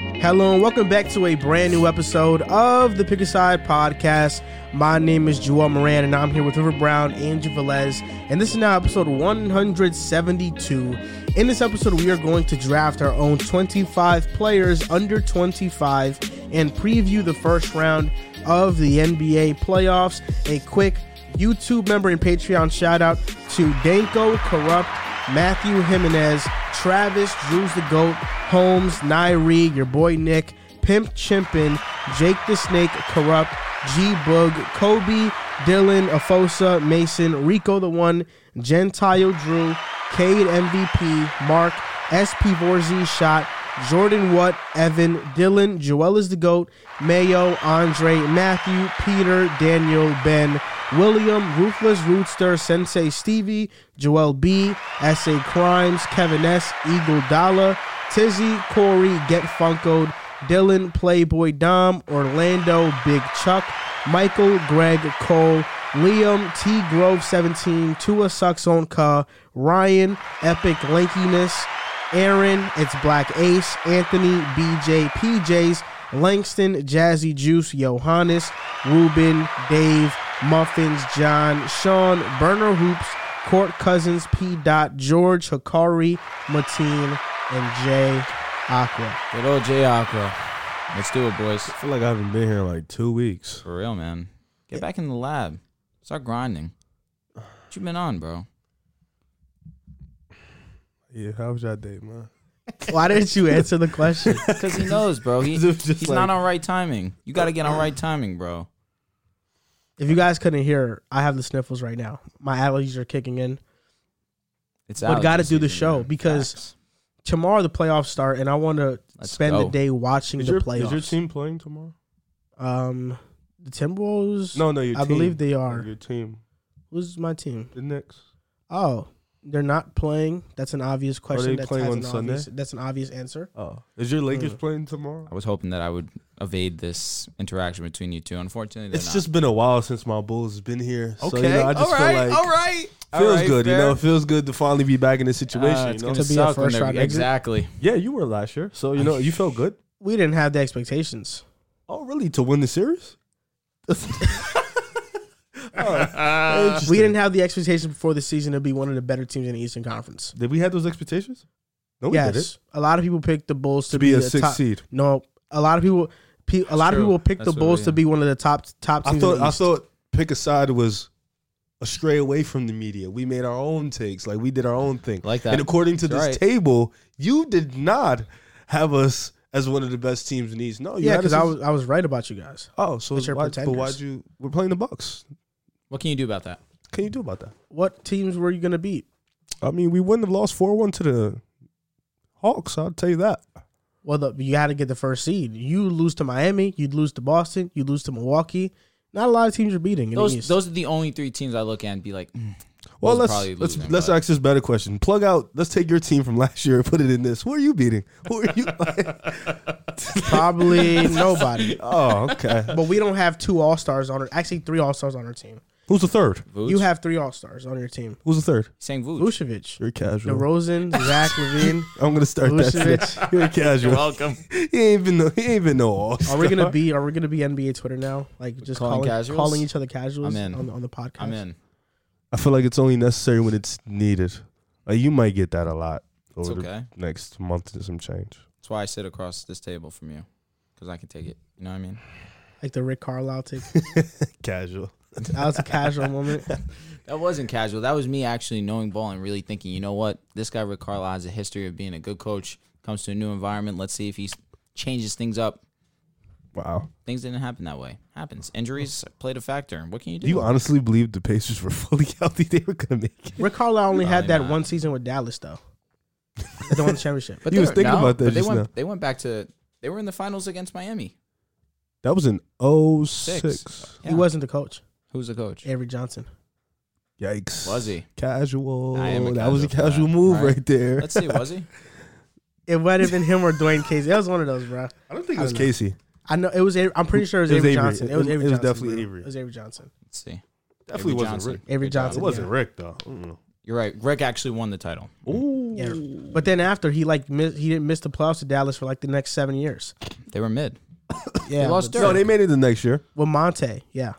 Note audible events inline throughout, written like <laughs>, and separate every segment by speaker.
Speaker 1: Hello and welcome back to a brand new episode of the Pick a Side podcast. My name is Joel Moran and I'm here with River Brown and Velez, and this is now episode 172. In this episode, we are going to draft our own 25 players under 25 and preview the first round of the NBA playoffs. A quick YouTube member and Patreon shout out to Danko Corrupt Matthew Jimenez, Travis, Drews the Goat, Holmes, Nairi, your boy Nick, Pimp Chimpin, Jake the Snake, Corrupt, G Boog, Kobe, Dylan, Afosa, Mason, Rico the One, Gentile Drew, Cade MVP, Mark, SP Vorzi Shot, Jordan Watt, Evan, Dylan, Joel is the GOAT, Mayo, Andre, Matthew, Peter, Daniel, Ben, William, Ruthless Rootster, Sensei Stevie, Joel B, S.A. Crimes, Kevin S., Eagle Dalla, Tizzy, Corey, Get Funkoed, Dylan, Playboy Dom, Orlando, Big Chuck, Michael, Greg, Cole, Liam, T. Grove 17, Tua Sucks on Ka, Ryan, Epic Lankiness, Aaron, it's Black Ace, Anthony, BJ, PJs, Langston, Jazzy Juice, Johannes, Ruben, Dave, Muffins, John, Sean, Burner Hoops, Court Cousins, P. Dot, George, Hikari, Mateen, and Jay Aqua.
Speaker 2: Good old J Aqua. Let's do it, boys.
Speaker 3: I feel like I haven't been here in like two weeks.
Speaker 2: For real, man. Get back in the lab. Start grinding. What you been on, <laughs> bro?
Speaker 3: Yeah, how was your day, man?
Speaker 1: Why didn't you answer the question?
Speaker 2: Because he knows, bro. <laughs> He,
Speaker 3: Just
Speaker 2: he's
Speaker 3: like-
Speaker 2: not on right timing. You got to get on right timing, bro.
Speaker 1: if you guys couldn't hear, I have the sniffles right now. My allergies are kicking in.
Speaker 2: It's
Speaker 1: But gotta
Speaker 2: allergy
Speaker 1: do the
Speaker 2: season,
Speaker 1: show
Speaker 2: man.
Speaker 1: because-
Speaker 2: Facts.
Speaker 1: Tomorrow the playoffs start, and I want to
Speaker 2: Let's
Speaker 1: spend
Speaker 2: go.
Speaker 1: the day watching
Speaker 3: Is
Speaker 1: the
Speaker 3: your,
Speaker 1: playoffs.
Speaker 3: is your team playing tomorrow?
Speaker 1: Um, the Timberwolves.
Speaker 3: No, no, your
Speaker 1: I
Speaker 3: team.
Speaker 1: believe they
Speaker 3: Like,
Speaker 1: are.
Speaker 3: Oh, Your team,
Speaker 1: Who's my team?
Speaker 3: the Knicks.
Speaker 1: Oh, they're not playing. That's an obvious question.
Speaker 3: they
Speaker 1: That's,
Speaker 3: playing
Speaker 1: has
Speaker 3: on
Speaker 1: an
Speaker 3: Sunday?
Speaker 1: obvious, that's an obvious answer.
Speaker 3: Oh, is your Lakers
Speaker 1: Mm.
Speaker 3: playing tomorrow?
Speaker 2: I was hoping that I would evade this interaction between you two. Unfortunately, they're
Speaker 3: It's
Speaker 2: not.
Speaker 3: just been a while since my Bulls has been here. So, you
Speaker 2: Okay,
Speaker 3: know, I just
Speaker 2: all right,
Speaker 3: feel like
Speaker 2: all right. All
Speaker 3: feels
Speaker 2: right,
Speaker 3: good. You
Speaker 2: fair.
Speaker 3: know, it feels good to finally be back in this situation.
Speaker 2: Uh,
Speaker 3: you
Speaker 2: it's
Speaker 3: know?
Speaker 2: gonna
Speaker 1: To be a
Speaker 2: suck when
Speaker 1: first
Speaker 2: they're-
Speaker 1: round exit.
Speaker 2: Exactly.
Speaker 3: Yeah, you were last year, so you know you felt good.
Speaker 1: We didn't have the expectations.
Speaker 3: Oh, really? To win the <laughs> series? Oh. <laughs>
Speaker 1: We didn't have the expectations before the season to be one of the better teams in the Eastern Conference.
Speaker 3: Did we have those expectations? No, we didn't.
Speaker 1: Yes, a lot of people picked the Bulls to,
Speaker 3: To be a
Speaker 1: the
Speaker 3: sixth
Speaker 1: top-
Speaker 3: seed.
Speaker 1: No, a lot of people. Pe- a lot
Speaker 2: true.
Speaker 1: of people picked
Speaker 2: That's
Speaker 1: the
Speaker 2: what we
Speaker 1: Bulls to
Speaker 2: had.
Speaker 1: be one of the top top
Speaker 3: I
Speaker 1: teams.
Speaker 3: thought
Speaker 1: in the
Speaker 3: I
Speaker 1: East.
Speaker 3: thought pick a side was a stray away from the media. We made our own takes, like we did our own thing.
Speaker 2: <laughs> Like that.
Speaker 3: And according to
Speaker 2: That's
Speaker 3: this
Speaker 2: right.
Speaker 3: table, you did not have us as one of the best teams in the East. No, you
Speaker 1: yeah,
Speaker 3: had
Speaker 1: because
Speaker 3: us
Speaker 1: I
Speaker 3: as-
Speaker 1: was I was right about you guys.
Speaker 3: Oh, so
Speaker 1: but
Speaker 3: it's
Speaker 1: you're
Speaker 3: why, but
Speaker 1: pretenders.
Speaker 3: why'd you? We're playing the Bucks.
Speaker 2: What can you do about that?
Speaker 3: Can you do about that?
Speaker 1: What teams were you gonna beat?
Speaker 3: I mean, we wouldn't have lost four one to the Hawks. I'll tell you that.
Speaker 1: Well, the, you got to get the first seed. You lose to Miami, you'd lose to Boston, you'd lose to Milwaukee. Not a lot of teams are beating. In the
Speaker 2: Those
Speaker 1: East.
Speaker 2: those are the only three teams I look at and be like, mm, those
Speaker 3: Well,
Speaker 2: are
Speaker 3: let's
Speaker 2: probably
Speaker 3: let's
Speaker 2: losing,
Speaker 3: let's
Speaker 2: but-
Speaker 3: ask this better question. Plug out. Let's take your team from last year and put it in this. Who are you beating? Who are you? <laughs>
Speaker 2: <laughs>
Speaker 1: probably nobody.
Speaker 3: oh, okay.
Speaker 1: But we don't have two all stars on our actually three all stars on our team.
Speaker 3: Who's the third?
Speaker 2: Vooch?
Speaker 1: You have three all stars on your team:
Speaker 3: Who's the third?
Speaker 2: saying Vooch.
Speaker 1: Vucevic,
Speaker 3: You're casual.
Speaker 1: DeRozan, Zach
Speaker 3: <laughs>
Speaker 1: Levine.
Speaker 3: I'm gonna start that.
Speaker 1: Vucevic.
Speaker 3: shit. You're casual.
Speaker 2: welcome.
Speaker 3: He ain't been no. He ain't been no. All
Speaker 1: Are we
Speaker 3: <laughs>
Speaker 1: gonna be? Are we gonna be NBA Twitter now? Like just
Speaker 2: Calling
Speaker 1: calling
Speaker 2: casuals?
Speaker 1: calling each other casuals
Speaker 2: I'm in.
Speaker 1: on the, on the podcast.
Speaker 2: I'm in.
Speaker 3: I feel like it's only necessary when it's needed. Like you might get that a lot
Speaker 2: It's
Speaker 3: over the
Speaker 2: okay.
Speaker 3: next month and some change.
Speaker 2: That's why I sit across this table from you, because I can take it. You know what I mean?
Speaker 1: Like the Rick Carlisle take.
Speaker 3: Casual.
Speaker 1: That was a casual moment.
Speaker 2: That wasn't casual. That was me actually knowing ball and really thinking. You know what? This guy Rick Carlisle has a history of being a good coach. Comes to a new environment. Let's see if he s- changes things up.
Speaker 3: Wow.
Speaker 2: Things didn't happen that way. Happens. Injuries played a factor. What can you do?
Speaker 3: Do you honestly believe the Pacers were <laughs> fully healthy? They were gonna make it.
Speaker 1: Rick Carlisle only had
Speaker 2: Probably
Speaker 1: that
Speaker 2: not.
Speaker 1: one season with Dallas though. They won the championship.
Speaker 2: but
Speaker 3: he
Speaker 2: they
Speaker 3: was
Speaker 2: were-
Speaker 3: thinking about that
Speaker 2: but they
Speaker 3: just
Speaker 2: went.
Speaker 3: now.
Speaker 2: They went back to. They were in the finals against Miami.
Speaker 3: <laughs> That was oh in 06.
Speaker 2: Six. Yeah.
Speaker 1: He wasn't the coach.
Speaker 2: Who's the coach?
Speaker 1: Avery Johnson.
Speaker 3: Yikes.
Speaker 2: Was he?
Speaker 3: Casual.
Speaker 2: I am a
Speaker 3: that was a
Speaker 2: casual for
Speaker 3: casual
Speaker 2: that,
Speaker 3: move
Speaker 2: right?
Speaker 3: right, there.
Speaker 2: Let's see. Was he?
Speaker 1: It might have been him or Dwayne Casey. It was one of those, bro.
Speaker 3: <laughs> I don't think
Speaker 1: I
Speaker 3: it was
Speaker 1: don't know.
Speaker 3: Casey.
Speaker 1: I know it was. Avery, I'm pretty sure it was,
Speaker 3: It was
Speaker 1: Avery,
Speaker 3: Avery.
Speaker 1: Johnson. It was
Speaker 3: It-
Speaker 1: Avery.
Speaker 3: it was
Speaker 1: Johnson,
Speaker 3: definitely
Speaker 1: bro.
Speaker 3: Avery.
Speaker 1: It was Avery Johnson.
Speaker 2: Let's see.
Speaker 3: Definitely
Speaker 2: Avery
Speaker 3: wasn't
Speaker 2: Johnson.
Speaker 3: Rick.
Speaker 1: Avery
Speaker 2: Good job.
Speaker 1: Johnson.
Speaker 3: Rick though.
Speaker 2: You're right. Rick actually won the title.
Speaker 3: Ooh.
Speaker 1: Yeah. But then after he like miss, he didn't miss the playoffs to Dallas for like the next seven years.
Speaker 2: They were mid.
Speaker 1: Yeah,
Speaker 2: They lost
Speaker 1: but-
Speaker 3: No, they made it the next year.
Speaker 1: with Monte. Yeah,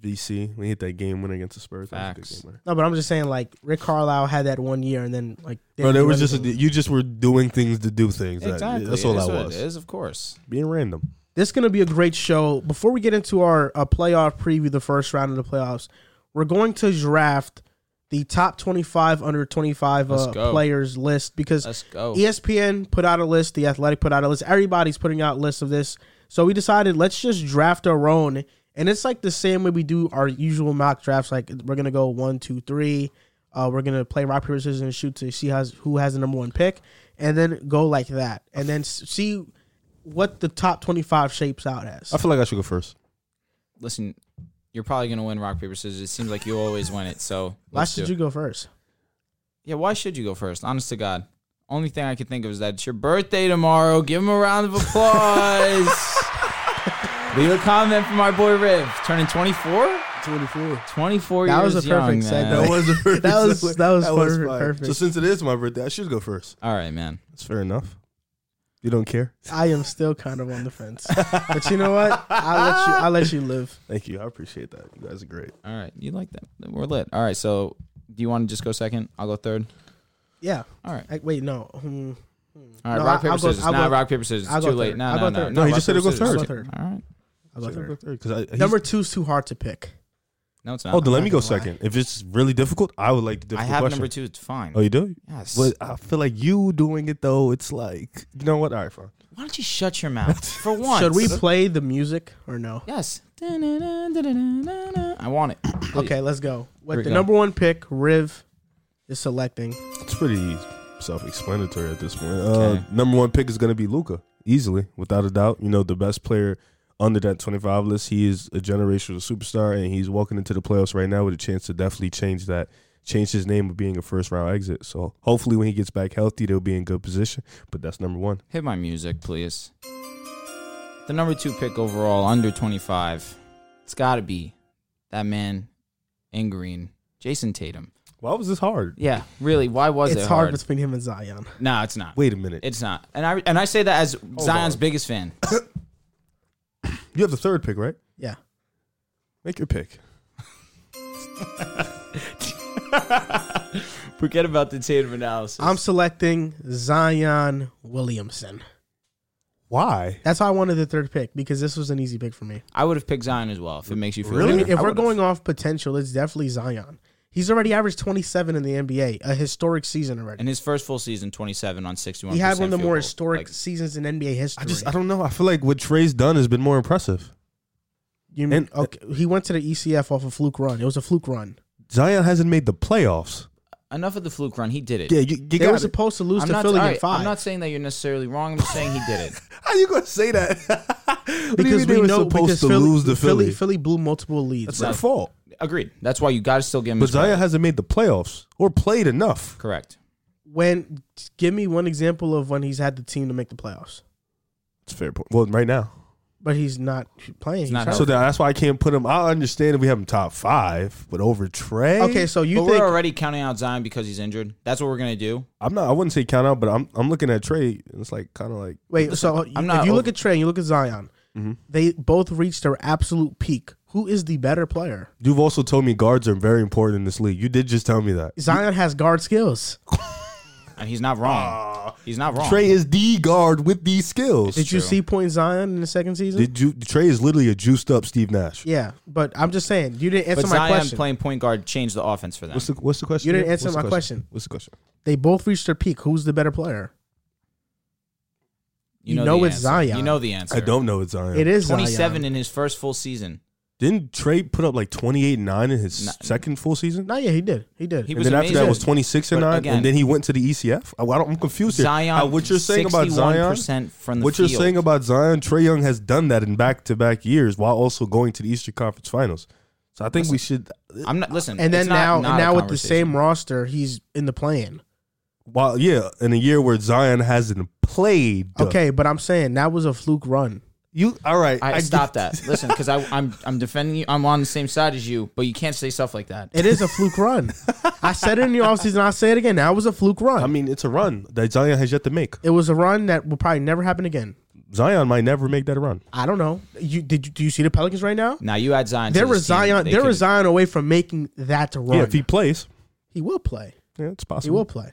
Speaker 3: VC, we hit that game winner against the Spurs. That was a
Speaker 2: Facts.
Speaker 3: good game winner.
Speaker 1: no, but I'm just saying like Rick Carlisle had that one year, and then like they
Speaker 3: Bro,
Speaker 1: didn't
Speaker 3: there
Speaker 1: do
Speaker 3: was just
Speaker 1: anything.
Speaker 3: a, you just were doing things to do things. That-
Speaker 2: Exactly.
Speaker 3: that's all
Speaker 2: It is
Speaker 3: that
Speaker 2: what
Speaker 3: was.
Speaker 2: It is, of course.
Speaker 3: Being random.
Speaker 1: This is going to be a great show. Before we get into our uh, playoff preview, the first round of the playoffs, we're going to draft the top 25 under 25 uh,
Speaker 2: Let's go.
Speaker 1: players list because
Speaker 2: Let's go.
Speaker 1: ESPN put out a list, The Athletic put out a list, everybody's putting out lists of this. So we decided let's just draft our own. And it's like the same way we do our usual mock drafts. Like we're going to go one, two, three. Uh, we're going to play rock, paper, scissors, and shoot to see has, who has the number one pick. And then go like that. And then s- see what the top 25 shapes out as.
Speaker 3: I feel like I should go first.
Speaker 2: Listen, you're probably gonna win rock paper scissors. It seems like you always win it. So
Speaker 1: Why
Speaker 2: let's do
Speaker 1: should
Speaker 2: it.
Speaker 1: you go first?
Speaker 2: Yeah, why should you go first? Honest to God. Only thing I could think of is that it's your birthday tomorrow. Give him a round of applause. Leave a comment for my boy Riv. Turning 24?
Speaker 3: 24.
Speaker 2: 24
Speaker 1: That
Speaker 2: years
Speaker 1: was a perfect
Speaker 2: young,
Speaker 1: segue.
Speaker 2: man.
Speaker 1: That
Speaker 3: was
Speaker 1: <laughs>
Speaker 3: perfect.
Speaker 1: That was- that was perfect,
Speaker 3: fire.
Speaker 1: perfect.
Speaker 3: So since it is my birthday, I should go first.
Speaker 2: All right, man.
Speaker 3: That's fair enough. You don't care.
Speaker 1: I am still kind of on the fence. but you know what? I'll let you, I'll let you live.
Speaker 3: Thank you. I appreciate that. You guys are great.
Speaker 2: All right. You like that. We're lit. All right. So do you want to just go second? I'll go third.
Speaker 1: Yeah.
Speaker 2: All right.
Speaker 1: Like, wait, no. Hmm.
Speaker 2: All right.
Speaker 1: No, I-
Speaker 2: rock, paper,
Speaker 1: I'll go-
Speaker 2: scissors.
Speaker 1: I'll
Speaker 2: nah,
Speaker 1: go-
Speaker 2: rock, paper, scissors.
Speaker 1: I'll
Speaker 2: It's
Speaker 1: go
Speaker 2: too late.
Speaker 1: third.
Speaker 2: No,
Speaker 1: I'll
Speaker 2: no,
Speaker 1: go
Speaker 2: no.
Speaker 1: third.
Speaker 3: No, he
Speaker 2: rock,
Speaker 3: just said
Speaker 2: paper,
Speaker 3: he'll go
Speaker 2: scissors.
Speaker 1: I'll go
Speaker 3: Third.
Speaker 1: third.
Speaker 2: All right.
Speaker 1: I'll go third.
Speaker 3: Number
Speaker 1: Number two's too hard to pick.
Speaker 2: No, it's not.
Speaker 3: Oh, then let me go
Speaker 1: I'm not gonna
Speaker 3: second. If it's really difficult, I would like the
Speaker 2: I
Speaker 3: difficult
Speaker 2: have
Speaker 3: question.
Speaker 2: number two. It's fine.
Speaker 3: Oh, you do?
Speaker 2: yes.
Speaker 3: But I feel like you doing it though, it's like you know what? All right, fine.
Speaker 2: Why don't you shut your
Speaker 3: <laughs>
Speaker 2: mouth for once?
Speaker 1: Should we play the music or no?
Speaker 2: Yes. I
Speaker 3: <clears throat>
Speaker 2: want it.
Speaker 1: Okay, let's go.
Speaker 2: Here we
Speaker 1: With the
Speaker 2: go.
Speaker 1: number one pick, Riv is selecting.
Speaker 3: It's pretty self-explanatory at this point.
Speaker 2: Okay.
Speaker 3: Uh, number one pick is going to be Luca, easily, without a doubt. You know, the best player under that 25 list. He is a generational superstar, and he's walking into the playoffs right now with a chance to definitely change that, change his name of being a first-round exit. So hopefully, when he gets back healthy, they'll be in good position. But that's number one.
Speaker 2: Hit my music, please. The number two pick overall, under 25. It's got to be that man in green, Jason Tatum.
Speaker 3: Why was this hard?
Speaker 2: Yeah, really. Why was
Speaker 1: It's
Speaker 2: it
Speaker 1: hard
Speaker 2: hard?
Speaker 1: between him and Zion.
Speaker 2: No, it's not.
Speaker 3: Wait Oh, a minute.
Speaker 2: It's not. And I and I say that as Zion's
Speaker 3: on.
Speaker 2: biggest fan.
Speaker 3: you have the third pick, right?
Speaker 1: Yeah.
Speaker 3: Make your pick.
Speaker 2: Forget about the Tatum analysis.
Speaker 1: I'm selecting Zion Williamson.
Speaker 3: Why?
Speaker 1: That's how I wanted the third pick because this was an easy pick for me.
Speaker 2: I would have picked Zion as well if it makes you feel
Speaker 3: Really?
Speaker 1: I
Speaker 2: better.
Speaker 1: mean, if
Speaker 3: I
Speaker 1: we're
Speaker 3: would've-
Speaker 1: going off potential, it's definitely Zion. He's already averaged 27 in the NBA, a historic season already.
Speaker 2: In his first full season, 27 on 61.
Speaker 1: He had one of the more historic seasons in NBA history.
Speaker 3: I just I don't know. I feel like what Trey's done has been more impressive.
Speaker 1: you mean,
Speaker 3: and-
Speaker 1: okay, he went to the ECF off a fluke run. It was a fluke run.
Speaker 3: Zion hasn't made the playoffs.
Speaker 2: enough of the fluke run. He did it.
Speaker 3: Yeah, you, you
Speaker 1: They were
Speaker 3: got it.
Speaker 1: supposed to lose
Speaker 2: I'm
Speaker 1: to
Speaker 2: not,
Speaker 1: Philly
Speaker 2: all
Speaker 1: in
Speaker 2: right,
Speaker 1: five.
Speaker 2: I'm not saying that you're necessarily wrong. I'm just saying he
Speaker 1: <laughs>
Speaker 2: did it.
Speaker 3: How you gonna say that? <laughs> What do you
Speaker 1: because
Speaker 3: mean they
Speaker 1: we
Speaker 3: were
Speaker 1: know because
Speaker 3: supposed to
Speaker 1: Philly,
Speaker 3: lose the
Speaker 1: Philly.
Speaker 3: Philly.
Speaker 1: Philly blew multiple leads.
Speaker 3: That's their fault.
Speaker 2: Agreed. That's why you got to still give him.
Speaker 3: But
Speaker 2: his credit.
Speaker 3: Zion hasn't made the playoffs or played enough.
Speaker 2: correct.
Speaker 1: When give me one example of when he's had the team to make the playoffs,
Speaker 3: It's a fair point. Well, right now,
Speaker 1: but he's not playing. He's
Speaker 2: not
Speaker 1: hurt.
Speaker 3: so that, that's why I can't put him. I understand if we have him top five, but over Trey,
Speaker 1: okay, so you
Speaker 2: but
Speaker 1: think
Speaker 2: we're already counting out Zion because he's injured. That's what we're gonna do.
Speaker 3: I'm not. I wouldn't say count out, but I'm. I'm looking at Trey. And it's like kind of like
Speaker 1: wait? so
Speaker 2: I'm not
Speaker 1: if you look
Speaker 2: over- Mm-hmm.
Speaker 1: at Trey, and you look at Zion. They both reached their absolute peak. Who is the better player?
Speaker 3: you've also told me guards are very important in this league. You did just tell me <laughs> that.
Speaker 1: Zion has guard skills.
Speaker 2: And he's not
Speaker 1: Ah.
Speaker 2: wrong. he's not wrong.
Speaker 3: Trey is the guard with these skills.
Speaker 1: Did you
Speaker 2: true.
Speaker 1: see point Zion in the second season?
Speaker 3: Did you? Trey is literally a juiced up Steve Nash.
Speaker 1: Yeah, but I'm just saying you didn't answer
Speaker 2: but
Speaker 1: my
Speaker 2: Zion
Speaker 1: question.
Speaker 2: playing point guard changed the offense for them.
Speaker 3: What's the What's the question?
Speaker 1: You didn't
Speaker 3: again?
Speaker 1: answer
Speaker 3: What's the
Speaker 1: my question.
Speaker 3: What's the question?
Speaker 1: They both reached their peak. Who's the better player? you know
Speaker 2: the
Speaker 1: it's
Speaker 2: answer.
Speaker 1: Zion.
Speaker 2: You know the answer.
Speaker 3: I don't know. It's Zion.
Speaker 1: It is
Speaker 2: 27
Speaker 1: Zion.
Speaker 2: in his first full season.
Speaker 3: Didn't Trey put up like 28 and 9 in his second full season?
Speaker 1: No, yeah, he did. He did.
Speaker 2: He
Speaker 3: and
Speaker 2: was
Speaker 3: then after that
Speaker 2: amazing.
Speaker 3: was 26 and
Speaker 2: But
Speaker 3: 9
Speaker 2: again-
Speaker 3: and then he went to the E ECF? Oh, I, I don't, I'm confused here.
Speaker 2: Zion.
Speaker 1: uh,
Speaker 3: How- what you're saying about Zion?
Speaker 2: 61% from the
Speaker 3: What you're
Speaker 2: field.
Speaker 3: saying about Zion, Trey Young has done that in back-to-back years while also going to the Eastern Conference Finals. So I think we should
Speaker 2: I'm not listen.
Speaker 1: and then
Speaker 2: it's
Speaker 1: now,
Speaker 2: not- not a
Speaker 1: and now with the
Speaker 2: conversation.
Speaker 1: same roster, he's in the plan.
Speaker 3: while yeah, in a year where Zion hasn't played.
Speaker 1: Okay, but I'm saying that was a fluke run.
Speaker 3: You all right?
Speaker 2: I,
Speaker 1: <laughs>
Speaker 3: get-
Speaker 2: stop that. Listen, because I'm I'm defending you. I'm on the same side as you, but you can't say stuff like that.
Speaker 1: It is a fluke
Speaker 3: <laughs>
Speaker 1: run. I said it in the offseason. I'll say it again. That was a fluke run.
Speaker 3: I mean, it's a run that Zion has yet to make.
Speaker 1: it was a run that will probably never happen again.
Speaker 3: Zion might never make that run.
Speaker 1: I don't know. You did? You, do you see the Pelicans right now?
Speaker 2: Now you add Zion. to
Speaker 1: They're a
Speaker 2: this team,
Speaker 1: Zion.
Speaker 2: they
Speaker 1: They're a
Speaker 2: could-
Speaker 1: Zion away from making that run.
Speaker 3: Yeah, if he plays,
Speaker 1: he will play.
Speaker 3: yeah, it's
Speaker 1: He
Speaker 3: possible.
Speaker 1: will play.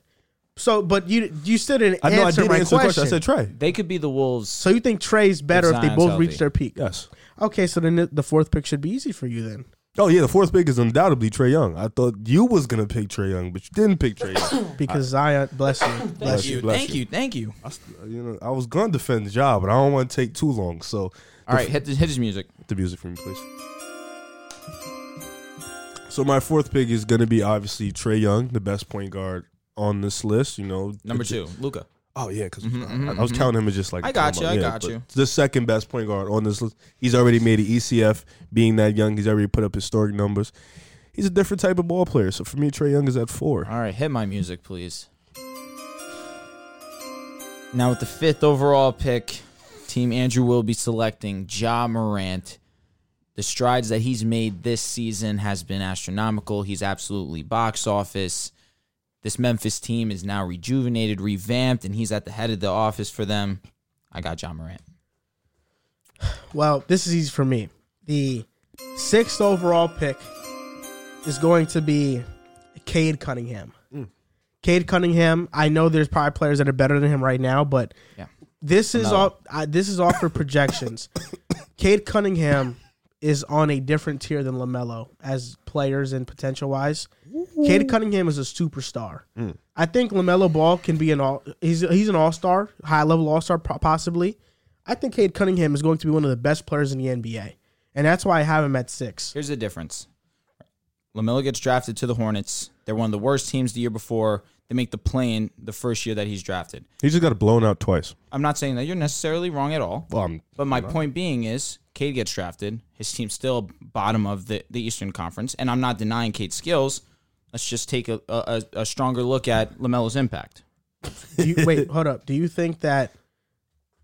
Speaker 1: So, but you you still didn't
Speaker 3: I
Speaker 1: answer
Speaker 3: know I did
Speaker 1: my
Speaker 3: answer the
Speaker 1: question.
Speaker 3: question. I said try.
Speaker 2: They could be the Wolves.
Speaker 1: so you think Trey's better if, they
Speaker 2: Zion's
Speaker 1: both
Speaker 2: healthy.
Speaker 1: reach their peak?
Speaker 3: Yes.
Speaker 1: Okay, so then the- the fourth pick should be easy for you then.
Speaker 3: Oh yeah, the fourth pick is undoubtedly Trey Young. I thought you was gonna pick Trey Young, but you didn't pick Trey
Speaker 1: <coughs>
Speaker 3: Young.
Speaker 1: Because Zion, bless
Speaker 2: <laughs>
Speaker 1: you, bless
Speaker 3: Bless
Speaker 1: you.
Speaker 3: you. bless
Speaker 2: thank you, thank you.
Speaker 3: I, st- you know, I was gonna defend the job, but I don't want to take too long. So,
Speaker 2: All right, hit the, hit his music.
Speaker 3: the music for me, please. So my fourth pick is gonna be obviously Trey Young, the best point guard on this list. You know,
Speaker 2: Number two, Luca.
Speaker 3: Oh yeah, because I, I was counting him as just like
Speaker 2: I got
Speaker 3: come
Speaker 2: you,
Speaker 3: up,
Speaker 2: I got
Speaker 3: but
Speaker 2: you.
Speaker 3: The second best point guard on this list. He's already made an ECF. Being that young, he's already put up historic numbers. He's a different type of ball player. So for me, Trey Young is at four.
Speaker 2: All right, hit my music, please. Now with the fifth overall pick, Team Andrew will be selecting Ja Morant. The strides that he's made this season has been astronomical. He's absolutely box office. This Memphis team is now rejuvenated, revamped, and he's at the head of the office for them. I got John Morant.
Speaker 1: Well, this is easy for me. The sixth overall pick is going to be Cade Cunningham. Cade Cunningham. I know there's probably players that are better than him right now, but
Speaker 2: Yeah.
Speaker 1: this is
Speaker 2: Another
Speaker 1: all. I, this is all for projections. Cade Cunningham is on a different tier than Lamelo as players and potential wise. Cade Cunningham is a superstar. I think Lamelo Ball can be an all. He's he's an all star, high level all star possibly. I think Cade Cunningham is going to be one of the best players in the NBA, and that's why I have him at six.
Speaker 2: Here's the difference. LaMelo gets drafted to the Hornets. They're one of the worst teams the year before. They make the play-in the first year that he's drafted.
Speaker 3: He just got blown out twice.
Speaker 2: I'm not saying that you're necessarily wrong at all.
Speaker 3: Well, um, I'm,
Speaker 2: But my point being is, Cade gets drafted. His team's still bottom of the, the Eastern Conference, and I'm not denying Cade's skills. Let's just take a, a, a stronger look at Lamelo's impact.
Speaker 1: Do you, wait, hold up. Do you think that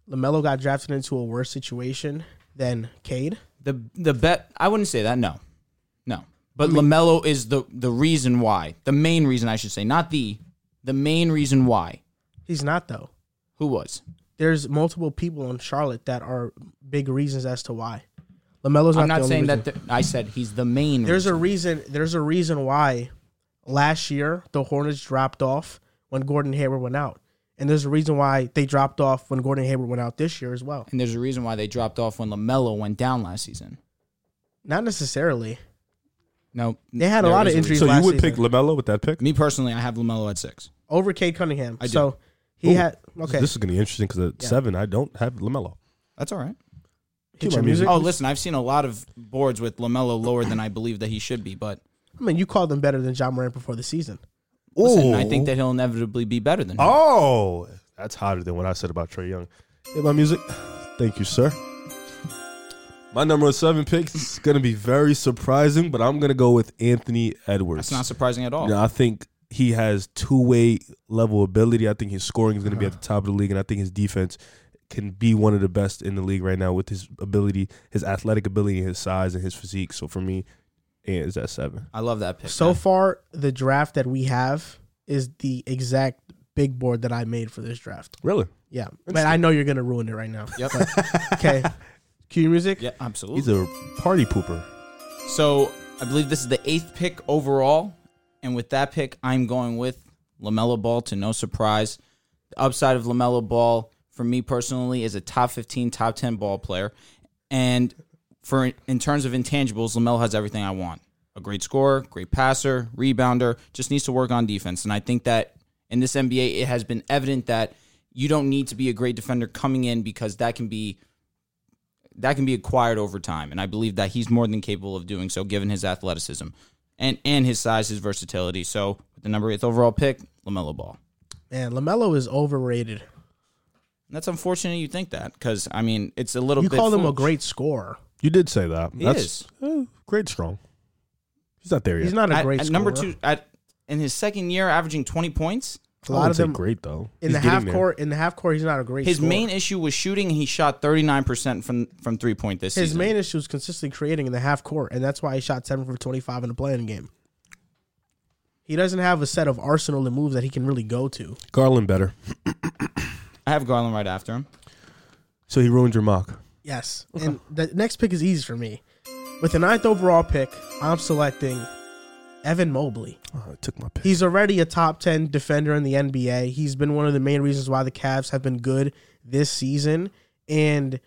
Speaker 1: Lamelo got drafted into a worse situation than Cade?
Speaker 2: The the bet I wouldn't say that no, no. But Lamelo is the the reason why, the main reason I should say, not the the main reason why.
Speaker 1: He's not though.
Speaker 2: Who was?
Speaker 1: There's multiple people in Charlotte that are big reasons as to why. Lamelo's not.
Speaker 2: I'm not
Speaker 1: the
Speaker 2: saying
Speaker 1: only
Speaker 2: that. The, I said he's the main.
Speaker 1: There's
Speaker 2: reason.
Speaker 1: a reason. There's a reason why last year the Hornets dropped off when Gordon Hayward went out, and there's a reason why they dropped off when Gordon Hayward went out this year as well.
Speaker 2: and there's a reason why they dropped off when Lamelo went down last season.
Speaker 1: Not necessarily.
Speaker 2: No,
Speaker 1: They had a
Speaker 2: there
Speaker 1: lot
Speaker 2: is
Speaker 1: of injuries.
Speaker 3: so you
Speaker 1: last
Speaker 3: would
Speaker 1: season.
Speaker 3: pick Lamelo with that pick.
Speaker 2: Me personally, I have Lamelo at six.
Speaker 1: over Cade Cunningham.
Speaker 2: I do.
Speaker 1: So he
Speaker 3: Ooh.
Speaker 1: had okay.
Speaker 3: This is gonna be interesting because at seven, I don't have Lamelo.
Speaker 2: That's all right.
Speaker 1: hit
Speaker 3: my
Speaker 1: your
Speaker 3: music.
Speaker 1: music.
Speaker 2: Oh, listen, I've seen a lot of boards with LaMelo lower than I believe that he should be, but
Speaker 1: I mean, you called him better than John Moran before the season.
Speaker 2: listen, I think that he'll inevitably be better than him.
Speaker 3: Oh, that's hotter than what I said about Trey Young. Hit my music. Thank you, sir. My number seven pick is going to be very surprising, but I'm going to go with Anthony Edwards.
Speaker 2: That's not surprising at all.
Speaker 3: You know, I think he has two way level ability. I think his scoring is going to be at
Speaker 2: Uh-huh.
Speaker 3: the top of the league, and I think his defense can be one of the best in the league right now with his ability, his athletic ability, his size, and his physique. So for me, Ant is at seven.
Speaker 2: I love that pick.
Speaker 1: So
Speaker 2: man.
Speaker 1: far, the draft that we have is the exact big board that I made for this draft.
Speaker 3: Really?
Speaker 1: Yeah, but I know you're gonna ruin it right now. <laughs>
Speaker 3: <laughs>
Speaker 2: Yep.
Speaker 1: But- okay. Cue your music.
Speaker 2: yeah, absolutely.
Speaker 3: He's a party pooper.
Speaker 2: so I believe this is the eighth pick overall, and with that pick, I'm going with LaMelo Ball to no surprise. The upside of LaMelo Ball, for me personally, is a top 15, top 10 ball player. And for in terms of intangibles, LaMelo has everything I want. A great scorer, great passer, rebounder, just needs to work on defense. And I think that in this NBA, it has been evident that you don't need to be a great defender coming in because that can be that can be acquired over time. And I believe that he's more than capable of doing so given his athleticism and and his size, his versatility. So with the number eighth overall pick, LaMelo Ball.
Speaker 1: Man, Lamelo is overrated.
Speaker 2: And that's unfortunate you think that because, I mean, it's a little
Speaker 1: You
Speaker 2: bit.
Speaker 1: call him a
Speaker 2: foolish.
Speaker 1: great scorer.
Speaker 3: You did say that.
Speaker 2: He
Speaker 3: That's
Speaker 2: is.
Speaker 3: eh, great, strong. He's not there yet.
Speaker 1: He's not a
Speaker 2: At-
Speaker 1: great
Speaker 2: at
Speaker 1: scorer.
Speaker 2: number two at in his second year averaging 20 points
Speaker 1: A lot of them
Speaker 3: great though.
Speaker 1: in the
Speaker 3: He's getting
Speaker 1: half
Speaker 3: there.
Speaker 1: court. In the half court, he's not a great.
Speaker 2: His
Speaker 1: scorer.
Speaker 2: main issue was shooting. He shot 39% from from three point this
Speaker 1: his
Speaker 2: season.
Speaker 1: main issue is consistently creating in the half court, and that's why he shot seven for twenty five in the playing game. He doesn't have a set of arsenal and moves that he can really go to.
Speaker 3: Garland better.
Speaker 2: I have Garland right after him.
Speaker 3: So he ruined your mock.
Speaker 1: Yes, and the next pick is easy for me. With the ninth overall pick, I'm selecting Evan Mobley.
Speaker 3: Oh, I took my pick.
Speaker 1: He's already a top 10 defender in the NBA. He's been one of the main reasons why the Cavs have been good this season. And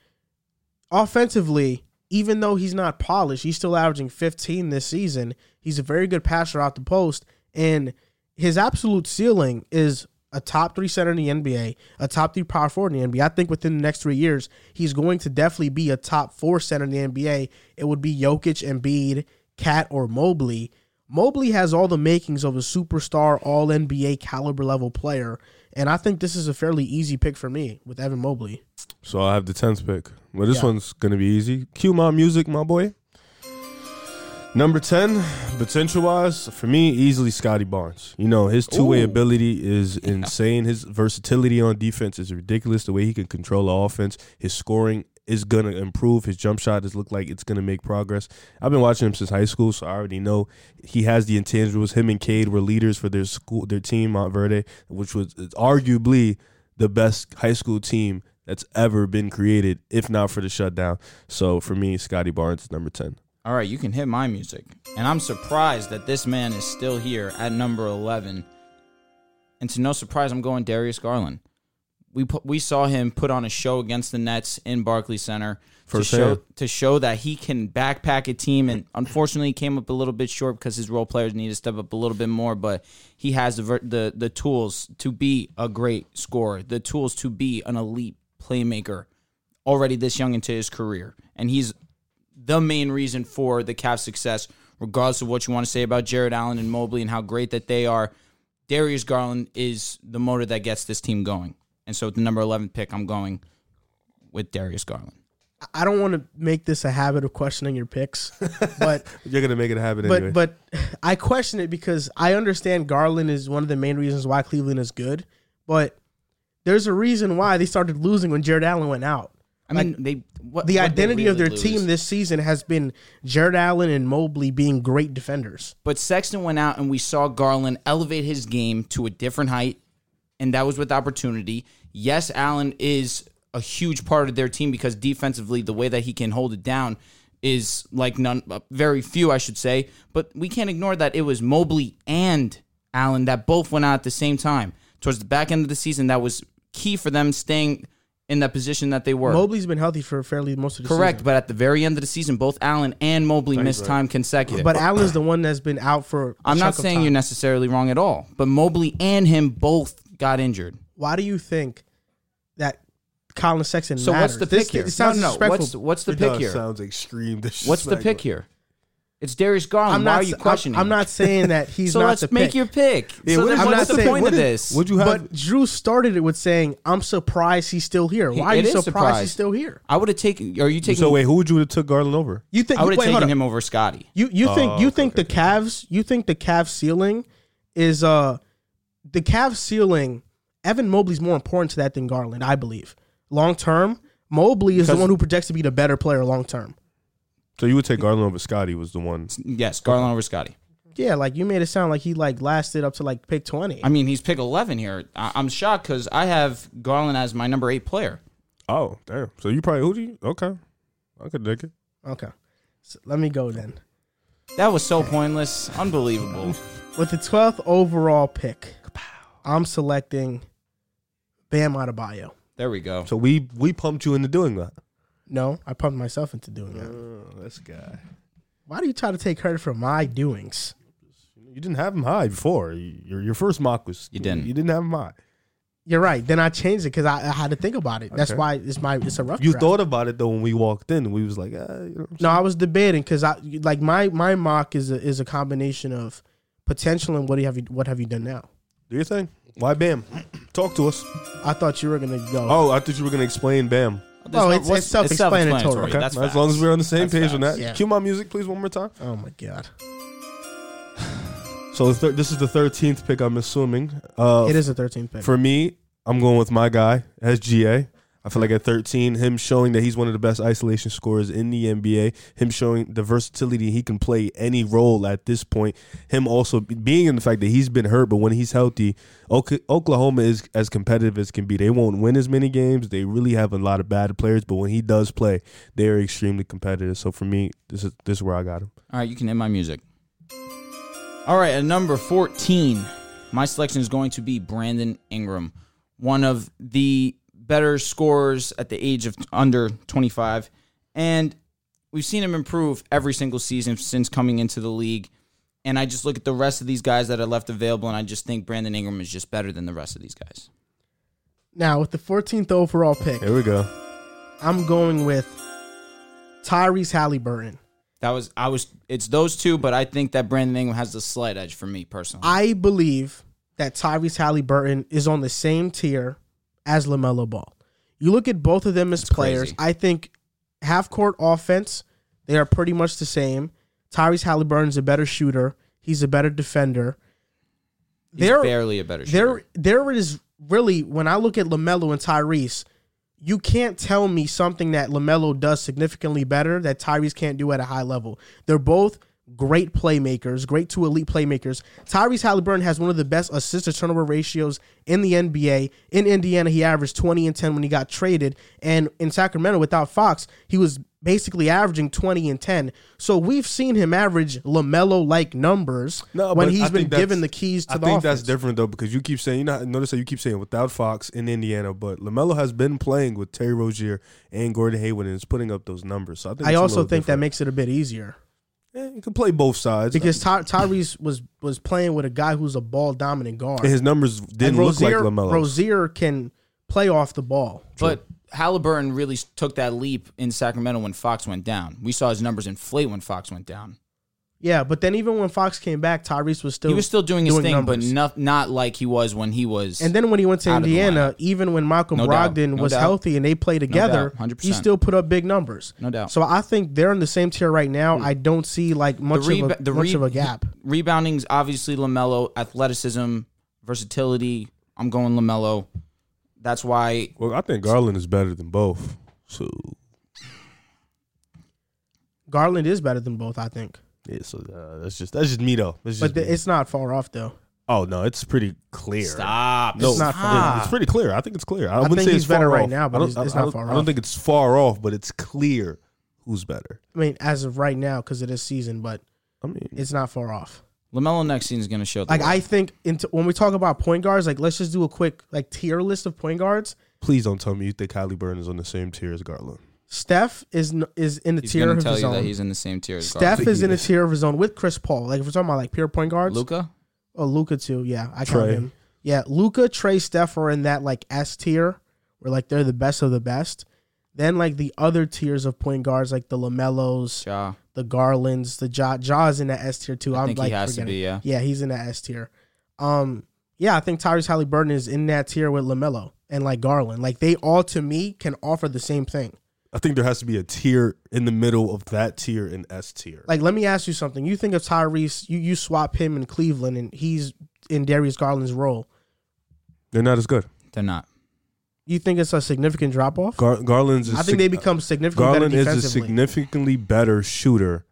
Speaker 1: offensively, even though he's not polished, he's still averaging 15 this season. He's a very good passer out the post. And his absolute ceiling is a top three center in the NBA, a top three power forward in the NBA. I think within the next three years, he's going to definitely be a top four center in the NBA. It would be Jokic, Embiid, Cat, or Mobley. Mobley has all the makings of a superstar, all NBA caliber level player. And I think this is a fairly easy pick for me with Evan Mobley.
Speaker 3: So I have the tenth pick. Well, this
Speaker 1: Yeah.
Speaker 3: one's gonna be easy. Cue my music, my boy. Number ten, potential wise for me, easily Scotty Barnes. You know his two way
Speaker 2: Ooh.
Speaker 3: ability is insane. His versatility on defense is ridiculous. The way he can control the offense, his scoring is gonna improve. His jump shot is look like it's gonna make progress. I've been watching him since high school, so I already know he has the intangibles. Him and Cade were leaders for their school, their team, Montverde, which was uh, arguably the best high school team that's ever been created, if not for the shutdown. So for me, Scotty Barnes is number ten.
Speaker 2: All right, you can hit my music. And I'm surprised that this man is still here at number 11. And to no surprise, I'm going Darius Garland. We put, we saw him put on a show against the Nets in Barclays Center to
Speaker 3: First
Speaker 2: show
Speaker 3: half.
Speaker 2: to show that he can backpack a team and unfortunately he came up a little bit short because his role players need to step up a little bit more but he has the ver- the the tools to be a great scorer, the tools to be an elite playmaker already this young into his career and he's the main reason for the Cavs' success, regardless of what you want to say about Jared Allen and Mobley and how great that they are. Darius Garland is the motor that gets this team going. And so, with the number 11 pick, I'm going with Darius Garland.
Speaker 1: I- I don't want to make this a habit of questioning your
Speaker 2: <laughs>
Speaker 1: picks, but
Speaker 3: You're gonna make it happen
Speaker 1: but
Speaker 3: anyway.
Speaker 1: but I question it because I understand Garland is one of the main reasons why Cleveland is good, but there's a reason why they started losing when Jared Allen went out.
Speaker 2: I mean, they what,
Speaker 1: The
Speaker 2: what they
Speaker 1: identity of
Speaker 2: really
Speaker 1: their
Speaker 2: lose.
Speaker 1: team this season has been Jared Allen and Mobley being great defenders.
Speaker 2: But Sexton went out and we saw Garland elevate his game to a different height, and that was with opportunity. Yes, Allen is a huge part of their team because defensively, the way that he can hold it down is like none, uh, very few, I should say. But we can't ignore that it was Mobley and Allen that both went out at the same time towards the back end of the season. That was key for them staying in that position that they were.
Speaker 1: Mobley's been healthy for fairly most of the
Speaker 2: Correct,
Speaker 1: season.
Speaker 2: but at the very end of the season, both Allen and Mobley missed time consecutive.
Speaker 1: But Allen's the one that's been out for. a
Speaker 2: I'm not
Speaker 1: chunk of
Speaker 2: saying
Speaker 1: time.
Speaker 2: you're necessarily wrong at all, but Mobley and him both got injured.
Speaker 1: Why do you think that Colin Sexton?
Speaker 2: So
Speaker 1: matters?
Speaker 2: what's the
Speaker 1: This-
Speaker 2: pick here?
Speaker 1: It sounds
Speaker 2: no, no.
Speaker 1: disrespectful.
Speaker 2: What's what's the pick here?
Speaker 3: sounds extreme.
Speaker 2: What's the pick here? It's Darius Garland.
Speaker 1: I'm
Speaker 2: Why
Speaker 1: not.
Speaker 2: are you
Speaker 1: s- I'm-
Speaker 2: questioning?
Speaker 1: I'm not saying
Speaker 2: <laughs>
Speaker 1: that he's
Speaker 2: So
Speaker 1: not
Speaker 2: let's
Speaker 1: the
Speaker 2: make
Speaker 1: pick.
Speaker 2: your pick.
Speaker 3: Yeah,
Speaker 2: so
Speaker 3: what-
Speaker 2: then
Speaker 3: I'm
Speaker 2: what's
Speaker 1: not
Speaker 2: the
Speaker 1: saying-
Speaker 2: point
Speaker 1: what
Speaker 2: of
Speaker 1: did-
Speaker 2: this?
Speaker 3: Would you have?
Speaker 1: But Drew started it with saying, "I'm surprised he's still here." Why are
Speaker 2: It
Speaker 1: you
Speaker 2: is
Speaker 1: surprised,
Speaker 2: surprised.
Speaker 1: he's still here?
Speaker 2: I would have taken. Are you taking?
Speaker 3: so wait, who would you have took Garland over?
Speaker 1: You think?
Speaker 2: I would have
Speaker 1: wait, hold
Speaker 2: taken
Speaker 1: up.
Speaker 2: him over Scotty.
Speaker 1: You you think you
Speaker 3: Oh, okay,
Speaker 1: think the Cavs you think the Cavs ceiling is uh the Cavs ceiling? Evan Mobley's more important to that than Garland, I believe. Long term, Mobley is the
Speaker 2: Because-
Speaker 1: one who projects to be the better player long term.
Speaker 3: So you would take Garland over Scotty was the one.
Speaker 2: Yes, Garland over Scotty.
Speaker 1: Yeah, like you made it sound like he like lasted up to like pick twenty.
Speaker 2: I mean, he's pick 11 here. I- I'm shocked because I have Garland as my number eight player.
Speaker 3: Oh damn! So you probably who do you? Okay, I could dig it.
Speaker 1: Okay, so let me go then.
Speaker 2: That was so pointless, unbelievable.
Speaker 1: With the 12th overall pick, I'm selecting Bam Adebayo.
Speaker 2: There we go.
Speaker 3: So we we pumped you into doing that.
Speaker 1: No, I pumped myself into doing that.
Speaker 3: Oh, this guy.
Speaker 1: Why do you try to take credit for my doings?
Speaker 3: You didn't have him high before. Your your first mock was
Speaker 2: You didn't.
Speaker 3: You didn't have him high.
Speaker 1: You're right. Then I changed it because I, I had to think about it. That's
Speaker 3: Okay.
Speaker 1: why it's my it's a rough.
Speaker 3: You
Speaker 1: draft.
Speaker 3: thought about it though when we walked in. We was like, ah, you know.
Speaker 1: No, I was debating because I like my my mock is a, is a combination of potential and what do you have you, what have you done now?
Speaker 3: Do your thing. Why Bam? <clears throat> Talk to us.
Speaker 1: I thought you were gonna go.
Speaker 3: Oh, I thought you were gonna explain Bam.
Speaker 1: No, it's- it's self-explanatory.
Speaker 3: Okay,
Speaker 2: That's
Speaker 3: as long as
Speaker 2: facts.
Speaker 3: we're on the same
Speaker 2: That's
Speaker 3: page on
Speaker 2: facts.
Speaker 3: that.
Speaker 1: Yeah.
Speaker 3: Cue my music, please, one more time.
Speaker 1: Oh my god.
Speaker 3: So the thir- this is the thirteenth pick. I'm assuming. Uh,
Speaker 1: it is a 13th pick.
Speaker 3: For me, I'm going with my guy, SGA. I feel like at 13, him showing that he's one of the best isolation scorers in the NBA, him showing the versatility he can play any role at this point, him also being in the fact that he's been hurt, but when he's healthy, Ok- Oklahoma is as competitive as can be. They won't win as many games. They really have a lot of bad players, but when he does play, they are extremely competitive. So for me, this is this is where I got him.
Speaker 2: All right, you can end my music. All right, at number 14, my selection is going to be Brandon Ingram, one of the better scorers at the age of under 25. And we've seen him improve every single season since coming into the league. And I just look at the rest of these guys that are left available, and I just think Brandon Ingram is just better than the rest of these guys.
Speaker 1: Now, with the 14th overall pick,
Speaker 3: Here we go.
Speaker 1: I'm going with Tyrese Halliburton.
Speaker 2: That was, I was, it's those two, but I think that Brandon Ingram has the slight edge for me personally.
Speaker 1: I believe that Tyrese Halliburton is on the same tier as LaMelo Ball. You look at both of them as players.
Speaker 2: crazy.
Speaker 1: I think half court offense, they are pretty much the same. Tyrese Halliburton's a better shooter, he's a better defender.
Speaker 2: He's
Speaker 1: They're-
Speaker 2: barely a better shooter.
Speaker 1: There, there is really when I look at Lamelo and Tyrese, you can't tell me something that Lamelo does significantly better that Tyrese can't do at a high level. They're both great playmakers, great to elite playmakers. Tyrese Halliburton has one of the best assist to turnover ratios in the NBA. In Indiana, he averaged twenty and ten when he got traded, and in Sacramento without Fox, he was basically averaging 20 and 10 so we've seen him average lamelo like numbers when
Speaker 3: but
Speaker 1: he's
Speaker 3: I
Speaker 1: been
Speaker 3: think that's-
Speaker 1: given the keys to
Speaker 3: I
Speaker 1: the
Speaker 3: think
Speaker 1: offense.
Speaker 3: that's different though because you keep saying you know notice how you keep saying without Fox in Indiana, but Lamelo has been playing with Terry Rozier and Gordon Hayward and is putting up those numbers. So I think
Speaker 1: I
Speaker 3: it's a
Speaker 1: also
Speaker 3: little
Speaker 1: think that
Speaker 3: different.
Speaker 1: makes it a bit easier
Speaker 3: Eh, you can play both sides
Speaker 1: because Ty- Tyrese was was playing with a guy who's a ball dominant guard.
Speaker 3: And his numbers
Speaker 1: and
Speaker 3: didn't
Speaker 1: Rozier,
Speaker 3: look like Lamelo.
Speaker 1: Rozier can play off the ball.
Speaker 2: But Halliburton really s- took that leap in Sacramento when Fox went down. We saw his numbers inflate when Fox went down.
Speaker 1: Yeah, but then even when Fox came back, Tyrese was still
Speaker 2: He was still doing his
Speaker 1: doing
Speaker 2: thing,
Speaker 1: numbers.
Speaker 2: but not not like he was when he was.
Speaker 1: And then when he went to
Speaker 2: Out of the
Speaker 1: Indiana, even when Malcolm
Speaker 2: No doubt.
Speaker 1: Brogdon
Speaker 2: No
Speaker 1: was
Speaker 2: doubt.
Speaker 1: healthy and they played together,
Speaker 2: doubt. 100%.
Speaker 1: he still put up big numbers.
Speaker 2: No doubt.
Speaker 1: So I think they're in the same tier right now. I don't see like much
Speaker 2: reba-
Speaker 1: of a
Speaker 2: the
Speaker 1: much
Speaker 2: re-
Speaker 1: of a gap.
Speaker 2: rebounding's obviously Lamelo, athleticism, versatility. I'm going Lamelo. That's why
Speaker 3: well, I think Garland is better than both. So
Speaker 1: Garland is better than both, I think.
Speaker 3: yeah, so uh, that's just that's just me though. That's
Speaker 1: But
Speaker 3: just
Speaker 1: th-
Speaker 3: me.
Speaker 1: it's not far off though.
Speaker 3: oh no, it's pretty clear.
Speaker 2: stop.
Speaker 3: No,
Speaker 1: It's not far
Speaker 3: yeah,
Speaker 1: off.
Speaker 3: it's pretty clear. I think it's clear. I, wouldn't
Speaker 1: think
Speaker 3: say
Speaker 1: he's
Speaker 3: it's far
Speaker 1: better right
Speaker 3: off.
Speaker 1: now, but
Speaker 3: I don't-
Speaker 1: he's- it's
Speaker 3: I- I
Speaker 1: not
Speaker 3: don't-
Speaker 1: far
Speaker 3: I don't
Speaker 1: off.
Speaker 3: think it's far off, but it's clear who's better.
Speaker 1: I mean, as of right now, because it is season, but
Speaker 3: I mean,
Speaker 1: it's not far off.
Speaker 2: Lamelo next season is going to show. The
Speaker 1: Like
Speaker 2: world.
Speaker 1: I think into, when we talk about point guards, like let's just do a quick like tier list of point guards.
Speaker 3: please don't tell me you think Kylie Burton is on the same tier as Garland.
Speaker 1: Steph is n- is in the
Speaker 2: he's
Speaker 1: tier
Speaker 2: going to
Speaker 1: of
Speaker 2: tell
Speaker 1: his
Speaker 2: you that
Speaker 1: own.
Speaker 2: he's in the same tier as
Speaker 1: Steph
Speaker 2: Garland.
Speaker 1: is in a
Speaker 3: Yes.
Speaker 1: tier of his own with Chris Paul. Like if we're talking about like pure point guards,
Speaker 2: Luca.
Speaker 1: oh Luca too. Yeah, I count
Speaker 3: Trey.
Speaker 1: him. Yeah, Luca, Trey, Steph are in that like S tier where like they're the best of the best. Then like the other tiers of point guards, like the Lamellos,
Speaker 2: Ja.
Speaker 1: the Garlands, the Ja Ja's in that S tier too.
Speaker 2: I
Speaker 1: am
Speaker 2: think
Speaker 1: like
Speaker 2: he has to
Speaker 1: forgetting.
Speaker 2: be. Yeah.
Speaker 1: Yeah, he's in that S tier. Um, yeah, I think Tyrese Halliburton is in that tier with Lamelo and like Garland. Like they all to me can offer the same thing.
Speaker 3: I think there has to be a tier in the middle of that tier and S tier.
Speaker 1: Like let me ask you something. You think of Tyrese, you you swap him in Cleveland and he's in Darius Garland's role.
Speaker 3: They're not as good.
Speaker 2: They're not.
Speaker 1: You think it's a significant drop off?
Speaker 3: Gar- Garland's. Is
Speaker 1: I think they become significantly
Speaker 3: Garland
Speaker 1: better
Speaker 3: is a
Speaker 1: defensively.
Speaker 3: significantly better shooter.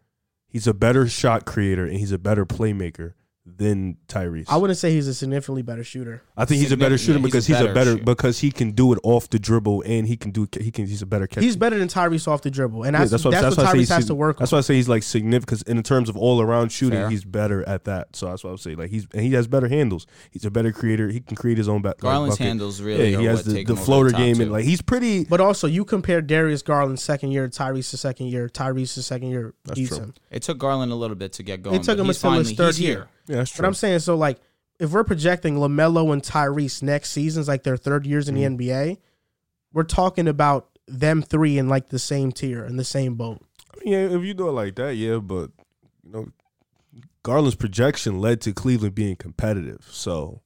Speaker 3: He's a better shot creator and he's a better playmaker than Tyrese.
Speaker 1: I wouldn't say he's a significantly better shooter.
Speaker 3: I think he's a better shooter
Speaker 2: Significant-
Speaker 3: because he's a better
Speaker 2: shooter.
Speaker 3: because he can do it off the dribble and he can do he can he's a better catcher.
Speaker 1: He's better than Tyrese off the dribble, and
Speaker 3: Yeah,
Speaker 1: that's, that's,
Speaker 3: I'm-
Speaker 1: what
Speaker 3: why I say
Speaker 1: Tyrese
Speaker 3: he's
Speaker 1: has
Speaker 3: sig-
Speaker 1: to work on.
Speaker 3: That's why I say he's like significant 'cause in terms of all around shooting.
Speaker 2: Fair.
Speaker 3: He's better at that. So that's why I would say like he's and he has better handles. He's a better creator. He can create his own back.
Speaker 2: Garland's
Speaker 3: like, bucket.
Speaker 2: handles really.
Speaker 3: yeah, he
Speaker 2: are
Speaker 3: has
Speaker 2: what
Speaker 3: the,
Speaker 2: take
Speaker 3: the
Speaker 2: him over
Speaker 3: floater
Speaker 2: top
Speaker 3: game
Speaker 2: two.
Speaker 3: and like he's pretty.
Speaker 1: But also, you compare Darius Garland's second year, Tyrese's second year, Tyrese's second year beats
Speaker 3: true.
Speaker 1: him.
Speaker 2: It took Garland a little bit to get going.
Speaker 1: took
Speaker 2: but
Speaker 1: him
Speaker 2: he's
Speaker 1: until his
Speaker 2: finally-
Speaker 1: third
Speaker 2: he's
Speaker 1: year.
Speaker 2: here.
Speaker 3: Yeah, that's
Speaker 1: But I'm saying, so like, if we're projecting Lamelo and Tyrese next seasons, like their third years in
Speaker 3: Mm-hmm.
Speaker 1: the NBA, we're talking about them three in like the same tier in the same boat.
Speaker 3: Yeah, if you do it like that, yeah, but you know, Garland's projection led to Cleveland being competitive. So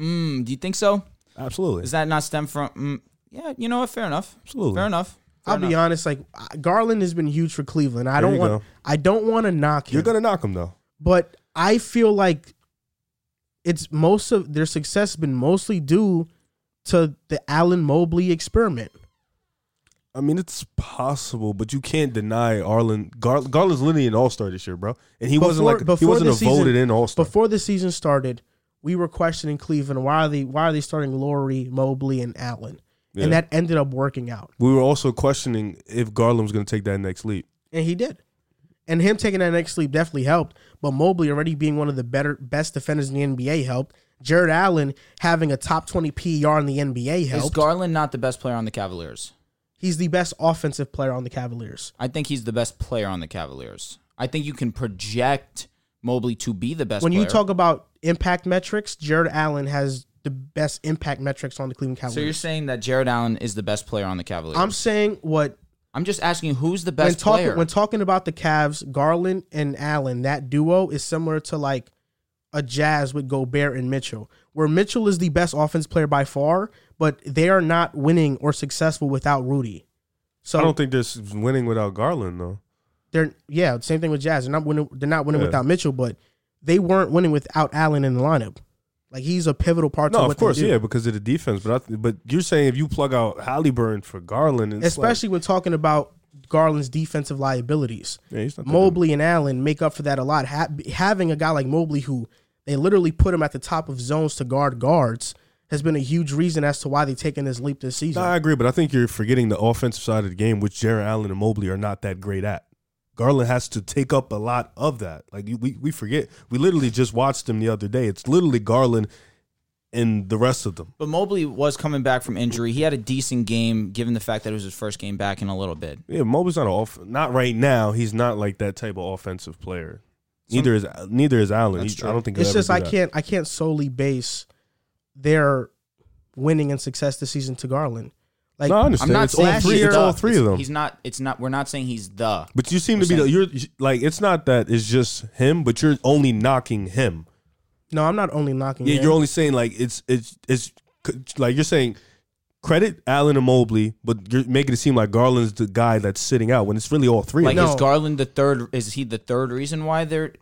Speaker 2: Mm, do you think so?
Speaker 3: absolutely,
Speaker 2: Is that not stem from? Mm, yeah, you know what? Fair enough.
Speaker 3: absolutely.
Speaker 2: Fair enough. Fair
Speaker 1: I'll be
Speaker 2: enough.
Speaker 1: honest, like I- Garland has been huge for Cleveland. I
Speaker 3: There
Speaker 1: don't
Speaker 3: you
Speaker 1: want,
Speaker 3: go.
Speaker 1: I don't want to knock him,
Speaker 3: You're gonna knock him though.
Speaker 1: but I feel like it's most of their success has been mostly due to the Allen Mobley experiment.
Speaker 3: I mean, it's possible, but you can't deny Arlen. Gar- Garland's literally an All Star this year, bro, and he wasn't
Speaker 1: Before-
Speaker 3: like he
Speaker 1: before
Speaker 3: wasn't a
Speaker 1: the season-
Speaker 3: voted in All Star.
Speaker 1: Before the season started, we were questioning Cleveland why are they why are they starting Lowry, Mobley, and Allen,
Speaker 3: Yeah.
Speaker 1: and that ended up working out,
Speaker 3: We were also questioning if Garland was going to take that next leap.
Speaker 1: and he did. And him taking that next leap definitely helped, but Mobley already being one of the better best defenders in the NBA helped. Jared Allen having a top twenty PER in the NBA
Speaker 2: Is
Speaker 1: helped.
Speaker 2: Garland not the best player on the Cavaliers?
Speaker 1: He's the best offensive player on the Cavaliers.
Speaker 2: I think he's the best player on the Cavaliers. I think you can project Mobley to be the best
Speaker 1: when
Speaker 2: player.
Speaker 1: you talk about impact metrics, Jared Allen has the best impact metrics on the Cleveland
Speaker 2: so you're
Speaker 1: Cavaliers.
Speaker 2: saying that Jared Allen is the best player on the Cavaliers.
Speaker 1: I'm
Speaker 2: I'm,
Speaker 1: saying what
Speaker 2: just asking who's the
Speaker 1: when
Speaker 2: best
Speaker 1: talking
Speaker 2: player.
Speaker 1: when talking about the Cavs, Garland and Allen, that duo is similar to like a Jazz with Gobert and Mitchell, where Mitchell is the best offense player by far, but they are not winning or successful without Rudy. So
Speaker 3: I don't think this is winning without Garland though.
Speaker 1: they're yeah, same thing with Jazz. They're not winning. They're not winning
Speaker 3: Yeah.
Speaker 1: without Mitchell, but they weren't winning without Allen in the lineup. Like he's a pivotal part.
Speaker 3: No,
Speaker 1: to what
Speaker 3: of course,
Speaker 1: they do.
Speaker 3: yeah, because of the defense. But I, but you're saying if you plug out Halliburton for Garland, it's
Speaker 1: especially when talking about Garland's defensive liabilities.
Speaker 3: like, yeah, he's not that
Speaker 1: Mobley and Allen make up for that a lot. Ha- having a guy like Mobley, who they literally put him at the top of zones to guard guards, has been a huge reason as to why they've taken this leap this
Speaker 3: No,
Speaker 1: season.
Speaker 3: I agree, but I think you're forgetting the offensive side of the game, which Jared Allen and Mobley are not that great at. Garland has to take up a lot of that. Like you- we, we forget, we literally just watched him the other day. It's literally Garland and the rest of them.
Speaker 2: but Mobley was coming back from injury. He had a decent game, given the fact that it was his first game back in a little bit.
Speaker 3: Yeah, Mobley's not off. Not right now. He's not like that type of offensive player. Neither is neither is Allen.
Speaker 2: That's
Speaker 3: He-
Speaker 2: true.
Speaker 3: I don't think
Speaker 1: it's
Speaker 3: he'll ever
Speaker 1: just
Speaker 3: do
Speaker 1: I
Speaker 3: that.
Speaker 1: can't I can't solely base their winning and success this season to Garland. Like
Speaker 3: No, I understand.
Speaker 2: I'm not
Speaker 3: it's
Speaker 2: saying
Speaker 3: all three.
Speaker 2: he's
Speaker 3: It's
Speaker 2: the-
Speaker 3: all three of them.
Speaker 2: He's not. It's not. We're not saying he's the.
Speaker 3: But you seem to be the, you're like it's not that it's just him, but you're only knocking him.
Speaker 1: no, I'm not only knocking.
Speaker 3: Yeah,
Speaker 1: him.
Speaker 3: you're only saying like it's it's it's c- like you're saying credit Allen and Mobley, but you're making it seem like Garland's the guy that's sitting out when it's really all three.
Speaker 2: Like
Speaker 3: of them.
Speaker 1: No.
Speaker 2: is Garland the third? Is he the third reason why they're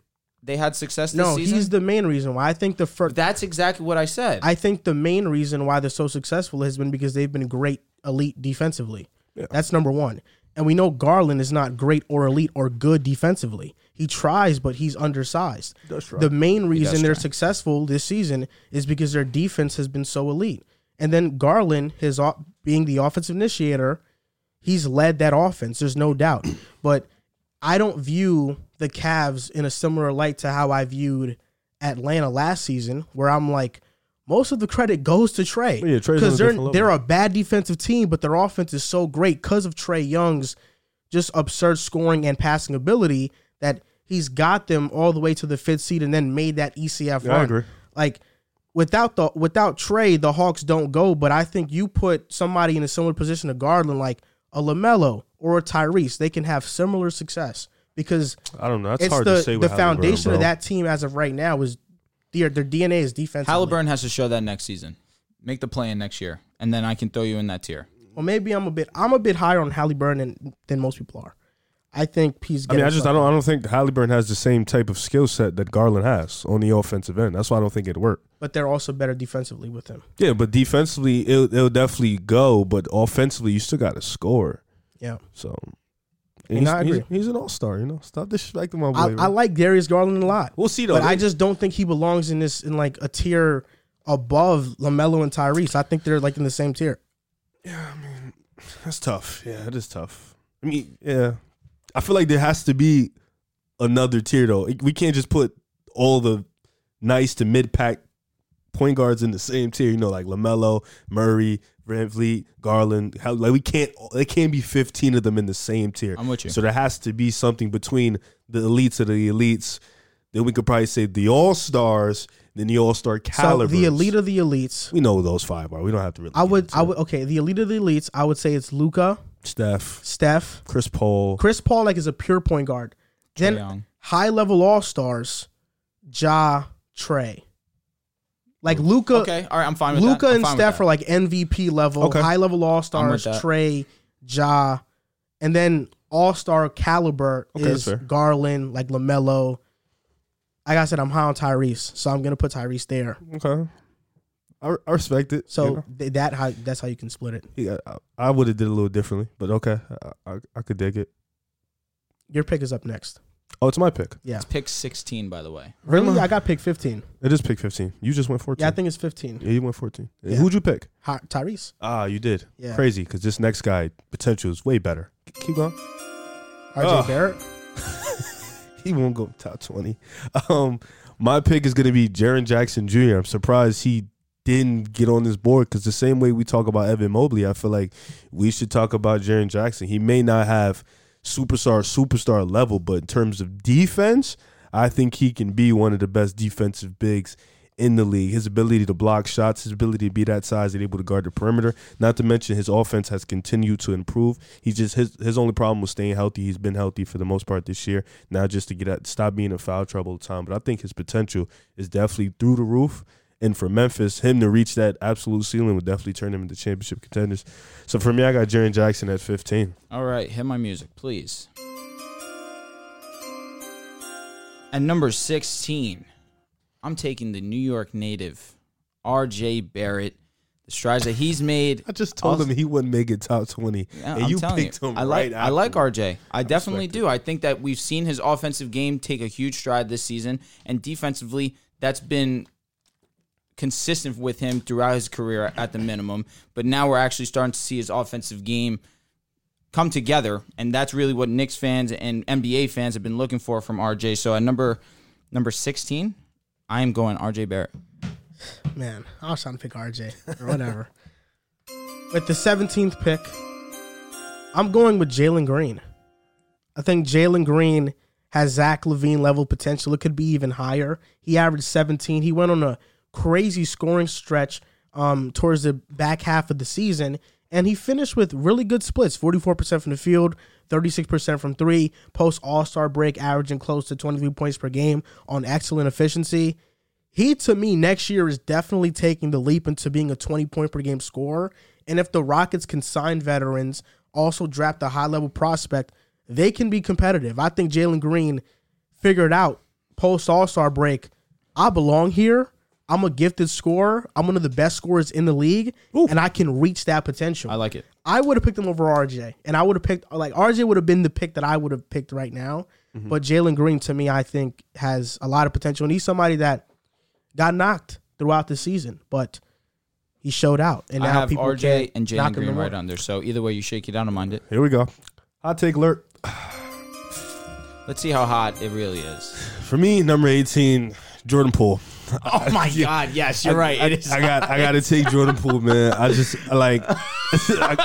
Speaker 2: they had success this
Speaker 1: no,
Speaker 2: season?
Speaker 1: he's the main reason why I think the first
Speaker 2: That's exactly what I said.
Speaker 1: I think the main reason why they're so successful has been because they've been great elite defensively. That's number one. And we know Garland is not great or elite or good defensively. He tries, but he's undersized. The main reason they're successful this season is because their defense has been so elite. And then Garland, his o- being the offensive initiator, he's led that offense. There's no doubt. But I don't view the Cavs in a similar light to how I viewed Atlanta last season, where I'm like, most of the credit goes to Trey.
Speaker 3: Yeah, Trey's on a
Speaker 1: because they're
Speaker 3: different level.
Speaker 1: they're a bad defensive team, but their offense is so great because of Trey Young's just absurd scoring and passing ability that he's got them all the way to the fifth seed and then made that ECF
Speaker 3: Yeah, I
Speaker 1: run.
Speaker 3: agree.
Speaker 1: Like without the without Trey, the Hawks don't go. But I think you put somebody in a similar position to Garland, like a Lamelo or a Tyrese, they can have similar success because
Speaker 3: I don't know. That's
Speaker 1: it's
Speaker 3: hard
Speaker 1: the
Speaker 3: to say.
Speaker 1: the
Speaker 3: with Halliburton,
Speaker 1: foundation of
Speaker 3: bro.
Speaker 1: that team as of right now is their their DNA is defense.
Speaker 2: Halliburton has to show that next season. Make the play in next year, and then I can throw you in that tier.
Speaker 1: Well, maybe I'm a bit I'm a bit higher on Halliburton than, than most people are. I think he's.
Speaker 3: I mean,
Speaker 1: getting
Speaker 3: I just I
Speaker 1: some-
Speaker 3: don't I don't think Halliburton has the same type of skill set that Garland has on the offensive end. That's why I don't think it worked.
Speaker 1: But they're also better defensively with him.
Speaker 3: Yeah, but defensively it'll, it'll definitely go, but offensively you still got to score.
Speaker 1: Yeah,
Speaker 3: So
Speaker 1: mean,
Speaker 3: he's,
Speaker 1: I agree.
Speaker 3: he's- he's an all star. You know, stop disrespecting my boy.
Speaker 1: I, I
Speaker 3: bro.
Speaker 1: like Darius Garland a lot,
Speaker 3: we'll see though.
Speaker 1: but I
Speaker 3: They-
Speaker 1: just don't think he belongs in this in like a tier above Lamelo and Tyrese. I think they're like in the same tier.
Speaker 3: That's tough. Yeah, it is tough. I mean, yeah. I feel like there has to be another tier though. We can't just put all the nice to mid pack point guards in the same tier, you know, like LaMelo, Murray, Van Vliet, Garland. How, like we can't it can't be 15 of them in the same tier.
Speaker 2: I'm with you.
Speaker 3: So there has to be something between the elites of the elites. Then we could probably say the all-stars, then the all-star calibers.
Speaker 1: So the elite of the elites.
Speaker 3: we know who those five are. We don't have to really
Speaker 1: I
Speaker 3: get
Speaker 1: would,
Speaker 3: into
Speaker 1: I
Speaker 3: it.
Speaker 1: would, okay. The elite of the elites, I would say it's Luca,
Speaker 3: Steph,
Speaker 1: Steph,
Speaker 3: Chris Paul,
Speaker 1: Chris Paul, like is a pure point guard.
Speaker 2: Trae
Speaker 1: Then
Speaker 2: Young.
Speaker 1: high level all stars, Ja, Trey. Like Luca,
Speaker 2: Okay, all right, I'm fine with that.
Speaker 1: Luca
Speaker 2: I'm
Speaker 1: and
Speaker 2: fine with
Speaker 1: Steph
Speaker 2: that.
Speaker 1: are like MVP level,
Speaker 3: Okay.
Speaker 1: high level all
Speaker 2: I'm with
Speaker 1: stars.
Speaker 2: that.
Speaker 1: Trey, Ja, and then all star caliber
Speaker 3: Okay, that's
Speaker 1: is
Speaker 3: fair.
Speaker 1: Garland, like Lamelo, Like I said, I'm high on Tyrese, so I'm gonna put Tyrese there.
Speaker 3: Okay. I, I respect it.
Speaker 1: So
Speaker 3: you know?
Speaker 1: th- that how that's how you can split it.
Speaker 3: Yeah, I, I would have did a little differently, but okay, I, I, I could dig it.
Speaker 1: Your pick is up next.
Speaker 3: Oh, it's my pick.
Speaker 1: Yeah,
Speaker 2: It's pick 16, by the way.
Speaker 1: really, I got pick 15.
Speaker 3: It is pick 15. You just went 14.
Speaker 1: Yeah, I think it's 15.
Speaker 3: Yeah, you went 14. And
Speaker 1: Yeah.
Speaker 3: Who'd you pick?
Speaker 1: Hi, Tyrese.
Speaker 3: Ah, you did.
Speaker 1: Yeah,
Speaker 3: Crazy, because this next guy potential is way better. Keep going.
Speaker 1: RJ
Speaker 3: Ugh.
Speaker 1: Barrett.
Speaker 3: He won't go top 20. <laughs> Um, my pick is going to be Jaron Jackson Jr. I'm surprised he didn't get on this board because the same way we talk about Evan Mobley, I feel like we should talk about Jaron Jackson. He may not have superstar, superstar level, but in terms of defense, I think he can be one of the best defensive bigs in the league. His ability to block shots, his ability to be that size and able to guard the perimeter. Not to mention his offense has continued to improve. He's just his his only problem was staying healthy. He's been healthy for the most part this year. Now just to get out, stop being in foul trouble all the time. But I think his potential is definitely through the roof. And for Memphis, him to reach that absolute ceiling would definitely turn him into championship contenders. So for me, I got Jaron Jackson at 15.
Speaker 2: All right, hit my music, please. At number 16, I'm taking the New York native, RJ Barrett. The strides that he's made.
Speaker 3: I just told
Speaker 2: Also-
Speaker 3: him he wouldn't make it top 20.
Speaker 2: Yeah,
Speaker 3: and
Speaker 2: I'm
Speaker 3: you
Speaker 2: telling
Speaker 3: picked
Speaker 2: you,
Speaker 3: him
Speaker 2: I
Speaker 3: right
Speaker 2: like I like
Speaker 3: after.
Speaker 2: RJ. I definitely
Speaker 3: respect
Speaker 2: do. I think that we've seen his offensive game take a huge stride this season, and defensively, that's been consistent with him throughout his career at the minimum. But now we're actually starting to see his offensive game come together, and that's really what Knicks fans and NBA fans have been looking for from RJ. So at number number sixteen, I am going RJ Barrett.
Speaker 1: Man, I was trying to pick RJ or whatever. with the 17th pick, I'm going with Jalen Green. I think Jalen Green has Zach Levine level potential. It could be even higher. He averaged 17. He went on a crazy scoring stretch um, towards the back half of the season, and he finished with really good splits 44% from the field, 36% from three, post All Star break, averaging close to 23 points per game on excellent efficiency he to me next year is definitely taking the leap into being a 20 point per game scorer. And if the Rockets can sign veterans, also draft a high level prospect, they can be competitive. I think Jalen Green figured out post All Star break. I belong here. I'm a gifted scorer. I'm one of the best scorers in the league, and I can reach that potential.
Speaker 2: I like it.
Speaker 1: I would have picked him over RJ, and I would have picked like RJ would have been the pick that I would have picked right now.
Speaker 2: Mm-hmm.
Speaker 1: But Jalen Green, to me, I think has a lot of potential, and he's somebody that got knocked throughout the season, but he showed out, and
Speaker 2: I
Speaker 1: now
Speaker 2: have
Speaker 1: people
Speaker 2: RJ
Speaker 1: can't
Speaker 2: and
Speaker 1: knock
Speaker 2: Jalen
Speaker 1: him
Speaker 2: Green
Speaker 1: anymore.
Speaker 2: right on there. So either way you shake it, I don't mind it.
Speaker 3: Here we go. Hot take alert.
Speaker 2: Let's see how hot it really is.
Speaker 3: For me, number 18, Jordan Poole.
Speaker 2: Oh my
Speaker 3: <laughs>
Speaker 2: God! Yes, you're <laughs> right. It is.
Speaker 3: I got I got to take Jordan Poole, man. I just like <laughs> I,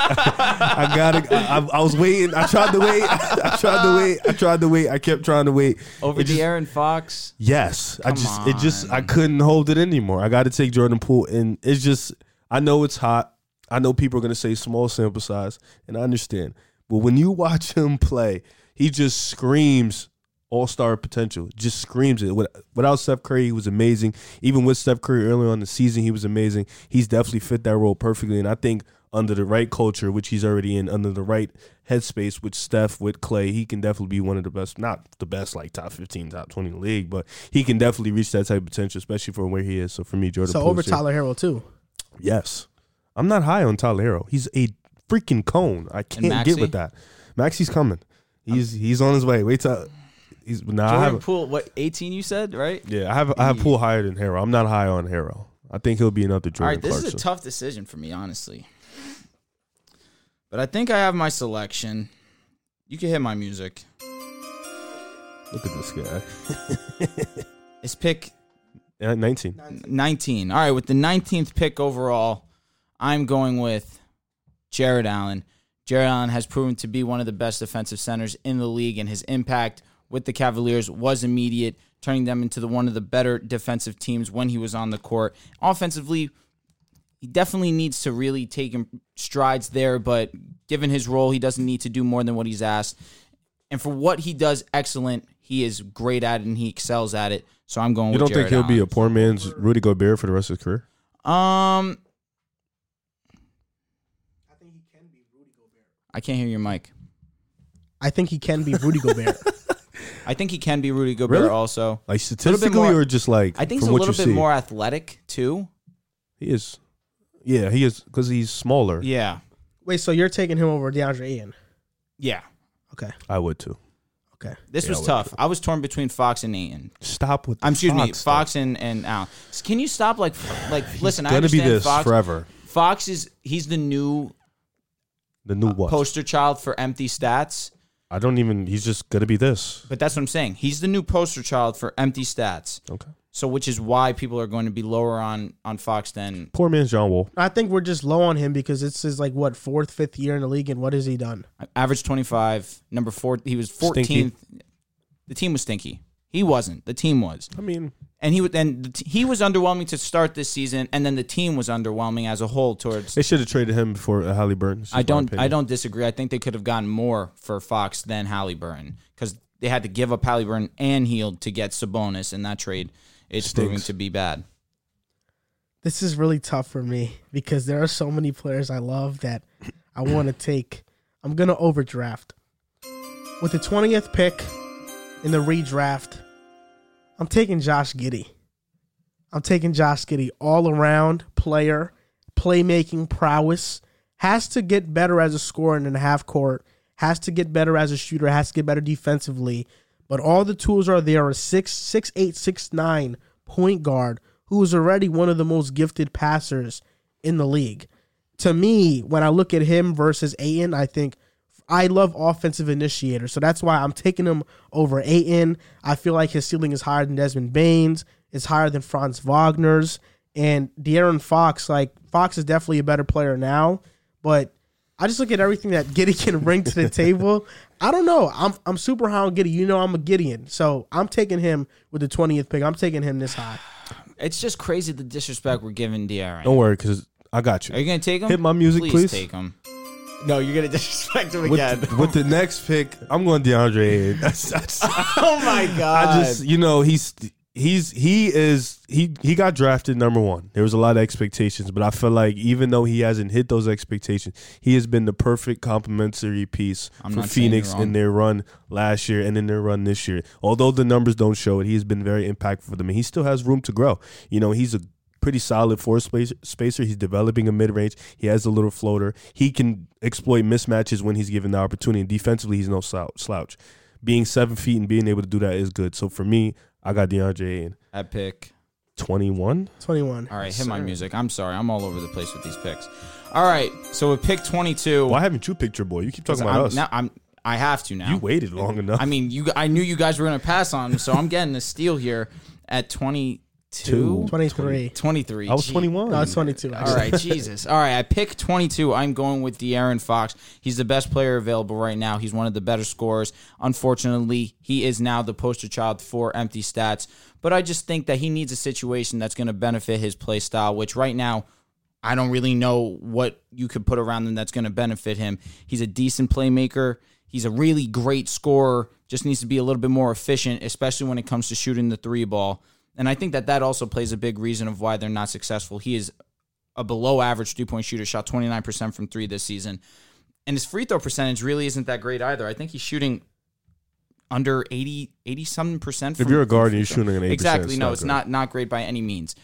Speaker 3: I got to I, I was waiting. I tried to wait. <laughs> I tried to wait. I tried to wait. I kept trying to wait.
Speaker 2: over
Speaker 3: It just-
Speaker 2: the Aaron Fox.
Speaker 3: Yes, I just it just I couldn't hold it anymore. I got to take Jordan Poole, and it's just I know it's hot. I know people are gonna say small sample size, and I understand. But when you watch <laughs> him play, he just screams all star potential. Just screams it. With- Without Steph Curry, he was amazing. Even with Steph Curry earlier on in the season, he was amazing. He's definitely fit that role perfectly, and I think under the right culture, which he's already in, under the right headspace with Steph, with Clay, he can definitely be one of the best, not the best, like top 15, top 20 in the league, but he can definitely reach that type of potential, especially for where he is. So for me, Jordan
Speaker 1: So
Speaker 3: Poole
Speaker 1: over
Speaker 3: is here.
Speaker 1: Tyler Harrell too.
Speaker 3: Yes. I'm not high on Tyler Hero. He's a freaking cone. I can't get
Speaker 2: Maxey?
Speaker 3: with that. Maxi's coming. He's he's on his way. Wait till he's nah, I
Speaker 2: Jordan
Speaker 3: have
Speaker 2: Poole, what 18? You said right.
Speaker 3: yeah, I have I have pool higher than Hero. I'm not high on Hero. I think he'll be another Jordan
Speaker 2: All right, this
Speaker 3: Clarkson.
Speaker 2: is a tough decision for me, honestly. But I think I have my selection. You can hit my music.
Speaker 3: Look at this guy.
Speaker 2: It's pick
Speaker 3: Yeah, 19.
Speaker 2: 19. All right, with the 19th pick overall, I'm going with Jared Allen. Jared Allen has proven to be one of the best defensive centers in the league, and his impact with the Cavaliers was immediate, turning them into the, one of the better defensive teams when he was on the court. Offensively, he definitely needs to really take him strides there, but given his role, he doesn't need to do more than what he's asked. And for what he does excellent, he is great at it and he excels at it. So I'm going
Speaker 3: You
Speaker 2: with
Speaker 3: don't think
Speaker 2: Jared
Speaker 3: he'll be
Speaker 2: Allen.
Speaker 3: a poor man's Rudy Gobert for the rest of his career?
Speaker 2: Um, I can't hear your mic. <laughs>
Speaker 1: I think he can be Rudy Gobert.
Speaker 2: I think he can be Rudy Gobert
Speaker 3: Really?
Speaker 2: also.
Speaker 3: Like statistically,
Speaker 2: more-
Speaker 3: or just like
Speaker 2: I think he's
Speaker 3: from
Speaker 2: a
Speaker 3: what
Speaker 2: little
Speaker 3: you
Speaker 2: bit
Speaker 3: see?
Speaker 2: more athletic too.
Speaker 3: He is. Yeah, he is because he's smaller.
Speaker 2: Yeah.
Speaker 1: Wait, so you're taking him over DeAndre Ian?
Speaker 2: Yeah.
Speaker 1: Okay,
Speaker 3: I would too.
Speaker 1: okay.
Speaker 2: This
Speaker 3: Yeah, I
Speaker 2: was
Speaker 3: would
Speaker 2: tough. I was torn between Fox and Aiton.
Speaker 3: Stop with. The
Speaker 2: I'm excuse
Speaker 3: Fox
Speaker 2: me, Fox and, and Allen. S- Can you stop like like listen, I
Speaker 3: Gonna be
Speaker 2: understand
Speaker 3: this
Speaker 2: Fox
Speaker 3: forever.
Speaker 2: Fox is he's the new
Speaker 3: The
Speaker 2: uh,
Speaker 3: new what?
Speaker 2: poster child for empty stats.
Speaker 3: I don't even. He's just gonna be this.
Speaker 2: But that's what I'm saying. He's the new poster child for empty stats.
Speaker 3: Okay.
Speaker 2: So which is why people are going to be lower on on Fox than
Speaker 3: Poor man's John Wall.
Speaker 1: I think we're just low on him because this is like what fourth, fifth year in the league, and what has he done?
Speaker 2: average 25, number 4 he was 14th.
Speaker 3: Stinky.
Speaker 2: The team was stinky. He wasn't. The team was.
Speaker 3: I mean,
Speaker 2: And he was and the t- he was underwhelming to start this season and then the team was underwhelming as a whole towards
Speaker 3: they should have traded him before uh, Halliburton.
Speaker 2: I don't I don't disagree. I think they could have gotten more for Fox than Halliburton because they had to give up Halliburton and Heald to get Sabonis, and that trade is proving
Speaker 3: Stinks.
Speaker 2: to be bad.
Speaker 1: This is really tough for me because there are so many players I love that I want to take. I'm gonna overdraft with the 20th pick in the redraft. I'm taking Josh Giddy. I'm taking Josh Giddy, all around player, playmaking prowess. Has to get better as a scorer in the half court. Has to get better as a shooter. Has to get better defensively. But all the tools are there. A six, six, eight, six, nine point guard who is already one of the most gifted passers in the league. To me, when I look at him versus Aiden, I think I love offensive initiators, so that's why I'm taking him over Aiton. I feel like his ceiling is higher than Desmond Baines, it's higher than Franz Wagner's, and De'Aaron Fox. Like Fox is definitely a better player now, but I just look at everything that Giddy <laughs> can bring to the table. I don't know. I'm I'm super high on Giddy. You know I'm a Gideon, so I'm taking him with the 20th pick. I'm taking him this high.
Speaker 2: It's just crazy the disrespect we're giving De'Aaron.
Speaker 3: Don't worry, because I got
Speaker 2: Are
Speaker 3: you.
Speaker 2: you gonna take him?
Speaker 3: Hit my music, please.
Speaker 2: Take him. No, you're gonna <laughs> disrespect him
Speaker 3: With,
Speaker 2: again.
Speaker 3: with the next pick, I'm going DeAndre. Ayton. <laughs> That's- that's-
Speaker 2: <laughs> oh my god!
Speaker 3: I just, you know, he's he's he is he he got drafted number one. There was a lot of expectations, but I feel like even though he hasn't hit those expectations, he has been the perfect complementary piece
Speaker 2: I'm
Speaker 3: for
Speaker 2: not saying
Speaker 3: Phoenix
Speaker 2: you're wrong.
Speaker 3: in their run last year and in their run this year. Although the numbers don't show it, he has been very impactful for them, and he still has room to grow. You know, he's a pretty solid four spacer. spacer. He's developing a mid range. He has a little floater. He can exploit mismatches when he's given the opportunity. And defensively, he's no slou- slouch. Being seven feet and being able to do that is good. So for me, I got DeAndre in
Speaker 2: that pick.
Speaker 3: 21.
Speaker 1: 21.
Speaker 2: All right, hit my music. I'm sorry, I'm all over the place with these picks. All right, so with pick 22.
Speaker 3: Why haven't you picked your boy? You keep talking about
Speaker 2: I'm,
Speaker 3: us.
Speaker 2: Now, I'm. I have to now.
Speaker 3: you waited long enough.
Speaker 2: I mean, you. I knew you guys were gonna pass on him, so I'm getting a steal here at 22,
Speaker 3: Two.
Speaker 1: 23.
Speaker 2: 23.
Speaker 3: I was
Speaker 2: Gee.
Speaker 3: 21.
Speaker 1: No, it's 22. Actually.
Speaker 2: All right, Jesus. All right, I pick 22. I'm going with De'Aaron Fox. He's the best player available right now. He's one of the better scorers. Unfortunately, he is now the poster child for empty stats. But I just think that he needs a situation that's going to benefit his play style, which right now I don't really know what you could put around him that's going to benefit him. He's a decent playmaker. He's a really great scorer. Just needs to be a little bit more efficient, especially when it comes to shooting the three ball. And I think that that also plays a big reason of why they're not successful. He is a below average three point shooter, shot 29% from three this season. And his free throw percentage really isn't that great either. I think he's shooting under 80, 80 something percent.
Speaker 3: if
Speaker 2: from-
Speaker 3: you're a
Speaker 2: from
Speaker 3: guard
Speaker 2: free
Speaker 3: and you're shooting an 8%,
Speaker 2: exactly. No, it's
Speaker 3: good.
Speaker 2: not not great by any means.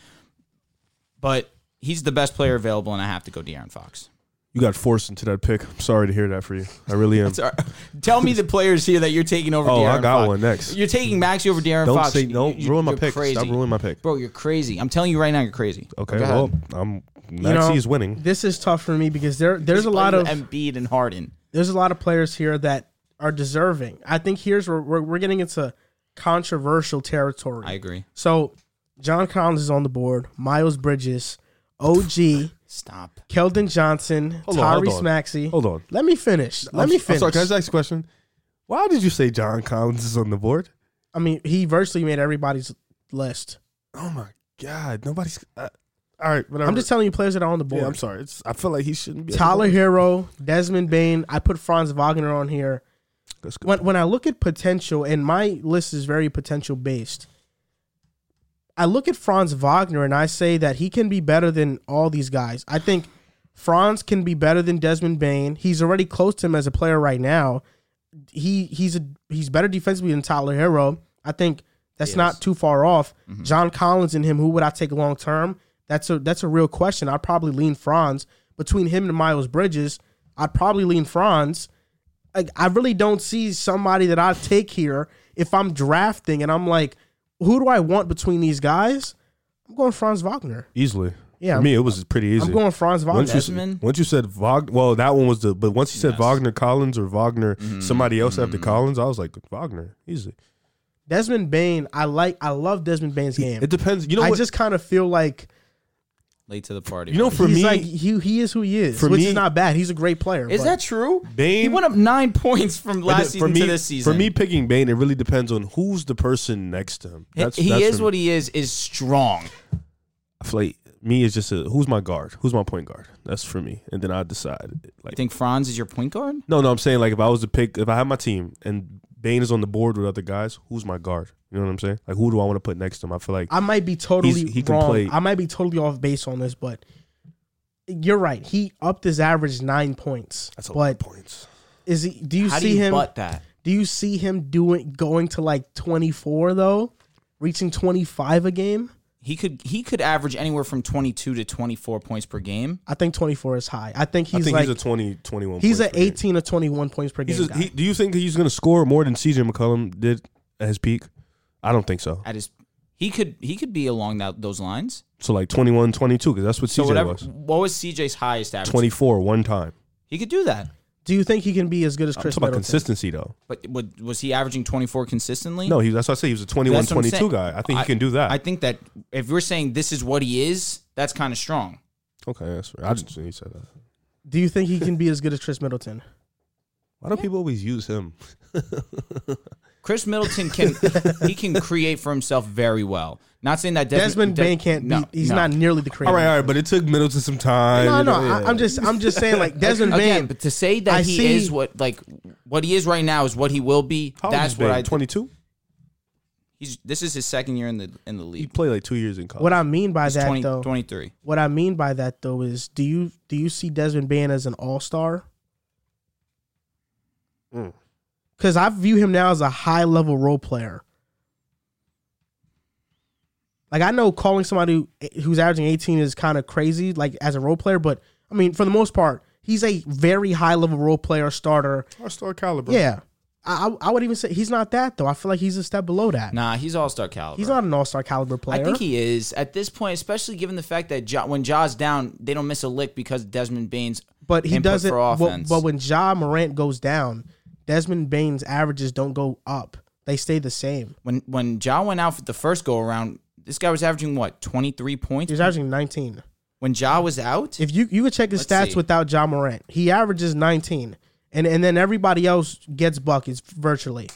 Speaker 2: But he's the best player available, and I have to go De'Aaron Fox.
Speaker 3: You got forced into that pick. I'm sorry to hear that for you. I really am.
Speaker 2: Sorry. <laughs> Tell me the players here that you're taking over.
Speaker 3: Oh, I
Speaker 2: De'Aaron
Speaker 3: got
Speaker 2: Fox.
Speaker 3: one next.
Speaker 2: You're taking Maxi over De'Aaron
Speaker 3: Don't
Speaker 2: Fox.
Speaker 3: say
Speaker 2: You-
Speaker 3: don't
Speaker 2: you-
Speaker 3: ruin my
Speaker 2: you're
Speaker 3: pick.
Speaker 2: Crazy.
Speaker 3: Stop ruining my pick.
Speaker 2: Bro, you're crazy. I'm telling you right now, you're crazy.
Speaker 3: Okay,
Speaker 2: Go ahead.
Speaker 3: well, I'm
Speaker 1: You know,
Speaker 3: Maxi is winning.
Speaker 1: This is tough for me because there there's a
Speaker 2: He's
Speaker 1: lot
Speaker 2: playing
Speaker 1: of
Speaker 2: with Embiid and Harden.
Speaker 1: there's a lot of players here that are deserving. I think here's where we're, we're getting into controversial territory.
Speaker 2: I agree.
Speaker 1: So, John Collins is on the board. Miles Bridges, OG,
Speaker 2: Stop.
Speaker 1: Keldon Johnson,
Speaker 3: Hold on, hold
Speaker 1: Tyrese
Speaker 3: on.
Speaker 1: Maxey.
Speaker 3: Hold on.
Speaker 1: Let me finish. Let
Speaker 3: I'm-
Speaker 1: me
Speaker 3: I'm
Speaker 1: finish.
Speaker 3: sorry, can I just ask a question? Why did you say John Collins is on the board?
Speaker 1: I mean, he virtually made everybody's list.
Speaker 3: Oh my God, nobody's. Uh, all right, whatever.
Speaker 1: I'm just telling you, players that are on the board.
Speaker 3: Yeah, I'm sorry. It's, I feel like he shouldn't be. on the
Speaker 1: Tyler
Speaker 3: board.
Speaker 1: Hero, Desmond Bain. I put Franz Wagner on here.
Speaker 3: That's good.
Speaker 1: when when I look at potential, and my list is very potential based. I look at Franz Wagner and I say that he can be better than all these guys. I think Franz can be better than Desmond Bain. He's already close to him as a player right now. he he's a he's better defensively than Tyler Hero. I think that's not too far off. John Collins and him, who would I take long term? That's a that's a real question. I'd probably lean Franz between him and Miles Bridges. I'd probably lean Franz. Like I really don't see somebody that I take here if I'm drafting and I'm like, who do I want between these guys? I'm going Franz Wagner.
Speaker 3: Easily.
Speaker 1: Yeah,
Speaker 3: For me, it was pretty easy.
Speaker 1: I'm going Franz Wagner.
Speaker 3: once you, s-
Speaker 2: Desmond?
Speaker 3: once you said Wagner, well, that one was the, but once you said Wagner Collins or Wagner, somebody else
Speaker 1: Mm.
Speaker 3: after Collins, I was like, Wagner, easily.
Speaker 1: Desmond Bain, I like I love Desmond Bain's game.
Speaker 3: It depends. You know
Speaker 1: I
Speaker 3: what?
Speaker 1: just kind of feel like
Speaker 2: Late to the party.
Speaker 3: you know, for
Speaker 1: he's
Speaker 3: me,
Speaker 1: like he he is who he is,
Speaker 3: for
Speaker 1: which
Speaker 3: me-
Speaker 1: is not bad. He's a great player.
Speaker 2: is
Speaker 1: but-
Speaker 2: that true? He
Speaker 3: Bane-
Speaker 2: went up nine <laughs> points from
Speaker 3: But
Speaker 2: last
Speaker 3: th-
Speaker 2: season
Speaker 3: me,
Speaker 2: to this season.
Speaker 3: For me, picking Bane, it really depends on who's the person next to him.
Speaker 2: He- he is what he is. Is strong.
Speaker 3: I feel like me is just a who's my guard, who's my point guard. That's for me, and then I decide. Like,
Speaker 2: You think Franz is your point guard?
Speaker 3: no, no, I'm saying like if I was to pick, if I had my team and Bane is on the board with other guys, who's my guard? You know what I'm saying? Like, who do I want to put next to him? I feel like
Speaker 1: I might be totally
Speaker 3: He's- he can
Speaker 1: wrong.
Speaker 3: play-
Speaker 1: I might be totally off base on this, but you're right. He upped his average nine points.
Speaker 3: that's a
Speaker 1: but
Speaker 3: lot of points.
Speaker 1: is he? Do you
Speaker 2: How
Speaker 1: see
Speaker 2: do you
Speaker 1: him?
Speaker 2: butt that?
Speaker 1: Do you see him doing going to like 24 though, reaching 25 a game?
Speaker 2: He could he could average anywhere from twenty two to twenty four points per game.
Speaker 1: I think 24 is high. I think
Speaker 3: I
Speaker 1: he's
Speaker 3: think
Speaker 1: like
Speaker 3: he's a 20, 21.
Speaker 1: he's
Speaker 3: points
Speaker 1: at
Speaker 3: per game.
Speaker 1: 18 or 21 points per game.
Speaker 3: He's a,
Speaker 1: guy.
Speaker 3: he, do you think he's going to score more than CJ McCollum did at his peak? I don't think so.
Speaker 2: At his he could he could be along that those lines.
Speaker 3: So like 21, 22, because that's what
Speaker 2: So
Speaker 3: CJ
Speaker 2: whatever.
Speaker 3: was.
Speaker 2: What was CJ's highest average?
Speaker 3: 24 one time.
Speaker 2: He could do that.
Speaker 1: Do you think he can be as good as
Speaker 3: I'm
Speaker 1: Chris
Speaker 3: talking about
Speaker 1: Middleton?
Speaker 3: consistency though.
Speaker 2: But would, was he averaging 24 consistently?
Speaker 3: No, he, that's why I say he was a 21,
Speaker 2: That's what I'm
Speaker 3: 22
Speaker 2: saying.
Speaker 3: guy. I think he can do that.
Speaker 2: I think that if we're saying this is what he is, that's kind of strong.
Speaker 3: okay, that's right. I just he said that.
Speaker 1: Do you think he can be as good as Chris
Speaker 2: <laughs>
Speaker 1: Middleton?
Speaker 3: Why do people always use him?
Speaker 2: Chris Middleton can
Speaker 1: <laughs>
Speaker 2: he can create for himself very well. Not saying that
Speaker 1: Desmond
Speaker 2: Des-
Speaker 1: Bain can't.
Speaker 2: no,
Speaker 1: be, he's
Speaker 2: no.
Speaker 1: not nearly the creator.
Speaker 3: All right, all right, but it took Middleton some time.
Speaker 1: No,
Speaker 3: you
Speaker 1: no,
Speaker 3: know,
Speaker 1: I,
Speaker 3: yeah.
Speaker 1: I'm just, I'm just saying, like Desmond
Speaker 2: <laughs> Again,
Speaker 1: Bain.
Speaker 2: but to say that
Speaker 1: I
Speaker 2: he
Speaker 1: see-
Speaker 2: is what like what he is right now is what he will be.
Speaker 3: How old
Speaker 2: that's
Speaker 3: is
Speaker 2: what
Speaker 3: Bane?
Speaker 2: I
Speaker 3: 22.
Speaker 2: He's this is his second year in the in the
Speaker 3: He
Speaker 2: league.
Speaker 3: played like two years in college.
Speaker 1: What I mean by that
Speaker 2: 20,
Speaker 1: though,
Speaker 2: 23.
Speaker 1: what I mean by that though is, do you do you see Desmond Bain as an all star?
Speaker 3: Mm.
Speaker 1: Because I view him now as a high level role player. Like I know calling somebody who's averaging 18 is kind of crazy, like as a role player, but I mean for the most part, he's a very high level role player starter.
Speaker 3: Our star caliber.
Speaker 1: Yeah, I I I would even say he's not that though. I feel like he's a step below that.
Speaker 2: Nah, he's all star caliber.
Speaker 1: He's not an all star caliber player.
Speaker 2: I think he is at this point, especially given the fact that ja, when Ja's down, they don't miss a lick because Desmond Bain's.
Speaker 1: But he
Speaker 2: input
Speaker 1: doesn't.
Speaker 2: for
Speaker 1: but-
Speaker 2: offense.
Speaker 1: But, when Ja Morant goes down, Desmond Bain's averages don't go up; they stay the same.
Speaker 2: When when Ja went out for the first go around, this guy was averaging what twenty three points.
Speaker 1: He's averaging 19.
Speaker 2: When Ja was out,
Speaker 1: If you you could check his stats
Speaker 2: Let's see.
Speaker 1: without Ja Morant, he averages 19, and and then everybody else gets buckets virtually.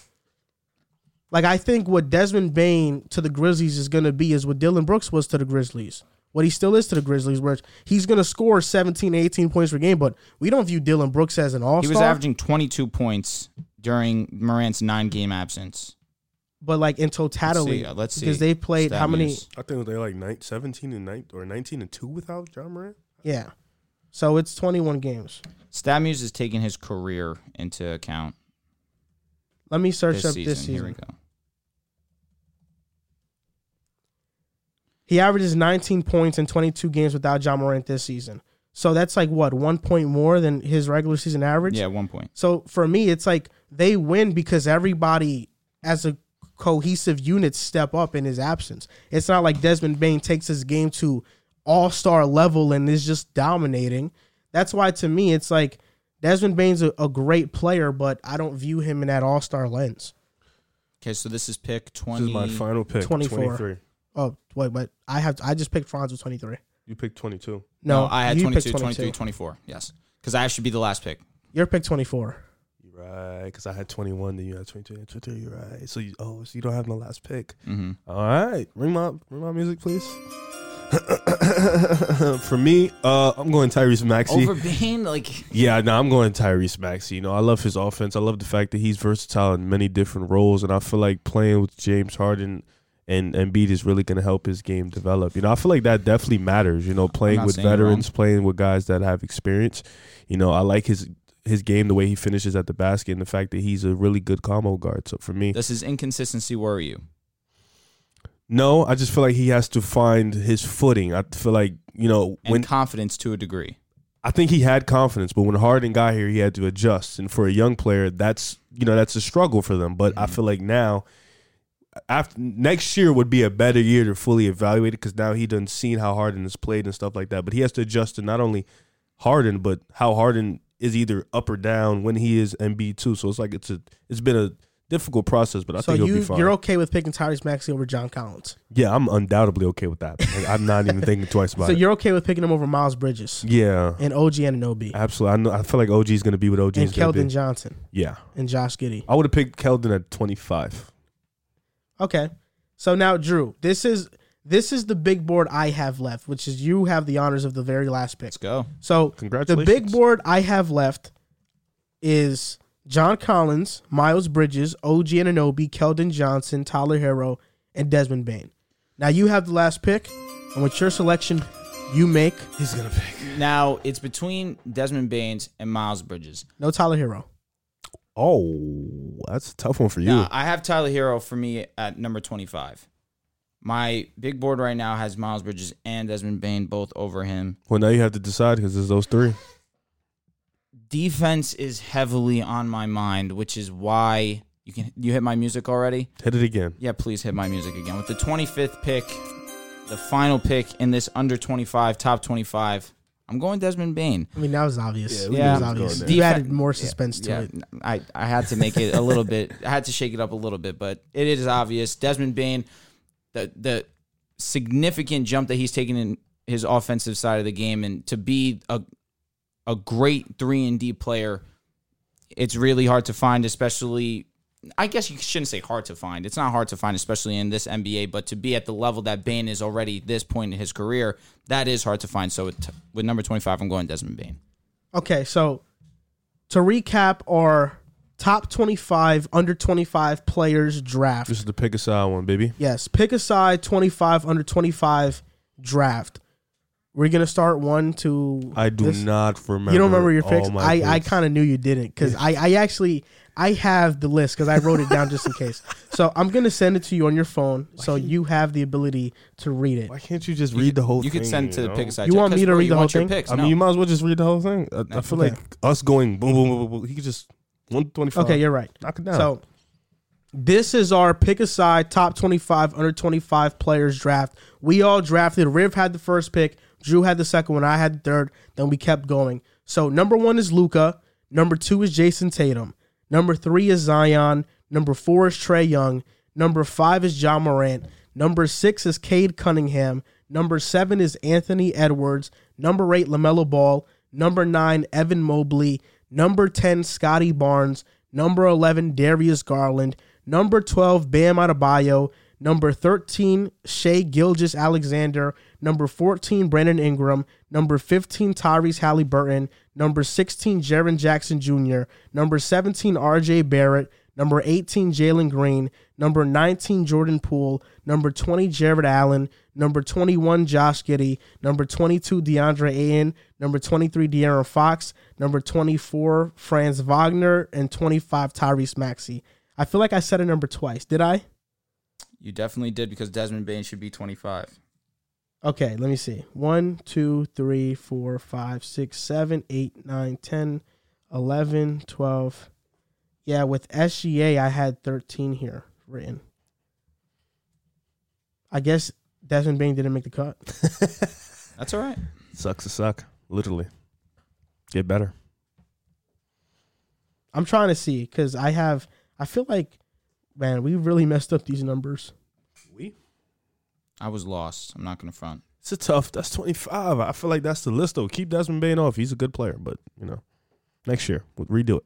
Speaker 1: Like I think what Desmond Bain to the Grizzlies is going to be is what Dylan Brooks was to the Grizzlies. What he still is to the Grizzlies, where he's going to score 17, 18 points per game, but we don't view Dylan Brooks as an all
Speaker 2: he
Speaker 1: star.
Speaker 2: was averaging twenty two points during Morant's nine game absence.
Speaker 1: but like in totality,
Speaker 2: Let's see, uh, let's
Speaker 1: because
Speaker 2: see.
Speaker 1: they played
Speaker 2: Stat
Speaker 1: how many?
Speaker 2: Muse.
Speaker 3: I think they like nine, 17 and 9 or 19 and 2 without John Moran.
Speaker 1: Yeah. So it's 21 games.
Speaker 2: Statmuse is taking his career into account
Speaker 1: Let me search
Speaker 2: this
Speaker 1: up
Speaker 2: season.
Speaker 1: this
Speaker 2: Here we
Speaker 1: season.
Speaker 2: go.
Speaker 1: He averages 19 points in 22 games without John Morant this season. So that's like what one point more than his regular season average.
Speaker 2: Yeah, one point.
Speaker 1: So for me, it's like they win because everybody as a cohesive unit step up in his absence. It's not like Desmond Bain takes his game to all star level and is just dominating. That's why to me it's like Desmond Bain's a, a great player, but I don't view him in that all star lens.
Speaker 2: Okay, so this is pick
Speaker 3: This is
Speaker 2: twenty.
Speaker 3: my final pick.
Speaker 1: 24.
Speaker 3: 23.
Speaker 1: Oh wait, but I have I just picked Franz with 23.
Speaker 3: You picked 22.
Speaker 1: No,
Speaker 2: I had
Speaker 1: you
Speaker 2: 22,
Speaker 1: picked
Speaker 2: 23, 24. Yes, because I should be the last pick.
Speaker 1: Your pick 24.
Speaker 3: You're Right, because I had 21, then you had 22, and 22. You're right. So you, oh, so you don't have my last pick.
Speaker 2: Mm-hmm.
Speaker 3: All right, ring my ring my music, please. <coughs> For me, uh, I'm going Tyrese Maxey.
Speaker 2: Over Bane,
Speaker 3: <laughs>
Speaker 2: like
Speaker 3: yeah, no, I'm going Tyrese Maxey. You know, I love his offense. I love the fact that he's versatile in many different roles, and I feel like playing with James Harden and and Embiid is really going to help his game develop. You know, I feel like that definitely matters. You know, playing
Speaker 2: not
Speaker 3: with
Speaker 2: saying you're wrong.
Speaker 3: veterans, playing with guys that have experience. You know, I like his his game, the way he finishes at the basket, and the fact that he's a really good combo guard. So for me,
Speaker 2: Does his inconsistency worry you?
Speaker 3: no, I just feel like he has to find his footing. I feel like you know
Speaker 2: And
Speaker 3: when
Speaker 2: confidence to a degree.
Speaker 3: I think he had confidence, but when Harden got here, he had to adjust. And for a young player, that's you know that's a struggle for them. But I
Speaker 1: Mm-hmm.
Speaker 3: feel like now, after next year would be a better year to fully evaluate it because now he done seen how Harden has played and stuff like that. But he has to adjust to not only Harden, but how Harden is either up or down when he is MB too. So it's like it's a it's been a difficult process, but I
Speaker 1: so
Speaker 3: think he'll
Speaker 1: you
Speaker 3: be fine.
Speaker 1: you're okay with picking Tyrese Maxey over John Collins.
Speaker 3: yeah, I'm undoubtedly okay
Speaker 1: <laughs>
Speaker 3: with that. Like, I'm not even thinking twice about
Speaker 1: so
Speaker 3: it.
Speaker 1: you're okay with picking him over Miles Bridges
Speaker 3: Yeah,
Speaker 1: and OG Ananobi
Speaker 3: absolutely. I know. I feel like OG is going to be what OG
Speaker 1: and
Speaker 3: is going to
Speaker 1: Keldon
Speaker 3: be.
Speaker 1: Johnson
Speaker 3: Yeah.
Speaker 1: and Josh Giddy.
Speaker 3: I would have picked Keldon at 25.
Speaker 1: Okay. So now Drew, this is this is the big board I have left, which is you have the honors of the very last pick.
Speaker 2: Let's go.
Speaker 1: So the
Speaker 3: Congratulations.
Speaker 1: big board I have left is John Collins, Miles Bridges, OG Ananobi, Keldon Johnson, Tyler Hero, and Desmond Bain. Now you have the last pick, and with your selection, you make
Speaker 3: He's going to pick.
Speaker 2: Now it's between Desmond Baines and Miles Bridges.
Speaker 1: no Tyler Hero.
Speaker 3: Oh, that's a tough one for you.
Speaker 2: Now, I have Tyler Hero for me at number 25. My big board right now has Miles Bridges and Desmond Bain both over him.
Speaker 3: Well, now you have to decide because there's those three.
Speaker 2: Defense is heavily on my mind, which is why you can you hit my music already?
Speaker 3: Hit it again.
Speaker 2: Yeah, please hit my music again. With the 25th pick, the final pick in this under 25, top 25, I'm going Desmond Bain.
Speaker 1: I mean, that was obvious. Yeah,
Speaker 3: Yeah, we
Speaker 2: knew
Speaker 1: was
Speaker 2: it was
Speaker 1: obvious.
Speaker 3: going
Speaker 2: there.
Speaker 1: You added
Speaker 2: Defen-
Speaker 1: more suspense to
Speaker 2: Yeah,
Speaker 1: it.
Speaker 2: I, I had to make it a little bit, I had to shake it up a little bit, but it is obvious. Desmond Bain, the, the significant jump that he's taken in his offensive side of the game and to be a, a great 3 and D player, it's really hard to find, especially. I guess you shouldn't say hard to find. It's not hard to find, especially in this NBA. But to be at the level that Bain is already at this point in his career, that is hard to find. So with, with number twenty five, I'm going Desmond Bain.
Speaker 1: Okay, so to recap our top 25 under 25 players draft.
Speaker 3: This is the pick a side one, baby.
Speaker 1: Yes, pick a side 25 under 25 draft. We're going to start one to
Speaker 3: I do
Speaker 1: this-
Speaker 3: not remember.
Speaker 1: You don't remember your
Speaker 3: all
Speaker 1: picks?
Speaker 3: my
Speaker 1: I, I
Speaker 3: picks.
Speaker 1: kind of knew you didn't cuz I I actually I have the list cuz I wrote it down just in
Speaker 3: <laughs>
Speaker 1: case. So I'm going to send it to you on your phone so you have the ability to read it.
Speaker 3: Why can't you just read the whole
Speaker 2: You
Speaker 3: thing?
Speaker 2: could send to the
Speaker 3: know?
Speaker 2: pick aside.
Speaker 1: You
Speaker 2: chat,
Speaker 1: want me
Speaker 2: 'cause,
Speaker 1: to
Speaker 2: bro,
Speaker 1: read
Speaker 2: you
Speaker 1: the
Speaker 2: want
Speaker 1: whole
Speaker 2: your
Speaker 1: thing?
Speaker 2: Picks.
Speaker 3: I
Speaker 2: No.
Speaker 3: mean, you might as well just read the whole thing. I, I feel
Speaker 1: Okay.
Speaker 3: like us going boom, boom, boom, boom, boom. He could just 125.
Speaker 1: Okay, you're right.
Speaker 3: Knock it down.
Speaker 1: So this is our pick aside top 25 under 25 players draft. We all drafted. Riv had the first pick. Drew had the second one. I had the third. Then we kept going. So number one is Luca. Number two is Jason Tatum. Number three is Zion. Number four is Trey Young. Number five is John Morant. Number six is Cade Cunningham. Number seven is Anthony Edwards. Number eight, LaMelo Ball. Number nine, Evan Mobley. Number 10, Scotty Barnes. Number 11, Darius Garland. Number 12, Bam Adebayo. Number 13, Shea Gilgis Alexander. Number 14, Brandon Ingram. Number 15, Tyrese Halliburton. Number 16, Jaron Jackson Jr. Number 17, RJ Barrett. Number 18, Jalen Green. Number 19, Jordan Poole. Number 20, Jared Allen. Number 21, Josh Giddy. Number 22, DeAndre Ayton. Number 23, De'Aaron Fox. Number 24, Franz Wagner. And 25, Tyrese Maxey. I feel like I said a number twice. Did I?
Speaker 2: you definitely did because Desmond Bain should be 25.
Speaker 1: Okay, let me see. 1, 2, 3, 4, 5, 6, 7, 8, 9, 10, 11, 12. Yeah, with SGA, I had 13 here written. I guess Desmond Bain didn't make the cut.
Speaker 2: That's all right.
Speaker 3: Sucks to suck. Literally. Get better.
Speaker 1: I'm trying to see because I have, I feel like, man, we really messed up these numbers.
Speaker 2: I was lost. I'm not going to front.
Speaker 3: It's a tough. That's 25. I feel like that's the list, though. Keep Desmond Bain off. He's a good player, but, you know, next year, we'll redo it.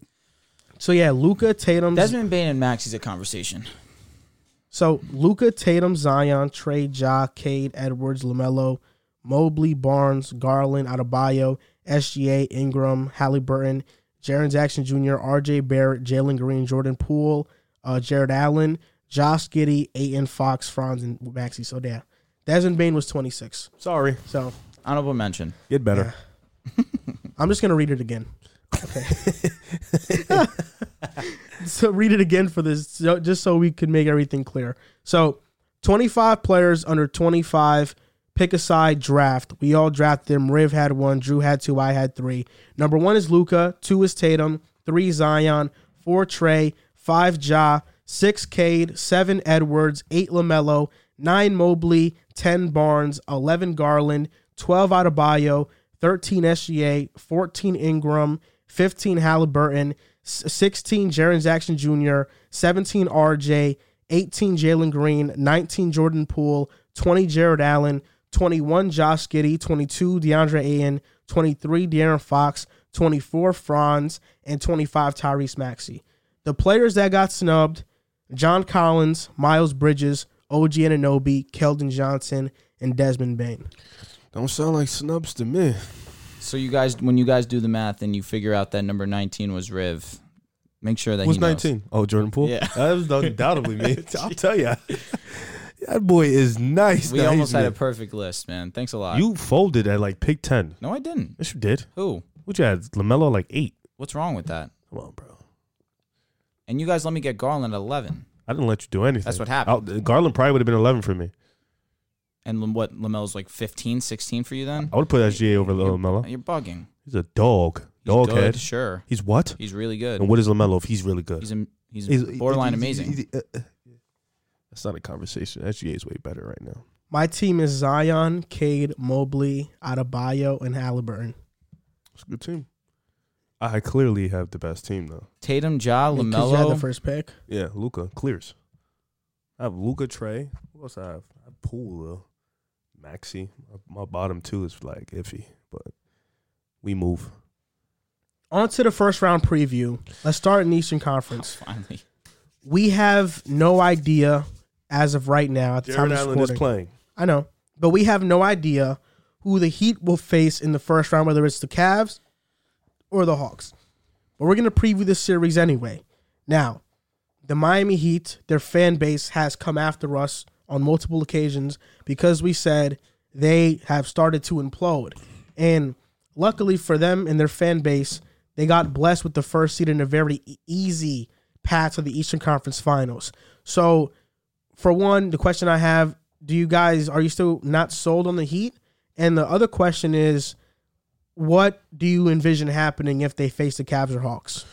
Speaker 1: So, yeah, Luca, Tatum,
Speaker 2: Desmond Bain and Max is a conversation.
Speaker 1: So Luca, Tatum, Zion, Trey, Ja, Cade, Edwards, Lamelo, Mobley, Barnes, Garland, Adebayo, SGA, Ingram, Halliburton, Jaron Jackson Jr., RJ Barrett, Jalen Green, Jordan Poole, uh, Jared Allen, Josh Giddy, Aiton Fox, Franz, and Maxi. So yeah, Desmond Bain was 26.
Speaker 3: Sorry.
Speaker 1: So
Speaker 2: Honorable mention.
Speaker 3: Get better.
Speaker 1: I'm just gonna read it again. so read it again for this, so, just so we could make everything clear. So, 25 players under 25, pick a side draft. We all drafted them. Riv had one, Drew had two, I had three. Number one is Luca, two is Tatum, three Zion, four Trey, five Ja, six Cade, seven Edwards, eight Lamelo, nine Mobley, ten Barnes, eleven Garland, twelve Adebayo, 13 SGA, 14 Ingram, 15 Halliburton, s- 16 Jaron Jackson Jr., 17 RJ, 18 Jalen Green, 19 Jordan Poole, 20 Jared Allen, 21 Josh Giddy, 22 DeAndre Ayton, 23 De'Aaron Fox, 24 Franz, and 25 Tyrese Maxey. The players that got snubbed John Collins, Miles Bridges, OG Ananobi, Keldon Johnson, and Desmond Bain.
Speaker 3: Don't sound like snubs to me.
Speaker 2: So you guys, when you guys do the math and you figure out that number 19 was Riv, make sure that
Speaker 3: Who's
Speaker 2: he knows.
Speaker 3: 19? Oh, Jordan Poole?
Speaker 2: Yeah.
Speaker 3: That was undoubtedly me.
Speaker 2: <laughs>
Speaker 3: I'll tell you. That boy is nice.
Speaker 2: We
Speaker 3: Nah,
Speaker 2: almost
Speaker 3: he's
Speaker 2: had a
Speaker 3: good.
Speaker 2: perfect list, man. Thanks a lot.
Speaker 3: You folded at like pick 10.
Speaker 2: no, I didn't.
Speaker 3: Yes, you did.
Speaker 2: Who?
Speaker 3: What you had? LaMelo like 8.
Speaker 2: What's wrong with that?
Speaker 3: Come on, bro.
Speaker 2: And you guys let me get Garland at 11.
Speaker 3: I didn't let you do anything.
Speaker 2: That's what happened.
Speaker 3: I- Garland probably would have been 11 for me.
Speaker 2: And Lam- what, Lamel's like 15, 16 for you then?
Speaker 3: I would have put SGA over
Speaker 1: Oh.
Speaker 3: LaMelo.
Speaker 2: You're bugging.
Speaker 3: He's a dog.
Speaker 2: He's
Speaker 3: Dog
Speaker 2: good,
Speaker 3: head.
Speaker 2: Sure.
Speaker 3: He's what?
Speaker 2: He's really good.
Speaker 3: And what is LaMelo if he's really good?
Speaker 2: He's, am- he's,
Speaker 3: He's-
Speaker 2: borderline
Speaker 3: he's-
Speaker 2: amazing.
Speaker 3: he's- he's- uh, uh, That's not a conversation. SGA is way better right now.
Speaker 1: My team is Zion, Cade, Mobley, Adebayo, and Halliburton.
Speaker 3: It's a good team. I clearly have the best team though.
Speaker 2: Tatum, Ja,
Speaker 1: Because you had the
Speaker 2: <laughs> LaMelo.
Speaker 1: first pick.
Speaker 3: Yeah, Luca clears. I have Luca Trey. Who else I have? I have Poole though. Maxi. My, my bottom two is like iffy, but we move.
Speaker 1: On to the first round preview. Let's start in Eastern Conference.
Speaker 2: Finally.
Speaker 1: We have no idea as of right now at the time
Speaker 3: Jared
Speaker 1: of this
Speaker 3: Allen is
Speaker 1: recording.
Speaker 3: playing.
Speaker 1: I know, but we have no idea who the Heat will face in the first round, whether it's the Cavs or the Hawks. But we're going to preview this series anyway. Now, the Miami Heat, their fan base has come after us on multiple occasions because we said they have started to implode. And luckily for them and their fan base, they got blessed with the first seed in a very e- easy path to the Eastern Conference Finals. So, for one, the question I have, do you guys are you still not sold on the Heat? And the other question is, what do you envision happening if they face the Cavs or Hawks?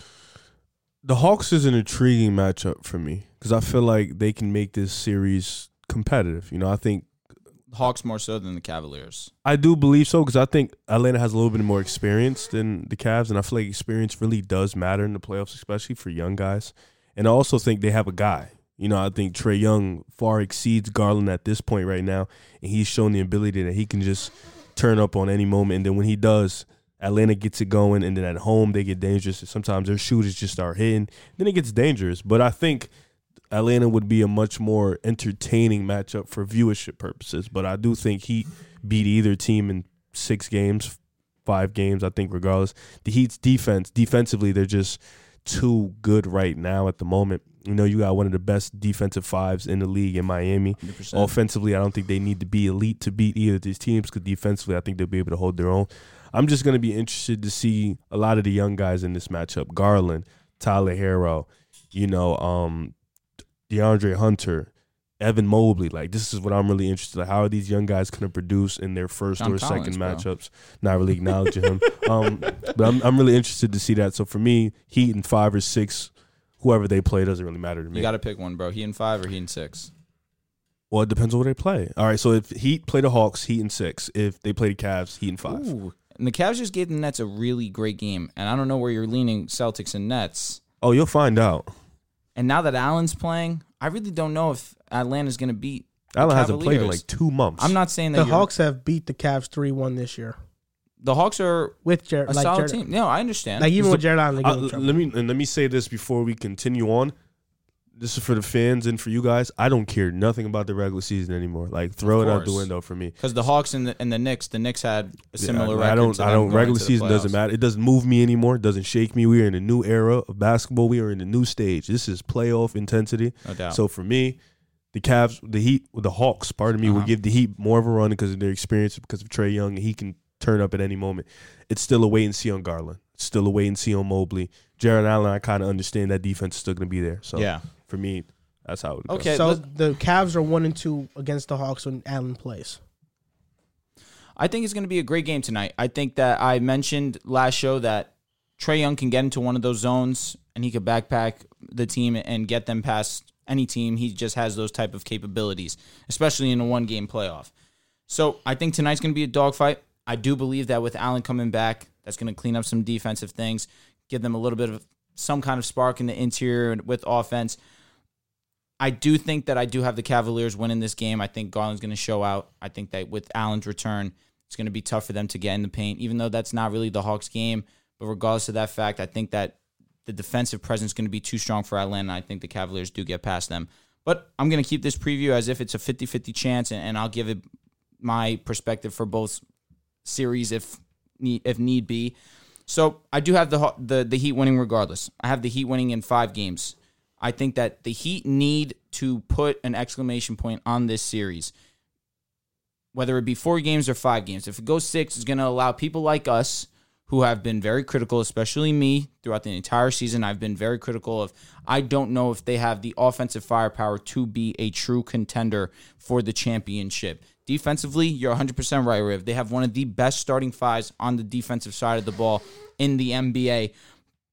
Speaker 3: The Hawks is an intriguing matchup for me because I feel like they can make this series competitive. You know, I think
Speaker 2: Hawks more so than the Cavaliers.
Speaker 3: I do believe so because I think Atlanta has a little bit more experience than the Cavs, and I feel like experience really does matter in the playoffs, especially for young guys. And I also think they have a guy. You know, I think Trey Young far exceeds Garland at this point right now, and he's shown the ability that he can just turn up on any moment. And then when he does, Atlanta gets it going, and then at home they get dangerous. And sometimes their shooters just start hitting. Then it gets dangerous. But I think Atlanta would be a much more entertaining matchup for viewership purposes. But I do think Heat beat either team in six games, five games. I think regardless, the Heat's defense defensively they're just too good right now at the moment. You know, you got one of the best defensive fives in the league in Miami.
Speaker 2: 100%.
Speaker 3: Offensively, I don't think they need to be elite to beat either of these teams because defensively, I think they'll be able to hold their own. I'm just going to be interested to see a lot of the young guys in this matchup Garland, Tyler Harrow, you know, um, DeAndre Hunter, Evan Mobley. Like, this is what I'm really interested in. How are these young guys going to produce in their first
Speaker 2: John
Speaker 3: or
Speaker 2: Collins,
Speaker 3: second
Speaker 2: bro.
Speaker 3: matchups? Not really
Speaker 1: <laughs>
Speaker 3: acknowledging him. <laughs> Um, but I'm, I'm really interested to see that. So for me, Heat in five or six, whoever they play doesn't really matter to me.
Speaker 2: You got to pick one, bro. He and five or he and six?
Speaker 3: Well, it depends on what they play. All right, so if Heat play the Hawks, Heat in six. If they play the Cavs, Heat in five.
Speaker 2: Ooh. And the Cavs just gave the Nets a really great game. And I don't know where you're leaning Celtics and Nets.
Speaker 3: Oh, you'll find out.
Speaker 2: And now that Allen's playing, I really don't know if Atlanta's going to beat. the
Speaker 3: Allen hasn't played in
Speaker 2: Cavaliers.
Speaker 3: like two months.
Speaker 2: I'm not saying that
Speaker 1: The
Speaker 2: you're-
Speaker 1: Hawks have beat the Cavs three one this year
Speaker 2: The Hawks are
Speaker 1: with Jared.
Speaker 2: a
Speaker 1: like
Speaker 2: solid
Speaker 1: Jared,
Speaker 2: team. No, I understand.
Speaker 1: Like even
Speaker 3: It's
Speaker 1: with
Speaker 3: the-
Speaker 1: Jared Allen, they
Speaker 3: I-
Speaker 1: get in trouble.
Speaker 3: Uh, let me and let me say this before we continue on. This is for the fans and for you guys. I don't care nothing about the regular season anymore. Like throw
Speaker 2: Of
Speaker 3: it out the
Speaker 2: course.
Speaker 3: window for me.
Speaker 2: because the Hawks and the, and the Knicks, the Knicks had a similar
Speaker 3: Yeah, I-
Speaker 2: record.
Speaker 3: I don't.
Speaker 2: to
Speaker 3: I
Speaker 2: them
Speaker 3: don't.
Speaker 2: going
Speaker 3: Regular
Speaker 2: to the
Speaker 3: season doesn't
Speaker 2: playoffs.
Speaker 3: matter. It doesn't move me anymore. It doesn't shake me. We are in a new era of basketball. We are in a new stage. This is playoff intensity.
Speaker 2: No doubt.
Speaker 3: So for me, the Cavs, the Heat, the Hawks, pardon me,
Speaker 2: Uh-huh.
Speaker 3: would give the Heat more of a run because of their experience, because of Trey Young, and he can turn up at any moment. It's still a wait and see on Garland. Still a wait and see on Mobley. Jared Allen, I kind of understand that defense is still going to be there. So
Speaker 2: Yeah.
Speaker 3: for me, that's how it goes.
Speaker 2: Okay.
Speaker 1: so
Speaker 2: let-
Speaker 1: the Cavs are one and two against the Hawks when Allen plays.
Speaker 2: I think it's going to be a great game tonight. I think that I mentioned last show that Trey Young can get into one of those zones and he could backpack the team and get them past any team. He just has those type of capabilities, especially in a one game playoff. So I think tonight's going to be a dogfight. I do believe that with Allen coming back, that's going to clean up some defensive things, give them a little bit of some kind of spark in the interior and with offense. I do think that I do have the Cavaliers winning this game. I think Garland's going to show out. I think that with Allen's return, it's going to be tough for them to get in the paint, even though that's not really the Hawks' game. But regardless of that fact, I think that the defensive presence is going to be too strong for Atlanta. I think the Cavaliers do get past them. But I'm going to keep this preview as if it's a 50 50 chance, and, and I'll give it my perspective for both series if need, if need be. So I do have the Haw- the the Heat winning regardless. I have the Heat winning in five games. I think that the Heat need to put an exclamation point on this series, whether it be four games or five games. If it goes six, it's going to allow people like us who have been very critical, especially me throughout the entire season. I've been very critical of. I don't know if they have the offensive firepower to be a true contender for the championship. Defensively, you're 100% right, Riv. They have one of the best starting fives on the defensive side of the ball in the NBA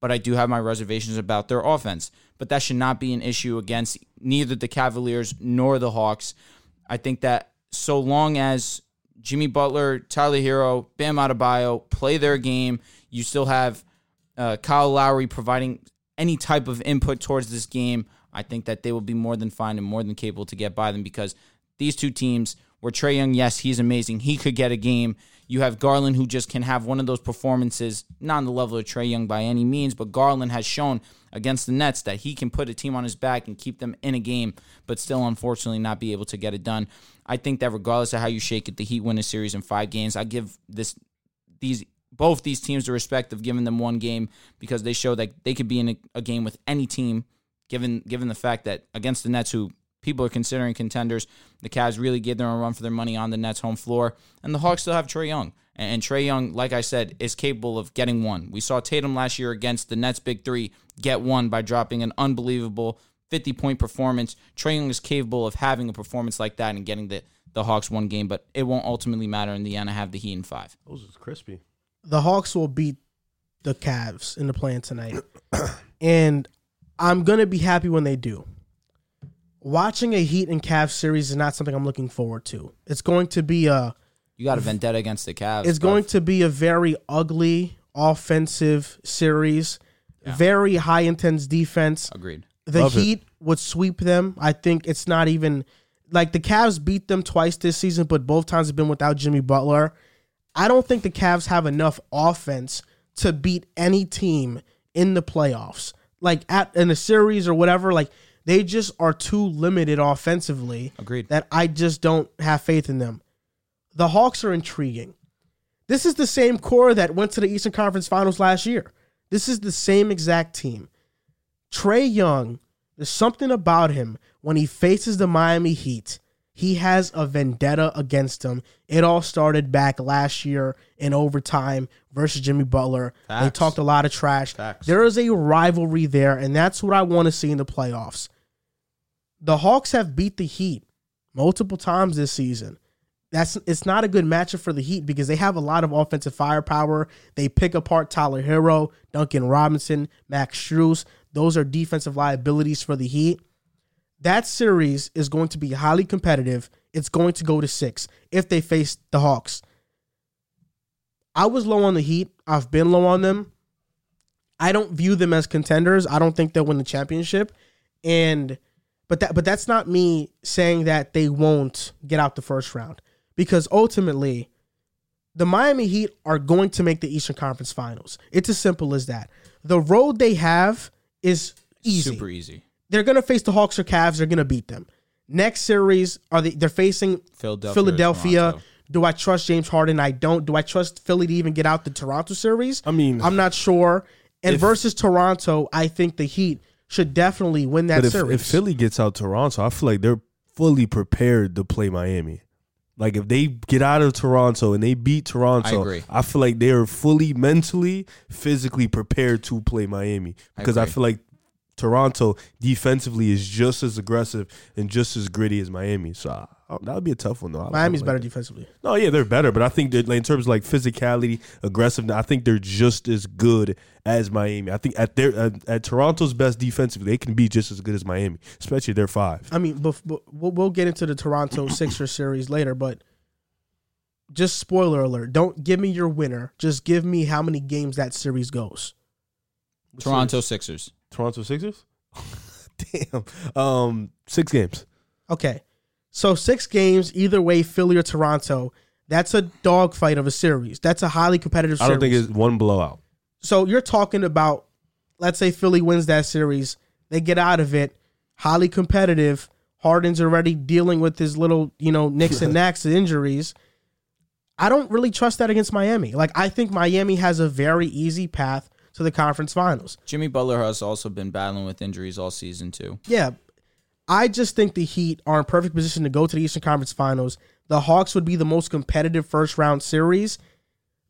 Speaker 2: but I do have my reservations about their offense. But that should not be an issue against neither the Cavaliers nor the Hawks. I think that so long as Jimmy Butler, Tyler Hero, Bam Adebayo play their game, you still have uh, Kyle Lowry providing any type of input towards this game. I think that they will be more than fine and more than capable to get by them because these two teams where Trey Young, yes, he's amazing. He could get a game. You have Garland who just can have one of those performances, not on the level of Trey Young by any means, but Garland has shown against the Nets that he can put a team on his back and keep them in a game, but still unfortunately not be able to get it done. I think that regardless of how you shake it, the Heat win a series in five games. I give this these both these teams the respect of giving them one game because they show that they could be in a, a game with any team given given the fact that against the Nets, who people are considering contenders, the Cavs really gave them a run for their money on the Nets' home floor, and the Hawks still have Trey Young. And, and Trey Young, like I said, is capable of getting one. We saw Tatum last year against the Nets' big three get one by dropping an unbelievable 50 point performance. Trey Young is capable of having a performance like that and getting the the Hawks one game, but it won't ultimately matter in the end. I have the Heat in five.
Speaker 3: Those is crispy.
Speaker 1: the Hawks will beat the Cavs in the plan tonight. <coughs> and I'm going to be happy when they do. Watching a Heat and Cavs series is not something I'm looking forward to. It's going to be a
Speaker 2: You got a vendetta against the Cavs.
Speaker 1: it's
Speaker 2: bruv.
Speaker 1: going to be a very ugly offensive series. Very high intense defense.
Speaker 2: agreed.
Speaker 1: The
Speaker 3: Love it.
Speaker 1: Heat would sweep them. I think it's not even like the Cavs beat them twice this season, but both times have been without Jimmy Butler. I don't think the Cavs have enough offense to beat any team in the playoffs. Like at in a series or whatever, like they just are too limited offensively
Speaker 2: Agreed.
Speaker 1: that I just don't have faith in them. The Hawks are intriguing. This is the same core that went to the Eastern Conference Finals last year. This is the same exact team. Trey Young, there's something about him when he faces the Miami Heat. He has a vendetta against them. It all started back last year in overtime versus Jimmy Butler. They
Speaker 2: Facts.
Speaker 1: talked a lot of trash.
Speaker 2: Facts.
Speaker 1: There is a rivalry there, and that's what I want to see in the playoffs. The Hawks have beat the Heat multiple times this season. That's it's not a good matchup for the Heat because they have a lot of offensive firepower. They pick apart Tyler Hero, Duncan Robinson, Max Strus. Those are defensive liabilities for the Heat. That series is going to be highly competitive. It's going to go to six if they face the Hawks. I was low on the Heat. I've been low on them. I don't view them as contenders. I don't think they'll win the championship. And but that but that's not me saying that they won't get out the first round because ultimately the Miami Heat are going to make the Eastern Conference Finals. It's as simple as that. The road they have is easy
Speaker 2: Super e- easy.
Speaker 1: they're going to face the Hawks or Cavs. They're going to beat them. Next series are they? They're facing
Speaker 2: Philadelphia or
Speaker 1: Philadelphia.
Speaker 2: Toronto.
Speaker 1: Do I trust James Harden? I don't. Do I trust Philly to even get out the Toronto series?
Speaker 3: I mean-
Speaker 1: I'm not sure. And versus Toronto, I think the Heat should definitely win that
Speaker 3: But if,
Speaker 1: series.
Speaker 3: if Philly gets out Toronto, I feel like they're fully prepared to play Miami. Like if they get out of Toronto and they beat Toronto,
Speaker 2: I agree.
Speaker 3: feel like they are fully mentally, physically prepared to play Miami because I,
Speaker 2: agree.
Speaker 3: feel like Toronto defensively is just as aggressive and just as gritty as Miami. So I, I- that would be a tough one though. I would
Speaker 1: Miami's
Speaker 3: like
Speaker 1: better
Speaker 3: that.
Speaker 1: defensively.
Speaker 3: No, Oh, yeah, they're better, but I think that like, in terms of like physicality, aggressiveness, I think they're just as good as Miami. I think at their at, at Toronto's best defensively, they can be just as good as Miami, especially their five.
Speaker 1: I mean, bef- bef- we'll, we'll get into the Toronto <coughs> Sixers series later, but just spoiler alert: don't give me your winner. Just give me how many games that series goes.
Speaker 2: Toronto Sixers.
Speaker 3: Toronto Sixers. <laughs> Damn, um, six games.
Speaker 1: Okay, so six games either way, Philly or Toronto. That's a dogfight of a series. That's a highly competitive.
Speaker 3: I
Speaker 1: series.
Speaker 3: don't think it's one blowout.
Speaker 1: so you're talking about let's say Philly wins that series, they get out of it, highly competitive. Harden's already dealing with his little, you know, nicks and knacks of injuries. I don't really trust that against Miami. Like I think Miami has a very easy path to the conference finals.
Speaker 2: Jimmy Butler has also been battling with injuries all season too.
Speaker 1: Yeah. I just think the Heat are in perfect position to go to the Eastern Conference Finals. The Hawks would be the most competitive first round series.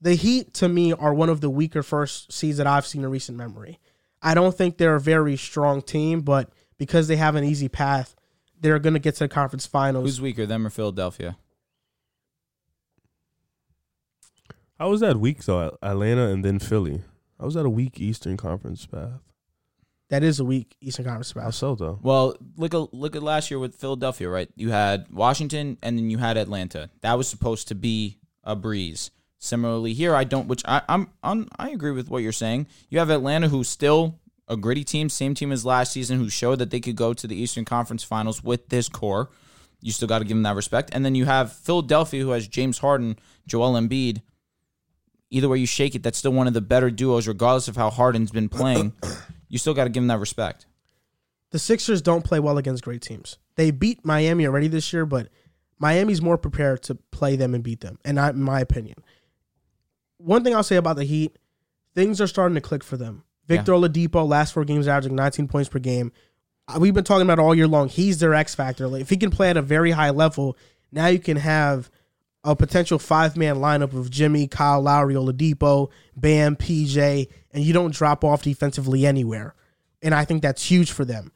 Speaker 1: The Heat, to me, are one of the weaker first seeds that I've seen in recent memory. I don't think they're a very strong team, but because they have an easy path, they're going to get to the conference finals.
Speaker 2: Who's weaker, them or Philadelphia?
Speaker 3: How was that week though? Atlanta and then Philly. I was at a weak Eastern Conference path.
Speaker 1: That is a weak Eastern Conference
Speaker 3: How
Speaker 1: Finals.
Speaker 3: so though?
Speaker 2: Well, look at look at last year with Philadelphia, right? You had Washington and then you had Atlanta. That was supposed to be a breeze. Similarly here, I don't which I, I'm on I agree with what you're saying. You have Atlanta who's still a gritty team, same team as last season, who showed that they could go to the Eastern Conference Finals with this core. You still got to give them that respect. And then you have Philadelphia, who has James Harden, Joel Embiid. Either way you shake it, that's still one of the better duos, regardless of how Harden's been playing. You still got to give them that respect.
Speaker 1: The Sixers don't play well against great teams. They beat Miami already this year, but Miami's more prepared to play them and beat them, and I, in my opinion. One thing I'll say about the Heat, things are starting to click for them. Victor Oladipo, last four games averaging 19 points per game. Uh, We've been talking about it all year long. He's their X factor. Like, if he can play at a very high level, now you can have a potential five man lineup of Jimmy, Kyle Lowry, Oladipo, Bam, PJ, and you don't drop off defensively anywhere. And I think that's huge for them.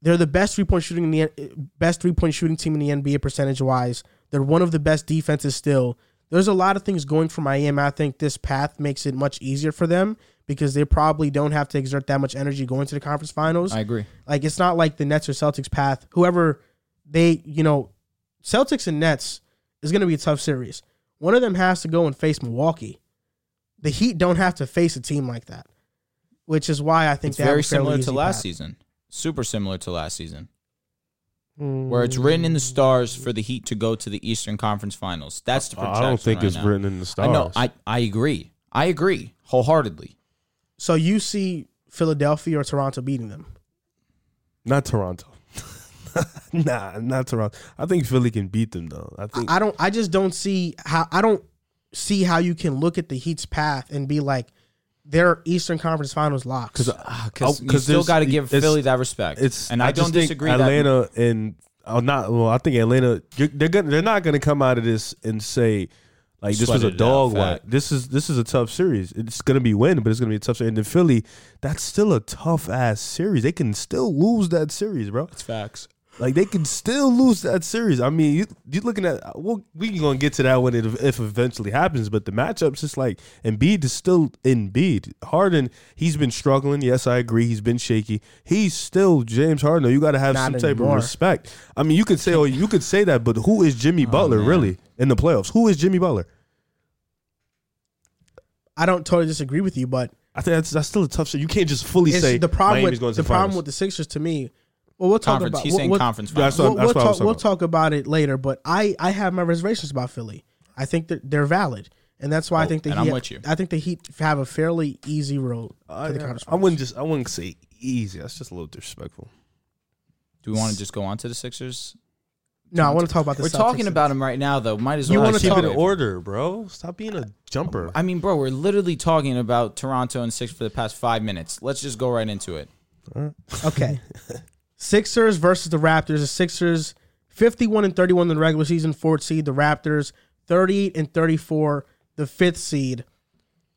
Speaker 1: They're the best three point shooting in the best three point shooting team in the NBA percentage wise. They're one of the best defenses still. There's a lot of things going for Miami. I think this path makes it much easier for them because they probably don't have to exert that much energy going to the conference finals.
Speaker 2: I agree.
Speaker 1: Like it's not like the Nets or Celtics path. Whoever they, you know, Celtics and Nets is going to be a tough series. One of them has to go and face Milwaukee. The Heat don't have to face a team like that, which is why I think
Speaker 2: it's
Speaker 1: they have
Speaker 2: very
Speaker 1: a fairly
Speaker 2: similar to
Speaker 1: easy
Speaker 2: last
Speaker 1: path.
Speaker 2: season. Super similar to last season, where it's written in the stars for the Heat to go to the Eastern Conference Finals. That's the
Speaker 3: I
Speaker 2: projection.
Speaker 3: don't think
Speaker 2: right
Speaker 3: it's
Speaker 2: now.
Speaker 3: written in the
Speaker 2: I
Speaker 3: stars.
Speaker 2: know. I, I agree. I agree wholeheartedly.
Speaker 1: So you see Philadelphia or Toronto beating them?
Speaker 3: Not Toronto. <laughs> nah, not Toronto. I think Philly can beat them though. I
Speaker 2: Mm.
Speaker 3: think
Speaker 1: I don't. I just don't see how. I don't see how you can look at the Heat's path and be like, they're Eastern Conference Finals locks.
Speaker 2: Because
Speaker 3: Oh,
Speaker 2: Ah, you still
Speaker 3: there's-
Speaker 2: got to give
Speaker 3: it's-
Speaker 2: Philly that respect.
Speaker 3: It's
Speaker 2: and I,
Speaker 3: just
Speaker 2: don't
Speaker 3: think
Speaker 2: disagree. that,
Speaker 3: Atlanta and oh, not well. I think Atlanta you're- they're gonna they're not gonna come out of this and say like this was
Speaker 2: Sweated
Speaker 3: a
Speaker 2: it out,
Speaker 3: dog
Speaker 2: fact.
Speaker 3: fight. This is this is a tough series. It's gonna be win, but it's gonna be a tough series. And then Philly, that's still a tough ass series. They can still lose that series, bro.
Speaker 2: it's facts.
Speaker 3: Like they can still lose that series. I mean, you you looking at well, we gonna get to that when it if eventually happens. But the matchups, it's like Embiid is still Embiid. Harden, he's been struggling. Yes, I agree. He's been shaky. He's still James Harden. though. You got to have
Speaker 1: Not
Speaker 3: some type
Speaker 1: anymore.
Speaker 3: of respect. I mean, you could say oh, you could say that, but who is
Speaker 1: Oh,
Speaker 3: Jimmy Butler really in the playoffs? Who is Jimmy Butler?
Speaker 1: I don't totally disagree with you, but
Speaker 3: I think that's that's still a tough shit. You can't just fully
Speaker 1: it's
Speaker 3: say
Speaker 1: the problem
Speaker 3: Miami's
Speaker 1: with
Speaker 3: going
Speaker 1: the
Speaker 3: to
Speaker 1: problem
Speaker 3: finals.
Speaker 1: with the Sixers to me. Well, we'll talk
Speaker 2: Conference.
Speaker 1: about.
Speaker 2: He's
Speaker 1: we'll,
Speaker 2: saying
Speaker 1: we'll-
Speaker 2: conference
Speaker 3: Yeah, I
Speaker 2: finals.
Speaker 3: saw-
Speaker 1: we'll, we'll
Speaker 3: That's what I was
Speaker 1: talk,
Speaker 3: talking
Speaker 1: we'll
Speaker 3: about.
Speaker 1: talk about it later, but I, I have my reservations about Philly. I think that they're valid, and that's why I
Speaker 2: Oh,
Speaker 1: think the
Speaker 2: and I'm
Speaker 1: Heat,
Speaker 2: with you.
Speaker 1: I think the Heat have a fairly easy road
Speaker 3: I,
Speaker 1: to the conference.
Speaker 3: Uh, I wouldn't just I wouldn't say easy. That's just a little disrespectful.
Speaker 2: Do we want to just go on to the Sixers?
Speaker 1: no, I want to talk about the.
Speaker 2: We're
Speaker 1: Celtics.
Speaker 2: talking about them right now, though. Might as
Speaker 1: You
Speaker 2: well.
Speaker 1: wanna
Speaker 2: keep
Speaker 1: talk-
Speaker 2: it in order.
Speaker 3: order, bro. Stop being a jumper.
Speaker 2: I mean, bro, we're literally talking about Toronto and six for the past five minutes. Let's just go right into it.
Speaker 1: Okay. Sixers versus the Raptors. The Sixers 51 and 31 in the regular season, fourth seed. The Raptors, 38 and 34, the fifth seed.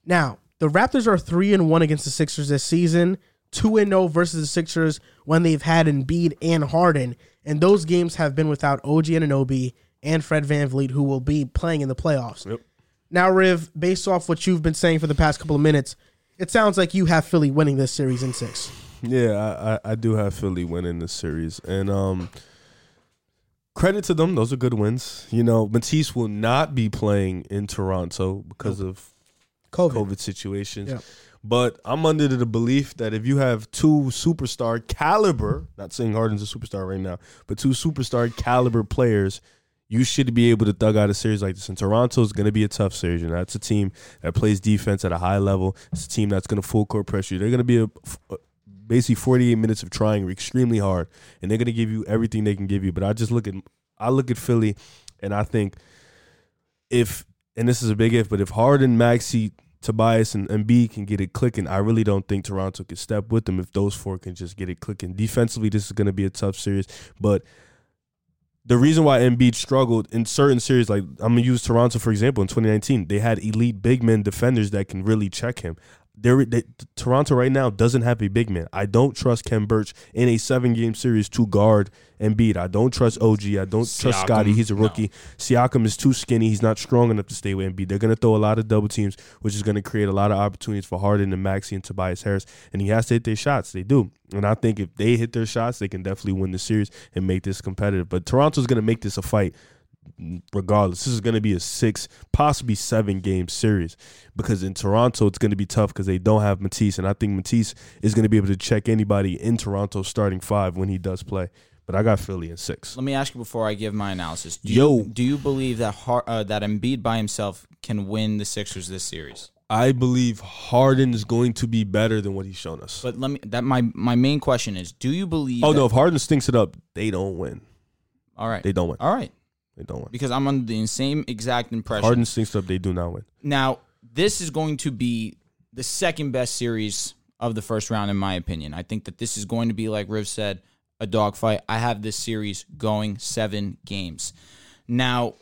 Speaker 1: Now, the Raptors are 3 and 1 against the Sixers this season, 2 and 0 versus the Sixers when they've had Embiid and Harden. And those games have been without OG Ananobi and Fred Van Vliet, who will be playing in the playoffs. Now, Riv, based off what you've been saying for the past couple of minutes, it sounds like you have Philly winning this series in six.
Speaker 3: Yeah, I, I, I do have Philly winning this series, and um, credit to them; those are good wins. You know, Matisse will not be playing in Toronto because of
Speaker 1: COVID.
Speaker 3: COVID situations.
Speaker 1: Yeah.
Speaker 3: But I'm under the belief that if you have two superstar caliber, not saying Harden's a superstar right now, but two superstar caliber players, you should be able to thug out a series like this. And Toronto is going to be a tough series. You know, it's a team that plays defense at a high level. It's a team that's going to full court pressure. you. They're going to be a, basically 48 minutes of trying extremely hard, and they're going to give you everything they can give you. But I just look at I look at Philly, and I think if and this is a big if, but if Harden, Maxi, Tobias, and Embiid can get it clicking, I really don't think Toronto can step with them if those four can just get it clicking. Defensively, this is going to be a tough series, but the reason why Embiid struggled in certain series, like I'm gonna use Toronto for example, in 2019, they had elite big men defenders that can really check him. There, they, Toronto right now doesn't have a big man. I don't trust Ken Birch in a seven game series to guard Embiid. I don't trust OG. I don't trust
Speaker 2: Siakam,
Speaker 3: Scotty. He's a
Speaker 2: no.
Speaker 3: rookie. Siakam is too skinny. He's not strong enough to stay with Embiid. They're gonna throw a lot of double teams, which is gonna create a lot of opportunities for Harden and Maxi and Tobias Harris. And he has to hit their shots. They do. And I think if they hit their shots, they can definitely win the series and make this competitive. But Toronto's gonna make this a fight regardless. This is going to be a six, possibly seven game series because in Toronto it's going to be tough because they don't have Matisse, and I think Matisse is going to be able to check anybody in Toronto starting five when he does play. But I got Philly in six.
Speaker 2: Let me ask you before I give my analysis. Do
Speaker 3: Yo.
Speaker 2: you, do you believe that Har- uh, that Embiid by himself can win the Sixers this series?
Speaker 3: I believe Harden is going to be better than what he's shown us.
Speaker 2: But let me that my my main question is: Do you believe?
Speaker 3: oh
Speaker 2: that-
Speaker 3: no, if Harden stinks it up, they don't win.
Speaker 2: All right,
Speaker 3: They don't win.
Speaker 2: all right,
Speaker 3: They don't win.
Speaker 2: because I'm under the same exact impression.
Speaker 3: Harden stinks it up, they do not win.
Speaker 2: Now, this is going to be the second best series of the first round, in my opinion. I think that this is going to be, like Riv said, a dogfight. I have this series going seven games. Now,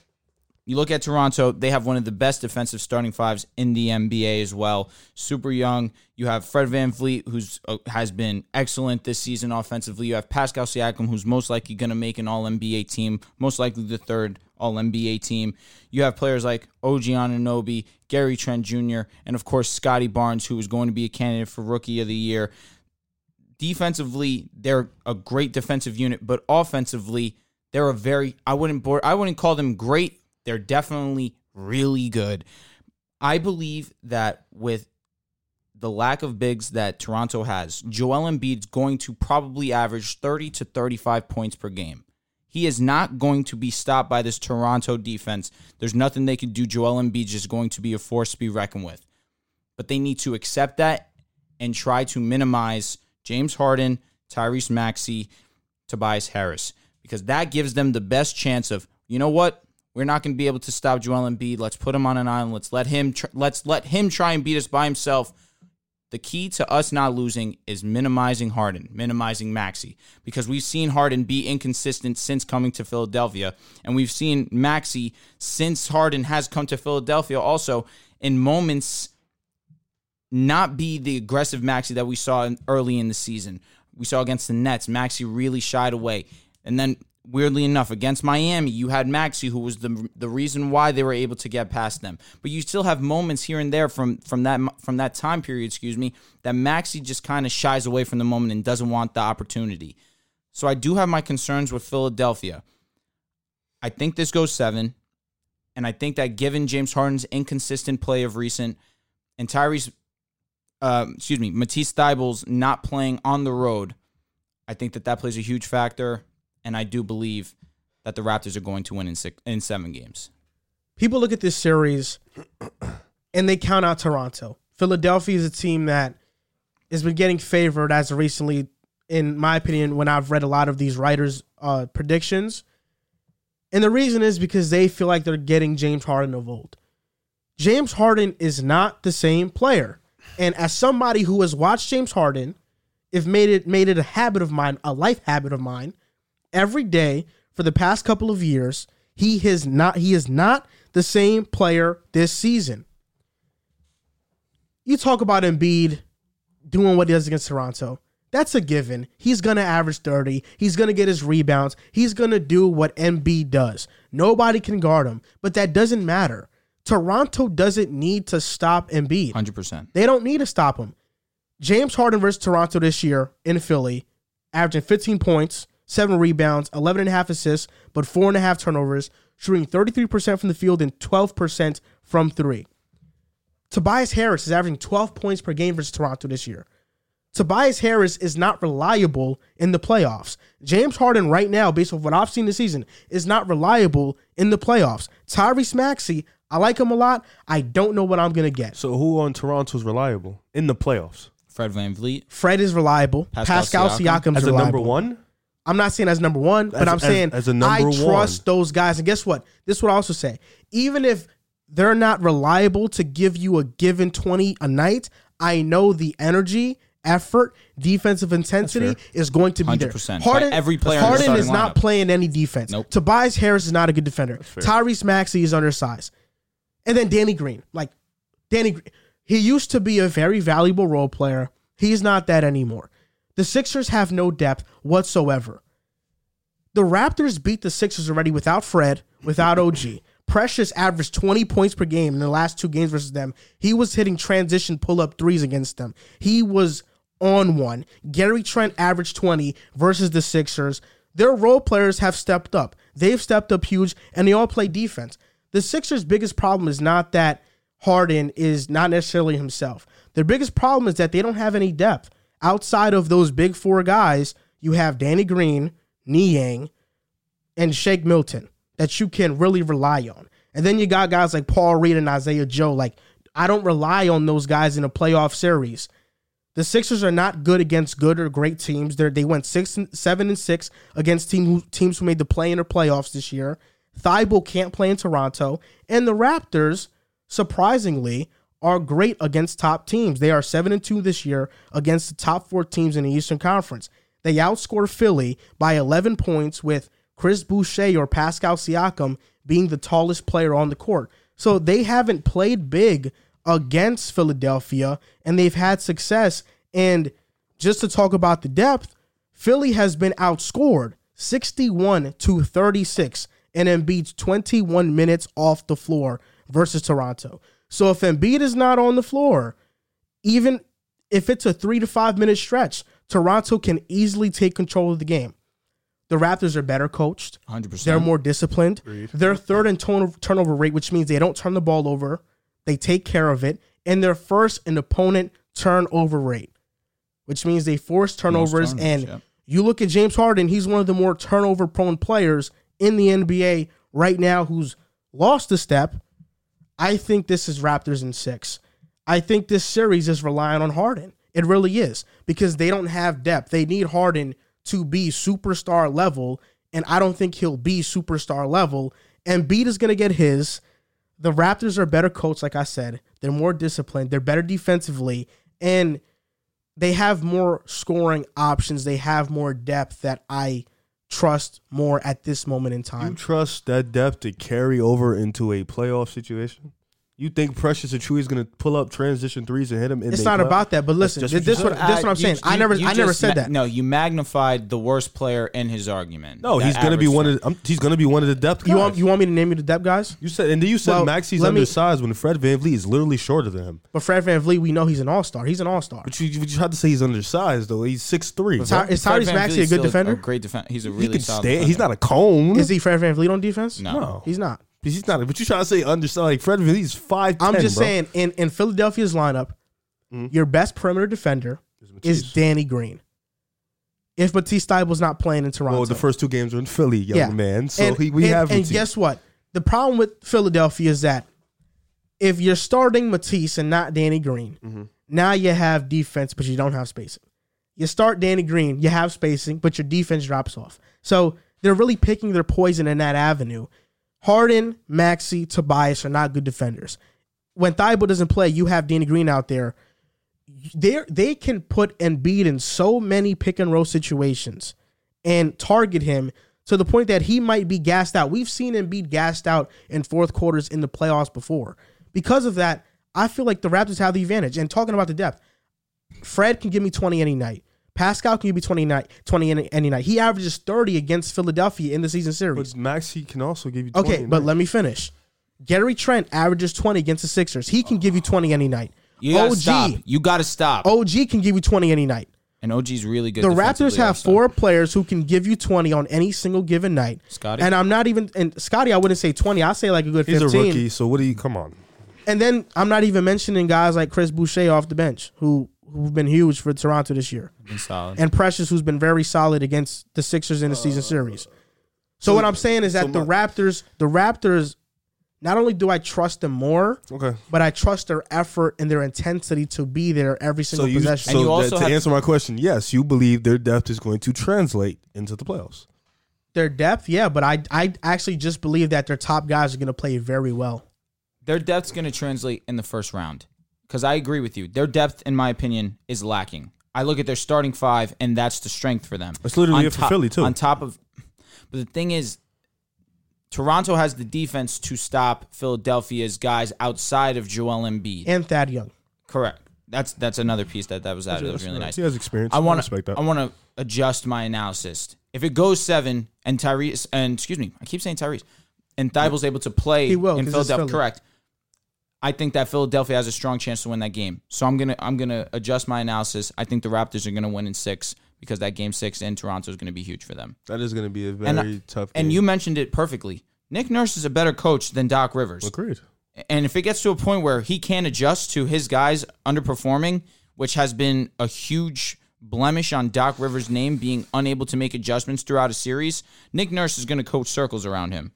Speaker 2: you look at Toronto, they have one of the best defensive starting fives in the NBA as well. Super young. You have Fred Van Vliet, who's uh, has been excellent this season offensively. You have Pascal Siakam, who's most likely going to make an All NBA team, most likely the third All NBA team. You have players like OG Ananobi, Gary Trent Jr., and of course, Scotty Barnes, who is going to be a candidate for Rookie of the Year defensively they're a great defensive unit, but offensively they're a very I wouldn't board I wouldn't call them great. They're definitely really good. I believe that with the lack of bigs that Toronto has, Joel Embiid's going to probably average 30 to 35 points per game. He is not going to be stopped by this Toronto defense. There's nothing they can do. Joel Embiid's just going to be a force to be reckoned with but they need to accept that and try to minimize James Harden, Tyrese Maxey, Tobias Harris, because that gives them the best chance of, you know what? We're not going to be able to stop Joel Embiid. Let's put him on an island. Let's let him tr- let's let him try and beat us by himself. The key to us not losing is minimizing Harden, minimizing Maxi, because we've seen Harden be inconsistent since coming to Philadelphia, and we've seen Maxi since Harden has come to Philadelphia also in moments not be the aggressive Maxi that we saw in, early in the season. We saw against the Nets, Maxi really shied away. And then weirdly enough, against Miami, you had Maxi who was the the reason why they were able to get past them. But you still have moments here and there from from that from that time period, excuse me, that Maxi just kind of shies away from the moment and doesn't want the opportunity. So I do have my concerns with Philadelphia. I think this goes 7 and I think that given James Harden's inconsistent play of recent and Tyrese um, excuse me, Matisse Thybulle's not playing on the road, I think that that plays a huge factor, and I do believe that the Raptors are going to win in six in seven games.
Speaker 1: people look at this series and they count out Toronto. Philadelphia is a team that has been getting favored as of recently, in my opinion, when I've read a lot of these writers' uh, predictions. And the reason is because they feel like they're getting James Harden of old. James Harden is not the same player. And as somebody who has watched James Harden, if made it made it a habit of mine, a life habit of mine, every day for the past couple of years, he has not he is not the same player this season. You talk about Embiid doing what he does against Toronto. That's a given. He's going to average 30. He's going to get his rebounds. He's going to do what Embiid does. Nobody can guard him, but that doesn't matter. Toronto doesn't need to stop Embiid.
Speaker 2: Hundred percent.
Speaker 1: They don't need to stop him. James Harden versus Toronto this year in Philly, averaging 15 points, 7 rebounds, 11 and a half assists, but 4 and a half turnovers, shooting 33% from the field and 12% from 3. Tobias Harris is averaging 12 points per game versus Toronto this year. Tobias Harris is not reliable in the playoffs. James Harden, right now, based off what I've seen this season, is not reliable in the playoffs. Tyrese Maxey, I like him a lot. I don't know what I'm going to get.
Speaker 3: So who on Toronto's reliable in the playoffs
Speaker 2: Fred Van Vliet.
Speaker 1: Fred is reliable.
Speaker 2: Pascal
Speaker 1: Pascal,
Speaker 2: Siakam?
Speaker 1: Siakam's
Speaker 3: as a
Speaker 1: reliable.
Speaker 3: number one?
Speaker 1: I'm not saying as number one, but
Speaker 3: As-
Speaker 1: I'm
Speaker 3: as-
Speaker 1: saying
Speaker 3: as a number
Speaker 1: I trust those guys. And guess what? This would also say even if they're not reliable to give you a given 20 a night, I know the energy, effort, defensive intensity is going to be there.
Speaker 2: 100%. By
Speaker 1: Harden,
Speaker 2: every player in the
Speaker 1: Harden
Speaker 2: starting
Speaker 1: is not
Speaker 2: lineup.
Speaker 1: playing any defense.
Speaker 2: Nope.
Speaker 1: Tobias Harris is not a good defender. Tyrese Maxey is undersized. And then Danny Green. Like, Danny, Gre- he used to be a very valuable role player. He's not that anymore. The Sixers have no depth whatsoever. The Raptors beat the Sixers already without Fred, without OG. Precious averaged 20 points per game in the last two games versus them. He was hitting transition pull up threes against them. He was on one. Gary Trent averaged 20 versus the Sixers. Their role players have stepped up. They've stepped up huge, and they all play defense. The Sixers' biggest problem is not that Harden is not necessarily himself. Their biggest problem is that they don't have any depth. Outside of those big four guys, you have Danny Green, Niang, and Shake Milton that you can really rely on. And then you got guys like Paul Reed and Isaiah Joe. Like, I don't rely on those guys in a playoff series. The Sixers are not good against good or great teams. They they went six and seven and six against team who, teams who made the play in or playoffs this year. Thibault can't play in Toronto, and the Raptors surprisingly are great against top teams. They are seven and two this year against the top four teams in the Eastern Conference. They outscore Philly by 11 points with Chris Boucher or Pascal Siakam being the tallest player on the court. So they haven't played big against Philadelphia and they've had success. And just to talk about the depth, Philly has been outscored 61 to 36 and Embiid's 21 minutes off the floor versus Toronto. So if Embiid is not on the floor, even if it's a three to five minute stretch, Toronto can easily take control of the game. The Raptors are better coached.
Speaker 2: Hundred
Speaker 1: They're
Speaker 2: percent.
Speaker 1: more disciplined. Their third and turn- turnover rate, which means they don't turn the ball over, they take care of it, and their first and opponent turnover rate, which means they force turnovers.
Speaker 2: turnovers,
Speaker 1: and
Speaker 2: yep.
Speaker 1: you look at James Harden; he's one of the more turnover prone players in the NBA right now, who's lost a step. I think this is Raptors in six. I think this series is relying on Harden. It really is because they don't have depth. They need Harden to be superstar level, and I don't think he'll be superstar level. Embiid is going to get his. The Raptors are better coached, like I said. They're more disciplined. They're better defensively, and they have more scoring options. They have more depth that I trust more at this moment in
Speaker 3: You
Speaker 1: time.
Speaker 3: trust that depth to carry over into a playoff situation? You think Precious Achua is going to pull up transition threes and hit him? And
Speaker 1: It's
Speaker 3: they
Speaker 1: not
Speaker 3: come?
Speaker 1: about that, but listen,
Speaker 3: just
Speaker 1: this, this
Speaker 3: what
Speaker 1: what
Speaker 3: you
Speaker 1: this what I'm
Speaker 2: Uh,
Speaker 1: saying.
Speaker 2: you-
Speaker 1: I
Speaker 2: you-
Speaker 1: never
Speaker 2: you
Speaker 1: I never
Speaker 2: just
Speaker 1: said
Speaker 2: ma-
Speaker 1: that.
Speaker 2: No, you magnified the worst player in his argument.
Speaker 3: No,
Speaker 2: That
Speaker 3: he's going to be
Speaker 2: average
Speaker 3: one
Speaker 2: fan.
Speaker 3: of. I'm, he's going to be one of the depth.
Speaker 1: You
Speaker 3: guys.
Speaker 1: want you want me to name you the depth guys?
Speaker 3: You said, and then you said
Speaker 1: Well,
Speaker 3: Maxi's
Speaker 1: let me-
Speaker 3: undersized when Fred Van Vliet is literally shorter than him.
Speaker 1: But Fred Van Vliet, we know he's an all star. He's an all star.
Speaker 3: But you, but you had to say he's undersized though. He's six three.
Speaker 1: Ty- Uh, is
Speaker 2: Fred
Speaker 1: Tyrese
Speaker 2: Van
Speaker 1: Maxey a
Speaker 2: Vliet's
Speaker 1: good
Speaker 2: still
Speaker 1: defender?
Speaker 2: A great defender. He's a
Speaker 3: He
Speaker 2: really
Speaker 3: can
Speaker 2: solid.
Speaker 3: stand. He's
Speaker 2: defender.
Speaker 3: not a cone.
Speaker 1: Is he Fred Van Vliet on defense?
Speaker 2: No.
Speaker 3: No, he's,
Speaker 1: He's not.
Speaker 3: not. But you trying to say undersized? Like Fred Van Vliet's five.
Speaker 1: I'm just saying, in, in Philadelphia's lineup,
Speaker 3: Mm.
Speaker 1: your best perimeter defender is Danny Green. If Matisse Stiebel's not playing in Toronto,
Speaker 3: Well, the first two games were in Philly, young man. So he, we
Speaker 1: and,
Speaker 3: have.
Speaker 1: And
Speaker 3: routine.
Speaker 1: guess what? The problem with Philadelphia is that if you're starting Matisse and not Danny Green,
Speaker 3: Mm-hmm.
Speaker 1: now you have defense, but you don't have spacing. You start Danny Green, you have spacing, but your defense drops off. So they're really picking their poison in that avenue. Harden, Maxi, Tobias are not good defenders. When Thibault doesn't play, you have Danny Green out there they they can put Embiid in so many pick and roll situations and target him to the point that he might be gassed out. We've seen him be gassed out in fourth quarters in the playoffs before. Because of that, I feel like the Raptors have the advantage. And talking about the depth, Fred can give me 20 any night. Pascal can give me 20, night, 20 any, any night. He averages 30 against Philadelphia in the season series.
Speaker 3: But Maxi can also give you. 20
Speaker 1: Okay,
Speaker 3: and
Speaker 1: but
Speaker 3: nine.
Speaker 1: let me finish. Gary Trent averages 20 against the Sixers. He can give you 20 any night.
Speaker 2: You gotta stop. You gotta stop.
Speaker 1: OG can give you 20 any night.
Speaker 2: And OG's really good.
Speaker 1: The
Speaker 2: defensively
Speaker 1: Raptors have
Speaker 2: also.
Speaker 1: four players who can give you 20 on any single given night.
Speaker 2: Scotty?
Speaker 1: And I'm not even, and Scotty, I wouldn't say 20. I say like a good
Speaker 3: He's
Speaker 1: 15.
Speaker 3: a rookie, so what do you? Come on.
Speaker 1: And then I'm not even mentioning guys like Chris Boucher off the bench who, who've been huge for Toronto this year.
Speaker 2: He's solid.
Speaker 1: And Precious, who's been very solid against the Sixers in the season series. So, what I'm saying is that
Speaker 3: so
Speaker 1: the
Speaker 3: my-
Speaker 1: Raptors, the Raptors, not only do I trust them more,
Speaker 3: Okay.
Speaker 1: but I trust their effort and their intensity to be there every
Speaker 3: So
Speaker 1: single
Speaker 3: you,
Speaker 1: possession.
Speaker 2: And
Speaker 3: so
Speaker 2: you
Speaker 3: that-
Speaker 2: also
Speaker 3: to
Speaker 2: have-
Speaker 3: answer my question, yes, you believe their depth is going to translate into the playoffs.
Speaker 1: their depth, yeah, but I I actually just believe that their top guys are going to play very well.
Speaker 2: Their depth's gonna translate in the first round. Because I agree with you. Their depth, in my opinion, is lacking. I look at their starting five, and that's the strength for them.
Speaker 3: That's literally it for
Speaker 2: top-
Speaker 3: Philly, too.
Speaker 2: On top of, but the thing is, Toronto has the defense to stop Philadelphia's guys outside of Joel Embiid.
Speaker 1: And Thad Young.
Speaker 2: Correct. That's that's another piece that that was added. That was really nice.
Speaker 3: He has experience.
Speaker 2: I want
Speaker 3: respect
Speaker 2: to.
Speaker 3: that.
Speaker 2: I want to adjust my analysis. If it goes seven and Tyrese and excuse me, I keep saying Tyrese and Thibault's able to play
Speaker 1: He will,
Speaker 2: in
Speaker 1: 'cause it's
Speaker 2: Philadelphia.
Speaker 1: Philly.
Speaker 2: Correct. I think that Philadelphia has a strong chance to win that game. So I'm gonna I'm gonna adjust my analysis. I think the Raptors are gonna win in six because that game six in Toronto is gonna be huge for them.
Speaker 3: that is going to be a very
Speaker 2: And I-
Speaker 3: tough.
Speaker 2: And you
Speaker 3: game.
Speaker 2: mentioned it perfectly. Nick Nurse is a better coach than Doc Rivers.
Speaker 3: agreed.
Speaker 2: And if it gets to a point where he can't adjust to his guys underperforming, which has been a huge blemish on Doc Rivers' name being unable to make adjustments throughout a series, Nick Nurse is going to coach circles around him.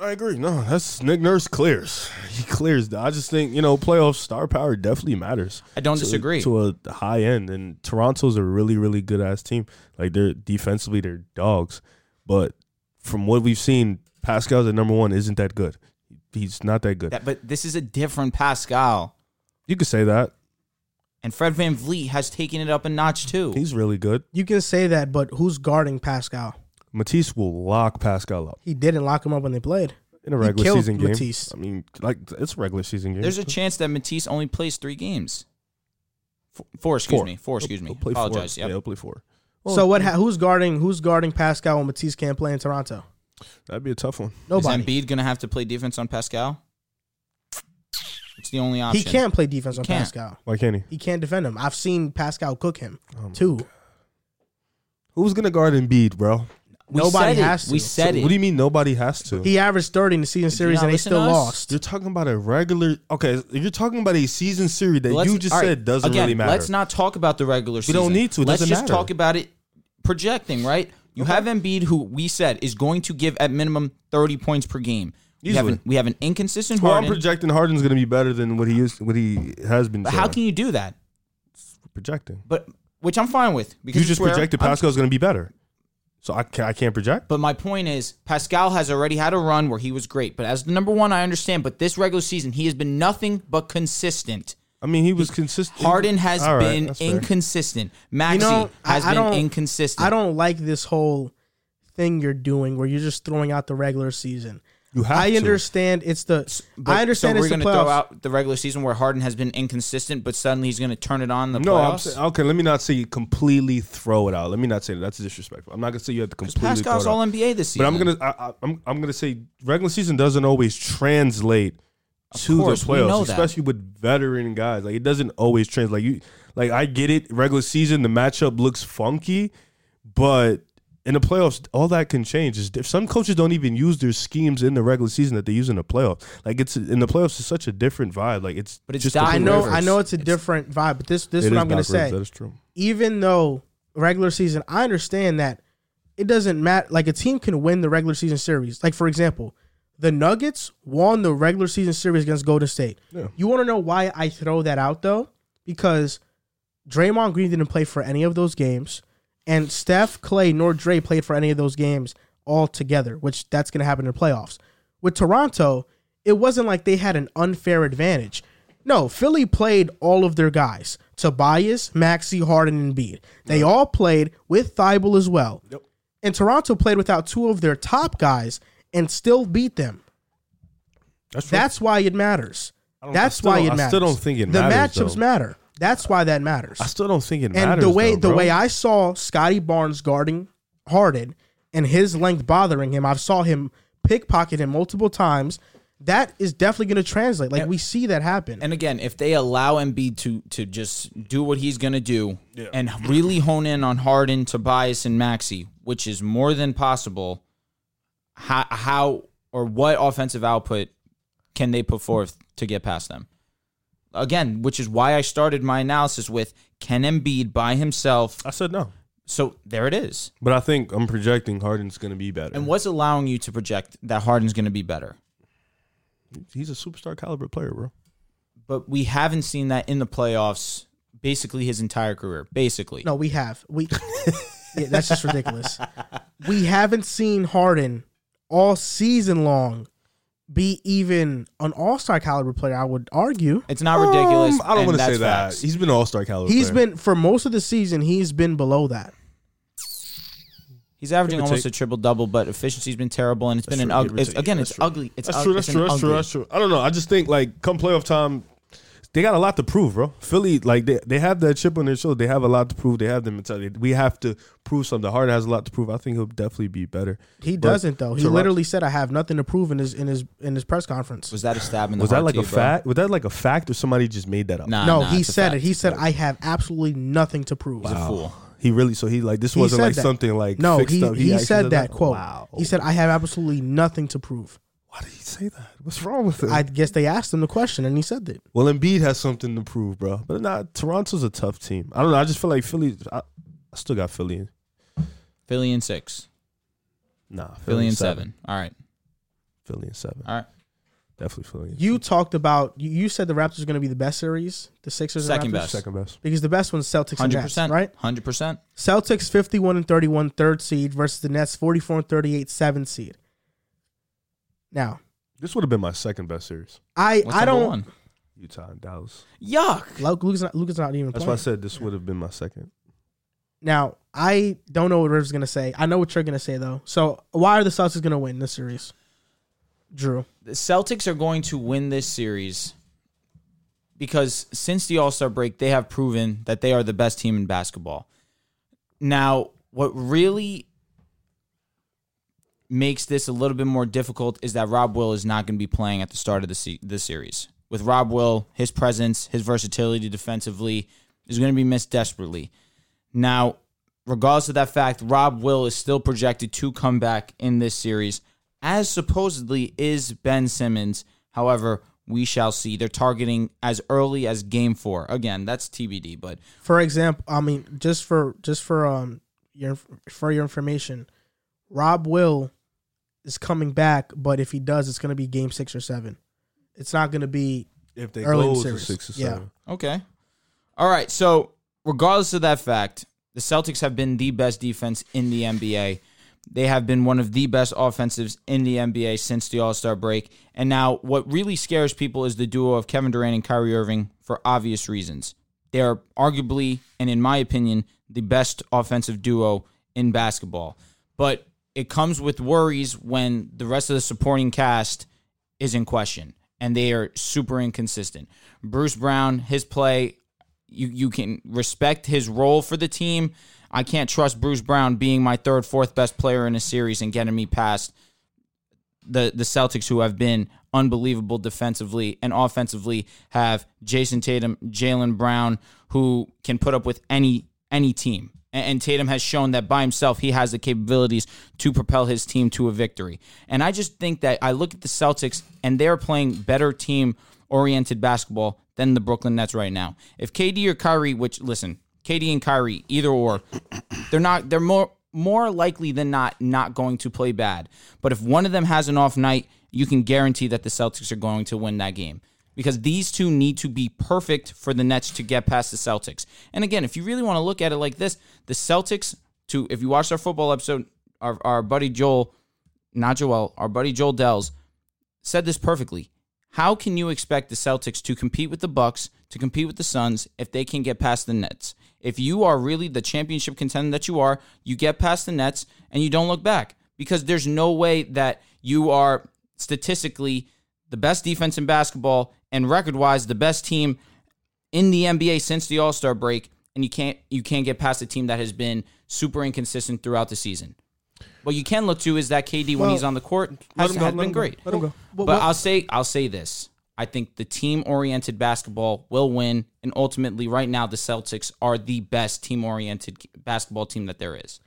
Speaker 3: I agree. No, that's Nick Nurse clears. <laughs> He clears. I just think you know playoff star power definitely matters.
Speaker 2: I don't
Speaker 3: to-
Speaker 2: disagree.
Speaker 3: To a high end, and Toronto's a really, really good ass team. Like they're defensively, they're dogs. But from what we've seen, Pascal's at number one isn't that good. He's not that good.
Speaker 2: That, but this is a different Pascal.
Speaker 3: you could say that
Speaker 2: And Fred Van Vliet has taken it up a notch too.
Speaker 3: he's really good.
Speaker 1: You can say that, but who's guarding Pascal?
Speaker 3: Matisse will lock Pascal up
Speaker 1: He didn't lock him up when they played.
Speaker 3: in a regular
Speaker 1: killed
Speaker 3: season game.
Speaker 1: Matisse.
Speaker 3: I mean, like it's a regular season game.
Speaker 2: There's a chance that Matisse only plays three games. F- Four, excuse me. Four, excuse
Speaker 3: He'll
Speaker 2: me.
Speaker 3: play
Speaker 2: Apologize.
Speaker 3: Four.
Speaker 2: Yep.
Speaker 3: Yeah, he'll play four. Oh,
Speaker 1: so what? Ha- who's guarding? Who's guarding Pascal when Matisse can't play in Toronto?
Speaker 3: That'd be a tough one.
Speaker 2: Is
Speaker 1: Nobody.
Speaker 2: Embiid going to have to play defense on Pascal? It's the only option.
Speaker 1: He can't play defense on
Speaker 2: can't.
Speaker 1: Pascal.
Speaker 3: Why can't he?
Speaker 1: He can't defend him. I've seen Pascal cook him
Speaker 2: Oh
Speaker 1: too.
Speaker 3: Who's gonna guard Embiid, bro?
Speaker 2: We
Speaker 1: Nobody
Speaker 2: said it.
Speaker 1: has to.
Speaker 2: We said it.
Speaker 3: What do you mean nobody has to?
Speaker 1: He averaged thirty in the season series
Speaker 2: not
Speaker 1: and they
Speaker 2: listen
Speaker 1: still
Speaker 2: to us?
Speaker 1: lost.
Speaker 3: You're talking about a regular. Okay, you're talking about a season series that
Speaker 2: Let's-
Speaker 3: you just
Speaker 2: all right,
Speaker 3: said doesn't
Speaker 2: again,
Speaker 3: really matter.
Speaker 2: Let's not talk about the regular
Speaker 3: We
Speaker 2: season.
Speaker 3: don't need to. It
Speaker 2: let's
Speaker 3: doesn't
Speaker 2: just
Speaker 3: matter.
Speaker 2: talk about it projecting, right? You have Embiid, who we said is going to give at minimum 30 points per game. We have,
Speaker 3: Easily.
Speaker 2: an, we have an inconsistent
Speaker 3: well, I'm
Speaker 2: Harden.
Speaker 3: projecting Harden's going to be better than what he is, what he has been.
Speaker 2: but how
Speaker 3: showing.
Speaker 2: can you do that?
Speaker 3: projecting?
Speaker 2: But which I'm fine with because
Speaker 3: You
Speaker 2: it's
Speaker 3: just
Speaker 2: where
Speaker 3: projected
Speaker 2: I'm-
Speaker 3: Pascal's going to be better, so I can't. I can't project.
Speaker 2: But my point is, Pascal has already had a run where he was great. But as the number one, I understand. But this regular season, he has been nothing but consistent.
Speaker 3: I mean, he was consistent.
Speaker 2: Harden has
Speaker 3: All right,
Speaker 2: been
Speaker 3: that's fair.
Speaker 2: inconsistent. Maxi
Speaker 1: You know, I-
Speaker 2: has
Speaker 1: I
Speaker 2: been
Speaker 1: don't-
Speaker 2: inconsistent.
Speaker 1: I don't like this whole thing you're doing where you're just throwing out the regular season.
Speaker 3: You have
Speaker 1: I
Speaker 3: to.
Speaker 1: understand it's the.
Speaker 2: But-
Speaker 1: I understand
Speaker 2: So
Speaker 1: it's
Speaker 2: we're
Speaker 1: the
Speaker 2: to
Speaker 1: playoffs.
Speaker 2: throw out the regular season where Harden has been inconsistent, but suddenly he's going to turn it on in the
Speaker 3: No, I'm
Speaker 2: playoffs.
Speaker 3: saying, okay. Let me not say you completely throw it out. Let me not say that. That's disrespectful. I'm not going to say you have to completely.
Speaker 2: Pascal's
Speaker 3: throw it out.
Speaker 2: All NBA this
Speaker 3: But
Speaker 2: season.
Speaker 3: I'm gonna I, I, I'm I'm gonna say regular season doesn't always translate to
Speaker 2: course,
Speaker 3: the
Speaker 2: we know
Speaker 3: playoffs,
Speaker 2: that.
Speaker 3: especially with veteran guys. Like it doesn't always translate. You like I get it. Regular season, the matchup looks funky, but in the playoffs, all that can change. Is if some coaches don't even use their schemes in the regular season that they use in the playoffs. Like it's in the playoffs, it's such a different vibe. Like it's
Speaker 2: But it's
Speaker 3: just
Speaker 2: Doc
Speaker 1: I
Speaker 3: different
Speaker 1: know,
Speaker 2: Rivers.
Speaker 1: I know, it's a different vibe. But this, this is
Speaker 3: It is
Speaker 1: what I'm gonna
Speaker 3: Doc Rivers,
Speaker 1: say.
Speaker 3: That is true.
Speaker 1: Even though regular season, I understand that it doesn't matter. Like a team can win the regular season series. Like for example, the Nuggets won the regular season series against Golden State.
Speaker 3: Yeah.
Speaker 1: You want to know why I throw that out though? Because Draymond Green didn't play for any of those games, and Steph, Clay, nor Dre played for any of those games all together, which that's going to happen in the playoffs. With Toronto, it wasn't like they had an unfair advantage. No, Philly played all of their guys Tobias, Maxi, Harden, and Bede. They all played with Thibault as well. And Toronto played without two of their top guys and still beat them.
Speaker 3: That's true.
Speaker 1: That's why it matters.
Speaker 3: I don't- I
Speaker 1: That's
Speaker 3: still
Speaker 1: why it
Speaker 3: don't-
Speaker 1: matters.
Speaker 3: I still don't think it
Speaker 1: the
Speaker 3: matters,
Speaker 1: matchups
Speaker 3: though.
Speaker 1: matter. That's why that matters.
Speaker 3: I still don't think it matters.
Speaker 1: and the way
Speaker 3: though,
Speaker 1: the
Speaker 3: bro.
Speaker 1: way I saw Scotty Barnes guarding Harden and his length bothering him, I've saw him pickpocket him multiple times. That is definitely going to translate. Like we see that happen.
Speaker 2: And again, if they allow Embiid to to just do what he's gonna do and really hone in on Harden, Tobias, and Maxi, which is more than possible, how, how or what offensive output can they put forth to get past them? Again, which is why I started my analysis with can Embiid by himself.
Speaker 3: I said no,
Speaker 2: So there it is.
Speaker 3: but I think I'm projecting Harden's going to be better.
Speaker 2: And what's allowing you to project that Harden's going to be better?
Speaker 3: He's a superstar caliber player, bro.
Speaker 2: But we haven't seen that in the playoffs basically his entire career. Basically.
Speaker 1: no, we have
Speaker 3: <laughs>
Speaker 1: we. yeah, that's just ridiculous. We haven't seen Harden all season long be even an All Star caliber player. I would argue.
Speaker 2: It's not ridiculous.
Speaker 3: Um, I don't
Speaker 2: and
Speaker 3: want to
Speaker 2: that's
Speaker 3: say that.
Speaker 2: facts.
Speaker 3: He's been an all star caliber.
Speaker 1: He's
Speaker 3: player.
Speaker 1: been for most of the season. He's been below that.
Speaker 2: He's averaging
Speaker 3: Give or
Speaker 2: almost
Speaker 3: take.
Speaker 2: a triple double, but efficiency's been terrible, and it's been
Speaker 3: That's
Speaker 2: an
Speaker 3: true, give or
Speaker 2: ugly. It's,
Speaker 3: take.
Speaker 2: again,
Speaker 3: That's
Speaker 2: it's
Speaker 3: true.
Speaker 2: ugly. It's
Speaker 3: That's
Speaker 2: ug-
Speaker 3: true. That's
Speaker 2: it's an
Speaker 3: true. That's true.
Speaker 2: ugly.
Speaker 3: That's true. I don't know. I just think like come playoff time, they got a lot to prove, bro. Philly, like they, they have that chip on their shoulder. They have a lot to prove. They have the mentality. We have to prove something. Harden has a lot to prove. I think he'll definitely be better.
Speaker 1: He
Speaker 3: But
Speaker 1: doesn't though. He
Speaker 3: Toronto-
Speaker 1: literally said, "I have nothing to prove" in his in his in his press conference.
Speaker 2: Was that a stab in the
Speaker 3: Was
Speaker 2: heart
Speaker 3: that like
Speaker 2: to
Speaker 3: a
Speaker 2: you, bro?
Speaker 3: fact? Was that like a fact, or somebody just made that up?
Speaker 2: Nah,
Speaker 1: no,
Speaker 2: nah,
Speaker 1: he
Speaker 2: it's a
Speaker 1: said
Speaker 2: fact.
Speaker 1: it. He said, "I have absolutely nothing to prove."
Speaker 2: He's a fool.
Speaker 3: He really. So he like this
Speaker 1: He
Speaker 3: wasn't
Speaker 1: said
Speaker 3: like
Speaker 1: that.
Speaker 3: something like
Speaker 1: No,
Speaker 3: Fixed
Speaker 1: he,
Speaker 3: up.
Speaker 1: he
Speaker 3: actually
Speaker 1: said that quote.
Speaker 3: Wow.
Speaker 1: He said, "I have absolutely nothing to prove."
Speaker 3: "Why did he say that? What's wrong with him?"
Speaker 1: I guess they asked him the question, and he said that.
Speaker 3: Well, Embiid has something to prove, bro. But not Toronto's a tough team. I don't know. I just feel like Philly. I, I still got Philly. in.
Speaker 2: Philly and six.
Speaker 3: Nah, Philly,
Speaker 2: Philly
Speaker 3: in
Speaker 2: and seven. All right.
Speaker 3: Philly and seven.
Speaker 2: All right.
Speaker 3: Definitely Philly. in
Speaker 1: You talked about you, you said the Raptors are going to be the best series, the Sixers, and
Speaker 2: Second
Speaker 1: Raptors?
Speaker 2: best.
Speaker 3: Second best.
Speaker 1: because the best one's Celtics and Nets,
Speaker 2: 100%.
Speaker 1: right?
Speaker 2: 100%.
Speaker 1: Celtics 51 and 31 third seed versus the Nets 44 and 38 seventh seed. Now,
Speaker 3: This would have been my second best series.
Speaker 1: I
Speaker 2: What's
Speaker 1: I
Speaker 2: number
Speaker 1: don't
Speaker 2: One?
Speaker 3: Utah and Dallas.
Speaker 2: Yuck.
Speaker 1: Luke, Luke's not Luke's not even
Speaker 3: That's why I
Speaker 1: playing.
Speaker 3: said this would have been my second.
Speaker 1: Now, I don't know what Rivers is going to say. I know what you're going to say though. So, why are the Celtics going to win this series? Drew.
Speaker 2: the Celtics are going to win this series because since the All Star break, they have proven that they are the best team in basketball. Now, what really makes this a little bit more difficult is that Rob Will is not going to be playing at the start of the se- this series. With Rob Will, his presence, his versatility defensively is going to be missed desperately. Now, regardless of that fact, Rob Will is still projected to come back in this series, as supposedly is Ben Simmons. However, we shall see. They're targeting as early as game four. Again, that's TBD, but
Speaker 1: For example, I mean, just for just for um your for your information, Rob Will is coming back, but if he does, it's going to be game six or seven. It's not going to be
Speaker 3: If they
Speaker 1: Early in
Speaker 3: close the
Speaker 1: series.
Speaker 3: six or
Speaker 1: Yeah.
Speaker 3: seven.
Speaker 2: Okay. All right. So, regardless of that fact, the Celtics have been the best defense in the NBA. They have been one of the best offensives in the NBA since the All Star break. And now, what really scares people is the duo of Kevin Durant and Kyrie Irving for obvious reasons. They are arguably, and in my opinion, the best offensive duo in basketball. But it comes with worries when the rest of the supporting cast is in question and they are super inconsistent. Bruce Brown, his play, you, you can respect his role for the team. I can't trust Bruce Brown being my third, fourth best player in a series and getting me past the, the Celtics, who have been unbelievable defensively and offensively, have Jason Tatum, Jalen Brown, who can put up with any any team. A- And Tatum has shown that by himself he has the capabilities to propel his team to a victory. And I just think that I look at the Celtics and they're playing better team oriented basketball than the Brooklyn Nets right now. If KD or Kyrie, which listen, KD and Kyrie, either or, they're not they're more more likely than not not going to play bad. But if one of them has an off night, you can guarantee that the Celtics are going to win that game. Because these two need to be perfect for the Nets to get past the Celtics. And again, if you really want to look at it like this, the Celtics to if you watched our football episode, our, our buddy Joel, not Joel, our buddy Joel Dells said this perfectly. How can you expect the Celtics to compete with the Bucks, to compete with the Suns if they can get past the Nets? If you are really the championship contender that you are, you get past the Nets and you don't look back because there's no way that you are statistically the best defense in basketball and record-wise the best team in the NBA since the All Star break, and you can't you can't get past a team that has been super inconsistent throughout the season. What you can look to is that KD when
Speaker 1: Well,
Speaker 2: he's on the court has,
Speaker 3: him go,
Speaker 2: has
Speaker 3: let
Speaker 2: been
Speaker 3: him go,
Speaker 2: great.
Speaker 3: let him go.
Speaker 2: But, I'll say I'll say this: I think the team oriented basketball will win, and ultimately, right now, the Celtics are the best team oriented basketball team that there is.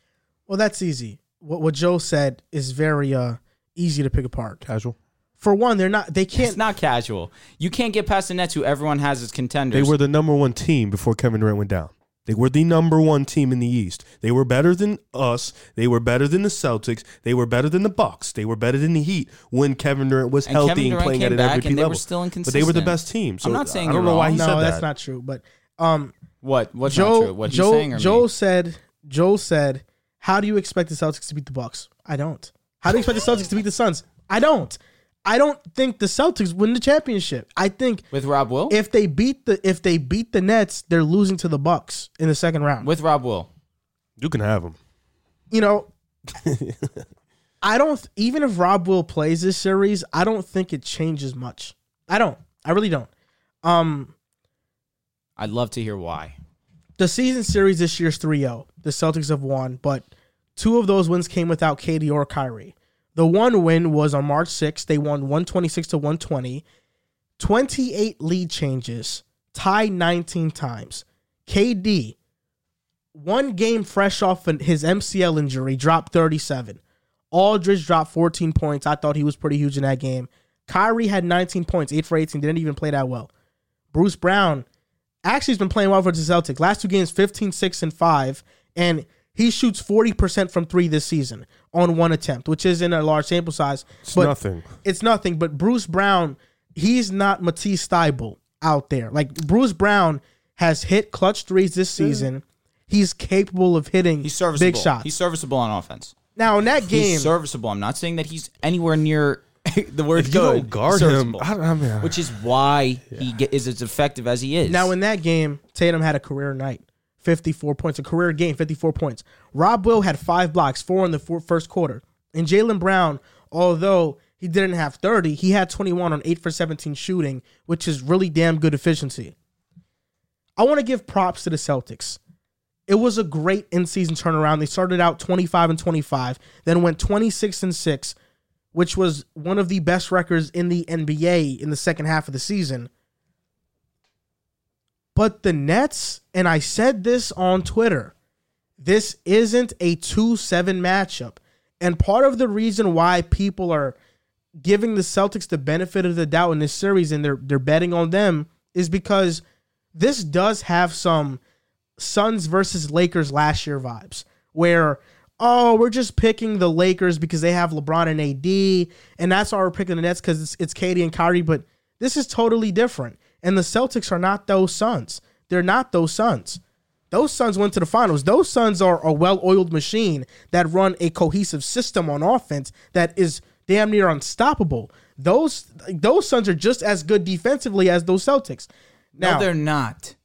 Speaker 1: Well, that's easy. What what Joe said is very uh easy to pick apart.
Speaker 3: Casual.
Speaker 1: For one, they're not. They
Speaker 2: It's
Speaker 1: can't.
Speaker 2: not casual. You can't get past the Nets, who everyone has as
Speaker 3: They
Speaker 2: contenders.
Speaker 3: were the number one team before Kevin Durant went down. They were the number one team in the East. They were better than us. They were better than the Celtics. They were better than the Bucks. They were better than the Heat when Kevin Durant was
Speaker 2: And Kevin
Speaker 3: healthy
Speaker 2: Durant
Speaker 3: and playing
Speaker 2: came
Speaker 3: at an
Speaker 2: back
Speaker 3: MVP
Speaker 2: and they were
Speaker 3: level.
Speaker 2: still
Speaker 3: but they were the
Speaker 2: inconsistent.
Speaker 3: best team. So
Speaker 2: I'm not saying
Speaker 3: I don't
Speaker 2: you're
Speaker 3: know why
Speaker 2: wrong.
Speaker 3: he
Speaker 1: no,
Speaker 3: said
Speaker 1: that's
Speaker 3: that.
Speaker 1: not true. But um,
Speaker 2: what? What's not
Speaker 1: Joe
Speaker 2: true? What he's saying
Speaker 1: Joe
Speaker 2: or
Speaker 1: Joe
Speaker 2: me?
Speaker 1: said Joe said, "How do you expect the Celtics to beat the Bucks? I don't. How do you expect the Celtics to beat the Suns? I don't. I don't think the Celtics win the championship. I think
Speaker 2: with Rob Will?
Speaker 1: if they beat the if they beat the Nets, they're losing to the Bucks in the second round.
Speaker 2: with Rob Will.
Speaker 3: You can have him.
Speaker 1: you
Speaker 2: <laughs>
Speaker 1: know, I don't. Even if Rob Will plays this series, I don't think it changes much. I don't. I really don't. Um,
Speaker 2: I'd love to hear why.
Speaker 1: the season series this year's 3-0. The Celtics have won, but two of those wins came without Katie or Kyrie. The one win was on March 6th. They won 126 to 120. 28 lead changes, tied 19 times. KD, one game fresh off an- his MCL injury, dropped 37. Aldridge dropped 14 points. I thought he was pretty huge in that game. Kyrie had 19 points, 8 for 18, didn't even play that well. Bruce Brown actually has been playing well for the Celtics. Last two games, 15, 6, and 5. And he shoots 40% from three this season on one attempt, which isn't a large sample size.
Speaker 3: It's
Speaker 1: but
Speaker 3: nothing.
Speaker 1: it's nothing. But Bruce Brown, he's not Matisse Thybulle out there. Like Bruce Brown has hit clutch threes this season. He's capable of hitting
Speaker 2: He's serviceable.
Speaker 1: big shots.
Speaker 2: He's serviceable on offense.
Speaker 1: now in that game,
Speaker 2: He's serviceable. I'm not saying that he's anywhere near <laughs> the word
Speaker 3: <laughs> If you
Speaker 2: good.
Speaker 3: don't guard him,
Speaker 2: serviceable.
Speaker 3: I, I mean,
Speaker 2: which is why he ge- is as effective as he is.
Speaker 1: now in that game, Tatum had a career night. 54 points, a career game, 54 points. Rob Will had five blocks, four in the four, first quarter. And Jalen Brown, although he didn't have 30, he had 21 on 8 for 17 shooting, which is really damn good efficiency. I want to give props to the Celtics. It was a great in-season turnaround. They started out 25 and 25, then went 26 and 6, which was one of the best records in the NBA in the second half of the season. But the Nets, and I said this on Twitter, this isn't a 2 7 matchup. And part of the reason why people are giving the Celtics the benefit of the doubt in this series and they're, they're betting on them is because this does have some Suns versus Lakers last year vibes where, oh, we're just picking the Lakers because they have LeBron and AD. And that's why we're picking the Nets because it's, it's Katie and Kyrie. But this is totally different. And the Celtics are not those Suns. They're not those Suns. Those Suns went to the finals. Those Suns are a well oiled machine that run a cohesive system on offense that is damn near unstoppable. Those those Suns are just as good defensively as those Celtics.
Speaker 2: no,
Speaker 1: Now,
Speaker 2: they're not.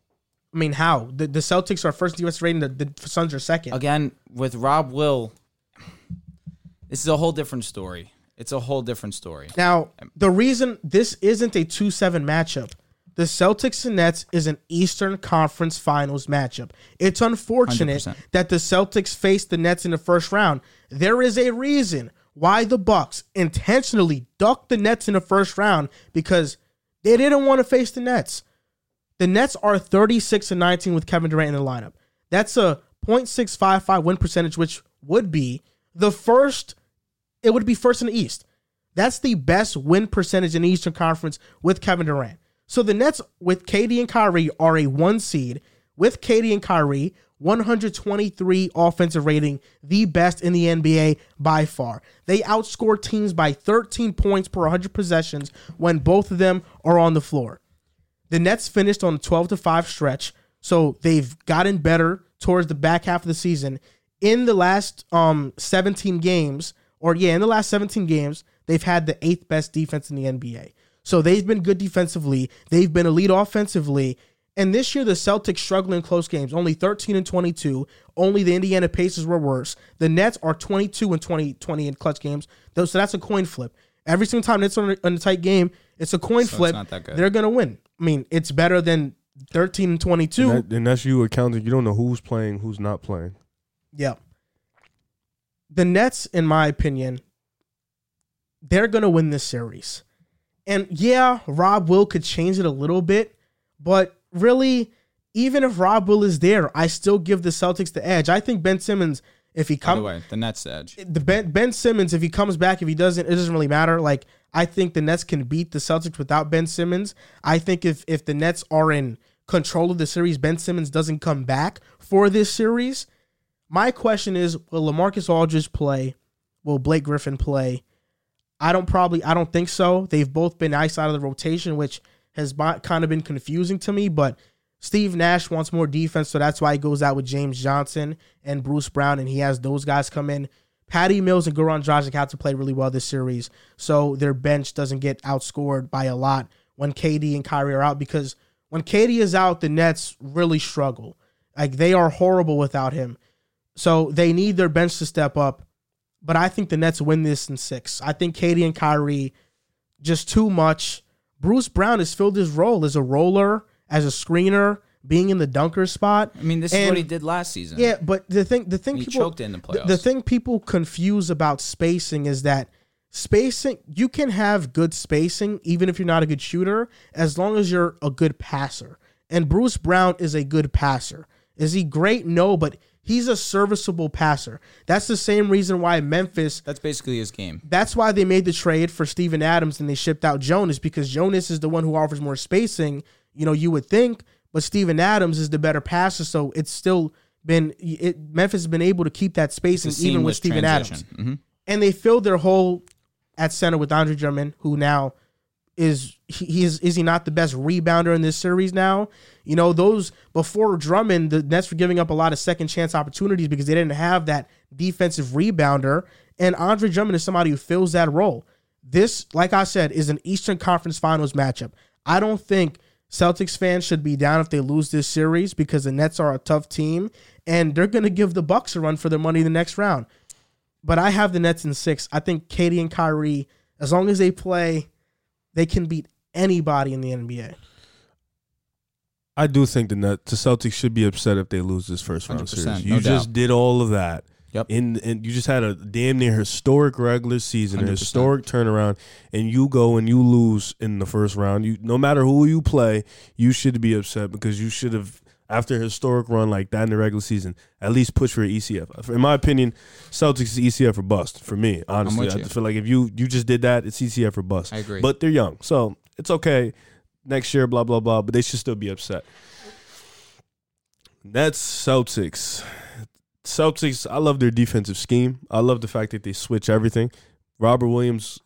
Speaker 1: I mean, how the, the Celtics are first defense rating, the, the Suns are second.
Speaker 2: Again, with Rob Will, this is a whole different story. It's a whole different story.
Speaker 1: Now, the reason this isn't a 2 7 matchup, the Celtics and Nets is an Eastern Conference Finals matchup. It's unfortunate
Speaker 2: 100%.
Speaker 1: that the Celtics faced the Nets in the first round. There is a reason why the Bucks intentionally ducked the Nets in the first round because they didn't want to face the Nets. The Nets are 36 and 19 with Kevin Durant in the lineup. That's a 0.655 win percentage, which would be the first it would be first in the East. That's the best win percentage in the Eastern Conference with Kevin Durant. So the Nets with KD and Kyrie are a one seed with KD and Kyrie, 123 offensive rating, the best in the NBA by far. They outscore teams by 13 points per 100 possessions when both of them are on the floor. The Nets finished on a 12 to 5 stretch, so they've gotten better towards the back half of the season. In the last um 17 games, or yeah, in the last 17 games, they've had the eighth best defense in the NBA. So they've been good defensively. They've been elite offensively. And this year, the Celtics struggle in close games, only 13 and 22. Only the Indiana Pacers were worse. The Nets are 22 and 20, 20 in clutch games. Though, so that's a coin flip. Every single time it's on a, on a tight game, it's a coin
Speaker 2: it's
Speaker 1: flip.
Speaker 2: not that good.
Speaker 1: They're gonna win. I mean, it's better than 13 and 22.
Speaker 3: And, that, and that's you accounting. You don't know who's playing, who's not playing.
Speaker 1: Yeah. The Nets, in my opinion, they're going to win this series. And yeah, Rob Will could change it a little bit, but really, even if Rob Will is there, I still give the Celtics the edge. I think Ben Simmons, if he
Speaker 2: By the
Speaker 1: comes,
Speaker 2: way, the Nets edge.
Speaker 1: the ben, ben Simmons, if he comes back, if he doesn't, it doesn't really matter. Like I think the Nets can beat the Celtics without Ben Simmons. I think if if the Nets are in control of the series, Ben Simmons doesn't come back for this series. My question is, will Lamarcus Aldridge play? Will Blake Griffin play? I don't probably I don't think so. They've both been ice out of the rotation, which has bo- kind of been confusing to me. But Steve Nash wants more defense, so that's why he goes out with James Johnson and Bruce Brown, and he has those guys come in. Patty Mills and Goran Dragic have to play really well this series, so their bench doesn't get outscored by a lot when KD and Kyrie are out. Because when KD is out, the Nets really struggle. Like they are horrible without him, so they need their bench to step up but I think the Nets win this in six. I think Katie and Kyrie just too much. Bruce Brown has filled his role as a roller, as a screener, being in the dunker spot.
Speaker 2: I mean, this is
Speaker 1: And-
Speaker 2: what he did last season.
Speaker 1: Yeah, but the thing, the thing
Speaker 2: He
Speaker 1: people
Speaker 2: choked in the
Speaker 1: th-
Speaker 2: playoffs.
Speaker 1: thing people confuse about spacing is that spacing you can have good spacing even if you're not a good shooter as long as you're a good passer. And Bruce Brown is a good passer. Is he great? No, but he's a serviceable passer. That's the same reason why Memphis
Speaker 2: That's basically his game.
Speaker 1: that's why they made the trade for Steven Adams and they shipped out Jonas because Jonas is the one who offers more spacing, you know, you would think, but Steven Adams is the better passer, so it's still been it, Memphis has been able to keep that spacing
Speaker 2: It's a
Speaker 1: even with
Speaker 2: seamless
Speaker 1: Steven Adams.
Speaker 2: transition. Mhm.
Speaker 1: And they filled their hole at center with Andre Drummond, who now is he, he is is he not the best rebounder in this series now? You know, those before Drummond, the Nets were giving up a lot of second chance opportunities because they didn't have that defensive rebounder. And Andre Drummond is somebody who fills that role. This, like I said, is an Eastern Conference Finals matchup. I don't think Celtics fans should be down if they lose this series because the Nets are a tough team and they're going to give the Bucks a run for their money the next round. But I have the Nets in six. I think Katie and Kyrie, as long as they play, they can beat anybody in the NBA.
Speaker 3: I do think the Net, the Celtics should be upset if they lose this first round
Speaker 2: 100%,
Speaker 3: series.
Speaker 2: no
Speaker 3: You just
Speaker 2: doubt.
Speaker 3: did all of that.
Speaker 2: Yep.
Speaker 3: And and you just had a damn near historic regular season, a
Speaker 2: 100%.
Speaker 3: historic turnaround, and you go and you lose in the first round. You no matter who you play, you should be upset because you should have after a historic run like that in the regular season, at least push for an ECF. In my opinion, Celtics E is ECF or bust for me. Honestly,
Speaker 2: with
Speaker 3: I
Speaker 2: you.
Speaker 3: feel like if you you just did that, it's ECF or bust.
Speaker 2: I agree.
Speaker 3: But they're young, so it's okay. Next year, blah blah blah. But they should still be upset. Nets Celtics. Celtics, I love their defensive scheme. I love the fact that they switch everything. Robert Williams,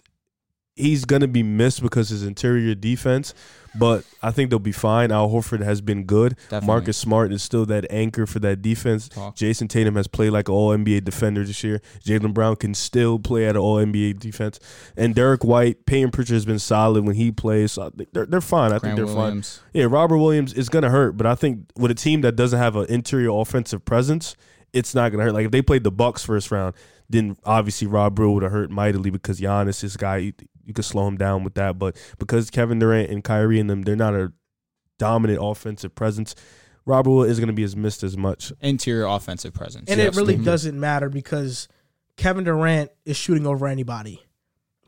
Speaker 3: he's gonna be missed because his interior defense, but I think they'll be fine. Al Horford has been good.
Speaker 2: Definitely.
Speaker 3: Marcus Smart is still that anchor for that defense.
Speaker 2: Talk.
Speaker 3: Jason Tatum has played like an all NBA defender this year. Jalen Brown can still play at an all NBA defense. And Derek White, Payne Pritchard has been solid when he plays. So I think they're, they're fine. I
Speaker 2: Grant
Speaker 3: think they're fine.
Speaker 2: Williams.
Speaker 3: Yeah, Robert Williams is gonna hurt, but I think with a team that doesn't have an interior offensive presence, it's not gonna hurt. Like if they played the Bucks first round, then obviously Rob Brewer would have hurt mightily because Giannis, this guy, you, you could slow him down with that. But because Kevin Durant and Kyrie and them, they're not a dominant offensive presence. Robert Will is gonna be as missed as much.
Speaker 2: Interior offensive presence.
Speaker 1: And it really
Speaker 2: Absolutely.
Speaker 1: doesn't matter because Kevin Durant is shooting over anybody.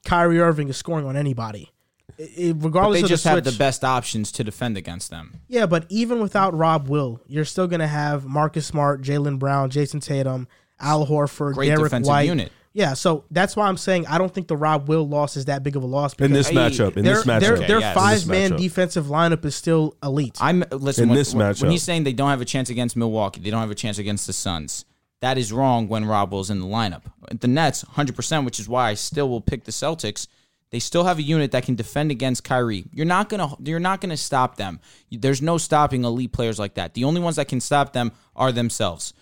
Speaker 1: Kyrie Irving is scoring on anybody. It- it-
Speaker 2: But
Speaker 1: regardless
Speaker 2: they
Speaker 1: of
Speaker 2: just
Speaker 1: the
Speaker 2: have
Speaker 1: switch,
Speaker 2: the best options to defend against them.
Speaker 1: Yeah, but even without Rob Will, you're still going to have Marcus Smart, Jalen Brown, Jason Tatum, Al Horford,
Speaker 2: Great
Speaker 1: Derek
Speaker 2: defensive
Speaker 1: White.
Speaker 2: unit.
Speaker 1: Yeah, so that's why I'm saying I don't think the Rob Will loss is that big of a loss.
Speaker 3: In this
Speaker 2: Hey,
Speaker 3: matchup, in
Speaker 1: their,
Speaker 3: this matchup,
Speaker 1: their,
Speaker 2: Okay,
Speaker 1: their
Speaker 2: yes.
Speaker 1: five
Speaker 3: In
Speaker 1: man
Speaker 3: this matchup.
Speaker 1: defensive lineup is still elite.
Speaker 2: I'm listen
Speaker 3: In
Speaker 2: when,
Speaker 3: this
Speaker 2: when-
Speaker 3: matchup.
Speaker 2: when he's saying they don't have a chance against Milwaukee, they don't have a chance against the Suns. That is wrong when Rob Will's in the lineup. The Nets, 100%, which is why I still will pick the Celtics. They still have a unit that can defend against Kyrie. You're not gonna you're not gonna stop them. There's no stopping elite players like that. The only ones that can stop them are themselves.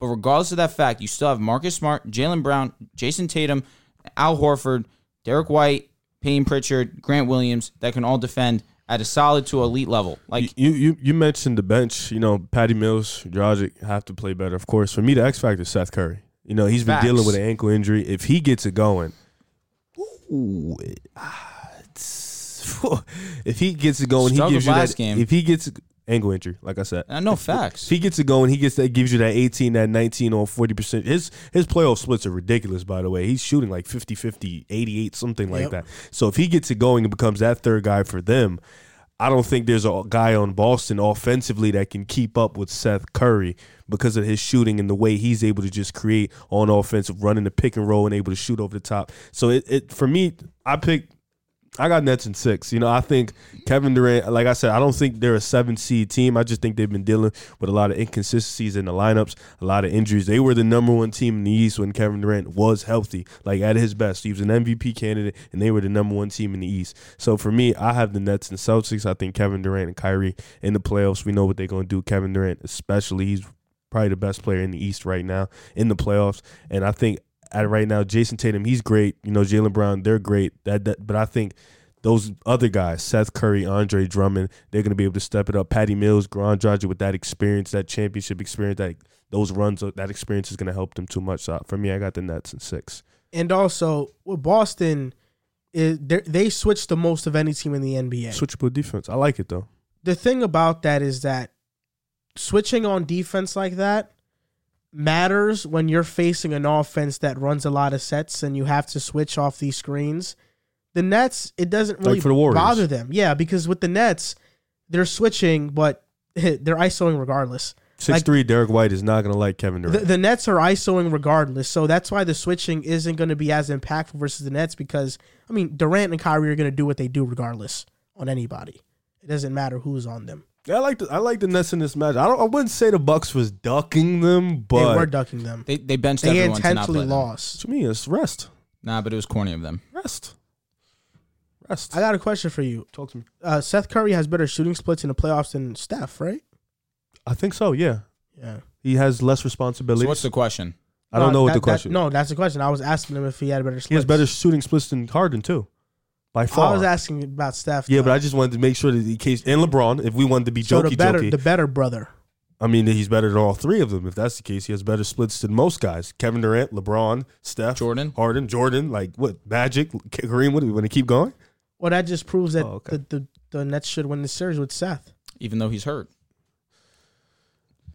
Speaker 2: But regardless of that fact, you still have Marcus Smart, Jalen Brown, Jason Tatum, Al Horford, Derek White, Payne Pritchard, Grant Williams that can all defend at a solid to elite level. Like
Speaker 3: you, you you mentioned the bench. You know, Patty Mills, Drogic have to play better. Of course, for me, the X factor is Seth Curry. You know, he's been
Speaker 2: Facts.
Speaker 3: dealing with an ankle injury. If he gets it going, ooh, it- ah, it's- <laughs> if he gets it going, he
Speaker 2: Struggled
Speaker 3: gives you
Speaker 2: last
Speaker 3: that.
Speaker 2: game.
Speaker 3: If he gets ankle injury, like I said,
Speaker 2: I know
Speaker 3: if
Speaker 2: Uh, facts.
Speaker 3: he gets it going. He gets that gives you that 18, that 19 on 40%. His his playoff splits are ridiculous, by the way. He's shooting like 50, 50, 88, something like
Speaker 1: Yep.
Speaker 3: that. So if he gets it going and becomes that third guy for them, I don't think there's a guy on Boston offensively that can keep up with Seth Curry because of his shooting and the way he's able to just create on offense, running the pick and roll and able to shoot over the top. So it, it for me, I picked I got Nets in six. You know, I think Kevin Durant, like I said, I don't think they're a seven seed team. I just think they've been dealing with a lot of inconsistencies in the lineups, a lot of injuries. They were the number one team in the East when Kevin Durant was healthy, like at his best. He was an MVP candidate, and they were the number one team in the East. So for me, I have the Nets and Celtics. I think Kevin Durant and Kyrie in the playoffs, we know what they're going to do. Kevin Durant, especially, he's probably the best player in the East right now in the playoffs. And I think at right now, Jason Tatum, he's great. You know, Jalen Brown, they're great. That, that but I think those other guys, Seth Curry, Andre Drummond, they're gonna be able to step it up. Patty Mills, Grand Dragic with that experience, that championship experience, that those runs, uh, that experience is gonna help them too much. So for me, I got the Nets in six.
Speaker 1: And also with Boston, is they're- they switch the most of any team in the NBA.
Speaker 3: Switchable defense. I like it though.
Speaker 1: the thing about that is that switching on defense like that matters when you're facing an offense that runs a lot of sets and you have to switch off these screens. The Nets, it doesn't really
Speaker 3: for the Warriors.
Speaker 1: bother them. Yeah, because with the Nets, they're switching, but <laughs> they're ISOing regardless.
Speaker 3: Six three, Derek White is not gonna like Kevin Durant.
Speaker 1: The, the Nets are ISOing regardless, so that's why the switching isn't going to be as impactful versus the Nets because I mean Durant and Kyrie are going to do what they do regardless on anybody. It doesn't matter who's on them.
Speaker 3: I like the I like the Nets in this match. I don't I wouldn't say the Bucks was ducking them, but
Speaker 1: they were ducking them.
Speaker 2: They they benched
Speaker 1: They
Speaker 2: everyone to not
Speaker 1: intentionally
Speaker 2: play them.
Speaker 1: lost.
Speaker 3: to me it's rest.
Speaker 2: Nah, but it was corny of them.
Speaker 3: Rest. Rest.
Speaker 1: I got a question for you.
Speaker 3: Talk to me.
Speaker 1: Uh, Seth Curry has better shooting splits in the playoffs than Steph, right?
Speaker 3: I think so, yeah.
Speaker 1: Yeah.
Speaker 3: He has less
Speaker 2: So
Speaker 3: responsibility.
Speaker 2: what's the question?
Speaker 3: I don't
Speaker 1: No,
Speaker 3: know what
Speaker 1: that-
Speaker 3: the question.
Speaker 1: That, no, that's the question. I was asking him if he had better splits.
Speaker 3: He has better shooting splits than Harden too, by
Speaker 1: I
Speaker 3: far.
Speaker 1: was asking about Steph.
Speaker 3: yeah, but
Speaker 1: though.
Speaker 3: I just wanted to make sure that in case and LeBron, if we wanted to be
Speaker 1: so
Speaker 3: jokey
Speaker 1: the better,
Speaker 3: jokey,
Speaker 1: the better brother.
Speaker 3: I mean that he's better than all three of them. If that's the case, he has better splits than most guys: Kevin Durant, LeBron, Steph,
Speaker 2: Jordan.
Speaker 3: Harden, Jordan. Like what? Magic, Kareem. What do we want to keep going?
Speaker 1: Well, that just proves that
Speaker 3: Oh, okay.
Speaker 1: the, the the Nets should win the series with Seth.
Speaker 2: Even though he's hurt,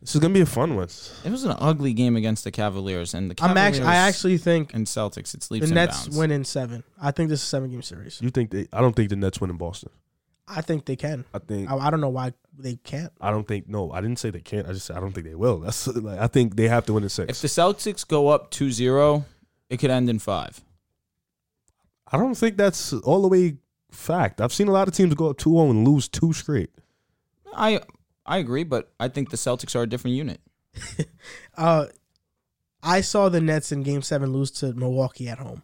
Speaker 3: This is gonna be a fun one.
Speaker 2: it was an ugly game against the Cavaliers and the
Speaker 1: I'm
Speaker 2: Cavaliers
Speaker 1: actually, I actually think
Speaker 2: and Celtics. It's
Speaker 1: the
Speaker 2: leaps and
Speaker 1: Nets
Speaker 2: bounds.
Speaker 1: win in seven. I think this is a seven game series.
Speaker 3: You think they? I don't think the Nets win in Boston.
Speaker 1: I think they can.
Speaker 3: I think
Speaker 1: I, I don't know why they can't.
Speaker 3: I don't think no. I didn't say they can't. I just said I don't think they will. That's <laughs> like I think they have to win in
Speaker 2: If
Speaker 3: six.
Speaker 2: the Celtics go up 2-0, it could end in five.
Speaker 3: I don't think that's all the way fact. I've seen a lot of teams go up 2-0 and lose two straight.
Speaker 2: I I agree, but I think the Celtics are a different unit.
Speaker 1: Uh, I saw the Nets in Game Seven lose to Milwaukee at home.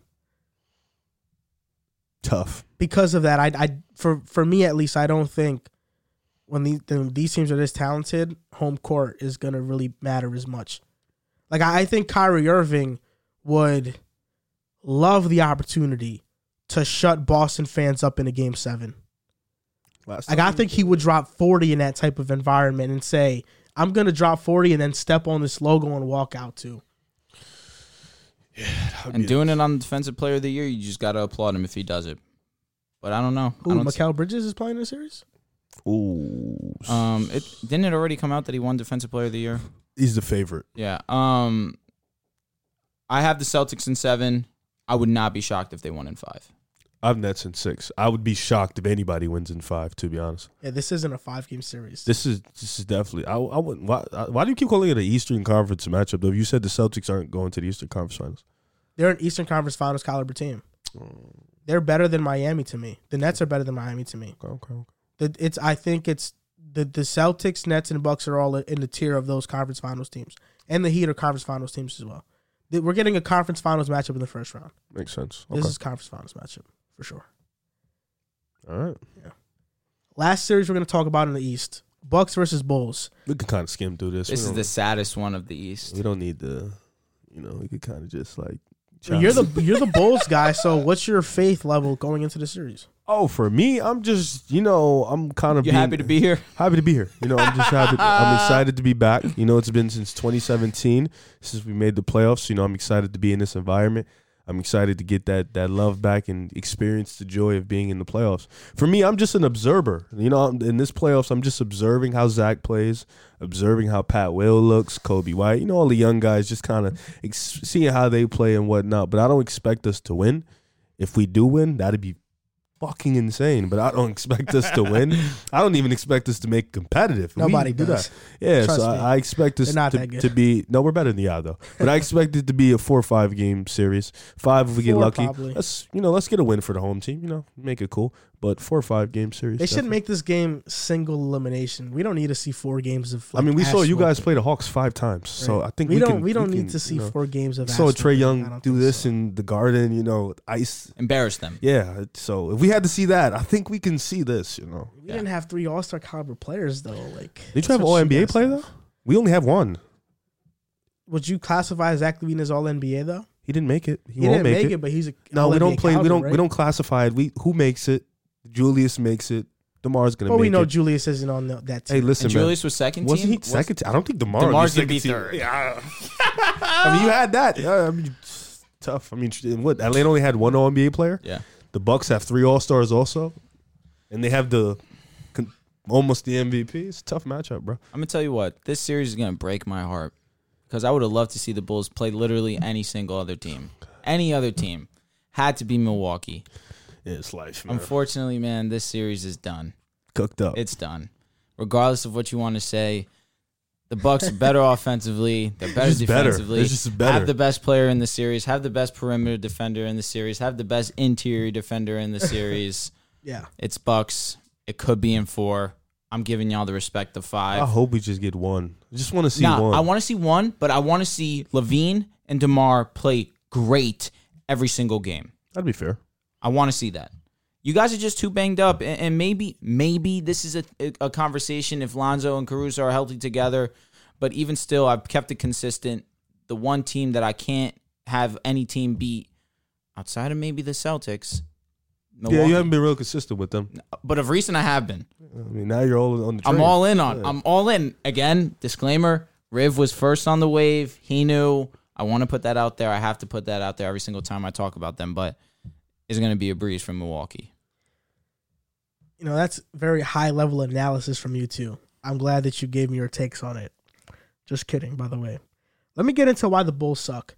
Speaker 3: Tough.
Speaker 1: because of that, I, I for for me at least, I don't think when these when these teams are this talented, home court is gonna really matter as much. Like I, I think Kyrie Irving would love the opportunity to shut Boston fans up in a game seven.
Speaker 3: Last
Speaker 1: Like I
Speaker 3: time-
Speaker 1: think he would drop forty in that type of environment and say, "I'm gonna drop forty and then step on this logo and walk out too."
Speaker 2: And doing it on the defensive player of the year, you just got to applaud him if he does it. But I don't know. I
Speaker 1: Who
Speaker 2: don't
Speaker 1: Mikael Bridges is playing in the series?
Speaker 3: Ooh.
Speaker 2: s- um, it didn't it already come out that he won defensive player of the year?
Speaker 3: He's the favorite.
Speaker 2: Yeah. Um, I have the Celtics in seven. I would not be shocked if they won in five.
Speaker 3: I've Nets in six. I would be shocked if anybody wins in five. To be honest,
Speaker 1: Yeah, this isn't a five game series.
Speaker 3: this is this is definitely. I, I wouldn't. Why, I- why do you keep calling it an Eastern Conference matchup? Though you said the Celtics aren't going to the Eastern Conference Finals.
Speaker 1: They're an Eastern Conference Finals caliber team.
Speaker 2: Mm.
Speaker 1: They're better than Miami to me. The Nets are better than Miami to me.
Speaker 3: Okay, okay, okay.
Speaker 1: The, it's I think it's the the Celtics, Nets, and Bucks are all in the tier of those conference finals teams, and the Heat are conference finals teams as well. They- We're getting a conference finals matchup in the first round.
Speaker 3: Makes sense. Okay.
Speaker 1: This is conference finals matchup for sure.
Speaker 3: All right.
Speaker 1: Last series we're going to talk about in the East: Bucks versus Bulls.
Speaker 3: We can kind of skim through this.
Speaker 2: This
Speaker 3: we
Speaker 2: is
Speaker 3: don't-
Speaker 2: the saddest one of the East.
Speaker 3: We don't need to. You know, we could kind of just like
Speaker 1: You're the you're the
Speaker 3: <laughs>
Speaker 1: Bulls guy, so what's your faith level going into the series?
Speaker 3: oh for me. I'm just you know I'm kind of
Speaker 2: You happy to be here?
Speaker 3: happy to be here. You know I'm just happy. I'm excited to be back. You know it's been since 2017 since we made the playoffs. You know I'm excited to be in this environment. I'm excited to get that that love back and experience the joy of being in the playoffs. For me, I'm just an observer. You know, I'm- in this playoffs, I'm just observing how Zach plays, observing how Pat Will looks, Kobe White. You know, all the young guys, just kind of ex- seeing how they play and whatnot. But I don't expect us to win. If we do win, that'd be fucking insane. But I don't <laughs> expect us to win. I don't even expect us to make it competitive. We
Speaker 1: Nobody
Speaker 3: do
Speaker 1: does.
Speaker 3: that. Yeah,
Speaker 1: Trust
Speaker 3: so
Speaker 1: me.
Speaker 3: I, I expect us
Speaker 1: They're not
Speaker 3: to,
Speaker 1: that good.
Speaker 3: to be no, we're better than the odd though. But I expect it to be a four or five game series. Five if we get
Speaker 1: Four,
Speaker 3: lucky.
Speaker 1: probably.
Speaker 3: Let's you know, let's get a win for the home team, you know, make it cool. But four or five game series.
Speaker 1: They should
Speaker 3: definitely.
Speaker 1: make this game single elimination. We don't need to see four games of.
Speaker 3: I
Speaker 1: like,
Speaker 3: mean, we
Speaker 1: ass
Speaker 3: saw you
Speaker 1: whooping.
Speaker 3: guys play the Hawks five times, so
Speaker 1: Right.
Speaker 3: I think
Speaker 1: we,
Speaker 3: we,
Speaker 1: don't.
Speaker 3: Can,
Speaker 1: we don't need
Speaker 3: can,
Speaker 1: to see
Speaker 3: You know,
Speaker 1: four games of.
Speaker 3: saw
Speaker 1: ass
Speaker 3: Trey
Speaker 1: whooping. I
Speaker 3: Young
Speaker 1: don't
Speaker 3: do
Speaker 1: think
Speaker 3: this
Speaker 1: so.
Speaker 3: in the Garden, you know, ice.
Speaker 2: <laughs> Embarrass them.
Speaker 3: Yeah, so if we had to see that, I think we can see this. You know,
Speaker 1: We didn't have three All Star caliber players though. Like,
Speaker 3: did you have all NBA player though? We only have one.
Speaker 1: Would you classify Zach Levine as All NBA though?
Speaker 3: He didn't make it. He,
Speaker 1: He
Speaker 3: won't
Speaker 1: didn't
Speaker 3: make, it.
Speaker 1: but he's a
Speaker 3: No, we
Speaker 1: All-NBA
Speaker 3: don't play. we
Speaker 1: caliber,
Speaker 3: don't.
Speaker 1: right?
Speaker 3: We don't classify it. We who makes it? Julius makes it. Demar's gonna.
Speaker 1: But
Speaker 3: make
Speaker 1: we know
Speaker 3: It.
Speaker 1: Julius isn't on the, that team.
Speaker 3: Hey, listen,
Speaker 2: And Julius was
Speaker 3: man.
Speaker 2: second
Speaker 3: Wasn't
Speaker 2: team.
Speaker 3: he second? team? I don't think Demar.
Speaker 2: DeMar's
Speaker 3: was
Speaker 2: gonna be
Speaker 3: second
Speaker 2: third.
Speaker 3: team. Yeah. <laughs> I mean, you had that. Yeah, I mean, it's tough. I mean, what? Atlanta only had one All NBA player.
Speaker 2: Yeah.
Speaker 3: The Bucks have three All Stars also, and they have the con- almost the MVP. It's a tough matchup, bro.
Speaker 2: I'm gonna tell you what. This series is gonna break my heart because I would have loved to see the Bulls play literally any single other team. Any other team had to be Milwaukee.
Speaker 3: Yeah, it's life, man.
Speaker 2: Unfortunately, man, this series is done.
Speaker 3: Cooked up.
Speaker 2: It's done. Regardless of what you want to say, the Bucks are better <laughs> offensively. They're better
Speaker 3: Just better.
Speaker 2: defensively.
Speaker 3: They're just better.
Speaker 2: Have the best player in the series. Have the best perimeter defender in the series. Have the best interior defender
Speaker 3: <laughs>
Speaker 2: in the series.
Speaker 1: yeah,
Speaker 2: it's Bucks. It could be in four. I'm giving y'all the respect of
Speaker 3: I
Speaker 2: five.
Speaker 3: hope we just get one. I just want to Oh, see
Speaker 2: Nah,
Speaker 3: one.
Speaker 2: I want to see one, but I want to see Levine and Demar play great every single game.
Speaker 3: That'd be fair.
Speaker 2: I want to see that. You guys are just too banged up, and, and maybe maybe this is a, a conversation if Lonzo and Caruso are healthy together. But even still, I've kept it consistent. The one team that I can't have any team beat outside of maybe the Celtics.
Speaker 3: Yeah,
Speaker 2: Milwaukee.
Speaker 3: you haven't been real consistent with them.
Speaker 2: but of recent, I have been.
Speaker 3: I mean, now you're all on the.
Speaker 2: I'm
Speaker 3: train.
Speaker 2: all in on. I'm all in. Again, disclaimer: Riv was first on the wave. He knew. I want to put that out there. I have to put that out there every single time I talk about them. But it's going to be a breeze from Milwaukee.
Speaker 1: you know that's very high level analysis from you too. I'm glad that you gave me your takes on it. Just kidding, by the way. Let me get into why the Bulls suck.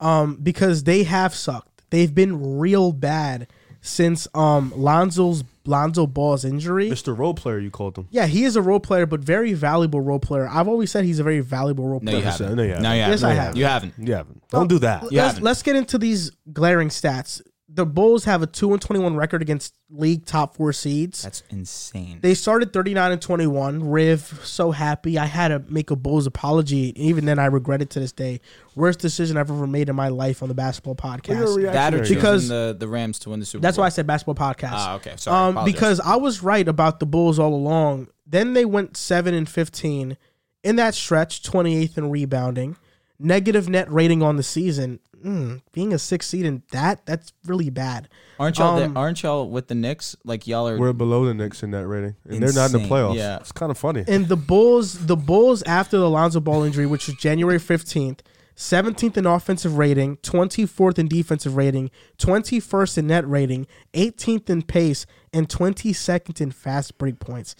Speaker 1: Um, because they have sucked. They've been real bad since um Lonzo's Lonzo Ball's injury.
Speaker 3: Mr. Role Player, you called him.
Speaker 1: Yeah, he is a role player, but very valuable role player. I've always said he's a very valuable role
Speaker 2: No,
Speaker 1: player.
Speaker 2: you haven't.
Speaker 3: No, you haven't.
Speaker 2: No, you
Speaker 1: Yes, I
Speaker 2: haven't.
Speaker 1: have.
Speaker 2: You haven't.
Speaker 3: Yeah, don't do that.
Speaker 2: Yeah.
Speaker 1: let's,
Speaker 2: haven't.
Speaker 1: let's get into these glaring stats. The Bulls have a two and twenty one record against league top four seeds.
Speaker 2: That's insane.
Speaker 1: They started 39 and 21. Riv, so happy. I had to make a Bulls apology. and Even then, I regret it to this day. Worst decision I've ever made in my life on the basketball podcast.
Speaker 2: that or
Speaker 3: Reactionary.
Speaker 2: because
Speaker 1: Because-
Speaker 2: the, the Rams to win the Super
Speaker 1: That's
Speaker 2: Bowl.
Speaker 1: why I said basketball podcast.
Speaker 2: Ah, okay. Sorry.
Speaker 1: um,
Speaker 2: Apologize.
Speaker 1: because I was right about the Bulls all along. Then they went 7 and 15. In that stretch, 28th in rebounding. Negative net rating on the season. Mm, being a six seed in that, that's really bad.
Speaker 2: aren't y'all
Speaker 1: um,
Speaker 2: there, aren't y'all with the Knicks? Like y'all are.
Speaker 3: We're below the Knicks in that rating, and they're not in the
Speaker 2: Insane.
Speaker 3: playoffs.
Speaker 2: Yeah.
Speaker 3: It's kind of funny.
Speaker 1: <laughs> And the Bulls, the Bulls after the Lonzo Ball injury, which was January 15th, 17th in offensive rating, 24th in defensive rating, 21st in net rating, 18th in pace, and 22nd in fast break points.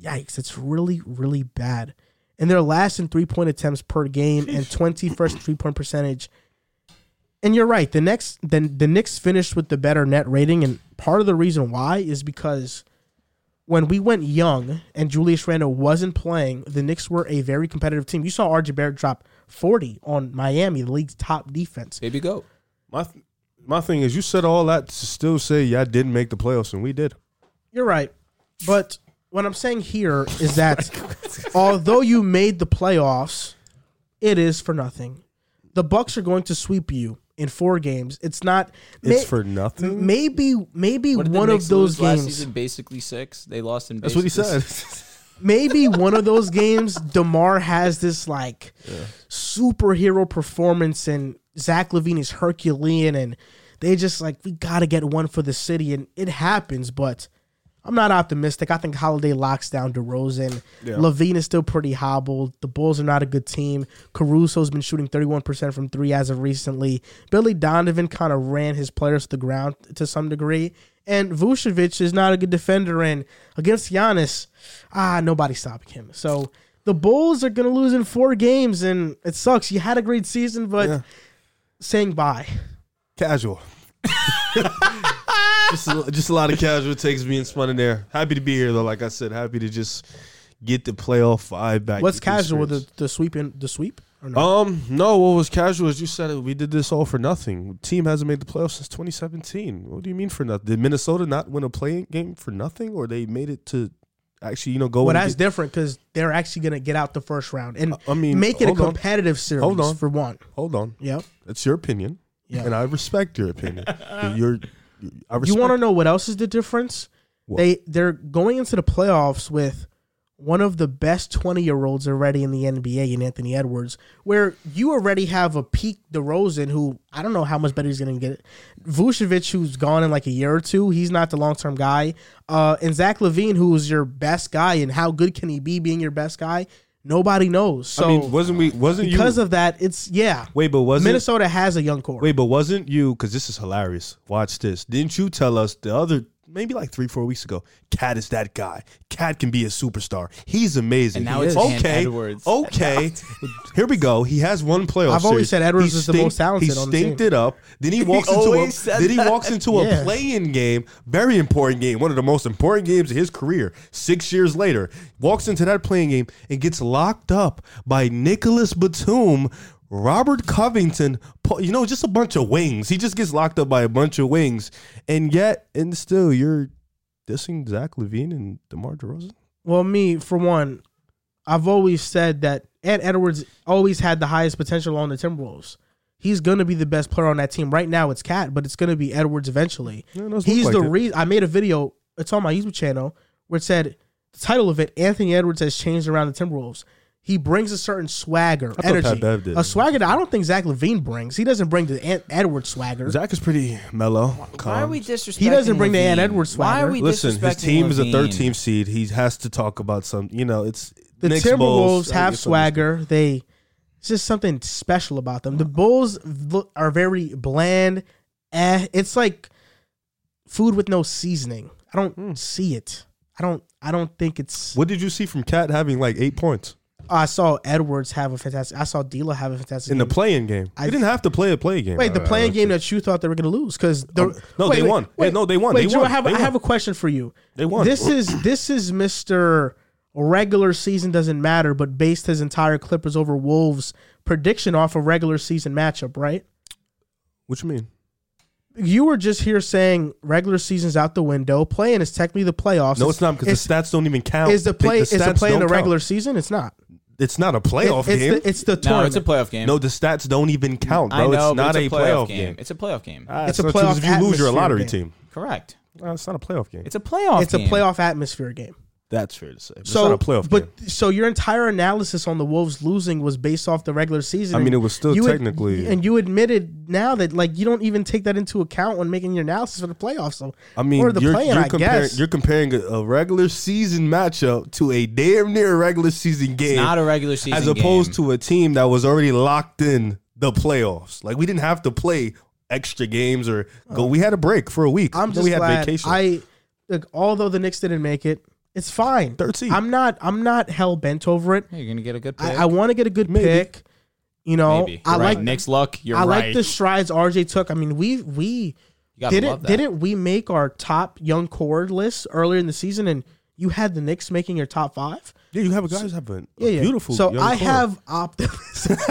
Speaker 1: Yikes, it's really, really bad. And they're last in three point attempts per game and 21st three point percentage. And you're right. The next, the, the Knicks finished with the better net rating, and part of the reason why is because when we went young and Julius Randle wasn't playing, the Knicks were a very competitive team. You saw RJ Barrett drop 40 on Miami, the league's top defense.
Speaker 2: baby goat.
Speaker 3: my th- my thing is, you said all that to still say y'all didn't make the playoffs, and we did.
Speaker 1: You're right. But what I'm saying here is
Speaker 3: <laughs>
Speaker 1: that
Speaker 3: Oh
Speaker 1: although you made the playoffs, it is for nothing. The Bucks are going to sweep you in four games. It's not
Speaker 3: It's
Speaker 1: may-
Speaker 3: for nothing.
Speaker 1: maybe maybe
Speaker 2: What did the
Speaker 1: one
Speaker 2: Knicks
Speaker 1: of those
Speaker 2: lose
Speaker 1: games.
Speaker 2: last season? Basically six. They lost in.
Speaker 3: That's what he
Speaker 2: basically-
Speaker 3: said. <laughs>
Speaker 1: maybe one of those games, Demar has this like superhero performance and Zach Levine is Herculean, and they just like we gotta get one for the city, and it happens. But I'm not optimistic. I think Holiday locks down DeRozan.
Speaker 3: Yeah.
Speaker 1: Levine is still pretty hobbled. The Bulls are not a good team. Caruso's been shooting 31% from three as of recently. Billy Donovan kind of ran his players to the ground to some degree. And Vucevic is not a good defender. And against Giannis, ah, nobody's stopping him. So the Bulls are going to lose in four games. And it sucks. You had a great season, but
Speaker 3: Yeah.
Speaker 1: saying bye.
Speaker 3: Casual. <laughs> just, a, just a lot of casual takes being spun in there. Happy to be here though. Like I said, happy to just get the playoff vibe back.
Speaker 1: What's
Speaker 3: Get
Speaker 1: casual? The,
Speaker 3: experience.
Speaker 1: the sweep in the sweep? Or no?
Speaker 3: Um, no. What was casual is you said it. We did this all for nothing. team hasn't made the playoffs since 2017. What do you mean for nothing? Did Minnesota not win a playing game for nothing, or they made it to actually, you know, go?
Speaker 1: Well,
Speaker 3: and
Speaker 1: that's
Speaker 3: get-
Speaker 1: different because they're actually going to get out the first round and
Speaker 3: I mean,
Speaker 1: make it a
Speaker 3: hold on.
Speaker 1: competitive series
Speaker 3: Hold on.
Speaker 1: for one.
Speaker 3: hold on.
Speaker 1: Yep.
Speaker 3: That's your opinion,
Speaker 1: Yeah.
Speaker 3: and I respect your
Speaker 1: <laughs>
Speaker 3: opinion. You're, I respect.
Speaker 1: You want to know what else is the difference?
Speaker 3: What?
Speaker 1: They they're going into the playoffs with one of the best 20 year olds already in the NBA in Anthony Edwards, where you already have a peak DeRozan who I don't know how much better he's going to get. Vucevic, who's gone in like a year or two, he's not the long term guy. Uh, and Zach Levine, who is your best guy, and how good can he be being your best guy? Nobody knows. So
Speaker 3: I mean, wasn't we? Wasn't you?
Speaker 1: because of that, it's yeah.
Speaker 3: Wait, but wasn't
Speaker 1: Minnesota has a young core.
Speaker 3: wait, but wasn't you? Because this is hilarious. Watch this. Didn't you tell us the other maybe like three, four weeks ago? Cat is that guy. Cat can be a superstar. He's amazing.
Speaker 2: And now
Speaker 3: He
Speaker 2: it's
Speaker 3: is.
Speaker 2: Cam Edwards. <laughs>
Speaker 3: Okay, here we go. He has one playoff.
Speaker 1: I've always
Speaker 3: series.
Speaker 1: said Edwards
Speaker 3: He
Speaker 1: is the most
Speaker 3: stinked-
Speaker 1: talented
Speaker 3: He
Speaker 1: on the
Speaker 3: stinked
Speaker 1: team.
Speaker 3: it up.
Speaker 2: <laughs>
Speaker 3: Then he walks into a
Speaker 2: always said
Speaker 3: then he
Speaker 2: that.
Speaker 3: walks into
Speaker 1: Yeah.
Speaker 3: a playing game. Very important game. One of the most important games of his career. Six years later, walks into that playing game and gets locked up by Nicholas Batum. Robert Covington, Paul- you know, just a bunch of wings. He just gets locked up by a bunch of wings, and yet, and still, you're dissing Zach Levine and DeMar DeRozan.
Speaker 1: Well, me for one, I've always said that Ed Edwards always had the highest potential on the Timberwolves. He's gonna be the best player on that team. Right now, it's Cat, but it's gonna be Edwards eventually.
Speaker 3: Yeah, it does look
Speaker 1: He's
Speaker 3: like
Speaker 1: the
Speaker 3: it.
Speaker 1: reason. I made a video. It's on my YouTube channel where it said the title of it: Anthony Edwards has changed around the Timberwolves. He brings a certain swagger,
Speaker 3: thought
Speaker 1: energy,
Speaker 3: Pat Bev did.
Speaker 1: a swagger that I don't think Zach Levine brings. He doesn't bring the Ant Edwards swagger.
Speaker 3: Zach is pretty mellow.
Speaker 2: Why are we
Speaker 3: calm.
Speaker 2: disrespecting?
Speaker 1: He doesn't bring the
Speaker 2: Levine?
Speaker 1: Ann Edwards
Speaker 2: Why are
Speaker 1: swagger.
Speaker 2: we
Speaker 3: Listen, his
Speaker 2: disrespecting
Speaker 3: team is a
Speaker 2: Levine?
Speaker 3: 13th seed. He has to talk about some. You know, it's
Speaker 1: the
Speaker 3: Knicks,
Speaker 1: Timberwolves
Speaker 3: Bulls, I
Speaker 1: have
Speaker 3: guess
Speaker 1: swagger. They it's just something special about them. The Bulls look, are very bland. Eh, it's like food with no seasoning. I don't see it. I don't. I don't think it's.
Speaker 3: Hmm. What did you see from Cat having like eight points
Speaker 1: I saw Edwards have a fantastic. I saw D'Lo have a fantastic.
Speaker 3: in the
Speaker 1: game.
Speaker 3: playing game?
Speaker 1: Mm-hmm. I-
Speaker 3: he didn't have to play a play game.
Speaker 1: wait, the
Speaker 3: Uh, Um,
Speaker 1: playing game that you thought they were going to lose because
Speaker 3: no, they won. Yeah, no, they won.
Speaker 1: Wait,
Speaker 3: They
Speaker 1: Drew,
Speaker 3: won.
Speaker 1: I have
Speaker 3: They
Speaker 1: I have
Speaker 3: won.
Speaker 1: a question for you.
Speaker 3: They won.
Speaker 1: This is this is Mister regular season doesn't matter, but based his entire Clippers over Wolves prediction off a regular season matchup, right?
Speaker 3: What you mean?
Speaker 1: You were just here saying regular season's out the window. Playing is technically the playoffs.
Speaker 3: No, it's not because the stats don't even count.
Speaker 1: Is the play is the
Speaker 3: stats
Speaker 1: play in
Speaker 3: don't
Speaker 1: the regular
Speaker 3: Count.
Speaker 1: season? It's not.
Speaker 3: It's not a
Speaker 1: It-
Speaker 3: playoff
Speaker 1: it's
Speaker 3: game.
Speaker 1: The, it's the
Speaker 2: No,
Speaker 1: tournament.
Speaker 2: it's a playoff game.
Speaker 3: no, the stats don't even count,
Speaker 2: I
Speaker 3: bro.
Speaker 2: know,
Speaker 3: it's
Speaker 2: but
Speaker 3: not
Speaker 2: it's
Speaker 3: a playoff game.
Speaker 2: It's a playoff game.
Speaker 3: Ah,
Speaker 1: It's a
Speaker 3: not true,
Speaker 1: playoff
Speaker 3: 'cause If you lose, you're a
Speaker 1: atmosphere
Speaker 3: lottery
Speaker 1: game.
Speaker 3: team.
Speaker 2: Correct.
Speaker 3: Ah, it's not a playoff game.
Speaker 2: It's a playoff.
Speaker 1: It's a
Speaker 2: game.
Speaker 1: playoff atmosphere game.
Speaker 3: That's fair to say. but
Speaker 1: So,
Speaker 3: it's not a playoff game.
Speaker 1: but so your entire analysis on the Wolves losing was based off the regular season.
Speaker 3: I
Speaker 1: and
Speaker 3: mean, it was still
Speaker 1: you ad-
Speaker 3: technically-
Speaker 1: and you admitted now that like you don't even take that into account when making your analysis for the playoffs. So
Speaker 3: I mean,
Speaker 1: or the
Speaker 3: you're,
Speaker 1: play-in,
Speaker 3: you're
Speaker 1: I
Speaker 3: comparing,
Speaker 1: guess.
Speaker 3: you're comparing a, a regular season matchup to a damn near regular season game,
Speaker 2: Not a regular season.
Speaker 3: as opposed
Speaker 2: game.
Speaker 3: to a team that was already locked in the playoffs. Like we didn't have to play extra games or go. We had a break for a week.
Speaker 1: Oh. I'm
Speaker 3: Then
Speaker 1: just
Speaker 3: we had
Speaker 1: glad
Speaker 3: vacation.
Speaker 1: I like, although the Knicks didn't make it, it's fine.
Speaker 3: Third seed.
Speaker 1: I'm not. I'm not hell bent over it.
Speaker 2: Yeah, You're gonna get a good pick.
Speaker 1: I, I want to get a good
Speaker 3: Maybe.
Speaker 1: pick. You know,
Speaker 2: Maybe.
Speaker 1: I
Speaker 2: You're
Speaker 1: like
Speaker 2: right. Nick's luck. You're
Speaker 1: I
Speaker 2: right.
Speaker 1: like the strides RJ took. I mean, we we
Speaker 2: You gotta love
Speaker 1: didn't
Speaker 2: that.
Speaker 1: didn't we make our top young core list earlier in the season, and you had the Knicks making your top five.
Speaker 3: yeah, you have a guys have a, a
Speaker 1: Yeah, yeah.
Speaker 3: beautiful.
Speaker 1: So
Speaker 3: young
Speaker 1: I
Speaker 3: core.
Speaker 1: have optimism. <laughs>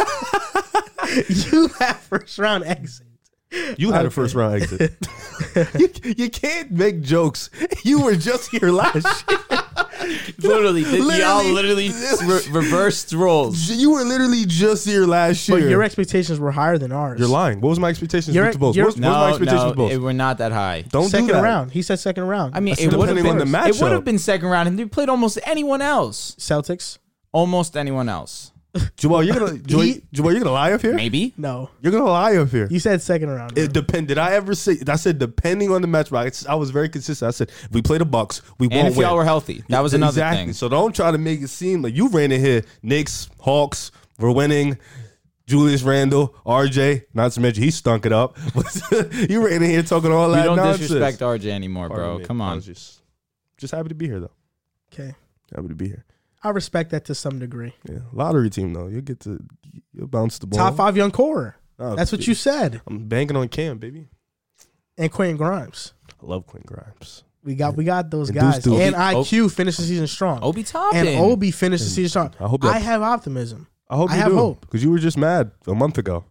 Speaker 1: you have first round exit.
Speaker 3: You had a first
Speaker 1: <laughs>
Speaker 3: round exit. you, you can't make jokes. You were just
Speaker 1: <laughs>
Speaker 3: here last year.
Speaker 2: <laughs> literally, th- y'all literally
Speaker 3: Literally.
Speaker 2: re- reversed roles.
Speaker 3: You were literally just here last year.
Speaker 1: But your expectations were higher than ours.
Speaker 3: You're lying. What was my expectations
Speaker 1: You're-
Speaker 3: with the Bulls?
Speaker 1: you're-
Speaker 3: What was, what was my
Speaker 2: No,
Speaker 3: expectations
Speaker 2: no,
Speaker 3: with the Bulls?
Speaker 2: it, we're not that high.
Speaker 3: Don't
Speaker 1: second
Speaker 3: do that.
Speaker 1: round. He said second round.
Speaker 2: I mean,
Speaker 1: That's
Speaker 2: it would have
Speaker 3: depending
Speaker 2: been
Speaker 3: on the
Speaker 2: It would
Speaker 3: matchup.
Speaker 2: have been second round, and they played almost anyone else.
Speaker 1: Celtics.
Speaker 2: Almost anyone else.
Speaker 3: Jamal, you're gonna Jamal,
Speaker 1: <laughs> He-
Speaker 3: Jamal, you're gonna lie up here.
Speaker 2: Maybe.
Speaker 1: No,
Speaker 3: You're gonna lie up here.
Speaker 1: you said second round.
Speaker 3: It depend. Did I ever say? I said depending on the match. But I, s- I was very consistent. I said if we play the Bucks, we
Speaker 2: And
Speaker 3: won't
Speaker 2: if
Speaker 3: win.
Speaker 2: y'all were healthy, that was another
Speaker 3: exactly.
Speaker 2: thing.
Speaker 3: So don't try to make it seem like you ran in here. Knicks, Hawks, we're winning. Julius Randle, RJ, not to mention he stunk it up. <laughs> you ran in here talking all
Speaker 2: You
Speaker 3: that
Speaker 2: don't
Speaker 3: nonsense.
Speaker 2: disrespect RJ anymore,
Speaker 3: Pardon
Speaker 2: bro.
Speaker 3: me.
Speaker 2: Come
Speaker 3: I
Speaker 2: on.
Speaker 3: was just, just happy to be here though.
Speaker 1: okay,
Speaker 3: Happy to be here.
Speaker 1: I respect that to some degree.
Speaker 3: Yeah, lottery team though. You'll get to you'll bounce the ball.
Speaker 1: Top five young core.
Speaker 3: Oh,
Speaker 1: That's what
Speaker 3: dude.
Speaker 1: you said.
Speaker 3: I'm banking on Cam, baby.
Speaker 1: And Quentin Grimes.
Speaker 3: I love Quinn Grimes.
Speaker 1: We got we got those
Speaker 3: And
Speaker 1: guys.
Speaker 3: Deuce Deuce.
Speaker 1: And
Speaker 2: Obi-
Speaker 1: IQ finished the season strong.
Speaker 2: Obi Toppin.
Speaker 1: and Obi finished the season strong.
Speaker 3: I hope
Speaker 1: I
Speaker 3: that-
Speaker 1: have optimism.
Speaker 3: I hope
Speaker 1: I
Speaker 3: you
Speaker 1: have
Speaker 3: do.
Speaker 1: hope.
Speaker 3: because you were just mad a month ago.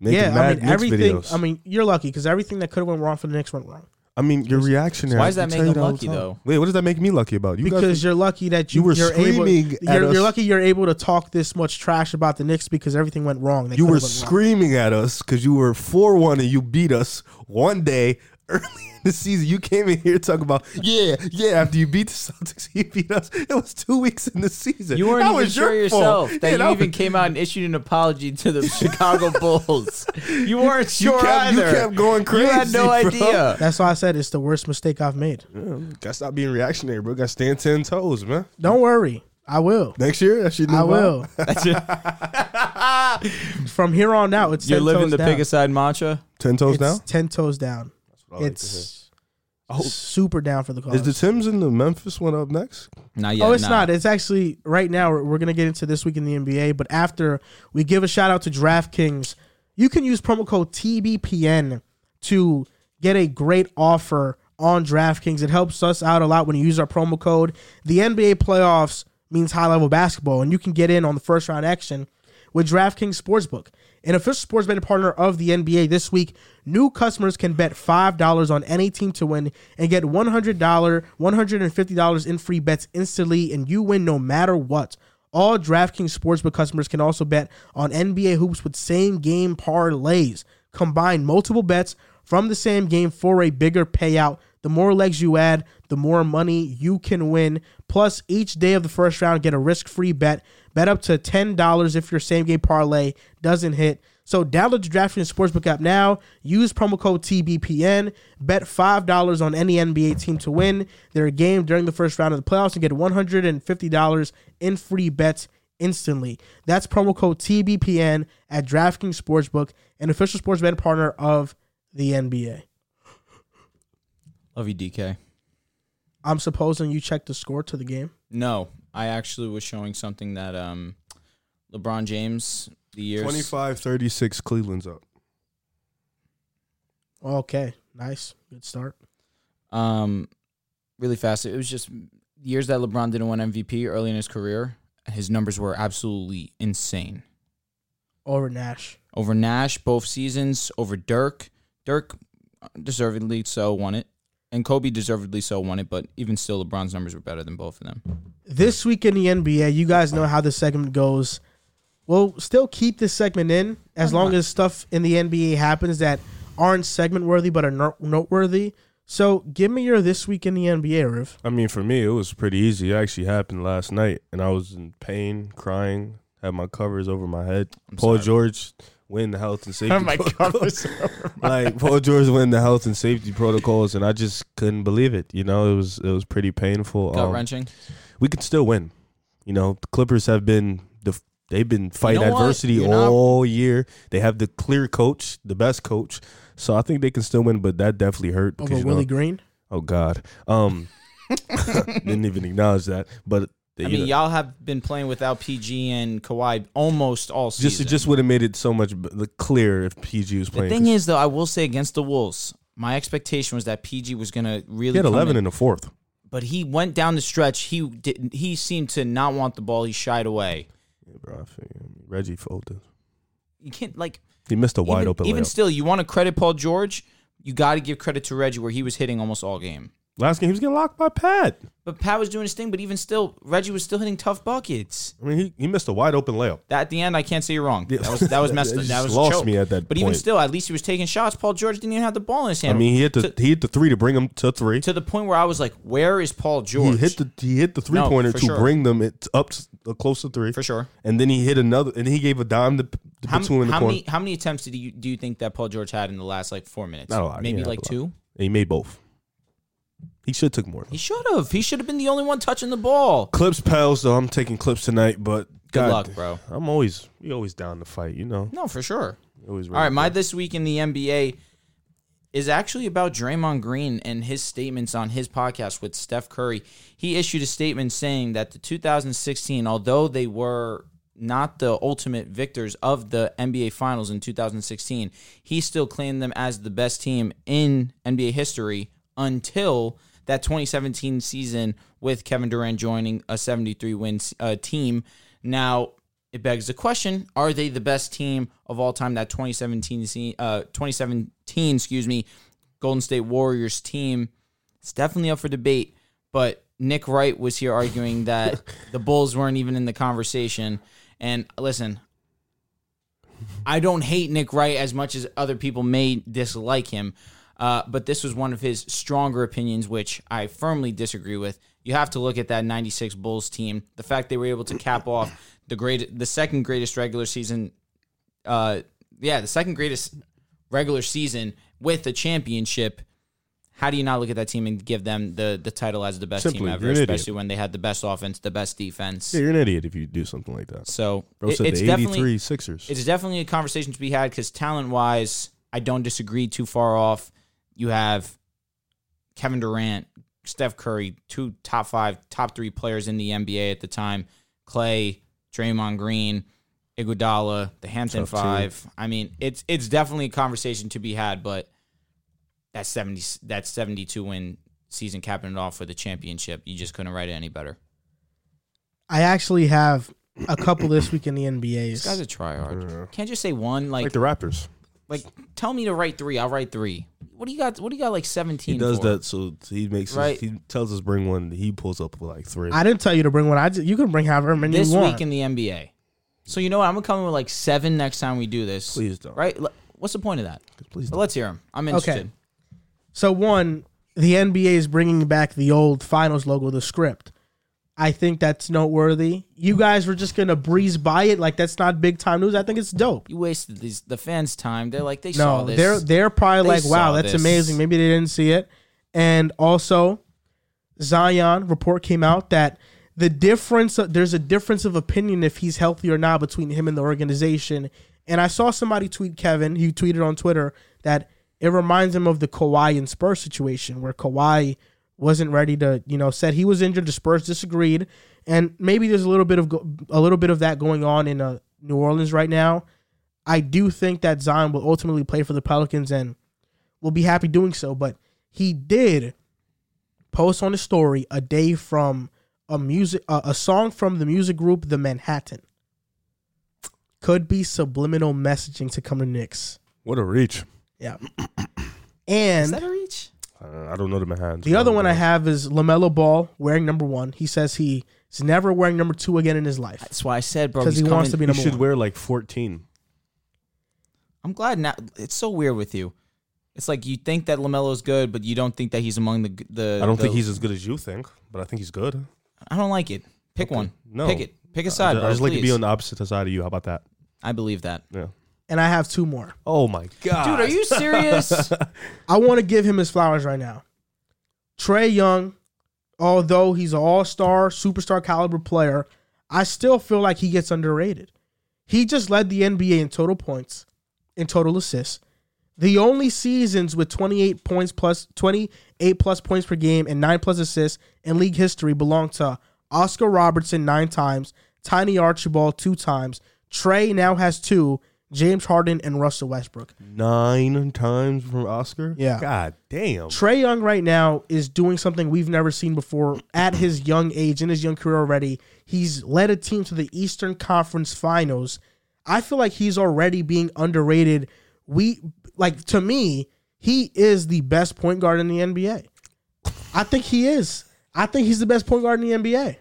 Speaker 3: Making
Speaker 1: Yeah, I
Speaker 3: mad
Speaker 1: mean
Speaker 3: Knicks
Speaker 1: everything.
Speaker 3: videos.
Speaker 1: I mean you're lucky because everything that could have went wrong for the Knicks went wrong
Speaker 3: I mean, your
Speaker 2: So
Speaker 3: reaction. there,
Speaker 2: why
Speaker 3: I
Speaker 2: does that
Speaker 3: can
Speaker 2: make
Speaker 3: tell you
Speaker 2: him
Speaker 3: all the
Speaker 2: lucky,
Speaker 3: time.
Speaker 2: though?
Speaker 3: Wait, what does that make me lucky about? You
Speaker 1: because you're lucky that you,
Speaker 3: You were
Speaker 1: are able.
Speaker 3: screaming at
Speaker 1: You're,
Speaker 3: us.
Speaker 1: you're lucky you're able to talk this much trash about the Knicks because everything went wrong. That
Speaker 3: guys, you
Speaker 1: could
Speaker 3: were
Speaker 1: have went wrong.
Speaker 3: screaming at us because you were four one and you beat us one day <laughs> early in the season. You came in here talking about yeah, yeah. After you beat the Celtics, <laughs> you beat us. It was two weeks in the season.
Speaker 2: You weren't
Speaker 3: that
Speaker 2: even
Speaker 3: was
Speaker 2: sure
Speaker 3: your fault.
Speaker 2: yourself
Speaker 3: <laughs>
Speaker 2: that
Speaker 3: Yeah,
Speaker 2: you
Speaker 3: that
Speaker 2: even
Speaker 3: was-
Speaker 2: came out and issued an apology to
Speaker 3: <laughs>
Speaker 2: the Chicago Bulls. You weren't
Speaker 3: You
Speaker 2: sure
Speaker 3: kept, you
Speaker 2: either.
Speaker 3: kept going crazy.
Speaker 2: You had no
Speaker 3: bro. <laughs>
Speaker 2: idea.
Speaker 1: That's why I said it's the worst mistake I've made.
Speaker 3: Gotta stop being reactionary, bro. Gotta stand ten toes, man.
Speaker 1: Don't worry, I will.
Speaker 3: Next year, that should.
Speaker 1: I will. From here on out, it's
Speaker 2: You're
Speaker 1: 10
Speaker 2: living
Speaker 1: toes
Speaker 2: the
Speaker 1: down.
Speaker 2: pick aside mantra.
Speaker 3: Ten toes
Speaker 1: It's
Speaker 3: now.
Speaker 1: ten toes down.
Speaker 3: I like
Speaker 1: it's
Speaker 3: I
Speaker 2: Oh.
Speaker 3: hope-
Speaker 1: super down for the cause.
Speaker 3: Is the Timbs and the Memphis one up next?
Speaker 2: Not yet.
Speaker 1: Oh, it's
Speaker 2: nah.
Speaker 1: not. It's actually right now. We're, we're gonna get into this week in the NBA, but after we give a shout out to DraftKings, you can use promo code TBPN to get a great offer on DraftKings. It helps us out a lot when you use our promo code. The NBA playoffs means high level basketball, and you can get in on the first round action with DraftKings Sportsbook, an official sports betting partner of the NBA. This week, new customers can bet $5 on any team to win and get $100, $150 in free bets instantly, and you win no matter what. All DraftKings Sportsbook customers can also bet on NBA hoops with same game parlays. Combine multiple bets from the same game for a bigger payout. The more legs you add, the more money you can win. Plus, each day of the first round, get a risk free bet. Bet up to $10 if your same game parlay doesn't hit. So, download the DraftKings Sportsbook app now. Use promo code TBPN. Bet $5 on any NBA team to win their game during the first round of the playoffs and get $150 in free bets instantly. That's promo code TBPN at DraftKings Sportsbook, an official sports betting partner of the NBA.
Speaker 2: Love you, DK.
Speaker 1: I'm supposing you checked the score to the game.
Speaker 2: No, I actually was showing something that um, LeBron James the years
Speaker 3: 25-36 Cleveland's up.
Speaker 1: Okay, nice, good start.
Speaker 2: um, really fast. It was just years that LeBron didn't win MVP early in his career. His numbers were absolutely insane.
Speaker 1: Over Nash.
Speaker 2: over Nash both seasons, over Dirk. Dirk deservedly so won it, and Kobe deservedly so won it, but even still, LeBron's numbers were better than both of them.
Speaker 1: This week in the NBA, you guys know how this segment goes. We'll still keep this segment in as long as stuff in the NBA happens that aren't segment worthy but are no- noteworthy. So give me your this week in the NBA, Riv.
Speaker 3: I mean, for me, it was pretty easy. It actually happened last night, and I was in pain, crying, had my covers over my head. Paul George win the health and safety. protocols. <laughs> like Paul George win the health and safety protocols, and I just couldn't believe it. You know, it was it was pretty painful.
Speaker 2: Gut
Speaker 3: Um,
Speaker 2: wrenching.
Speaker 3: we could still win. You know, the Clippers have been the they've been fighting
Speaker 2: know what?
Speaker 3: adversity
Speaker 2: You're not-
Speaker 3: all year. They have the clear coach, the best coach. So I think they can still win, but that definitely hurt
Speaker 1: Over
Speaker 3: because you know,
Speaker 1: Willie Green.
Speaker 3: oh god,
Speaker 2: <laughs>
Speaker 3: um, <laughs> didn't even acknowledge that. But they,
Speaker 2: I
Speaker 3: you know,
Speaker 2: mean, y'all have been playing without PG and Kawhi almost all
Speaker 3: just
Speaker 2: season.
Speaker 3: it just would have made it so much b- the clear if PG was
Speaker 2: the
Speaker 3: playing.
Speaker 2: thing
Speaker 3: 'cause
Speaker 2: is, though, I will say against the Wolves, my expectation was that PG was gonna really.
Speaker 3: he had
Speaker 2: come
Speaker 3: eleven
Speaker 2: in.
Speaker 3: in the fourth.
Speaker 2: but he went down the stretch. He didn't. He seemed to not want the ball. He shied away.
Speaker 3: Yeah, bro, I feel you. Reggie folded.
Speaker 2: You can't like
Speaker 3: He missed a wide
Speaker 2: even,
Speaker 3: open
Speaker 2: even
Speaker 3: layup.
Speaker 2: still, you want to credit Paul George. You got to give credit to Reggie where he was hitting almost all game.
Speaker 3: Last game, he was getting locked by Pat.
Speaker 2: But Pat was doing his thing, but even still, Reggie was still hitting tough buckets.
Speaker 3: I mean, he, he missed a wide open layup.
Speaker 2: That at the end, I can't say you're wrong.
Speaker 3: Yeah.
Speaker 2: That was
Speaker 3: <laughs>
Speaker 2: that was messed
Speaker 3: It
Speaker 2: up. That
Speaker 3: just
Speaker 2: was a
Speaker 3: lost
Speaker 2: choke.
Speaker 3: me at that
Speaker 2: But even
Speaker 3: point.
Speaker 2: still, at least he was taking shots. Paul George didn't even have the ball in his
Speaker 3: I
Speaker 2: hand.
Speaker 3: mean, he hit the
Speaker 2: to,
Speaker 3: he hit the three to bring him to three.
Speaker 2: to the point where I was like, "Where is Paul George?"
Speaker 3: He hit the he hit the three pointer
Speaker 2: for
Speaker 3: to
Speaker 2: sure.
Speaker 3: bring them it up to, uh, close to three
Speaker 2: for sure.
Speaker 3: and then he hit another and he gave a dime to, to
Speaker 2: How,
Speaker 3: Batum in the
Speaker 2: how
Speaker 3: corner.
Speaker 2: many how many attempts did you do you think that Paul George had in the last like four minutes?
Speaker 3: Not a lot,
Speaker 2: Maybe
Speaker 3: yeah,
Speaker 2: like
Speaker 3: not a lot.
Speaker 2: two.
Speaker 3: And he made both. He should took more.
Speaker 2: He should have. He should have been the only one touching the ball.
Speaker 3: Clips pals though. I'm taking clips tonight, but
Speaker 2: Good
Speaker 3: God,
Speaker 2: luck, bro.
Speaker 3: I'm always we always down to fight. You know,
Speaker 2: No, for sure.
Speaker 3: always.
Speaker 2: All right, my this week in the NBA is actually about Draymond Green and his statements on his podcast with Steph Curry. He issued a statement saying that the 2016, although they were not the ultimate victors of the NBA Finals in 2016, he still claimed them as the best team in NBA history until that 2017 season with Kevin Durant joining a 73 win uh, team. Now, it begs the question: Are they the best team of all time? That 2017, se- uh, 2017, excuse me, Golden State Warriors team. It's definitely up for debate. But Nick Wright was here arguing that the Bulls weren't even in the conversation. And listen, I don't hate Nick Wright as much as other people may dislike him, uh, but this was one of his stronger opinions, which I firmly disagree with. You have to look at that '96 Bulls team. The fact they were able to cap off the great, the second greatest regular season, uh, yeah, the second greatest regular season with a championship. How do you not look at that team and give them the the title as the best team
Speaker 3: Simply,
Speaker 2: ever,
Speaker 3: you're an idiot.
Speaker 2: especially when they had the best offense, the best defense?
Speaker 3: Yeah, you're an idiot if you do something like that.
Speaker 2: So
Speaker 3: Bro
Speaker 2: it-
Speaker 3: said
Speaker 2: it's
Speaker 3: the
Speaker 2: definitely
Speaker 3: '83 Sixers.
Speaker 2: it's definitely a conversation to be had because talent wise, I don't disagree too far off. You have Kevin Durant, Steph Curry, two top five, top three players in the NBA at the time. Clay, Draymond Green, Iguodala, the Hampton
Speaker 3: Tough team.
Speaker 2: Five. I mean, it's it's definitely a conversation to be had, but that seventy that seventy two win season capping it off with a championship, you just couldn't write it any better.
Speaker 1: I actually have a couple this week in the
Speaker 2: This guy's
Speaker 1: NBA's.
Speaker 2: a tryhard. Can't just say one like
Speaker 3: Like the Raptors.
Speaker 2: Like, tell me to write three. I'll write three. What do you got? What do you got? Like seventeen.
Speaker 3: He does
Speaker 2: for?
Speaker 3: that, so he makes us-
Speaker 2: Right.
Speaker 3: he tells us bring one. He pulls up with like three.
Speaker 1: I didn't tell you to bring one. I just, you can bring however many
Speaker 2: this
Speaker 1: you want.
Speaker 2: week in the NBA. So you know what? I'm gonna come in with like seven next time we do this.
Speaker 3: Please don't.
Speaker 2: Right? L- What's the point of that?
Speaker 3: Please
Speaker 2: But
Speaker 3: don't.
Speaker 2: let's hear him. I'm
Speaker 1: Okay.
Speaker 2: interested.
Speaker 1: So one, the NBA is bringing back the old finals logo, the script. I think that's noteworthy. You guys were just gonna breeze by it like that's not big time news. I think it's dope.
Speaker 2: You wasted these the fans' time. They're like they saw
Speaker 1: No,
Speaker 2: this.
Speaker 1: they're they're probably
Speaker 2: They
Speaker 1: like, wow,
Speaker 2: saw
Speaker 1: that's
Speaker 2: this.
Speaker 1: amazing. Maybe they didn't see it. And also, Zion report came out that the difference there's a difference of opinion if he's healthy or not between him and the organization. And I saw somebody tweet Kevin. He tweeted on Twitter that it reminds him of the Kawhi and Spurs situation where Kawhi wasn't ready to, you know, said he was injured. The Spurs disagreed, and maybe there's a little bit of go- a little bit of that going on in uh, New Orleans right now. I do think that Zion will ultimately play for the Pelicans and will be happy doing so. But he did post on his story a day from a music uh, a song from the music group The Manhattan. Could be subliminal messaging to come to Knicks.
Speaker 3: What a reach.
Speaker 2: <coughs>
Speaker 1: Yeah.
Speaker 2: Is that
Speaker 1: And
Speaker 2: a reach?
Speaker 3: Uh, I don't know the Manhattan.
Speaker 1: the other one I have is LaMelo Ball wearing number one. He says he's never wearing number two again in his life
Speaker 2: That's why I said, bro.
Speaker 1: because
Speaker 2: Because
Speaker 1: he wants to be
Speaker 3: You
Speaker 1: number
Speaker 3: should
Speaker 1: one.
Speaker 3: wear like 14.
Speaker 2: I'm glad now. It's so weird with you. It's like you think that Lamelo's good, but you don't think that he's among the the.
Speaker 3: I don't
Speaker 2: the-
Speaker 3: think he's as good as you think, but I think he's good.
Speaker 2: I don't like it. Pick one.
Speaker 3: No.
Speaker 2: Pick it. Pick a
Speaker 3: I
Speaker 2: side,
Speaker 3: ju-
Speaker 2: bro.
Speaker 3: I just like to be
Speaker 2: please.
Speaker 3: on the opposite side of you. How about that?
Speaker 2: I believe that.
Speaker 3: Yeah.
Speaker 1: and I have two more.
Speaker 3: Oh my god,
Speaker 2: Dude, are you
Speaker 3: <laughs>
Speaker 2: serious?
Speaker 1: I want to give him his flowers right now. Trey Young, although he's an all star, superstar caliber player, I still feel like he gets underrated. He just led the NBA in total points, in total assists. The only seasons with 28 points plus 28 plus points per game and 9 plus assists in league history belong to Oscar Robertson 9 times, Tiny Archibald 2 times, Trey now has 2, James Harden and Russell Westbrook.
Speaker 3: nine times from Oscar?
Speaker 1: Yeah.
Speaker 3: God damn.
Speaker 1: Trey Young right now is doing something we've never seen before at his young age, in his young career already. He's led a team to the Eastern Conference Finals. I feel like he's already being underrated. We like to me, he is the best point guard in the NBA. I think he is. I think he's the best point guard in the NBA.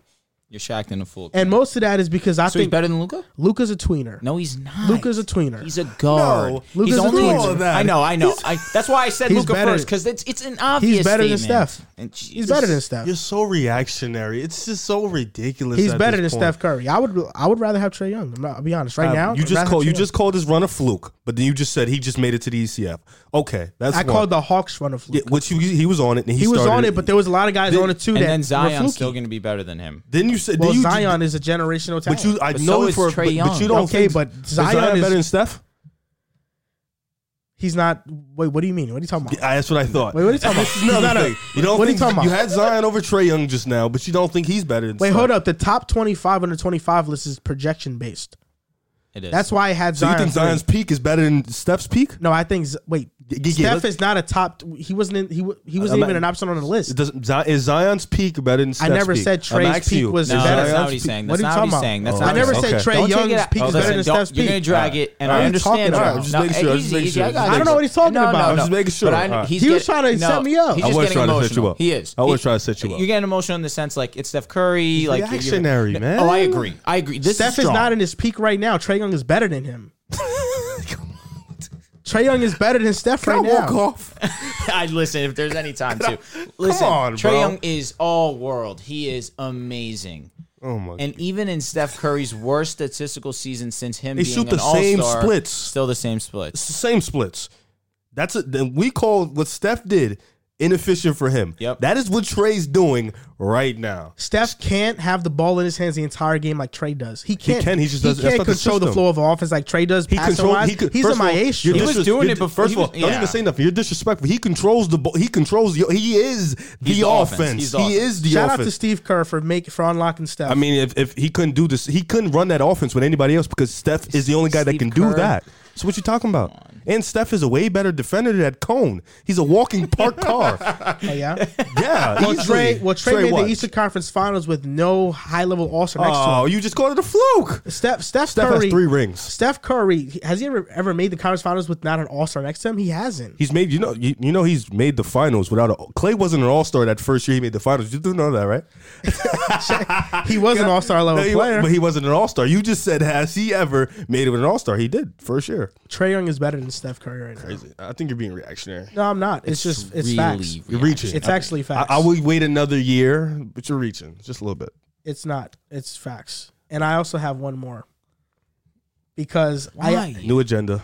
Speaker 2: You're Shaq and a fool.
Speaker 1: And most of that is because I
Speaker 2: so he's
Speaker 1: think
Speaker 2: better than Luca?
Speaker 1: Luca's a tweener.
Speaker 2: No, he's not.
Speaker 1: Luca's a tweener.
Speaker 2: He's a guard.
Speaker 3: No,
Speaker 2: he's
Speaker 1: Luka's a
Speaker 2: only
Speaker 1: tweener.
Speaker 2: I know, I know. I, that's why I said
Speaker 1: He's
Speaker 2: Luca
Speaker 1: better-
Speaker 2: first because it's it's an obvious.
Speaker 1: better than
Speaker 2: statement.
Speaker 1: Steph.
Speaker 2: And
Speaker 1: he's
Speaker 2: Jesus.
Speaker 1: better than Steph.
Speaker 4: You're so reactionary. It's just so ridiculous.
Speaker 1: He's
Speaker 4: at
Speaker 1: better than
Speaker 4: this point.
Speaker 1: Steph Curry. I would I would rather have Trey Young. I'm not, I'll be honest. Right
Speaker 3: Um,
Speaker 1: now,
Speaker 3: you
Speaker 1: I'd rather
Speaker 3: just
Speaker 1: have
Speaker 3: called you
Speaker 1: Trae
Speaker 3: just called this run a fluke, but then you just said he just made it to the ECF. Okay, that's
Speaker 1: Young. I
Speaker 3: one.
Speaker 1: called the Hawks run a fluke.
Speaker 3: Yeah, which you, he was on it. And he
Speaker 1: he was
Speaker 3: started
Speaker 1: on it, but there was a lot of guys
Speaker 3: Then-
Speaker 1: on it too.
Speaker 2: And
Speaker 1: that
Speaker 2: then
Speaker 1: were
Speaker 2: Zion's
Speaker 1: fluky.
Speaker 2: still going to be better than him.
Speaker 3: then you said
Speaker 1: Well,
Speaker 3: then you,
Speaker 1: Zion is a generational talent.
Speaker 3: But you, I
Speaker 2: But
Speaker 3: know
Speaker 2: so
Speaker 3: it
Speaker 2: is
Speaker 3: for a-
Speaker 2: Trey
Speaker 3: but, but
Speaker 2: Young.
Speaker 3: you don't
Speaker 1: Okay,
Speaker 3: think-
Speaker 1: but
Speaker 3: is Zion,
Speaker 1: Zion is-
Speaker 3: better than Steph?
Speaker 1: he's not. Wait, what do you mean? What are you talking about?
Speaker 3: I, that's what I thought.
Speaker 1: Wait, what are you talking about?
Speaker 3: This is <laughs> another
Speaker 1: He's not a-
Speaker 3: thing. you don't
Speaker 1: what are you
Speaker 3: think
Speaker 1: talking
Speaker 3: you
Speaker 1: about?
Speaker 3: had Zion over Trey Young just now, but you don't think he's better than
Speaker 1: Wait,
Speaker 3: Steph.
Speaker 1: hold up. The top 25 under 25 list is projection based.
Speaker 2: It is.
Speaker 1: That's why I had
Speaker 3: So
Speaker 1: Zion.
Speaker 3: you think
Speaker 1: three.
Speaker 3: Zion's peak is better than Steph's peak?
Speaker 1: No, I think Z- wait.
Speaker 3: G- g-
Speaker 1: Steph
Speaker 3: let's-
Speaker 1: is not a top. He wasn't. In, he wa- he
Speaker 3: I'm
Speaker 1: wasn't
Speaker 3: not-
Speaker 1: even an option on the list.
Speaker 3: Does, Zion- is Zion's peak better than
Speaker 1: I
Speaker 3: Steph's
Speaker 1: never
Speaker 3: peak?
Speaker 1: said
Speaker 3: I'm
Speaker 1: Trey's
Speaker 3: asking
Speaker 1: peak
Speaker 3: you.
Speaker 1: was
Speaker 2: no,
Speaker 1: better than
Speaker 2: that's not
Speaker 1: Steph's
Speaker 2: what he's
Speaker 1: peak.
Speaker 2: saying.
Speaker 1: What are
Speaker 2: That's
Speaker 1: you
Speaker 2: not what
Speaker 1: talking
Speaker 2: he's
Speaker 1: about?
Speaker 2: saying. That's
Speaker 3: Oh,
Speaker 2: not
Speaker 1: I
Speaker 2: what
Speaker 1: never
Speaker 2: he's
Speaker 1: said
Speaker 2: saying.
Speaker 1: Trey
Speaker 2: Don't take
Speaker 1: Young's
Speaker 2: it out-
Speaker 1: peak
Speaker 2: oh,
Speaker 1: is better
Speaker 2: listen,
Speaker 1: than
Speaker 2: don't-
Speaker 1: Steph's
Speaker 2: You're
Speaker 1: peak.
Speaker 2: going to drag it, and
Speaker 3: All
Speaker 2: I
Speaker 3: right.
Speaker 2: understand
Speaker 3: All right,
Speaker 2: that.
Speaker 3: I'm just
Speaker 2: No,
Speaker 3: making
Speaker 2: and
Speaker 3: sure. I'm
Speaker 2: he's-
Speaker 3: just making
Speaker 2: he's-
Speaker 3: sure.
Speaker 2: I got
Speaker 3: I don't
Speaker 2: that.
Speaker 1: know what he's talking
Speaker 2: No, no,
Speaker 1: about.
Speaker 2: no.
Speaker 1: I'm
Speaker 3: just making sure.
Speaker 2: But I-
Speaker 3: All right.
Speaker 2: he's
Speaker 1: He was
Speaker 2: getting-
Speaker 1: trying to set
Speaker 2: no,
Speaker 1: me up.
Speaker 2: He's
Speaker 1: I
Speaker 2: just
Speaker 3: was
Speaker 2: getting
Speaker 3: trying to set you
Speaker 2: emotional.
Speaker 3: up.
Speaker 2: He is.
Speaker 3: I was
Speaker 2: He-
Speaker 3: trying to set you up.
Speaker 2: You're getting emotional in the sense like it's Steph Curry. Like you're- you're-
Speaker 3: reactionary,
Speaker 2: No,
Speaker 3: man.
Speaker 2: Oh, I agree. I agree. This
Speaker 1: Steph is
Speaker 2: strong.
Speaker 1: not in his peak right now. Trey Young is better than him.
Speaker 3: <laughs>
Speaker 1: Trey Young is better than Steph right
Speaker 3: I walk
Speaker 1: now.
Speaker 3: off.
Speaker 2: I listen if there's any time to. Listen,
Speaker 3: on,
Speaker 2: Trey
Speaker 3: bro.
Speaker 2: Young is all world. He is amazing.
Speaker 3: Oh my!
Speaker 2: And even in Steph Curry's worst statistical season since him
Speaker 3: They
Speaker 2: being
Speaker 3: shoot
Speaker 2: an
Speaker 3: the same
Speaker 2: all-star,
Speaker 3: splits.
Speaker 2: still the same splits.
Speaker 3: it's the same splits. That's a, then we call what Steph did inefficient for him.
Speaker 2: Yep.
Speaker 3: That is what Trey's doing right now.
Speaker 1: Steph can't have the ball in his hands the entire game like Trey does. He can't.
Speaker 3: can, he just doesn't- that's
Speaker 1: can't
Speaker 3: not the
Speaker 1: control the
Speaker 3: system.
Speaker 1: flow of offense like Trey does.
Speaker 3: He
Speaker 1: passing
Speaker 3: controls.
Speaker 1: wise.
Speaker 3: He, con-
Speaker 1: He's
Speaker 3: first
Speaker 1: a
Speaker 3: of all,
Speaker 1: maestro.
Speaker 3: you're
Speaker 2: He was
Speaker 3: disres-
Speaker 2: doing
Speaker 3: you're
Speaker 2: it
Speaker 3: di-
Speaker 2: before-
Speaker 3: First
Speaker 2: he
Speaker 3: of all,
Speaker 2: was-
Speaker 3: don't
Speaker 2: yeah.
Speaker 3: even say nothing. You're disrespectful. He controls the. ball. He controls. The, he is the
Speaker 2: He's the
Speaker 3: offense.
Speaker 2: offense. He's the
Speaker 3: he
Speaker 2: offense.
Speaker 3: is the
Speaker 1: Shout out
Speaker 3: offense.
Speaker 1: to Steve Kerr for make for unlocking Steph.
Speaker 3: I mean, if, if he couldn't do this, he couldn't run that offense with anybody else because Steph is the only guy that
Speaker 2: Steve
Speaker 3: can
Speaker 2: Kerr.
Speaker 3: do that. So what you talking about? And Steph is a way better defender than that cone. He's a walking park
Speaker 1: <laughs>
Speaker 3: car.
Speaker 1: oh,
Speaker 3: <laughs>
Speaker 1: yeah.
Speaker 3: Yeah,
Speaker 1: Well,
Speaker 3: easily.
Speaker 1: Trey, well, Trey, made
Speaker 3: what?
Speaker 1: the Eastern Conference Finals with no high level All Star next to him.
Speaker 3: Oh, you just called it a fluke.
Speaker 1: Steph, Steph,
Speaker 3: Steph has
Speaker 1: Curry,
Speaker 3: three rings.
Speaker 1: Steph Curry he- has he ever, ever made the conference finals with not an All Star next to him? He hasn't.
Speaker 3: He's made you know you, you know he's made the finals without a Clay wasn't an all star that first year he made the finals. You do know that, right?
Speaker 1: He was an All Star level
Speaker 3: No, he wa-
Speaker 1: player.
Speaker 3: but he wasn't an all star. You just said has he ever made it with an all star? He did first year.
Speaker 1: Trey Young is better than Steph Curry right now.
Speaker 3: I think you're being reactionary.
Speaker 1: No, I'm not. It's, just it's facts.
Speaker 3: You're reaching.
Speaker 1: It's actually
Speaker 3: I,
Speaker 1: facts.
Speaker 3: I would wait another year, but you're reaching just a little bit.
Speaker 1: It's not. It's facts. And I also have one more because I.
Speaker 2: Why?
Speaker 3: New agenda.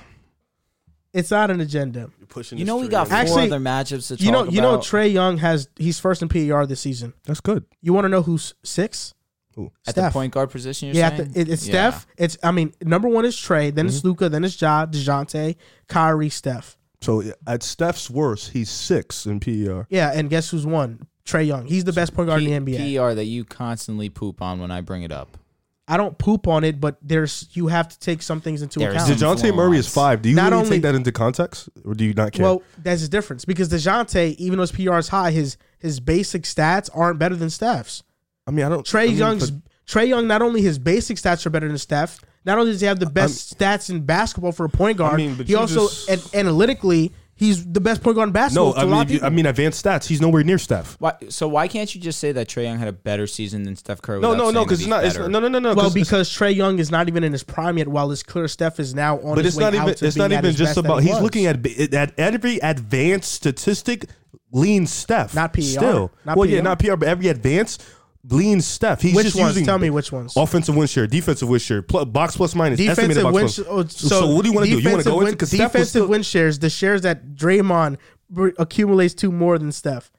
Speaker 1: It's not an agenda.
Speaker 3: You're pushing.
Speaker 2: You know we got four
Speaker 1: Actually,
Speaker 2: other matchups to talk
Speaker 1: You know. You know.
Speaker 2: about.
Speaker 1: Trey Young has. He's first in PER this season.
Speaker 3: That's good.
Speaker 1: You want to know who's six?
Speaker 3: Ooh.
Speaker 2: at the
Speaker 1: Steph.
Speaker 2: point guard position. You're
Speaker 1: Yeah,
Speaker 2: saying?
Speaker 1: it- it's
Speaker 2: Yeah. Mm-hmm.
Speaker 1: Steph. It's I mean, number one is Trey, then it's Luca, then it's Ja, Dejounte, Kyrie, Steph.
Speaker 3: So at Steph's worst, he's six in E PER.
Speaker 1: Yeah, and guess who's one? Trey Young. He's the best point guard in the NBA.
Speaker 2: P- E PR that you constantly poop on when I bring it up.
Speaker 1: I don't poop on it, but there's you have to take some things into
Speaker 2: There is
Speaker 1: account.
Speaker 2: a-
Speaker 3: Dejounte
Speaker 2: Four
Speaker 3: Murray is
Speaker 2: lines.
Speaker 3: five. Do you
Speaker 1: Not
Speaker 3: really
Speaker 1: only-
Speaker 3: take that into context, or do you not care?
Speaker 1: Well, there's a difference because Dejounte, even though his PR is high, his his basic stats aren't better than Steph's.
Speaker 3: I mean, I don't.
Speaker 1: Trey
Speaker 3: I mean,
Speaker 1: Young's
Speaker 3: but
Speaker 1: Trey Young. Not only his basic stats are better than Steph. Not only does he have the best stats in basketball for a point guard,
Speaker 3: mean, but
Speaker 1: he
Speaker 3: you
Speaker 1: also
Speaker 3: just-
Speaker 1: an- analytically he's the best point guard in basketball.
Speaker 3: no.
Speaker 1: to a
Speaker 3: I
Speaker 1: lot of
Speaker 3: mean, you,
Speaker 1: people.
Speaker 3: I mean, advanced stats. He's nowhere near Steph.
Speaker 2: Why, so why can't you just say that Trey Young had a better season than Steph Curry?
Speaker 3: No,
Speaker 2: without
Speaker 3: no,
Speaker 2: saying
Speaker 3: no.
Speaker 2: that
Speaker 3: Because
Speaker 2: he's
Speaker 3: it's not. It's,
Speaker 2: better?
Speaker 3: no, no, no, no.
Speaker 1: Well,
Speaker 3: 'cause it's-
Speaker 1: because Trey Young is not even in his prime yet, while it's clear Steph is now on.
Speaker 3: but
Speaker 1: his
Speaker 3: it's not
Speaker 1: way out
Speaker 3: even
Speaker 1: to
Speaker 3: it's not
Speaker 1: being at
Speaker 3: even
Speaker 1: his
Speaker 3: just
Speaker 1: best that
Speaker 3: about
Speaker 1: he
Speaker 3: he's
Speaker 1: was.
Speaker 3: looking at at every advanced statistic leans Steph.
Speaker 1: Not PER,
Speaker 3: Still.
Speaker 1: not
Speaker 3: well,
Speaker 1: PER.
Speaker 3: yeah, not PR, but every advanced leans Steph. He's
Speaker 1: which
Speaker 3: just
Speaker 1: ones.
Speaker 3: using
Speaker 1: Tell me which ones.
Speaker 3: offensive win share, defensive win share, pl- box plus minus, estimated
Speaker 1: Defensive
Speaker 3: box
Speaker 1: win.
Speaker 3: plus.
Speaker 1: oh,
Speaker 3: so, what do you want to do? You want to
Speaker 1: defensive
Speaker 3: go
Speaker 1: win,
Speaker 3: into 'cause Steph was
Speaker 1: defensive
Speaker 3: still,
Speaker 1: win shares? The shares that Draymond br- accumulates two more than Steph.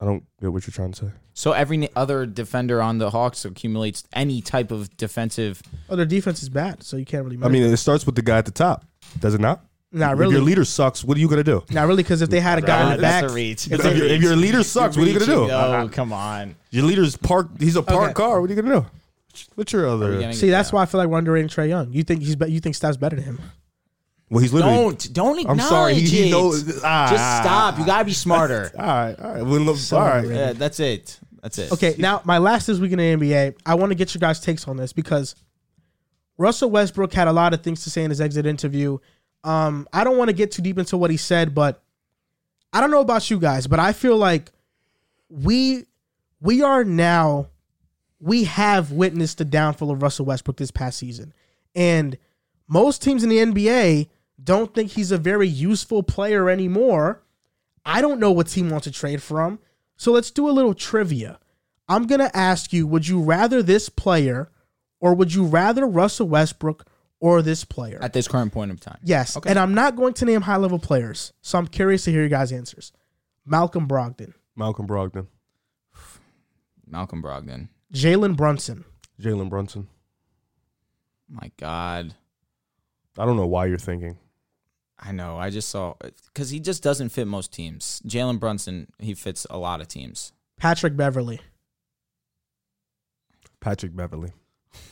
Speaker 3: I don't get what you're trying to say.
Speaker 2: So every n- other defender on the Hawks accumulates any type of defensive.
Speaker 1: Oh, their defense is bad, so you can't really.
Speaker 3: I mean, it starts with the guy at the top, does it not?
Speaker 1: not
Speaker 3: If your
Speaker 1: really,
Speaker 3: leader sucks, what are you gonna do?
Speaker 1: not really, because if they had a guy
Speaker 3: Uh,
Speaker 1: in the back,
Speaker 2: uh, reach.
Speaker 1: if
Speaker 3: If, your- if your leader sucks, what are you gonna do?
Speaker 2: Oh, come on.
Speaker 3: Your leader's parked. He's a parked
Speaker 1: Okay.
Speaker 3: car. What are you gonna do? What's your
Speaker 2: You're
Speaker 3: other?
Speaker 2: getting-
Speaker 1: see, that's
Speaker 2: yeah.
Speaker 1: why I feel like we're underrating Trey Young. You think he's be- you think Steph's better than him?
Speaker 3: Well, he's literally.
Speaker 2: Don't don't
Speaker 3: I'm
Speaker 2: acknowledge
Speaker 3: sorry. He, he
Speaker 2: it.
Speaker 3: knows. Ah,
Speaker 2: Just stop. You gotta be
Speaker 3: <laughs>
Speaker 2: smarter.
Speaker 3: All right, all right. We'll look,
Speaker 1: So
Speaker 3: all right.
Speaker 1: unreal.
Speaker 2: yeah, that's it. That's it.
Speaker 1: Okay, now my last this week in the NBA, I want to get your guys' takes on this because Russell Westbrook had a lot of things to say in his exit interview. Um, I don't want to get too deep into what he said, but I don't know about you guys, but I feel like we we are now we have witnessed the downfall of Russell Westbrook this past season. And most teams in the NBA don't think he's a very useful player anymore. I don't know what team wants to trade from. So let's do a little trivia. I'm going to ask you would you rather this player or would you rather Russell Westbrook or this player?
Speaker 2: at this current point of time.
Speaker 1: yes. And I'm not going to name high level players. So I'm curious to hear your guys' answers. Malcolm Brogdon,
Speaker 3: Malcolm Brogdon,
Speaker 2: Malcolm Brogdon.
Speaker 1: Jalen Brunson,
Speaker 3: Jalen Brunson.
Speaker 2: My God.
Speaker 3: I don't know why you're thinking.
Speaker 2: I know. I just saw because he just doesn't fit most teams. Jalen Brunson, he fits a lot of teams.
Speaker 1: Patrick Beverly.
Speaker 3: Patrick Beverly.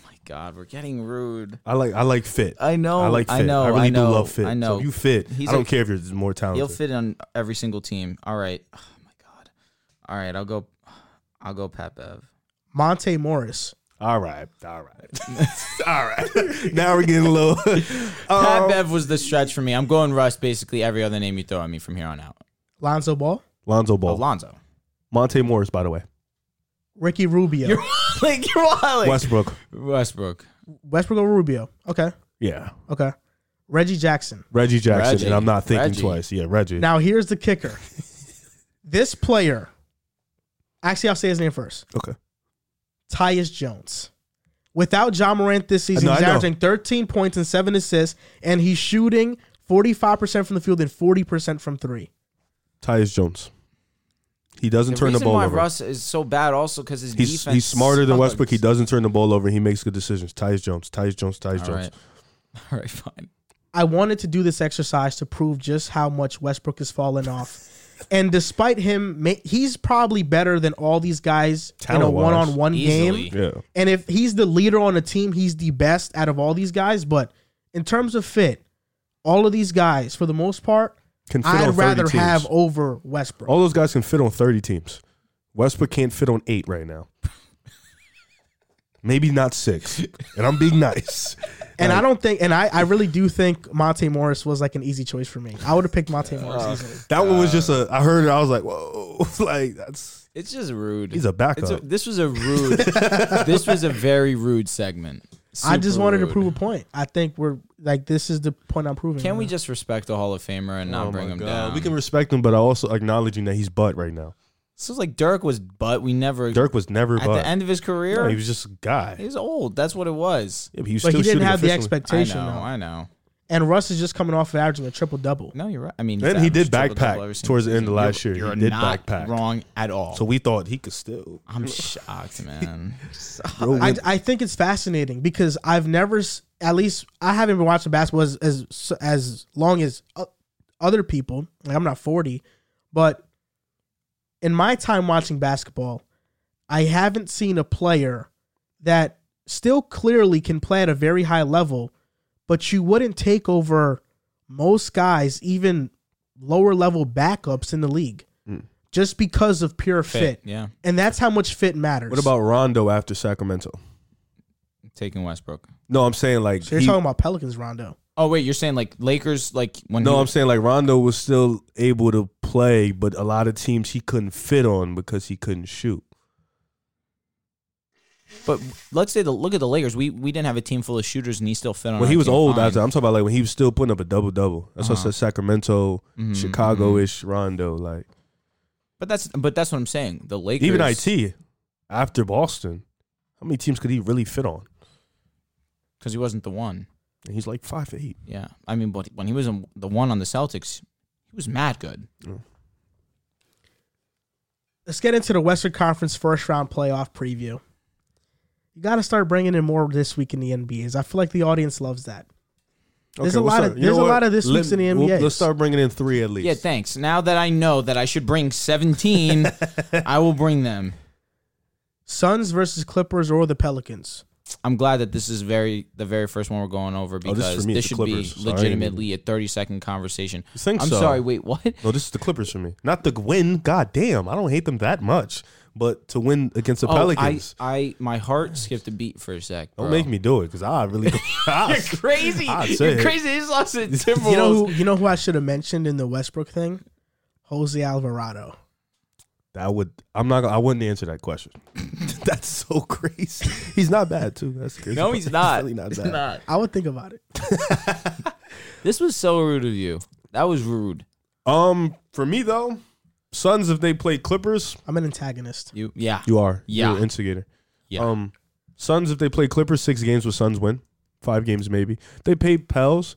Speaker 2: My God, we're getting rude.
Speaker 3: I like I like fit.
Speaker 2: I know.
Speaker 3: I like fit.
Speaker 2: I know.
Speaker 3: I really
Speaker 2: I know,
Speaker 3: do love fit.
Speaker 2: I know.
Speaker 3: So you fit.
Speaker 2: He's
Speaker 3: I don't
Speaker 2: like-
Speaker 3: care if you're more
Speaker 2: He'll
Speaker 3: talented.
Speaker 2: fit on every single team. All right. Oh my God. All right. I'll go. I'll go Pat Bev.
Speaker 1: Monte Morris.
Speaker 3: All right.
Speaker 2: <laughs>
Speaker 3: All right. <laughs> all right. <laughs> now we're getting a little
Speaker 2: Pat
Speaker 3: Um,
Speaker 2: Bev was the stretch for me. I'm going Russ. Basically, every other name you throw at me from here on out.
Speaker 1: Lonzo Ball,
Speaker 3: Lonzo Ball.
Speaker 2: Alonzo.
Speaker 3: Monte Morris, by the way.
Speaker 1: Ricky Rubio,
Speaker 2: You're <laughs> like you're wilding.
Speaker 3: Westbrook.
Speaker 2: Westbrook.
Speaker 1: Westbrook or Rubio. Okay,
Speaker 3: Yeah.
Speaker 1: okay. Reggie Jackson.
Speaker 3: Reggie Jackson.
Speaker 2: Reggie.
Speaker 3: And I'm not thinking
Speaker 2: Reggie.
Speaker 3: twice. Yeah, Reggie.
Speaker 1: Now here's the
Speaker 3: <laughs>
Speaker 1: kicker. this player, actually, I'll say his name first.
Speaker 3: okay.
Speaker 1: Tyus Jones. Without John Morant this season,
Speaker 3: No,
Speaker 1: he's
Speaker 3: I know.
Speaker 1: averaging 13 points and seven assists, and he's shooting 45% from the field and 40% from three.
Speaker 3: Tyus Jones. He doesn't turn the
Speaker 2: reason
Speaker 3: ball
Speaker 2: why
Speaker 3: over.
Speaker 2: Russ is so bad also because his
Speaker 3: he's
Speaker 2: defense.
Speaker 3: he's smarter than
Speaker 2: sucks.
Speaker 3: Westbrook. He doesn't turn the ball over. He makes good decisions. Tyus Jones. Tyus Jones. Tyus
Speaker 2: All
Speaker 3: Jones.
Speaker 2: right. <laughs> All right. Fine.
Speaker 1: I wanted to do this exercise to prove just how much Westbrook has fallen off. and despite him, ma- he's probably better than all these guys in a
Speaker 3: Talent-wise.
Speaker 1: one on one
Speaker 2: Easily.
Speaker 1: game.
Speaker 3: Yeah.
Speaker 1: And if he's the leader on the team, he's the best out of all these guys. But in terms of fit, all of these guys, for the most part,
Speaker 3: Can fit on Oh,
Speaker 1: I'd
Speaker 3: 30
Speaker 1: rather
Speaker 3: teams.
Speaker 1: have over Westbrook.
Speaker 3: All those guys can fit on 30 teams. Westbrook can't fit on eight right now. Maybe not six. And I'm being nice.
Speaker 1: and I don't think, and I, I really do think Monte Morris was like an easy choice for me. I would have picked Monte Morris
Speaker 2: Uh,
Speaker 1: easily.
Speaker 3: That one was just a. I heard it. I was like, whoa. <laughs> like that's.
Speaker 2: It's just rude.
Speaker 3: He's a
Speaker 2: It's
Speaker 3: backup.
Speaker 2: a, this was a
Speaker 3: <laughs>
Speaker 2: rude. this was a very rude segment.
Speaker 1: I just
Speaker 2: Super
Speaker 1: wanted to
Speaker 2: rude.
Speaker 1: prove a point. I think we're like, this is the point I'm proving.
Speaker 2: Can
Speaker 1: right
Speaker 2: we
Speaker 1: now.
Speaker 2: just respect the Hall of Famer and not
Speaker 3: Oh
Speaker 2: bring
Speaker 3: my
Speaker 2: him
Speaker 3: God.
Speaker 2: down?
Speaker 3: We can respect him, but I also acknowledging that he's butt right now.
Speaker 2: This is like Dirk was, but we never.
Speaker 3: Dirk was never
Speaker 2: at
Speaker 3: butt.
Speaker 2: the end of his career,
Speaker 3: No, he
Speaker 2: he was,
Speaker 3: was just a guy.
Speaker 2: old. That's what it was.
Speaker 3: Yeah, but he was
Speaker 1: But
Speaker 3: still
Speaker 1: he didn't
Speaker 3: shooting
Speaker 1: have the
Speaker 3: efficiently.
Speaker 2: I know.
Speaker 1: expectation. though.
Speaker 2: I know.
Speaker 1: And Russ is just coming off of averaging a triple double.
Speaker 2: No, you're right. I mean,
Speaker 3: And
Speaker 2: he's
Speaker 3: he did
Speaker 2: averaged
Speaker 3: backpack
Speaker 2: triple-double every single
Speaker 3: towards the end of
Speaker 2: season.
Speaker 3: last
Speaker 2: You're-
Speaker 3: year. He
Speaker 2: You're
Speaker 3: did
Speaker 2: not
Speaker 3: backpack.
Speaker 2: wrong at all.
Speaker 3: So we thought he could still.
Speaker 2: I'm
Speaker 3: <laughs>
Speaker 2: shocked, man.
Speaker 3: Bro,
Speaker 1: I,
Speaker 3: with-
Speaker 1: I think it's fascinating because I've never, s- at least I haven't been watching basketball as as, as long as o- other people. Like I'm not 40, but in my time watching basketball, I haven't seen a player that still clearly can play at a very high level, but you wouldn't take over most guys, even lower level backups in the league,
Speaker 3: Mm.
Speaker 1: just because of pure fit.
Speaker 2: Yeah,
Speaker 1: And that's how much fit matters.
Speaker 3: what about Rondo after Sacramento?
Speaker 2: taking Westbrook.
Speaker 3: No, I'm saying like
Speaker 1: So you're
Speaker 3: he-
Speaker 1: talking about Pelicans, Rondo.
Speaker 2: Oh wait, you're saying like Lakers, like when
Speaker 3: No,
Speaker 2: he,
Speaker 3: I'm saying like Rondo was still able to play, but a lot of teams he couldn't fit on because he couldn't shoot.
Speaker 2: But let's say the look at the Lakers. We we didn't have a team full of shooters, and he still fit on.
Speaker 3: When
Speaker 2: our
Speaker 3: he was
Speaker 2: team
Speaker 3: old,
Speaker 2: fine.
Speaker 3: after, I'm talking about like when he was still putting up a double double. That's what I
Speaker 2: Uh-huh.
Speaker 3: said Sacramento,
Speaker 2: Mhm,
Speaker 3: Chicago ish Rondo. Like
Speaker 2: But that's but that's what I'm saying. The Lakers,
Speaker 3: even IT after Boston, how many teams could he really fit on?
Speaker 2: because he wasn't the one.
Speaker 3: And he's like five eight.
Speaker 2: Yeah, I mean, but when he was in- the one on the Celtics, he was mad good.
Speaker 1: Let's get into the Western Conference first round playoff preview. You got to start bringing in more this week in the NBAs. I feel like the audience loves that. There's a
Speaker 3: we'll
Speaker 1: lot of-
Speaker 3: start- you
Speaker 1: there's
Speaker 3: know
Speaker 1: a
Speaker 3: what?
Speaker 1: lot of this week's in the
Speaker 3: we'll-
Speaker 1: NBA.
Speaker 3: let's start bringing in three at least.
Speaker 2: Yeah, thanks. Now that I know that I should bring
Speaker 3: <laughs>
Speaker 2: 17, I will bring them.
Speaker 1: Suns versus Clippers or the Pelicans.
Speaker 2: I'm glad that this is very the very first one we're going over
Speaker 3: Oh,
Speaker 2: because
Speaker 3: this is for
Speaker 2: this,
Speaker 3: me, it's the
Speaker 2: should be
Speaker 3: Clippers, so I ain't
Speaker 2: legitimately a 30 second conversation.
Speaker 3: You think
Speaker 2: I'm
Speaker 3: so?
Speaker 2: sorry. Wait, <laughs> what?
Speaker 3: No, this is the Clippers for me. Not the win. God damn, I don't hate them that much. But to win against the
Speaker 2: Oh, I,
Speaker 3: Pelicans,
Speaker 2: I my heart skipped a beat for a sec.
Speaker 3: don't
Speaker 2: bro.
Speaker 3: make me do it because I really. I,
Speaker 2: <laughs> You're <laughs> crazy.
Speaker 3: I'd say
Speaker 2: You're
Speaker 3: it.
Speaker 2: crazy. He's lost to the Timberwolves.
Speaker 1: You know who you know who I should have mentioned in the Westbrook thing? Jose Alvarado.
Speaker 3: <laughs> That would I'm not gonna- I wouldn't answer that
Speaker 2: <laughs>
Speaker 3: question. That's so crazy. He's not bad too. That's crazy.
Speaker 2: No,
Speaker 3: <laughs>
Speaker 2: he's not.
Speaker 3: really not
Speaker 2: He's
Speaker 3: bad.
Speaker 2: not.
Speaker 1: I would think about it.
Speaker 2: This was so rude of you. That was rude.
Speaker 3: Um, for me though, Suns if they play Clippers,
Speaker 1: I'm an antagonist.
Speaker 2: You yeah.
Speaker 3: you are
Speaker 2: Yeah.
Speaker 3: You're an instigator.
Speaker 2: Yeah.
Speaker 3: Um, Suns if they play Clippers, six games with Suns win, five games maybe. They pay Pels,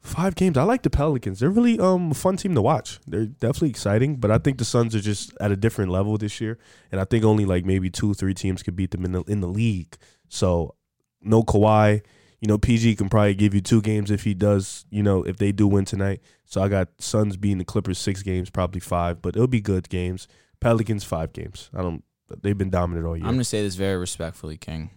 Speaker 3: five games. I like the Pelicans. They're really um a fun team to watch. They're definitely exciting, but I think the Suns are just at a different level this year, and I think only like maybe two, three teams could beat them in the in the league. So no Kawhi. You know, PG can probably give you two games if he does, you know, if they do win tonight. So I got Suns beating the Clippers six games, probably five, but it'll be good games. Pelicans five games. I don't they've been dominant all year.
Speaker 2: I'm gonna say this very respectfully, King.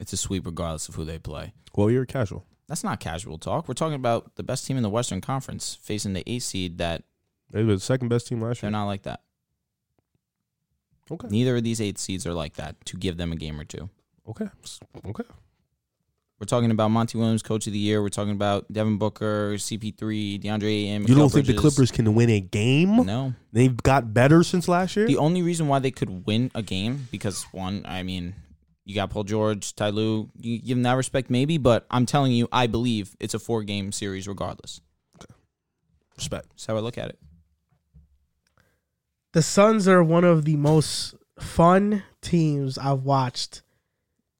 Speaker 2: It's a sweep regardless of who they play.
Speaker 3: well, you're casual.
Speaker 2: That's not casual talk. We're talking about the best team in the Western Conference facing the eight seed that
Speaker 3: They were the second best team last
Speaker 2: they're
Speaker 3: year.
Speaker 2: not like that.
Speaker 3: Okay.
Speaker 2: Neither of these eight seeds are like that to give them a game or two.
Speaker 3: Okay. Okay.
Speaker 2: We're talking about Monty Williams, Coach of the Year. We're talking about Devin Booker, CP3, DeAndre Ayton.
Speaker 3: You don't
Speaker 2: Mikal
Speaker 3: think the
Speaker 2: Bridges.
Speaker 3: Clippers can win a game?
Speaker 2: No.
Speaker 3: They've got better since last year.
Speaker 2: The only reason why they could win a game because one, I mean, you got Paul George, Ty Lue. You give them that respect, maybe, but I'm telling you, I believe it's a four game series regardless.
Speaker 3: Respect.
Speaker 2: That's how I look at it.
Speaker 1: The Suns are one of the most fun teams I've watched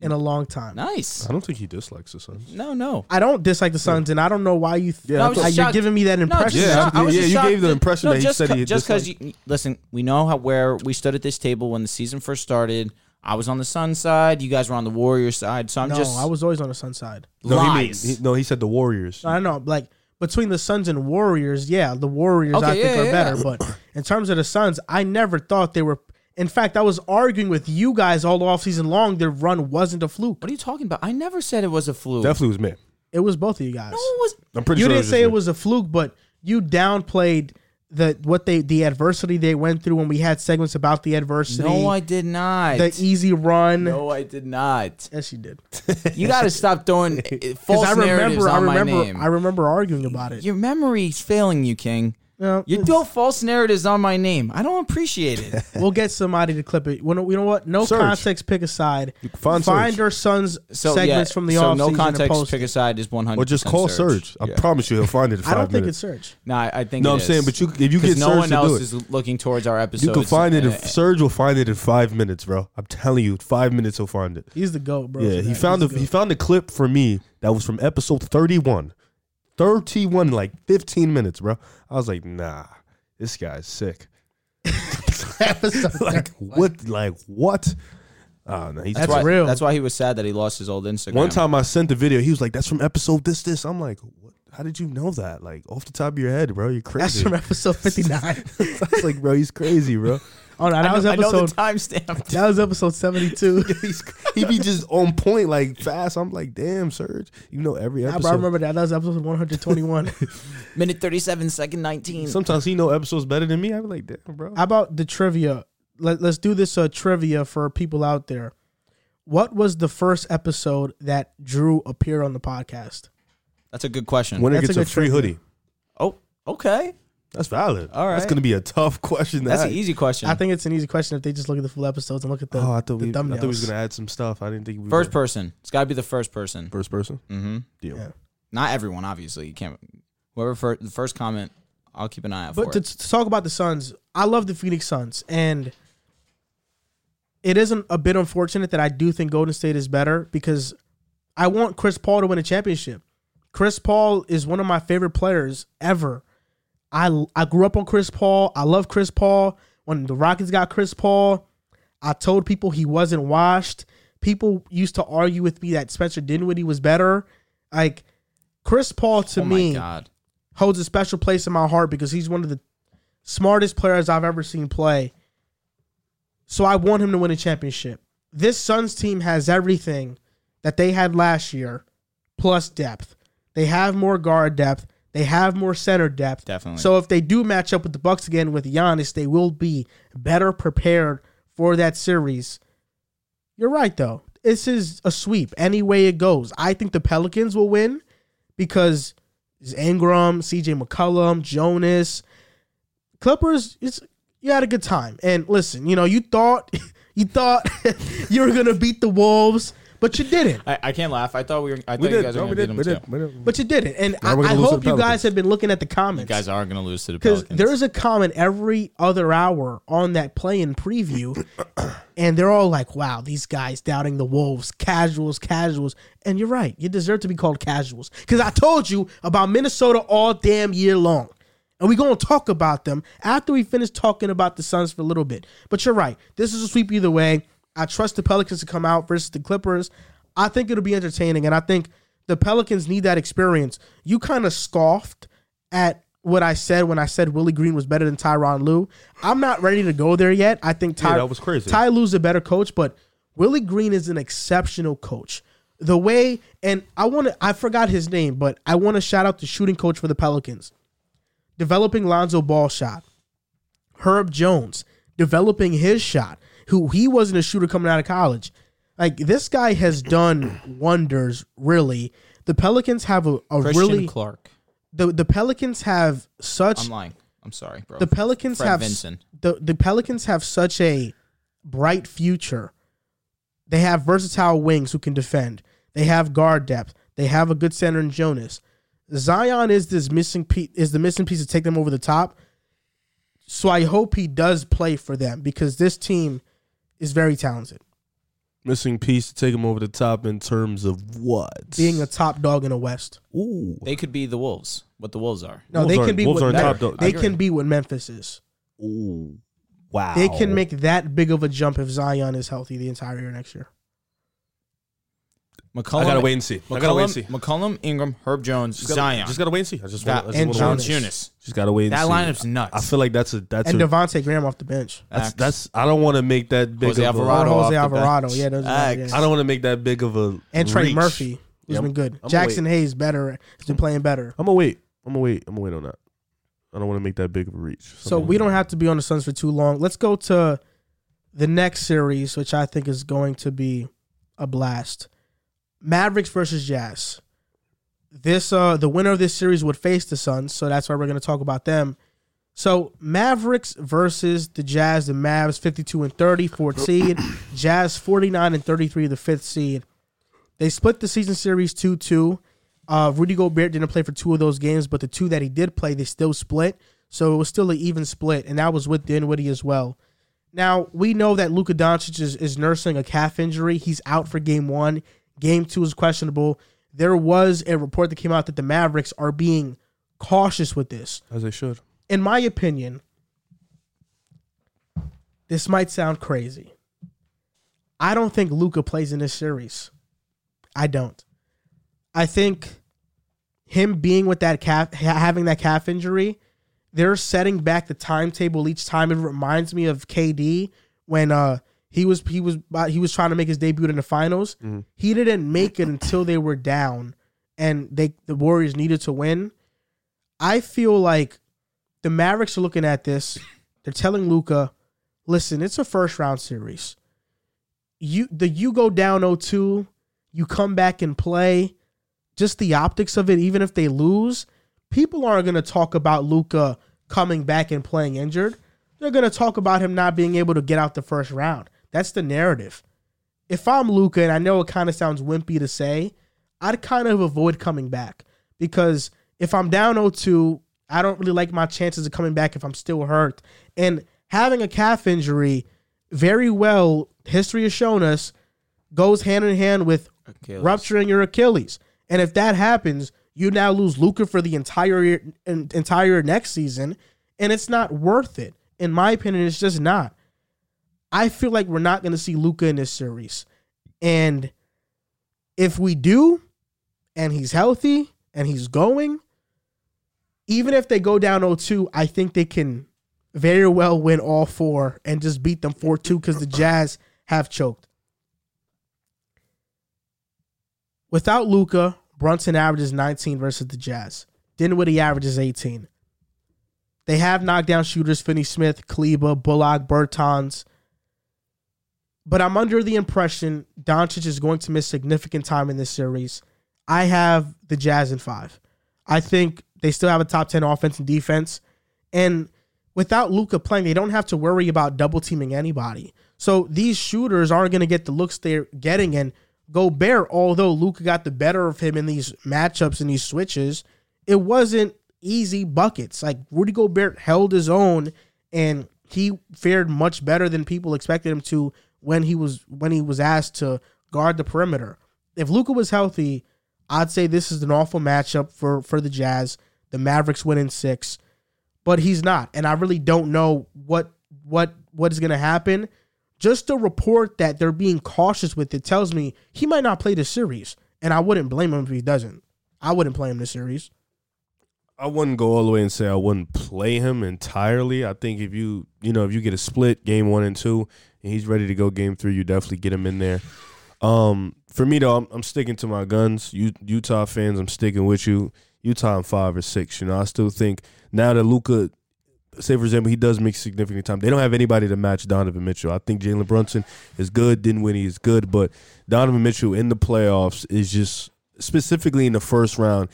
Speaker 1: in a long time.
Speaker 2: Nice.
Speaker 3: I don't think he dislikes the Suns.
Speaker 2: No, no.
Speaker 1: I don't dislike the Suns, and I don't know why you th-
Speaker 3: Yeah, I
Speaker 1: like,
Speaker 3: thought-
Speaker 1: you're giving me that impression.
Speaker 3: just- Yeah, I was- yeah, you gave the impression that he
Speaker 2: just
Speaker 3: said
Speaker 2: cu-
Speaker 3: he
Speaker 2: just because you listen, we know how where we stood at this table when the season first started. I was on the Sun side, you guys were on the Warrior side, so I'm
Speaker 1: no,
Speaker 2: just
Speaker 1: I was always on the Sun side.
Speaker 3: No, he, mean,
Speaker 2: lies.
Speaker 3: he- no, he said the Warriors.
Speaker 1: I don't know, like between the Suns and Warriors, yeah, the Warriors
Speaker 2: Okay,
Speaker 1: I think
Speaker 2: yeah,
Speaker 1: are
Speaker 2: yeah,
Speaker 1: better.
Speaker 2: yeah.
Speaker 1: But in terms of the Suns, I never thought they were. In fact, I was arguing with you guys all offseason long. Their run wasn't a fluke.
Speaker 2: What are you talking about? I never said it was a fluke.
Speaker 3: Definitely was me.
Speaker 1: It was both of you guys.
Speaker 2: No, it was
Speaker 3: I'm pretty
Speaker 1: you
Speaker 3: sure.
Speaker 1: didn't say
Speaker 3: just
Speaker 1: it
Speaker 3: me.
Speaker 1: was a fluke, but you downplayed the what they the adversity they went through when we had segments about the adversity.
Speaker 2: No, I did not.
Speaker 1: the easy run.
Speaker 2: no, I did not.
Speaker 1: Yes, you did.
Speaker 2: You got to stop
Speaker 3: <laughs>
Speaker 2: throwing uh, false
Speaker 1: <laughs> Because I
Speaker 2: narratives
Speaker 1: remember, I
Speaker 2: on my
Speaker 1: remember,
Speaker 2: name.
Speaker 1: I remember arguing about it.
Speaker 2: Your memory's failing you, King.
Speaker 1: No,
Speaker 2: You
Speaker 3: Hmm.
Speaker 1: it's-
Speaker 2: throw false narratives on my name. I don't appreciate
Speaker 3: <laughs>
Speaker 2: it.
Speaker 1: we'll get somebody to clip it. When, you know what? No
Speaker 3: Surge.
Speaker 1: context. Pick aside.
Speaker 3: find
Speaker 1: Find
Speaker 3: Surge.
Speaker 1: your son's
Speaker 2: So
Speaker 1: segments
Speaker 2: yeah,
Speaker 1: from the
Speaker 2: so
Speaker 1: off
Speaker 2: no
Speaker 1: season and
Speaker 2: context.
Speaker 1: post.
Speaker 2: Pick a side is one hundred.
Speaker 3: Or just call Surge. I promise you, he'll find it. In five
Speaker 1: I don't think it's
Speaker 3: minutes.
Speaker 1: Surge.
Speaker 2: No, I, I think.
Speaker 3: No,
Speaker 2: it
Speaker 3: I'm
Speaker 2: is.
Speaker 3: saying, but you if you
Speaker 2: 'Cause
Speaker 3: get
Speaker 2: no
Speaker 3: Surge
Speaker 2: one
Speaker 3: to
Speaker 2: else
Speaker 3: do it,
Speaker 2: is looking towards our Eh, episode.
Speaker 3: you can find it. If Surge will find it in five minutes, bro. I'm telling you, five minutes he'll find it.
Speaker 1: He's the goat, bro. for
Speaker 3: Yeah, he
Speaker 1: that.
Speaker 3: found a
Speaker 1: He's the
Speaker 3: he
Speaker 1: GOAT.
Speaker 3: found a clip for me that was from episode 31. 31 like 15 minutes, bro. I was like, "Nah, this guy's sick."
Speaker 1: <laughs>
Speaker 3: <laughs> like what like what? Oh, no, he's
Speaker 2: that's
Speaker 1: That's
Speaker 2: why,
Speaker 1: real.
Speaker 2: That's why he was sad that he lost his old Instagram.
Speaker 3: One time I sent the video, he was like, "That's from episode this this." I'm like, "What? How did you know that?" Like off the top of your head, bro. You're
Speaker 1: That's
Speaker 3: crazy. <laughs>
Speaker 1: from episode fifty nine.
Speaker 3: I was like, "Bro, he's crazy, bro."
Speaker 1: oh no,
Speaker 2: I
Speaker 1: that
Speaker 2: know,
Speaker 1: was
Speaker 2: I know
Speaker 1: episode.
Speaker 2: the timestamp.
Speaker 1: <laughs> That was episode seventy two.
Speaker 3: He's, he be just on point like fast. I'm like, "Damn, Serge, you know every
Speaker 1: I
Speaker 3: episode."
Speaker 1: remember that. That was episode one hundred twenty one.
Speaker 2: Minute thirty-seven, second nineteen.
Speaker 3: Sometimes he know episodes better than me. I be like, "Damn, bro."
Speaker 1: How about the trivia? Let, let's do this uh, trivia for people out there. What was the first episode that Drew appeared on the podcast?
Speaker 2: That's a good question.
Speaker 3: Winner
Speaker 1: That's a
Speaker 3: gets a,
Speaker 1: good
Speaker 3: free
Speaker 1: trivia.
Speaker 3: hoodie.
Speaker 2: oh, okay.
Speaker 3: That's valid.
Speaker 2: All
Speaker 3: That's
Speaker 2: right.
Speaker 3: gonna be a tough question. to
Speaker 2: That's an
Speaker 3: ask.
Speaker 2: easy question.
Speaker 1: I think it's an easy question if they just look at the full episodes and look at the,
Speaker 3: Oh, I thought
Speaker 1: the
Speaker 3: we. I
Speaker 1: thumbnails.
Speaker 3: thought we was gonna add some stuff. I didn't think we
Speaker 2: first
Speaker 3: were.
Speaker 2: person. It's got to be the first person.
Speaker 3: first person
Speaker 1: Mm.
Speaker 2: Mm-hmm.
Speaker 3: deal.
Speaker 1: Yeah.
Speaker 2: Not everyone, obviously. You can't. Whoever fir- the first comment, I'll keep an eye out
Speaker 1: but
Speaker 2: for.
Speaker 1: to,
Speaker 2: it.
Speaker 1: to talk about the Suns, I love the Phoenix Suns, and it isn't a bit unfortunate that I do think Golden State is better because I want Chris Paul to win a championship. Chris Paul is one of my favorite players ever. I I grew up on Chris Paul. I love Chris Paul. When the Rockets got Chris Paul, I told people he wasn't washed. People used to argue with me that Spencer Dinwiddie was better. Like Chris Paul to
Speaker 2: oh
Speaker 1: me
Speaker 2: my god.
Speaker 1: holds a special place in my heart because he's one of the smartest players I've ever seen play. So I want him to win a championship. This Suns team has everything that they had last year, plus depth. They have more guard depth. They have more center depth.
Speaker 2: Definitely.
Speaker 1: So if they do match up with the Bucks again with Giannis, they will be better prepared for that series. You're right though. This is a sweep any way it goes. I think the Pelicans will win because Ingram, CJ McCollum, Jonas, Clippers. It's you had a good time. And listen, you know, you thought <laughs> you thought you were gonna beat the Wolves, but you didn't.
Speaker 2: I, I can't laugh. I thought we were. I thought
Speaker 3: We
Speaker 2: you
Speaker 3: did.
Speaker 2: guys
Speaker 3: No,
Speaker 2: were
Speaker 3: we
Speaker 2: going
Speaker 3: did.
Speaker 2: to
Speaker 3: We
Speaker 2: beat them
Speaker 3: did.
Speaker 2: too.
Speaker 3: We did.
Speaker 1: But you didn't. And I,
Speaker 3: we're gonna
Speaker 1: I
Speaker 3: lose to
Speaker 1: hope
Speaker 3: the
Speaker 1: you guys
Speaker 3: Pelicans.
Speaker 1: have been looking at the comments.
Speaker 2: You guys are going to lose to the
Speaker 1: because
Speaker 2: Pelicans.
Speaker 1: there is a comment every other hour on that play in preview, and they're all like, "Wow, these guys doubting the Wolves, casuals, casuals." And you're right; you deserve to be called casuals because I told you about Minnesota all damn year long, and we're gonna talk about them after we finish talking about the Suns for a little bit. But you're right; this is a sweep either way. I trust the Pelicans to come out versus the Clippers. I think it'll be entertaining, and I think the Pelicans need that experience. You kind of scoffed at what I said when I said Willie Green was better than Tyron Lue. I'm not ready to go there yet. I think Ty,
Speaker 3: Yeah, that was crazy.
Speaker 1: Ty Lue's a better coach, but Willie Green is an exceptional coach. The way and I want to I forgot his name, but I want to shout out the shooting coach for the Pelicans. Developing Lonzo Ball shot. Herb Jones developing his shot, who he wasn't a shooter coming out of college. Like this guy has done wonders, really. The Pelicans have a, a
Speaker 2: Christian
Speaker 1: really
Speaker 2: Clark.
Speaker 1: the the Pelicans have such
Speaker 2: I'm lying. I'm sorry, bro.
Speaker 1: the Pelicans
Speaker 2: Fred
Speaker 1: have s-
Speaker 2: Vinson.
Speaker 1: the the Pelicans have such a bright future. They have versatile wings who can defend. They have guard depth. They have a good center in Jonas. Zion is this missing piece is the missing piece to take them over the top. So I hope he does play for them because this team is very talented.
Speaker 3: Missing piece to take him over the top in terms of what?
Speaker 1: Being a top dog in the West.
Speaker 3: Ooh.
Speaker 2: They could be the Wolves, what the Wolves are.
Speaker 1: No,
Speaker 3: Wolves
Speaker 1: they
Speaker 3: aren't-
Speaker 1: can be
Speaker 3: Wolves
Speaker 1: what
Speaker 3: aren't
Speaker 1: Mem-
Speaker 3: top dog.
Speaker 1: they
Speaker 2: I agree.
Speaker 1: can be what Memphis is.
Speaker 3: Ooh. Wow.
Speaker 1: They can make that big of a jump if Zion is healthy the entire year next year.
Speaker 2: McCollum,
Speaker 3: I gotta wait and see. I gotta wait and see.
Speaker 2: McCollum, McCollum, Ingram, Herb Jones,
Speaker 3: Just gotta-
Speaker 2: Zion,
Speaker 3: Just gotta wait and see. I just
Speaker 2: That-
Speaker 3: want
Speaker 1: and
Speaker 3: to
Speaker 1: Jones.
Speaker 2: Jones, Eunice.
Speaker 3: Just gotta wait. And
Speaker 2: That
Speaker 3: see.
Speaker 2: lineup's nuts.
Speaker 3: I feel like that's a that's
Speaker 1: And
Speaker 3: a
Speaker 1: Devontae Graham off the bench.
Speaker 3: that's
Speaker 2: Facts.
Speaker 3: that's. I don't want to make that big.
Speaker 2: Jose
Speaker 3: of a-
Speaker 2: Alvarado
Speaker 1: Or
Speaker 2: off
Speaker 1: Jose
Speaker 2: the
Speaker 1: Alvarado.
Speaker 2: bench.
Speaker 1: Yeah, those are,
Speaker 2: Facts.
Speaker 1: yeah.
Speaker 3: I don't want to make that big of a.
Speaker 1: And Trey
Speaker 3: reach.
Speaker 1: Murphy, who's
Speaker 3: Yeah, I'm-
Speaker 1: been good.
Speaker 3: I'm
Speaker 1: Jackson Hayes, better. Has been playing better.
Speaker 3: I'm gonna wait. I'm gonna wait. I'm gonna wait on that. I don't want to make that big of a reach.
Speaker 1: So we don't have to be on the Suns for too long. Let's go to the next series, which I think is going to be a blast. Mavericks versus Jazz. This uh the winner of this series would face the Suns, so that's why we're going to talk about them. So Mavericks versus the Jazz, the Mavs 52 and 30, fourth
Speaker 3: <clears throat>
Speaker 1: seed. Jazz 49 and 33, the fifth seed. They split the season series 2 2. Uh, Rudy Gobert didn't play for two of those games, but the two that he did play, they still split. So it was still an even split, and that was with Dinwiddie as well. Now, we know that Luka Doncic is, is nursing a calf injury. He's out for game one. Game two is questionable. There was a report that came out that the Mavericks are being cautious with this
Speaker 3: as they should.
Speaker 1: in my opinion, this might sound crazy. I don't think Luca plays in this series. I don't. I think him being with that calf, ha- having that calf injury, they're setting back the timetable each time. It reminds me of KD when uh, he was he was uh, he was trying to make his debut in the finals. He didn't make it until they were down, and they the Warriors needed to win. I feel like the Mavericks are looking at this. They're telling Luca, listen, it's a first round series. You the you go down 0-2, you come back and play. Just the optics of it, even if they lose, people aren't gonna talk about Luca coming back and playing injured. They're gonna talk about him not being able to get out the first round. That's the narrative. If I'm Luca, and I know it kind of sounds wimpy to say, I'd kind of avoid coming back because if I'm down 0-2, I don't really like my chances of coming back if I'm still hurt. And having a calf injury, very well, history has shown us, goes hand in hand with
Speaker 2: Achilles.
Speaker 1: rupturing your Achilles. And if that happens, you now lose Luca for the entire year, en- entire next season, and it's not worth it. In my opinion, it's just not. I feel like we're not going to see Luca in this series, and if we do, and he's healthy and he's going, even if they go down 0-2, I think they can very well win all four and just beat them 4-2 because the Jazz have choked. Without Luca, Brunson averages 19 versus the Jazz. Dinwiddie averages 18. They have knockdown shooters Finney Smith, Kleba, Bullock, Bertans. But I'm under the impression Doncic is going to miss significant time in this series. I have the Jazz in five. I think they still have a top 10 offense and defense. And without Luca playing, they don't have to worry about double teaming anybody. So these shooters aren't going to get the looks they're getting. And Gobert, although Luca got the better of him in these matchups and these switches, it wasn't easy buckets. Like Rudy Gobert held his own, and he fared much better than people expected him to when he was when he was asked to guard the perimeter. If Luca was healthy, I'd say this is an awful matchup for for the Jazz. The Mavericks win in six but he's not and i really don't know what what what is going to happen just the report that they're being cautious with it tells me he might not play this series and i wouldn't blame him if he doesn't i wouldn't play him this series
Speaker 3: I wouldn't go all the way and say I wouldn't play him entirely. I think if you you know if you get a split game one and two, and he's ready to go game three, you definitely get him in there. Um, for me though, I'm, I'm sticking to my guns. U- Utah fans, I'm sticking with you. Utah in five or six. You know, I still think now that Luca, say for example, he does make significant time. They don't have anybody to match Donovan Mitchell. I think Jalen Brunson is good. Dinwiddie is good, but Donovan Mitchell in the playoffs is just specifically in the first round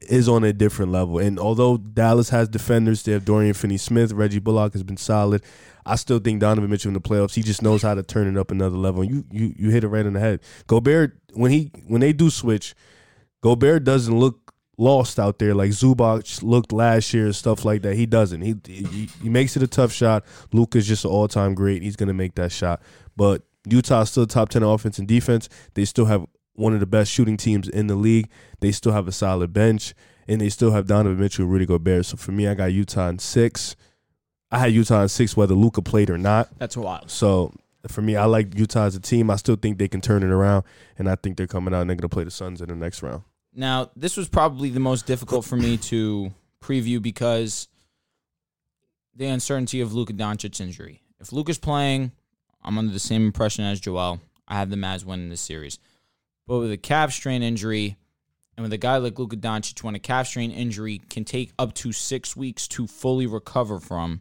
Speaker 3: is on a different level. And although Dallas has defenders, they have Dorian Finney-Smith, Reggie Bullock has been solid. I still think Donovan Mitchell in the playoffs, he just knows how to turn it up another level. And you you you hit it right in the head. Gobert when he when they do switch, Gobert doesn't look lost out there like Zubac looked last year and stuff like that. He doesn't. He he, he makes it a tough shot. Luca's just an all-time great. He's going to make that shot. But Utah's still top 10 offense and defense. They still have one of the best shooting teams in the league. They still have a solid bench, and they still have Donovan Mitchell and Rudy Gobert. So for me, I got Utah in six. I had Utah in six, whether Luca played or not.
Speaker 2: That's wild.
Speaker 3: So for me, I like Utah as a team. I still think they can turn it around, and I think they're coming out and they're going to play the Suns in the next round.
Speaker 2: Now, this was probably the most difficult for me to preview because the uncertainty of Luka Doncic's injury. If Luka's playing, I'm under the same impression as Joel. I have the Mavs winning this series. But with a calf strain injury, and with a guy like Luka Doncic, when a calf strain injury can take up to six weeks to fully recover from,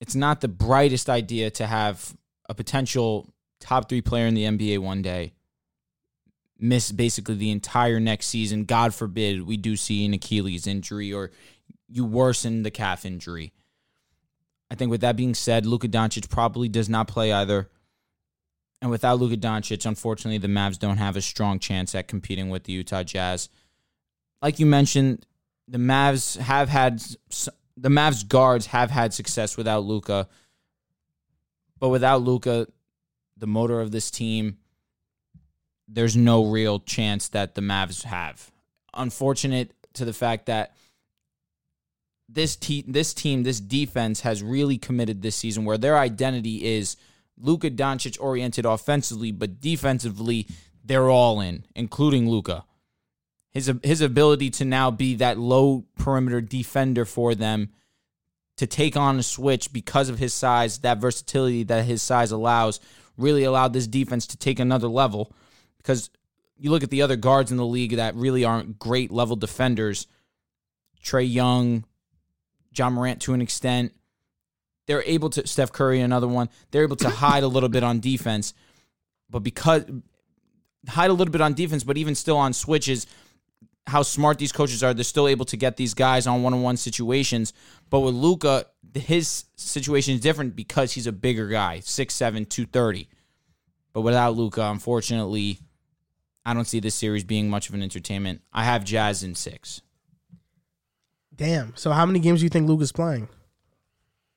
Speaker 2: it's not the brightest idea to have a potential top three player in the NBA one day miss basically the entire next season. God forbid we do see an Achilles injury or you worsen the calf injury. I think with that being said, Luka Doncic probably does not play either. And without Luka Doncic, unfortunately, the Mavs don't have a strong chance at competing with the Utah Jazz. Like you mentioned, the Mavs have had s- the Mavs guards have had success without Luka. But without Luka, the motor of this team, there's no real chance that the Mavs have. Unfortunate to the fact that this te- this team, this defense has really committed this season where their identity is Luka Doncic oriented offensively, but defensively they're all in, including Luka. His his ability to now be that low perimeter defender for them to take on a switch because of his size, that versatility that his size allows, really allowed this defense to take another level because you look at the other guards in the league that really aren't great level defenders. Trey Young, John Morant to an extent. They're able to Steph Curry, another one. They're able to hide a little bit on defense, but because hide a little bit on defense, but even still on switches, how smart these coaches are, they're still able to get these guys on one-on-one situations. But with Luca, his situation is different because he's a bigger guy, 6'7", 230. But without Luca, unfortunately, I don't see this series being much of an entertainment. I have Jazz in six.
Speaker 1: damn so how many games do you think luca's playing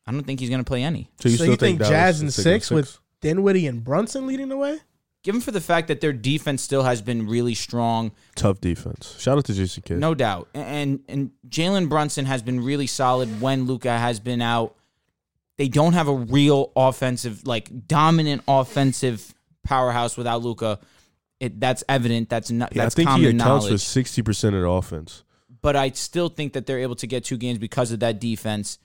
Speaker 2: I don't think he's going to play any.
Speaker 3: So
Speaker 1: so
Speaker 3: still
Speaker 1: you think,
Speaker 3: Dallas
Speaker 1: jazz
Speaker 3: is
Speaker 1: and
Speaker 3: six and
Speaker 1: six with dinwiddie and brunson leading the way
Speaker 2: Given for the fact that their defense still has been really strong,
Speaker 3: tough defense? Shout out to Jason Kidd.
Speaker 2: no doubt. And and Jalen Brunson has been really solid when Luca has been out. They don't have a real offensive, like dominant offensive powerhouse without Luca. It that's evident. That's not
Speaker 3: Yeah, I
Speaker 2: that's
Speaker 3: think he
Speaker 2: common
Speaker 3: accounts
Speaker 2: knowledge.
Speaker 3: for sixty percent of the offense.
Speaker 2: but I still think that they're able to get two games because of that defense.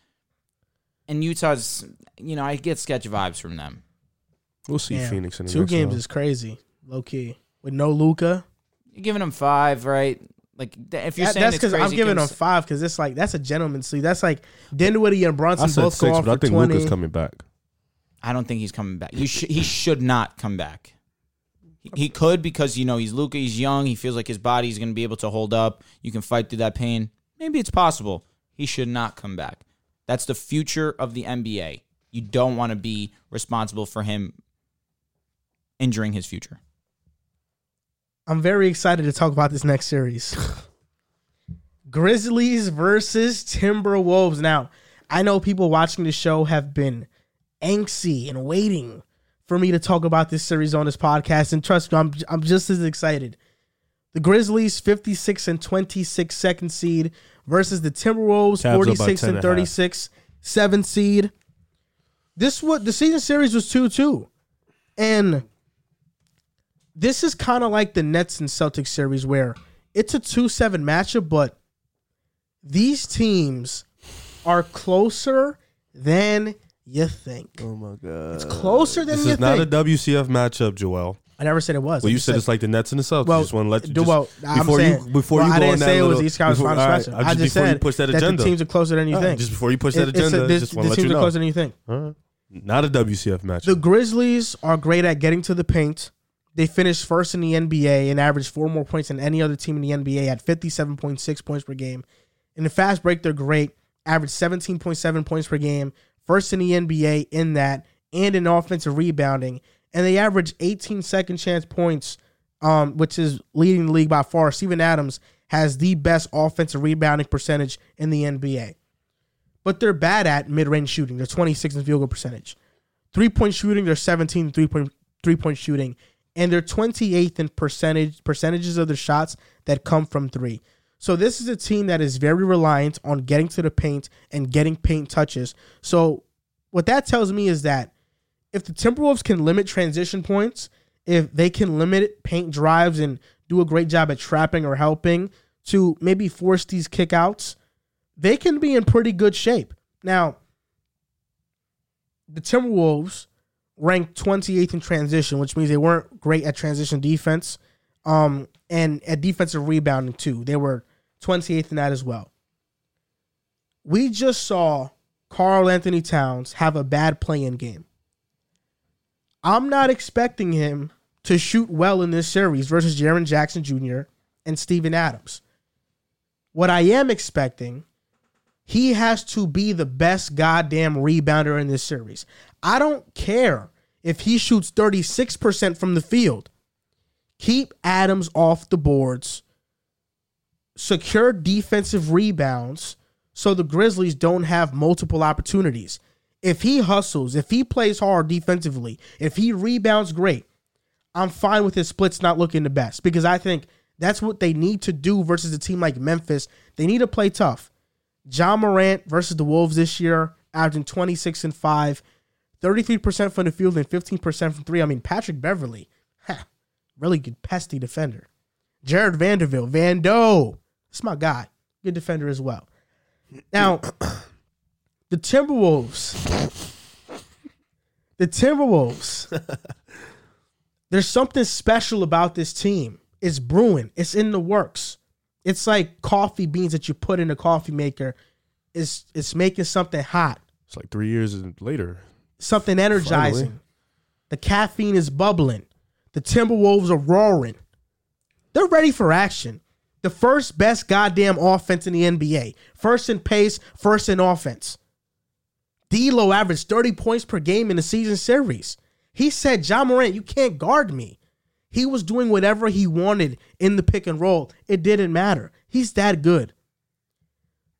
Speaker 2: And Utah's, you know, I get sketch vibes from them.
Speaker 3: We'll see
Speaker 1: Damn.
Speaker 3: Phoenix in the
Speaker 1: two
Speaker 3: next
Speaker 1: games
Speaker 3: round.
Speaker 1: is crazy low-key with no luca
Speaker 2: You're giving them five, right? Like th- if you're saying
Speaker 1: that's
Speaker 2: it's crazy,
Speaker 1: i'm giving
Speaker 2: give
Speaker 1: them
Speaker 2: us-
Speaker 1: five because it's like that's a gentleman's sleep that's like dinwiddie and
Speaker 3: I
Speaker 1: brunson
Speaker 3: said
Speaker 1: both go
Speaker 3: six,
Speaker 1: off
Speaker 3: but I
Speaker 1: for
Speaker 3: think
Speaker 1: 20
Speaker 3: Luca's coming back.
Speaker 2: I don't think he's coming back. You sh- he should not come back. He- He could because you know he's Luca. He's young. He feels like his body's going to be able to hold up. You can fight through that pain. Maybe it's possible. He should not come back. That's the future of the NBA. You don't want to be responsible for him injuring his future.
Speaker 1: I'm very excited to talk about this next series. Grizzlies versus Timberwolves. Now, I know people watching the show have been angsty and waiting for me to talk about this series on this podcast, and trust me, I'm I'm just as excited. The Grizzlies 56 and 26 second seed versus the Timberwolves
Speaker 3: Cavs up by
Speaker 1: 46
Speaker 3: 10
Speaker 1: and
Speaker 3: and a half.
Speaker 1: 36 seven seed. This what the season series was 2-2. And this is kind of like the Nets and Celtics series where it's a 2 7 matchup, but these teams are closer than you think.
Speaker 3: Oh my god.
Speaker 1: It's closer than
Speaker 3: This
Speaker 1: you
Speaker 3: is
Speaker 1: think.
Speaker 3: not a WCF matchup, Joel.
Speaker 1: I never said it was.
Speaker 3: Well,
Speaker 1: I
Speaker 3: you
Speaker 1: just
Speaker 3: said it's like the Nets and the Celtics.
Speaker 1: Well,
Speaker 3: you just want to let you
Speaker 1: do-
Speaker 3: just,
Speaker 1: well, I'm
Speaker 3: before
Speaker 1: saying-
Speaker 3: you before
Speaker 1: well,
Speaker 3: you
Speaker 1: I
Speaker 3: go
Speaker 1: didn't
Speaker 3: on that
Speaker 1: say it was
Speaker 3: little-
Speaker 1: East Conference
Speaker 3: before-
Speaker 1: Final
Speaker 3: all right,
Speaker 1: Special.
Speaker 3: I
Speaker 1: I
Speaker 3: just,
Speaker 1: just
Speaker 3: before you
Speaker 1: said
Speaker 3: push that
Speaker 1: that
Speaker 3: agenda.
Speaker 1: the teams are closer than you
Speaker 3: All right,
Speaker 1: think.
Speaker 3: just before you push
Speaker 1: It-
Speaker 3: that
Speaker 1: it's a-
Speaker 3: agenda,
Speaker 1: this-
Speaker 3: just
Speaker 1: the
Speaker 3: want to
Speaker 1: teams
Speaker 3: let you
Speaker 1: are
Speaker 3: know.
Speaker 1: closer than you think.
Speaker 3: Not a WCF matchup.
Speaker 1: The Grizzlies are great at getting to the paint. They finished first in the NBA and averaged four more points than any other team in the NBA at 57.6 points per game. In the fast break, they're great, averaged 17.7 points per game, first in the NBA in that, and in offensive rebounding. And they average 18 second chance points, um, which is leading the league by far. Steven Adams has the best offensive rebounding percentage in the NBA. But they're bad at mid range shooting. They're 26 in field goal percentage three point shooting, they're 17 in three point three point shooting, and they're 28th in percentage percentages of their shots that come from three. So this is a team that is very reliant on getting to the paint and getting paint touches. So what that tells me is that if the Timberwolves can limit transition points, if they can limit paint drives and do a great job at trapping or helping to maybe force these kickouts, they can be in pretty good shape. Now, the Timberwolves ranked 28th in transition, which means they weren't great at transition defense, um, and at defensive rebounding too. They were 28th in that as well. We just saw Carl Anthony Towns have a bad play-in game. I'm not expecting him to shoot well in this series versus Jaron Jackson Jr. and Steven Adams. What I am expecting he has to be the best goddamn rebounder in this series. I don't care if he shoots 36% from the field. Keep Adams off the boards. Secure defensive rebounds so the Grizzlies don't have multiple opportunities. If he hustles, if he plays hard defensively, if he rebounds great, I'm fine with his splits not looking the best because I think that's what they need to do versus a team like Memphis. They need to play tough. John Morant versus the Wolves this year, averaging 26 and 5, 33% from the field and 15% from three. I mean, Patrick Beverly, ha, really good, pesty defender. Jared Vanderbilt, Vando, that's my guy, good defender as well. Now, <coughs> the Timberwolves, the Timberwolves, there's something special about this team. It's brewing, it's in the works it's like coffee beans that you put in a coffee maker. It's it's making something hot,
Speaker 3: it's like three years and later.
Speaker 1: something energizing. The caffeine is bubbling. The Timberwolves are roaring. They're ready for action. The first best goddamn offense in the NBA. First in pace, first in offense. D'Lo averaged 30 points per game in the season series. He said, John Morant, you can't guard me. He was doing whatever he wanted in the pick and roll. It didn't matter. He's that good.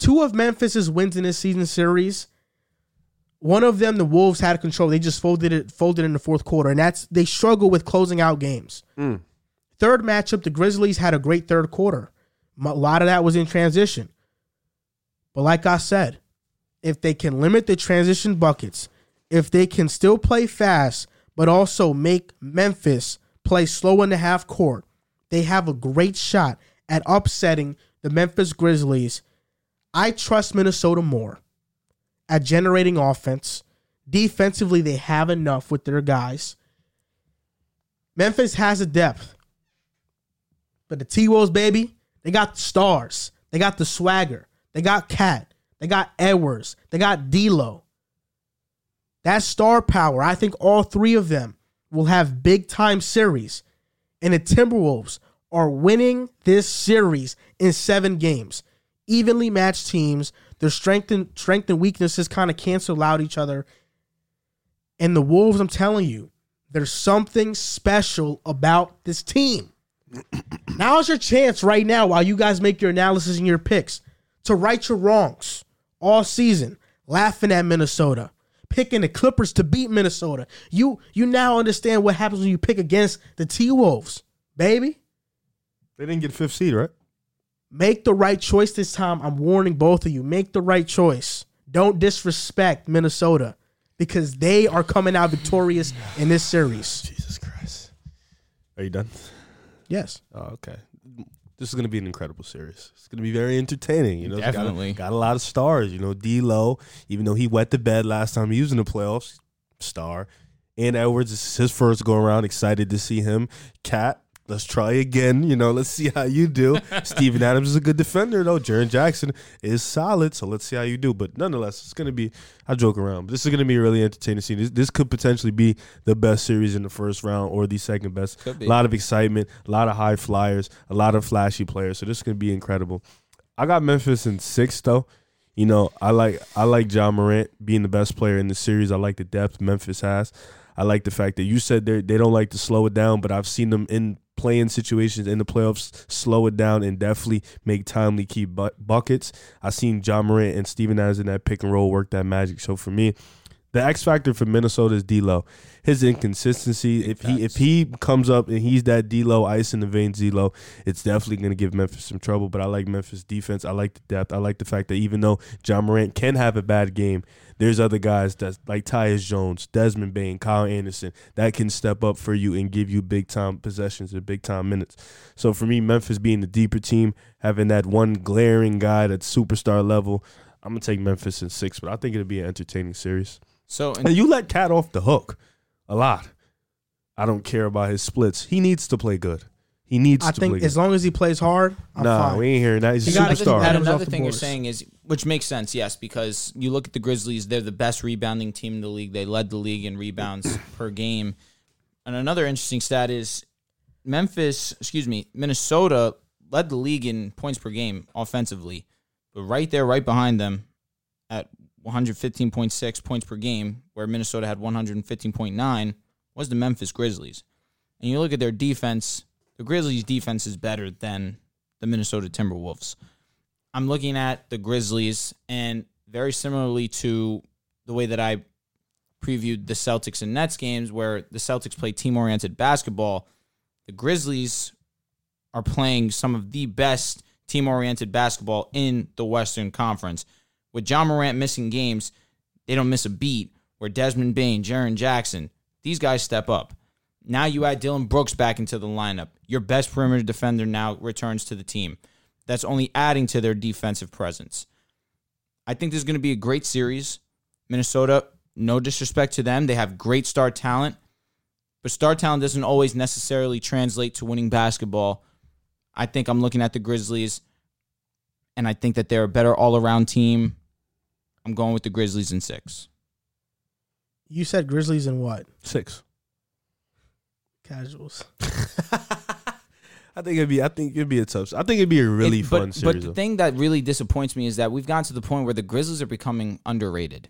Speaker 1: Two of Memphis's wins in this season series, one of them the Wolves had control. They just folded it folded in the fourth quarter, and that's they struggle with closing out games. Third matchup, the Grizzlies had a great third quarter. A lot of that was in transition. But like I said, if they can limit the transition buckets, if they can still play fast, but also make Memphis play slow in the half court, they have a great shot at upsetting the Memphis Grizzlies. I trust Minnesota more at generating offense. Defensively, they have enough with their guys. Memphis has a depth. But the T Wolves, baby, they got the stars. They got the swagger. They got Cat. They got Edwards. They got D'Lo. That star power, I think all three of them will have big time series. And the Timberwolves are winning this series in seven games. Evenly matched teams. The Their strength and strength and weaknesses kind of cancel out each other. And the Wolves, I'm telling you, there's something special about this team. <clears throat> Now's your chance right now while you guys make your analysis and your picks to right your wrongs all season, laughing at Minnesota, picking the Clippers to beat Minnesota. You you now understand what happens when you pick against the T Wolves, baby.
Speaker 3: They didn't get fifth seed, right?
Speaker 1: Make the right choice this time. I'm warning both of you. Make the right choice. Don't disrespect Minnesota because they are coming out victorious in this series.
Speaker 3: Jesus Christ. Are you done?
Speaker 1: Yes.
Speaker 3: Oh, okay. This is going to be an incredible series. It's going to be very entertaining. You know, It's got a-
Speaker 2: Definitely.
Speaker 3: got a, lot of stars. You know, D'Lo, even though he wet the bed last time he was in the playoffs, star. And Edwards, this is his first go around. Excited to see him. Cat, let's try again. You know, let's see how
Speaker 2: <laughs>
Speaker 3: you do. Steven Adams is a good defender though. Jaron Jackson is solid, so let's see how you do. But nonetheless, it's going to be. I joke around, but this is going to be a really entertaining scene. This, this could potentially be the best series in the first round or the second best.
Speaker 2: Could be.
Speaker 3: A lot of excitement, a lot of high flyers, a lot of flashy players. So this is gonna be incredible. I got Memphis in six though. You know, I like I like John Morant being the best player in the series. I like the depth Memphis has. I like the fact that you said they they don't like to slow it down, but I've seen them in playing situations in the playoffs slow it down and definitely make timely key bu- buckets. I've seen John Morant and Steven Adams in that pick and roll work that magic. So for me, the X factor for Minnesota is D'Lo. His inconsistency. If he if he comes up and he's that D'Lo ice in the veins D'Lo, it's definitely going to give Memphis some trouble. But I like Memphis defense. I like the depth. I like the fact that even though John Morant can have a bad game, there's other guys that like Tyus Jones, Desmond Bain, Kyle Anderson that can step up for you and give you big time possessions and big time minutes. So for me, Memphis being the deeper team, having that one glaring guy that's superstar level. I'm gonna take Memphis in six, but I think it'll be an entertaining series.
Speaker 2: So in
Speaker 3: And you let Cat off the hook a lot. I don't care about his splits. He needs to play good. He needs
Speaker 1: I
Speaker 3: to
Speaker 1: think
Speaker 3: play
Speaker 1: as
Speaker 3: good.
Speaker 1: long as he plays hard, I'm
Speaker 3: nah,
Speaker 1: fine.
Speaker 3: we ain't hearing that. He's a
Speaker 1: You gotta-
Speaker 3: superstar.
Speaker 1: Adams off
Speaker 2: another
Speaker 1: the
Speaker 2: thing you're
Speaker 1: boards.
Speaker 2: saying is, which makes sense, yes, because you look at the Grizzlies; they're the best rebounding team in the league. They led the league
Speaker 1: <coughs>
Speaker 2: in rebounds per game. And another interesting stat is Memphis, excuse me, Minnesota led the league in points per game offensively, but right there, right behind them, at 115.6 points per game, where Minnesota had 115.9, was the Memphis Grizzlies. And you look at their defense; the Grizzlies' defense is better than the Minnesota Timberwolves. I'm looking at the Grizzlies, and very similarly to the way that I previewed the Celtics and Nets games, where the Celtics play team oriented basketball, the Grizzlies are playing some of the best team oriented basketball in the Western Conference. With John Morant missing games, they don't miss a beat. Where Desmond Bain, Jaron Jackson, these guys step up. Now you add Dylan Brooks back into the lineup. Your best perimeter defender now returns to the team. That's only adding to their defensive presence. I think this is going to be a great series. Minnesota, no disrespect to them, they have great star talent, but star talent doesn't always necessarily translate to winning basketball. I think I'm looking at the Grizzlies, and I think that they're a better all around team. I'm going with the Grizzlies in six.
Speaker 1: You said Grizzlies and what?
Speaker 3: Six.
Speaker 1: Casuals.
Speaker 3: I think it'd be. I think it'd be a tough. I think it'd be a really
Speaker 2: It- but,
Speaker 3: fun
Speaker 2: But
Speaker 3: series.
Speaker 2: the
Speaker 3: though.
Speaker 2: thing that really disappoints me is that we've gotten to the point where the Grizzlies are becoming underrated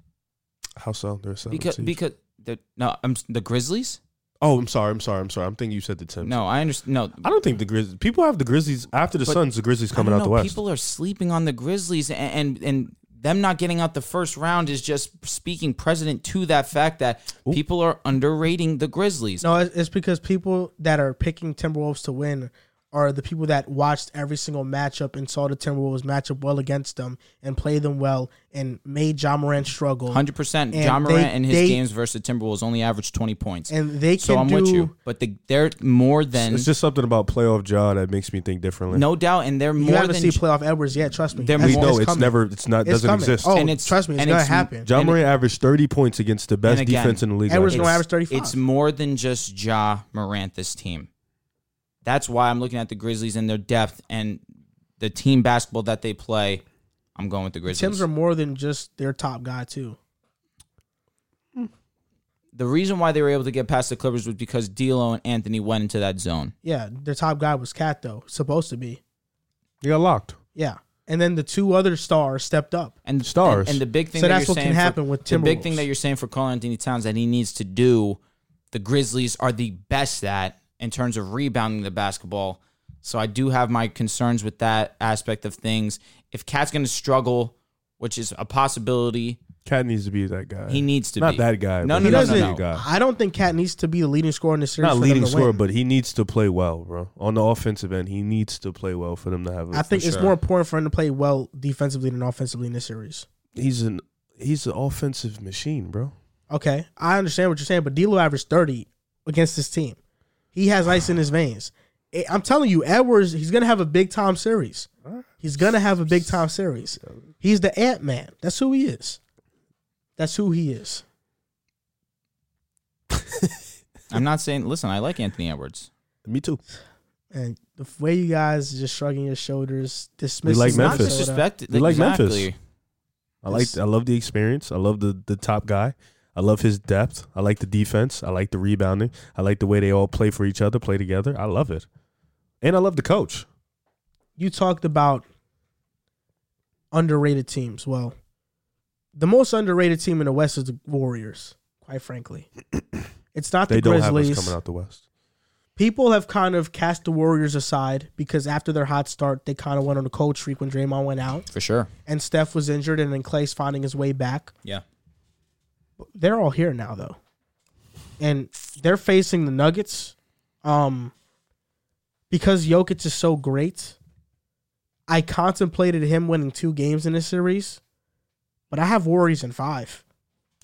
Speaker 3: How so? There's seven
Speaker 2: because
Speaker 3: seeds.
Speaker 2: because the no I'm s- the Grizzlies.
Speaker 3: Oh, I'm sorry. I'm sorry. I'm sorry. I'm thinking you said the Tim.
Speaker 2: No, I understand. No,
Speaker 3: I don't think the Grizzlies. People have the Grizzlies after the
Speaker 2: But-
Speaker 3: Suns. The Grizzlies
Speaker 2: I
Speaker 3: coming
Speaker 2: don't know,
Speaker 3: out the West.
Speaker 2: People are sleeping on the Grizzlies, and and, and them not getting out the first round is just speaking precedent to that fact that people are underrating the Grizzlies.
Speaker 1: No, it's it's because people that are picking Timberwolves to win are the people that watched every single matchup and saw the Timberwolves matchup well against them and play them well and made John Moran struggle.
Speaker 2: Hundred percent.
Speaker 1: And
Speaker 2: John
Speaker 1: they-
Speaker 2: Morant in his
Speaker 1: they-
Speaker 2: games versus the Timberwolves only averaged twenty points.
Speaker 1: And they can
Speaker 2: so I'm
Speaker 1: do
Speaker 2: with you, but the, they're more than
Speaker 3: it's just something about playoff jaw that makes me think differently.
Speaker 2: no doubt, and they're
Speaker 1: you
Speaker 2: more
Speaker 1: haven't
Speaker 2: than
Speaker 1: seen playoff Edwards yet, trust me.
Speaker 2: They're
Speaker 1: That's-
Speaker 3: we know it's
Speaker 1: coming.
Speaker 3: never. It's not.
Speaker 1: It's
Speaker 3: doesn't
Speaker 1: coming.
Speaker 3: exist.
Speaker 1: Oh,
Speaker 2: And it's-
Speaker 1: trust me, it's
Speaker 2: and
Speaker 1: gonna
Speaker 2: it's-
Speaker 1: happen.
Speaker 3: John
Speaker 2: and-
Speaker 3: Murray averaged 30 points against the best
Speaker 2: And again,
Speaker 3: defense in the league.
Speaker 1: Edwards
Speaker 3: last
Speaker 1: no
Speaker 3: year.
Speaker 1: average 35.
Speaker 2: It's more than just Ja Morant, this team. That's why I'm looking at the Grizzlies and their depth and the team basketball that they play. I'm going with the Grizzlies.
Speaker 1: Tims are more than just their top guy too.
Speaker 2: the reason why they were able to get past the Clippers was because D'Lo and Anthony went into that zone.
Speaker 1: Yeah, their top guy was Cat though. Supposed to be.
Speaker 3: He got locked.
Speaker 1: Yeah. and then the two other stars stepped up.
Speaker 2: and
Speaker 3: Stars.
Speaker 2: And, and the big thing
Speaker 1: So
Speaker 2: that
Speaker 1: that's
Speaker 2: you're
Speaker 1: what can
Speaker 2: saying for-
Speaker 1: happen with
Speaker 2: the big
Speaker 1: Timberwolves.
Speaker 2: thing that you're saying for Carl Anthony Towns that he needs to do, the Grizzlies are the best at in terms of rebounding the basketball. So I do have my concerns with that aspect of things. If Cat's going to struggle, which is a possibility,
Speaker 3: Cat needs to be that guy.
Speaker 2: he needs to
Speaker 3: not
Speaker 2: be.
Speaker 3: that guy.
Speaker 2: No,
Speaker 3: but
Speaker 2: no,
Speaker 1: He
Speaker 3: he
Speaker 2: no,
Speaker 3: needs to
Speaker 1: doesn't.
Speaker 3: be
Speaker 2: no,
Speaker 3: a
Speaker 2: no.
Speaker 3: guy.
Speaker 1: I don't think Cat needs to be the leading scorer in the series.
Speaker 3: Not
Speaker 1: for
Speaker 3: leading
Speaker 1: them to
Speaker 3: scorer,
Speaker 1: win.
Speaker 3: but he needs to play well, bro. On the offensive end, he needs to play well for them to have. a
Speaker 1: I think it's
Speaker 2: sure.
Speaker 1: more important for him to play well defensively than offensively in this series.
Speaker 3: he's an he's an offensive machine, bro.
Speaker 1: Okay, I understand what you're saying, but D'Lo averaged 30 against this team. He has ice in his veins. I- I'm telling you, Edwards, he's gonna have a big time series. He's gonna have a big time series. He's the Ant Man. That's who he is. That's who he is.
Speaker 2: I'm not saying. Listen, I like Anthony Edwards.
Speaker 3: Me too.
Speaker 1: And the way you guys just shrugging your shoulders, dismissing
Speaker 3: like
Speaker 2: It's not
Speaker 3: Memphis.
Speaker 2: disrespected.
Speaker 3: We like Memphis.
Speaker 2: Exactly.
Speaker 3: I like
Speaker 1: Yes.
Speaker 3: I love the experience. I love the the top guy. I love his depth. I like the defense. I like the rebounding. I like the way they all play for each other, play together. I love it. And I love the coach.
Speaker 1: you talked about underrated teams. Well, the most underrated team in the West is the Warriors, quite frankly. It's not
Speaker 3: They
Speaker 1: the
Speaker 3: don't have us
Speaker 1: Grizzlies.
Speaker 3: coming out the West.
Speaker 1: People have kind of cast the Warriors aside because after their hot start, they kind of went on a cold streak when Draymond went out
Speaker 2: For sure.
Speaker 1: and Steph was injured and then Clay's finding his way back.
Speaker 2: Yeah.
Speaker 1: They're all here now though. And they're facing the Nuggets. Um because Jokic is so great, I contemplated him winning two games in this series, but I have worries in five.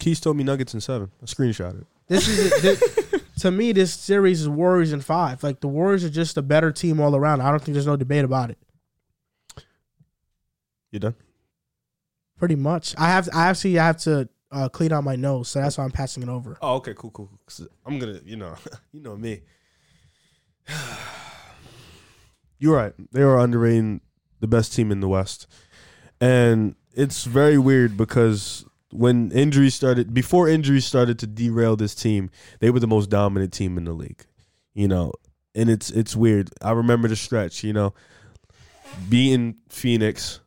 Speaker 3: Keys told me Nuggets in seven. I screenshot it.
Speaker 1: This is <laughs> thi- to me. This series is Warriors in five. Like the Warriors are just a better team all around. I don't think there's no debate about it.
Speaker 3: You done?
Speaker 1: Pretty much. I have. I actually have to uh, clean out my nose, so that's why I'm passing it over.
Speaker 3: Oh, okay, cool, cool. cool. 'Cause I'm gonna, you know, <laughs> you know me. <sighs> You're right. They are underrating the best team in the West, and it's very weird because when injuries started, before injuries started to derail this team, they were the most dominant team in the league. You know, and it's it's weird. I remember the stretch. You know, beating Phoenix,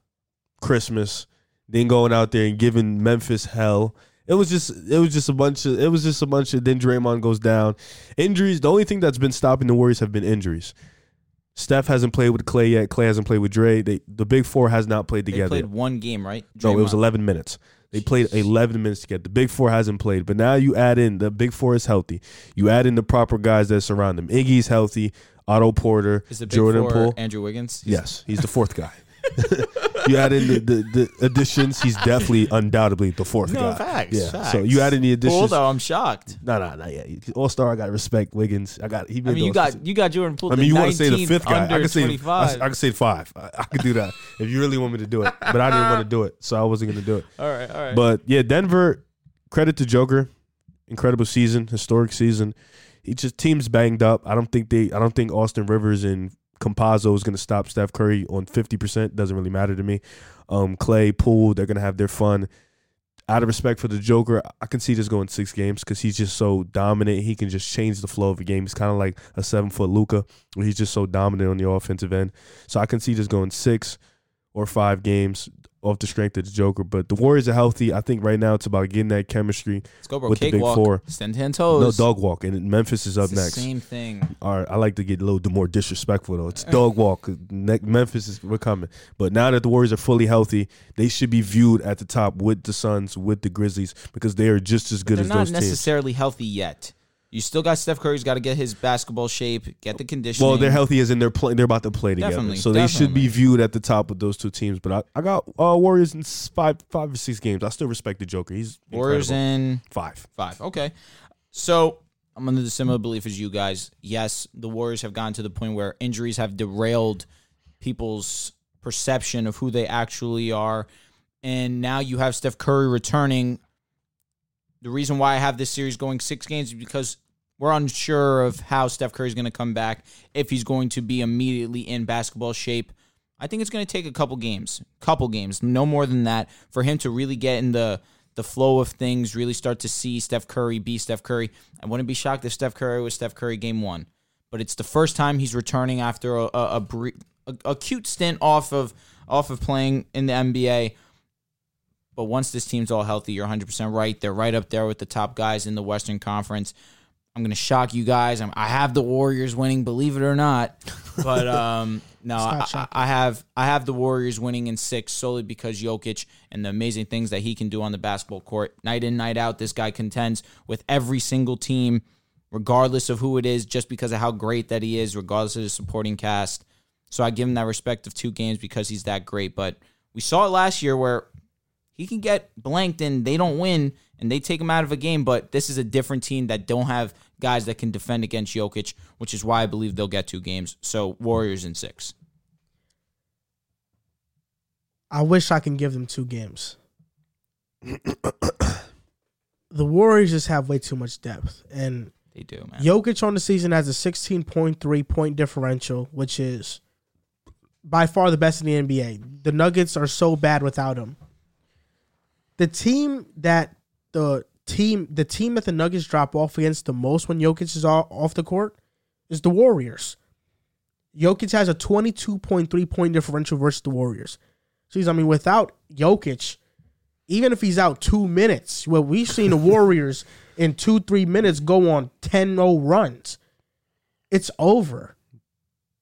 Speaker 3: Christmas, then going out there and giving Memphis hell. It was just it was just a bunch of it was just a bunch of then Draymond goes down. Injuries, the only thing that's been stopping the Warriors have been injuries. Steph hasn't played with Clay yet. Clay hasn't played with Dre. They, the big four has not played
Speaker 2: They
Speaker 3: together.
Speaker 2: played one game, right?
Speaker 3: No, it was
Speaker 2: Draymond.
Speaker 3: 11 minutes. They played 11 minutes together. The Big Four hasn't played, but now you add in the Big Four is healthy. You add in the proper guys that surround them. Iggy's healthy. Otto Porter,
Speaker 2: Is it big
Speaker 3: Jordan
Speaker 2: four,
Speaker 3: Poole.
Speaker 2: Andrew Wiggins? He's-
Speaker 3: Yes, he's the fourth guy. <laughs> you add in the, the, the additions. He's definitely, undoubtedly, the fourth
Speaker 2: No,
Speaker 3: guy.
Speaker 2: facts,
Speaker 3: Yeah.
Speaker 2: facts.
Speaker 3: So you add in
Speaker 2: Poole,
Speaker 3: the additions.
Speaker 2: though, I'm shocked.
Speaker 3: No, no, no. Yeah, All Star. I got to respect Wiggins. I got. He
Speaker 2: I
Speaker 3: been
Speaker 2: mean, you
Speaker 3: doing some-
Speaker 2: got you got Jordan Poole.
Speaker 3: I mean,
Speaker 2: the
Speaker 3: you want to say the
Speaker 2: 19th
Speaker 3: fifth guy?
Speaker 2: Under
Speaker 3: I could say I,
Speaker 2: 25.
Speaker 3: I could say five. I, I could do that if you really want me to do it, but I didn't want to do it, so I wasn't going to do it.
Speaker 2: all right, all right.
Speaker 3: But yeah, Denver, credit to Joker, incredible season, historic season. He just teams banged up. I don't think they. I don't think Austin Rivers and Compazzo is going to stop Steph Curry on fifty percent. Doesn't really matter to me. Um, Clay, Poole, they're going to have their fun. Out of respect for the Joker, I can see this going six games because he's just so dominant. He can just change the flow of a game. He's kind of like a seven foot Luca, where he's just so dominant on the offensive end. So I can see this going six or five games off the strength of the Joker. But the Warriors are healthy. I think right now it's about getting that chemistry.
Speaker 2: Let's go, bro.
Speaker 3: with the big
Speaker 2: Cakewalk.
Speaker 3: four.
Speaker 2: Send hand
Speaker 3: No
Speaker 2: toes.
Speaker 3: dog walk, and Memphis is
Speaker 2: Oh,
Speaker 3: up
Speaker 2: It's the
Speaker 3: next.
Speaker 2: same thing.
Speaker 3: All right, I like to get a little more disrespectful though. It's dog walk. Ne- Memphis is we're coming, but now that the Warriors are fully healthy, they should be viewed at the top with the Suns, with the Grizzlies, because they are just as good
Speaker 2: They're
Speaker 3: as
Speaker 2: not
Speaker 3: those teams.
Speaker 2: necessarily healthy yet. You still got Steph Curry's got to get his basketball shape, get the conditioning.
Speaker 3: Well, they're healthy as in they're play- They're about to play together,
Speaker 2: Definitely,
Speaker 3: so they should be viewed at the top with those two teams. But I, I got uh, Warriors in s- five, five or six games. I still respect the Joker. He's
Speaker 2: Warriors
Speaker 3: incredible.
Speaker 2: in
Speaker 3: five.
Speaker 2: Five. Okay. So I'm under the similar belief as you guys. Yes, the Warriors have gotten to the point where injuries have derailed people's perception of who they actually are. And now you have Steph Curry returning. The reason why I have this series going six games is because we're unsure of how Steph Curry's going to come back, if he's going to be immediately in basketball shape. I think it's going to take a couple games, couple games, no more than that, for him to really get in the the flow of things, really start to see Steph Curry be Steph Curry. I wouldn't be shocked if Steph Curry was Steph Curry game one, but it's the first time he's returning after a, a, a brief a, a cute stint off of off of playing in the NBA. But once this team's all healthy, you're 100% right. They're right up there with the top guys in the Western Conference. I'm going to shock you guys. I'm, I have the Warriors winning, believe it or not. But um, no, I, I- I have I have the Warriors winning in six solely because Jokic and the amazing things that he can do on the basketball court, night in night out. This guy contends with every single team, regardless of who it is, just because of how great that he is, regardless of the supporting cast. So I give him that respect of two games because he's that great. But we saw it last year where he can get blanked and they don't win and they take him out of a game. But this is a different team that don't have guys that can defend against Jokic, which is why I believe they'll get two games. So Warriors in six.
Speaker 1: I wish I can give them two games. the Warriors just have way too much depth, and
Speaker 2: They do, man.
Speaker 1: Jokic on the season has a 16.3 point differential, which is by far the best in the NBA. The Nuggets are so bad without him. The team that the team the team that the Nuggets drop off against the most when Jokic is all, off the court is the Warriors. Jokic has a 22.3 point differential versus the Warriors. Jeez, I mean, without Jokic, even if he's out two minutes, well, we've seen the
Speaker 2: <laughs>
Speaker 1: Warriors in two, three minutes go on 10 0 runs. It's over.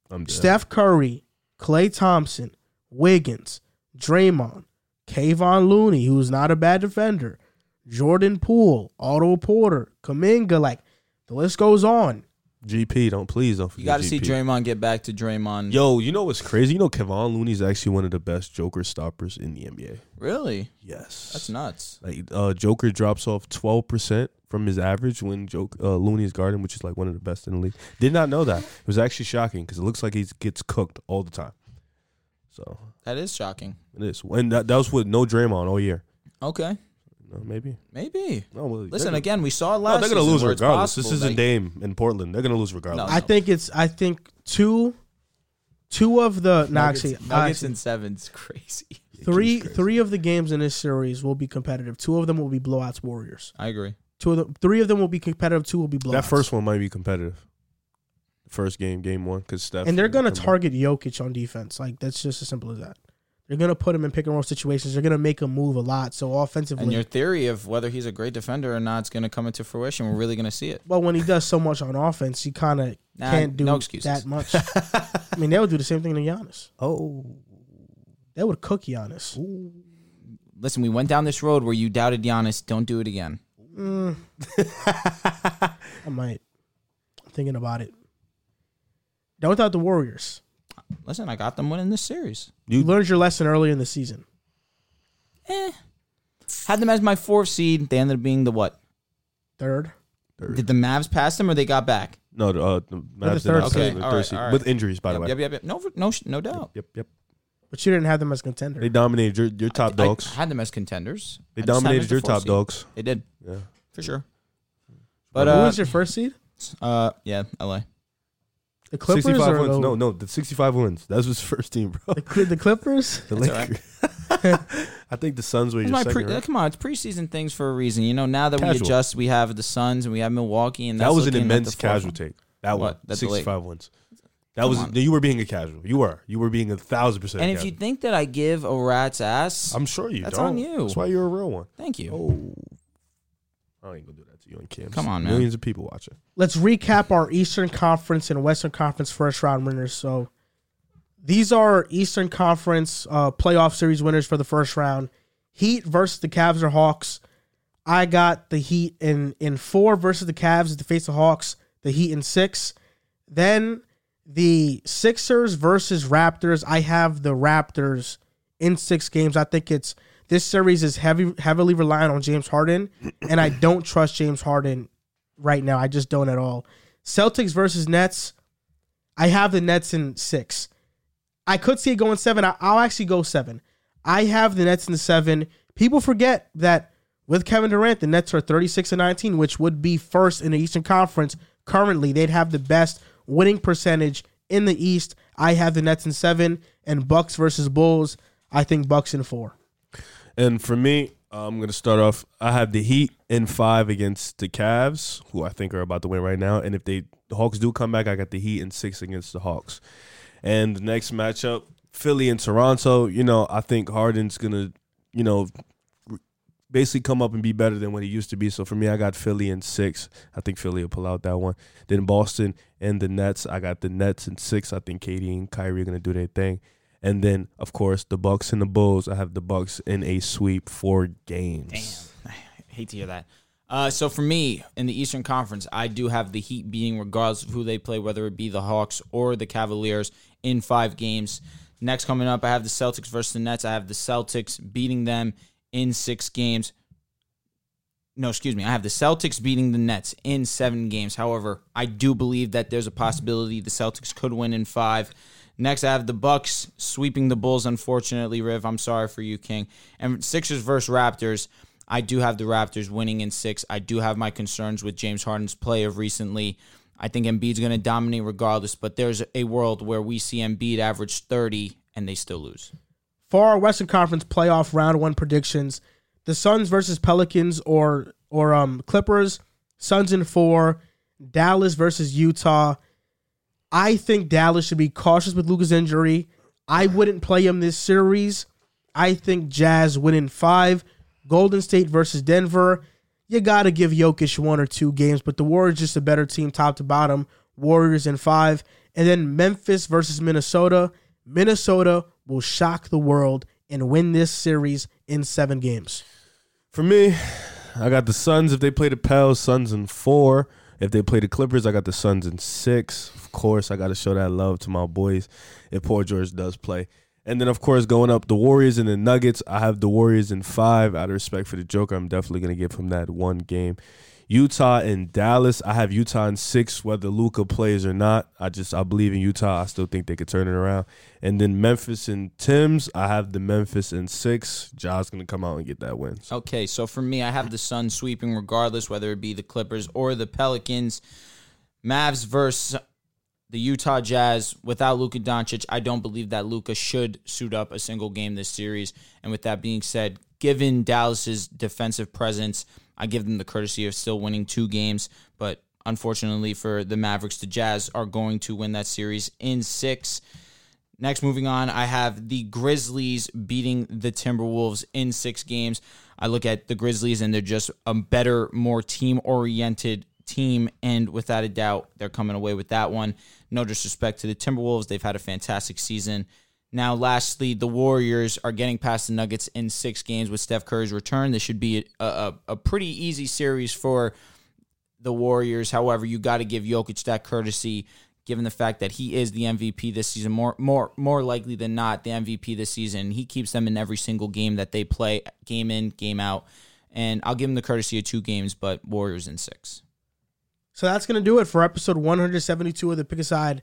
Speaker 3: I'm dead.
Speaker 1: Steph Curry, Clay Thompson, Wiggins, Draymond, Kayvon Looney, who's not a bad defender, Jordan Poole, Otto Porter, Kaminga, like the list goes on.
Speaker 3: GP, don't please don't forget.
Speaker 2: You got to
Speaker 3: GP.
Speaker 2: see Draymond get back to Draymond.
Speaker 3: Yo, you know what's crazy? You know Kevon Looney's actually one of the best Joker stoppers in the NBA.
Speaker 2: Really?
Speaker 3: Yes,
Speaker 2: That's nuts.
Speaker 3: Like uh, Joker drops off twelve percent from his average when Joker uh, Looney is guarding, which is like one of the best in the league. Did not know that. It was actually shocking because it looks like he gets cooked all the time. So
Speaker 2: That is shocking.
Speaker 3: it is, and that, that was with no Draymond all year.
Speaker 2: Okay.
Speaker 3: No, maybe.
Speaker 2: Maybe.
Speaker 3: No, well,
Speaker 2: Listen,
Speaker 3: they're,
Speaker 2: again, we saw it
Speaker 3: no,
Speaker 2: last
Speaker 3: they're gonna
Speaker 2: season
Speaker 3: lose
Speaker 2: where it's
Speaker 3: regardless. This
Speaker 2: possible
Speaker 3: isn't
Speaker 2: that-
Speaker 3: Dame in Portland. They're gonna lose regardless.
Speaker 2: No.
Speaker 1: I think it's, I think two, two of the, no,
Speaker 2: Nuggets,
Speaker 1: actually,
Speaker 2: Nuggets
Speaker 1: actually-
Speaker 2: in seven's <laughs> crazy.
Speaker 1: Three three of the games in this series will be competitive. Two of them will be blowouts. Warriors.
Speaker 2: I agree.
Speaker 1: Two of them, three of them will be competitive. Two will be blowouts.
Speaker 3: That first one might be competitive. First game, game one, because Steph
Speaker 1: and they're gonna
Speaker 3: come back.
Speaker 1: target Jokic on defense. Like that's just as simple as that. They're gonna put him in pick and roll situations. They're gonna make him move a lot. So
Speaker 2: And your
Speaker 1: offensively,
Speaker 2: theory of whether he's a great defender or not is going to come into fruition. We're really going to see it.
Speaker 1: well, when he does so much on offense, he kind of
Speaker 2: Nah,
Speaker 1: can't do
Speaker 2: no excuses.
Speaker 1: that
Speaker 2: <laughs>
Speaker 1: much. I mean, they would do the same thing to Giannis.
Speaker 3: Oh,
Speaker 1: They would cook Giannis.
Speaker 2: Listen, we went down this road where you doubted Giannis. Don't do it again.
Speaker 1: I might. I'm thinking about it. Now without the Warriors,
Speaker 2: Listen, I got them winning this series.
Speaker 1: you
Speaker 3: You-
Speaker 1: learned your lesson earlier in the season.
Speaker 2: Eh. Had them as my fourth seed. They ended up being the what?
Speaker 1: Third,
Speaker 2: Did the Mavs pass them or they got back?
Speaker 3: no, the, uh, the Mavs
Speaker 1: third
Speaker 3: did not
Speaker 1: seed.
Speaker 3: play
Speaker 2: Okay,
Speaker 3: the
Speaker 2: all
Speaker 3: third
Speaker 2: right,
Speaker 3: seed.
Speaker 2: all right.
Speaker 3: with injuries, by the way.
Speaker 2: Yep, yep, yep. No, no, sh- no doubt.
Speaker 3: Yep, yep.
Speaker 1: but you didn't have them as contender.
Speaker 3: They dominated your, your top
Speaker 2: I-
Speaker 3: dogs.
Speaker 2: I, had them as contenders.
Speaker 3: they
Speaker 2: I just had them
Speaker 3: dominated
Speaker 2: as the
Speaker 3: your
Speaker 2: fourth
Speaker 3: top
Speaker 2: seed.
Speaker 3: dogs.
Speaker 2: They did
Speaker 3: Yeah.
Speaker 2: for sure. But
Speaker 1: Who
Speaker 2: uh,
Speaker 1: was your first seed?
Speaker 2: uh, yeah, LA.
Speaker 1: The Clippers or
Speaker 3: wins.
Speaker 1: the,
Speaker 3: No, no, the <laughs> 65 wins. That was his first team, bro.
Speaker 1: the, Cl- the Clippers?
Speaker 3: The
Speaker 2: That's all right.
Speaker 1: <laughs>
Speaker 3: Lakers. I think the Suns were
Speaker 2: That's
Speaker 3: your
Speaker 2: my
Speaker 3: second.
Speaker 2: pre-
Speaker 3: right?
Speaker 2: come on, it's preseason things for a reason. You know, now that we
Speaker 3: Casual.
Speaker 2: adjust, we have the Suns and we have Milwaukee, and
Speaker 3: That
Speaker 2: that's
Speaker 3: was an
Speaker 2: looking at the
Speaker 3: immense
Speaker 2: fourth one.
Speaker 3: casual take. That one,
Speaker 2: What? That the Lake-
Speaker 3: 65 wins. That
Speaker 2: Come
Speaker 3: was
Speaker 2: on.
Speaker 3: no, you were being a casual. You were. You were being a thousand percent.
Speaker 2: And if you
Speaker 3: casual.
Speaker 2: think that I give a rat's ass,
Speaker 3: I'm sure you
Speaker 2: That's
Speaker 3: don't.
Speaker 2: on you.
Speaker 3: That's why you're a real one.
Speaker 2: thank you.
Speaker 3: Oh, I ain't gonna do that to you on camera.
Speaker 2: Come on, man.
Speaker 3: Millions of people watching.
Speaker 1: Let's recap our Eastern Conference and Western Conference first round winners. So these are Eastern Conference uh, playoff series winners for the first round. Heat versus the Cavs or Hawks. I got the Heat in in four versus the Cavs to face the Hawks. The Heat in six. Then the Sixers versus Raptors. I have the Raptors in six games. I think it's this series is heavy heavily reliant on James Harden, and I don't trust James Harden right now. I just don't at all. Celtics versus Nets. I have the Nets in six. I could see it going seven. I, I'll actually go seven. I have the Nets in the seven. People forget that with Kevin Durant, the Nets are 36 and 19, which would be first in the Eastern Conference. Currently, they'd have the best winning percentage in the East. I have the Nets in seven and Bucks versus Bulls. I think Bucks in four.
Speaker 3: And for me, I'm going to start off. I have the Heat in five against the Cavs, who I think are about to win right now. And if they the Hawks do come back, I got the Heat in six against the Hawks. And the next matchup, Philly and Toronto. You know, I think Harden's gonna, you know, basically come up and be better than what he used to be. So for me, I got Philly in six. I think Philly will pull out that one. Then Boston and the Nets. I got the Nets in six. I think Katie and Kyrie are gonna do their thing. And then, of course, the Bucks and the Bulls. I have the Bucks in a sweep four games.
Speaker 2: Damn. <sighs> I hate to hear that. Uh, so for me in the Eastern Conference, I do have the Heat beating, regardless of who they play, whether it be the Hawks or the Cavaliers, in five games. Next coming up, I have the Celtics versus the Nets. I have the Celtics beating them in six games. No, excuse me. I have the Celtics beating the Nets in seven games. However, I do believe that there's a possibility the Celtics could win in five. Next, I have the Bucks sweeping the Bulls. Unfortunately, Riv, I'm sorry for you, King. And Sixers versus Raptors. I do have the Raptors winning in six. I do have my concerns with James Harden's play of recently. I think Embiid's going to dominate regardless, but there's a world where we see Embiid average 30 and they still lose.
Speaker 1: For our Western Conference playoff round one predictions, the Suns versus Pelicans or or um Clippers, Suns in four, Dallas versus Utah. I think Dallas should be cautious with Luca's injury. I wouldn't play him this series. I think Jazz win in five. Golden State versus Denver. You got to give Jokic one or two games, but the Warriors just a better team top to bottom. Warriors in five. And then Memphis versus Minnesota. Minnesota will shock the world and win this series in seven games.
Speaker 3: For me, I got the Suns. If they play the Pels, Suns in four. If they play the Clippers, I got the Suns in six. Of course, I got to show that love to my boys if poor George does play. And then, of course, going up the Warriors and the Nuggets. I have the Warriors in five. Out of respect for the Joker, I'm definitely going to give him that one game. Utah and Dallas. I have Utah in six, whether Luca plays or not. I just I believe in Utah. I still think they could turn it around. And then Memphis and Tim's. I have the Memphis in six. Ja's going to come out and get that win. So
Speaker 2: Okay, so for me, I have the Suns sweeping regardless, whether it be the Clippers or the Pelicans. Mavs versus the Utah Jazz without Luka Doncic. I don't believe that Luka should suit up a single game this series. And with that being said, given Dallas's defensive presence, I give them the courtesy of still winning two games. But unfortunately for the Mavericks, the Jazz are going to win that series in six. Next, moving on, I have the Grizzlies beating the Timberwolves in six games. I look at the Grizzlies and they're just a better, more team oriented team. And without a doubt, they're coming away with that one. No disrespect to the Timberwolves, they've had a fantastic season. Now, lastly, the Warriors are getting past the Nuggets in six games with Steph Curry's return. This should be a, a, a pretty easy series for the Warriors. However, you got to give Jokic that courtesy, given the fact that he is the MVP this season. More, more, more likely than not, the MVP this season. He keeps them in every single game that they play, game in, game out. And I'll give him the courtesy of two games, but Warriors in six.
Speaker 1: So that's going to do it for episode 172 of the Pick Aside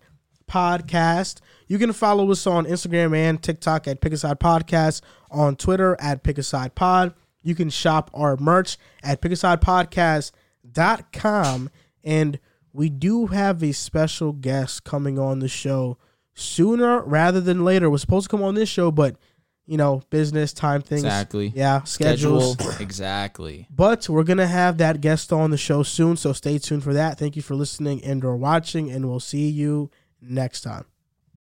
Speaker 1: podcast. You can follow us on Instagram and TikTok at Pick Aside Podcast, on Twitter at Pick Aside Pod. You can shop our merch at pickasidepodcast.com. And we do have a special guest coming on the show sooner rather than later. Was supposed to come on this show, but, you know, business, time things.
Speaker 2: Exactly.
Speaker 1: Yeah, schedules.
Speaker 2: Schedule. exactly.
Speaker 1: But we're going to have that guest on the show soon, so stay tuned for that. Thank you for listening and or watching, and we'll see you next time.